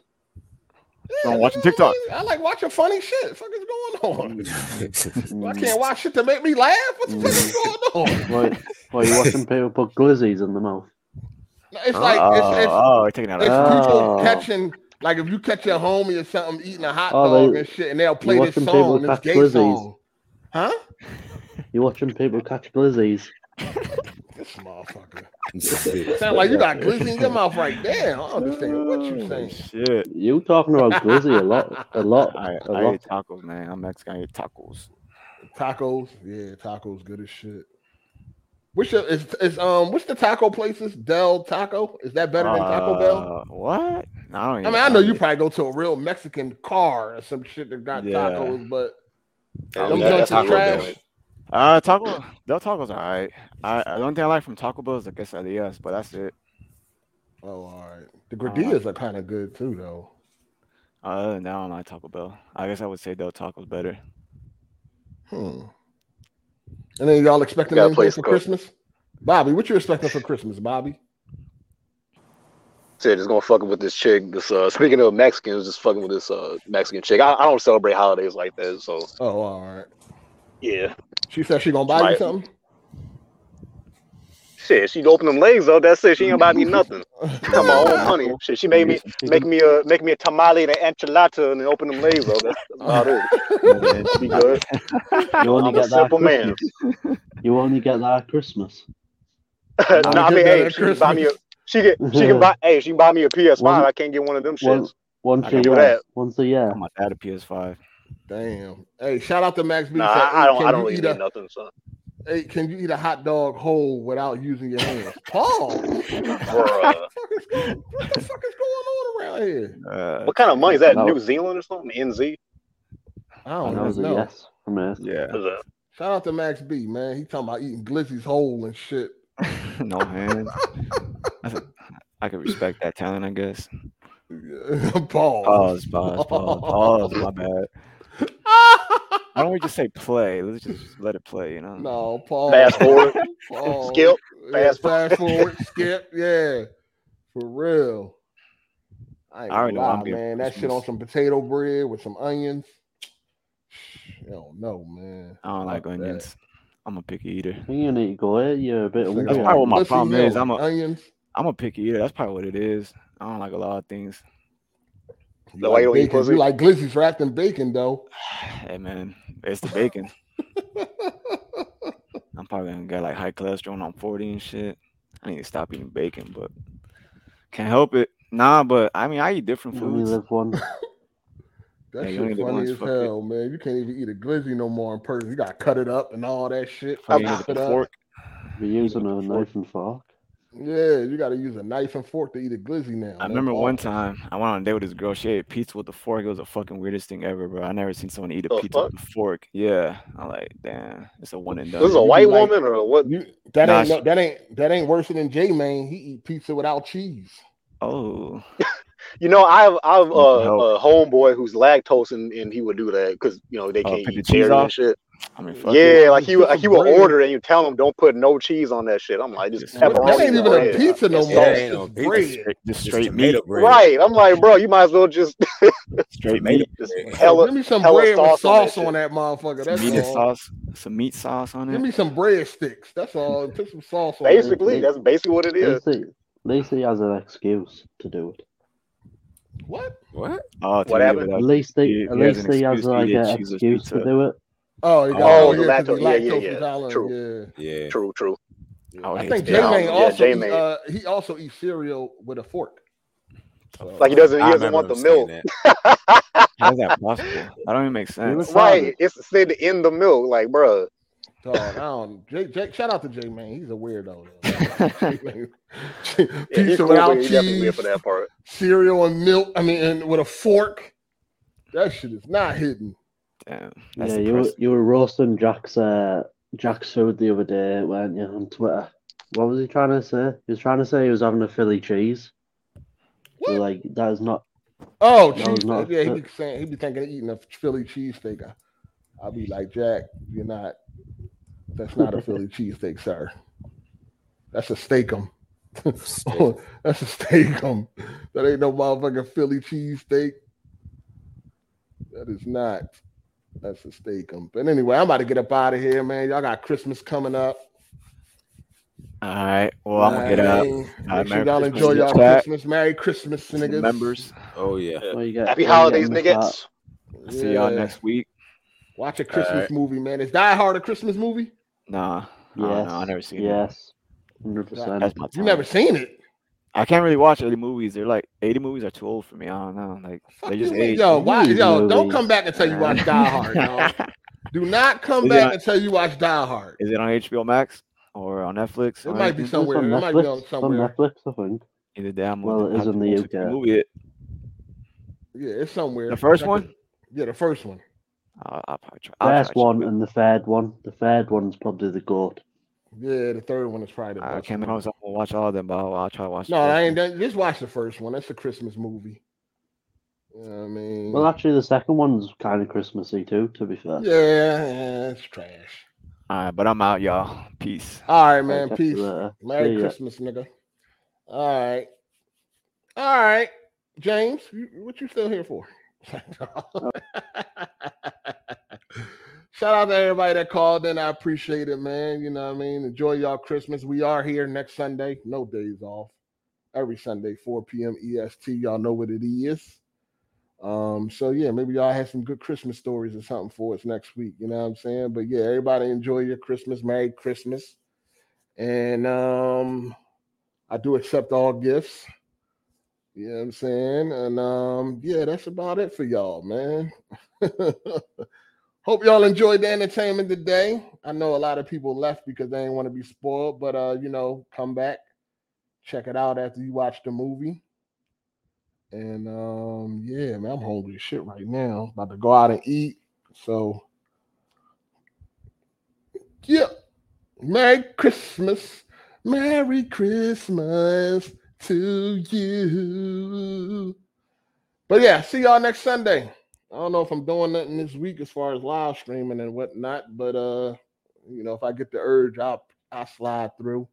I'm watching TikTok.
I like watching funny shit. Fuck is going on? I can't watch shit to make me laugh. What the fuck is going on?
Why, why you watching people put glizzies in the mouth?
It's like it's, it's,
Oh, taking out
it's people
Oh.
Uh.
catching like if you catch your homie or something eating a hot
Oh,
dog
they-
and shit, and they'll play
You're
this
watching people
song, this
catch
gay
glizzies.
song, huh?
You're watching people catch glizzies.
This motherfucker. Sound like you got glizzy in your mouth right there. I don't understand what you saying.
Shit.
You talking about glizzy a lot, a lot,
I,
a
I
lot.
eat tacos, man. I'm Mexican. I eat tacos.
Tacos, yeah, tacos, good as shit. What's your, is, is um what's the taco places? Del Taco is that better than Taco Bell?
Uh, What?
Oh,
No, I, don't
I
even-
mean, I know you probably go to a real Mexican car or some shit that got
Yeah.
tacos, but
Oh,
Yeah,
them
yeah,
joints are
Taco Bell.
trash.
Uh, taco. Del tacos are alright. I, I the only thing I like from Taco Bell is the quesadillas, but that's it.
Oh, all right. The gordillas are kind of good too, though.
Uh, other than that, I don't like Taco Bell. I guess I would say Del Taco's better.
Hmm. And then y'all expecting
Gotta
anything
place
for
cook.
Christmas? Bobby, what you expecting for Christmas, Bobby?
Said it's gonna fucking with this chick. This uh, speaking of Mexicans, just fucking with this uh Mexican chick. I, I don't celebrate holidays like that, so
Oh, all right.
yeah.
She said she gonna buy you
Right.
something.
Shit, she opened them legs up. That's it. She ain't about me
Mm-hmm.
nothing. I got my own money. Shit, she made me make me a make me a tamale and an enchilada and then open them legs up. That's, that's about it. She good.
You only
I'm a
get that at
simple man.
Christmas. You only get that at Christmas.
no,
Nah,
I
get that
mean, hey,
at
she can buy me a
Christmas.
she can she can buy hey she can buy me a PS5.
One-
I can't get one of them
One,
shits.
once
I
a
can do
year.
that.
Once a year.
I'm gonna add a PS5.
Damn. Hey, shout out to Max B.
Nah,
said,
I, I
"Hey,
don't
can
I
you
don't
eat
even
a-
need nothing, son.
Hey, can you eat a hot dog whole without using your hands? Paul, what
Bruh.
the fuck is going on around here?
what kind of money is that?
no.
New Zealand or something? NZ?
I don't
that was a
know.
yes from us.
Yeah.
Shout out to Max B, man. He talking about eating Glizzy's whole and shit.
no hands. I, th- I could respect that talent, I guess.
Pause.
Pause, pause, pause, pause. My bad. Why don't we just say play? Let's just let it play, you know?
No, Paul.
Fast forward.
Pause.
Skip.
Yeah,
Fast forward.
fast forward. Skip. Yeah, for real. I ain't
I already
gonna
know what I'm
lie,
getting
man.
for
That shit on
Christmas.
some potato bread with some onions. I don't know, man.
I don't like
Fuck that.
onions. I'm a picky eater.
You need to go ahead. You're a bit
Nigga,
That's
I
weird.
probably what my
pussy,
problem
yo,
is. I'm a
onions.
I'm a picky eater. That's probably what it is. I don't like a lot of things.
You
That why
like,
you don't eat
bacon.
pussy?
you like glizzies wrapped in bacon, though.
Hey man, it's the bacon. I'm probably gonna get like high cholesterol and I'm 40 and shit. I need to stop eating bacon, but can't help it. Nah, but I mean, I eat different
You only
foods.
live one.
That
Yeah, you
shit
only live
funny
once,
as
fuck it.
hell, man. You can't even eat a glizzy no more in person. You gotta cut it up and all that shit.
Before you
chop
hit the
it up.
fork,
Be using a knife and fork.
Yeah, you gotta use a knife and fork to eat a glizzy now. no
I remember one
pause.
time I went on a date with this girl. She ate pizza with a fork. It was the fucking weirdest thing ever, bro. I never seen someone eat a
The
pizza
fuck?
with a fork. Yeah, I'm like, damn, it's a one and uh,
This
done.
is a
You
white
like-
woman or what?
You, that
Nah,
ain't no,
she-
that ain't that ain't worse than J Man. He eat pizza without cheese.
Oh,
You know, I have I have a,
need some help.
a homeboy who's lactose and, and he would do that because you know they
Oh,
can't
pick the
eat
cheese
dairy and
off.
shit.
I mean, fuck it.
Yeah,
Nah,
like
just
he
put
would- like
some
he will
bread.
order and you tell him don't put no cheese on that shit. I'm like just
Just
What- that
pepperoni
ain't
and
even a
bread.
pizza no
Yeah,
more.
that
It's
ain't no
just
pizza.
Just
bread.
straight,
It's
just straight meat,
tomato bread.
Right. I'm like, bro, you might as well just
straight
Tomato
meat,
just
bread.
Hey,
hella
give me some
hella
bread with
sauce on that
sauce
shit.
on that motherfucker.
some
That's
meat and
all.
sauce, some meat sauce on
Give
it.
me some bread sticks. That's all. Put some sauce on it.
Basically, that's basically what
At
it is.
least, he, at least he has an excuse to do it.
What?
What?
Oh, to
What
eat it
happened?
At
without.
least he,
He,
at
he has
least
an
he has
excuse to
like
eat a
an
cheeseless
excuse to
pizza.
do it.
Oh, you got
Oh,
oh
Oh, the
yeah, because he
lactose. Yeah, yeah,
lactose
yeah.
intolerant.
True,
Yeah.
Yeah.
true, true.
I would
I
hate
think
to
Yeah,
J
I
do
Man
don't know.
that.
Yeah,
also
J
eat
man.
uh he also eats cereal with a fork.
The
So
Like he
fuck?
doesn't he
I
doesn't
remember
want
him
the
saying
milk.
that.
How's that possible? That don't even make
You're
sense.
right.
retarded.
It's said in the milk. Like, bro.
dog, I don't J, J, shout out to J Man. He's a weirdo
That's
though.
Yeah, he's
Pizza
cool, but
without
he's definitely weird
cheese,
for that part.
cereal and milk, I mean and with a fork. That shit is not hidden.
Damn, that's
Yeah, you were,
depressing.
you were roasting Jack's uh, Jack's food the other day, weren't you, on Twitter? What was he trying to say? He was trying to say he was having a Philly cheese.
What?
You're like, that is not,
Oh,
that was
cheese.
not. Uh.
Yeah, he be saying he be thinking of eating a Philly cheesesteak. I- I'll be like, Jack, you're not. That's not a Philly cheesesteak, sir. That's a steakum.
Steak.
uh, That's a steakum. That ain't no motherfucking Philly cheesesteak. That is not. That's a steakum. But anyway, I'm about to get up out of here, man. Y'all got Christmas coming up.
All right, well,
You
I'm
know
gonna
what
get
I
up.
mean?
All right,
Make sure
Merry
y'all
Christmas
enjoy
to the
y'all
chat,
Christmas. Merry Christmas,
to the
niggas.
members.
Oh yeah.
What you get, what
Happy
you getting
holidays,
this out?
niggas.
I'll see y'all
Yeah.
next week.
Watch a
All right.
Christmas movie, man. Is Die Hard a Christmas movie?
Nah, I don't know. I
Yes,
never seen it.
yes,
That-
100%.
That's my
You
talent.
never seen it?
I can't really watch 80 movies. They're like 80 movies are too old for me. I don't know. Like they
Fuck
just
you, mean?
age.
Yo, why?
80
Yo, don't come
movies.
back and tell you watch Die Hard, dog. Do not come
Is it
back
on,
and tell you watch Die Hard.
is it on HBO Max or on Netflix
It
or
might be
anything?
It's on
somewhere. It might be
Netflix.
on
It's on
somewhere.
Netflix, I think.
Either day I'm gonna
Well, it is
have to
in
go
the
to the
UK.
movie. It
Yeah, it's
the
somewhere. I
first
got the
one.
yeah, the first one.
I'll, I'll probably try. I'll try.
First
to check
one
it.
and the third one. The third one's probably the goat.
Yeah, the third one is probably the
I
best
can't
one.
promise I'm gonna watch all of them, but I'll, I'll try to watch the
No, I
first
ain't
one.
done. Just watch the first one. That's a Christmas movie. You know what I
Well,
mean,
actually, the second one's kind of Christmassy too, to be fair.
yeah, yeah, it's trash.
All right, but I'm out, y'all. Peace.
All right,
Right,
man.
catch you
Peace.
later.
Merry
See ya.
Christmas, nigga. All right, all right, James. You, what you still here for? Shout out to everybody that called in. I appreciate it, man. You know what I mean? Enjoy y'all Christmas. We are here next Sunday. No days off. Every Sunday, 4 p.m. EST. E Y'all know what it is. Um, so yeah, maybe y'all have some good Christmas stories or something for us next week. You know what I'm saying? But yeah, everybody enjoy your Christmas. Merry Christmas. And um, I do accept all gifts. You know what I'm saying? And um, yeah, that's about it for y'all, man. Hope y'all enjoyed the entertainment today. I know a lot of people left because they didn't want to be spoiled, but uh, you know, come back, check it out after you watch the movie. And um, yeah, man, I'm hungry as shit right now. About to go out and eat. So yeah. Merry Christmas. Merry Christmas to you. But yeah, see y'all next Sunday. I don't know if I'm doing nothing this week as far as live streaming and whatnot, but uh, you know, if I get the urge, I'll I slide through.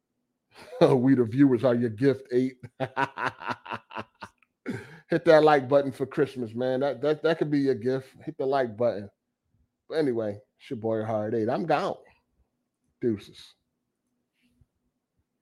we the viewers are your gift eight. Hit that like button for Christmas, man. That that that could be your gift. Hit the like button. But anyway, it's your boy Hard Eight. I'm gone. Deuces.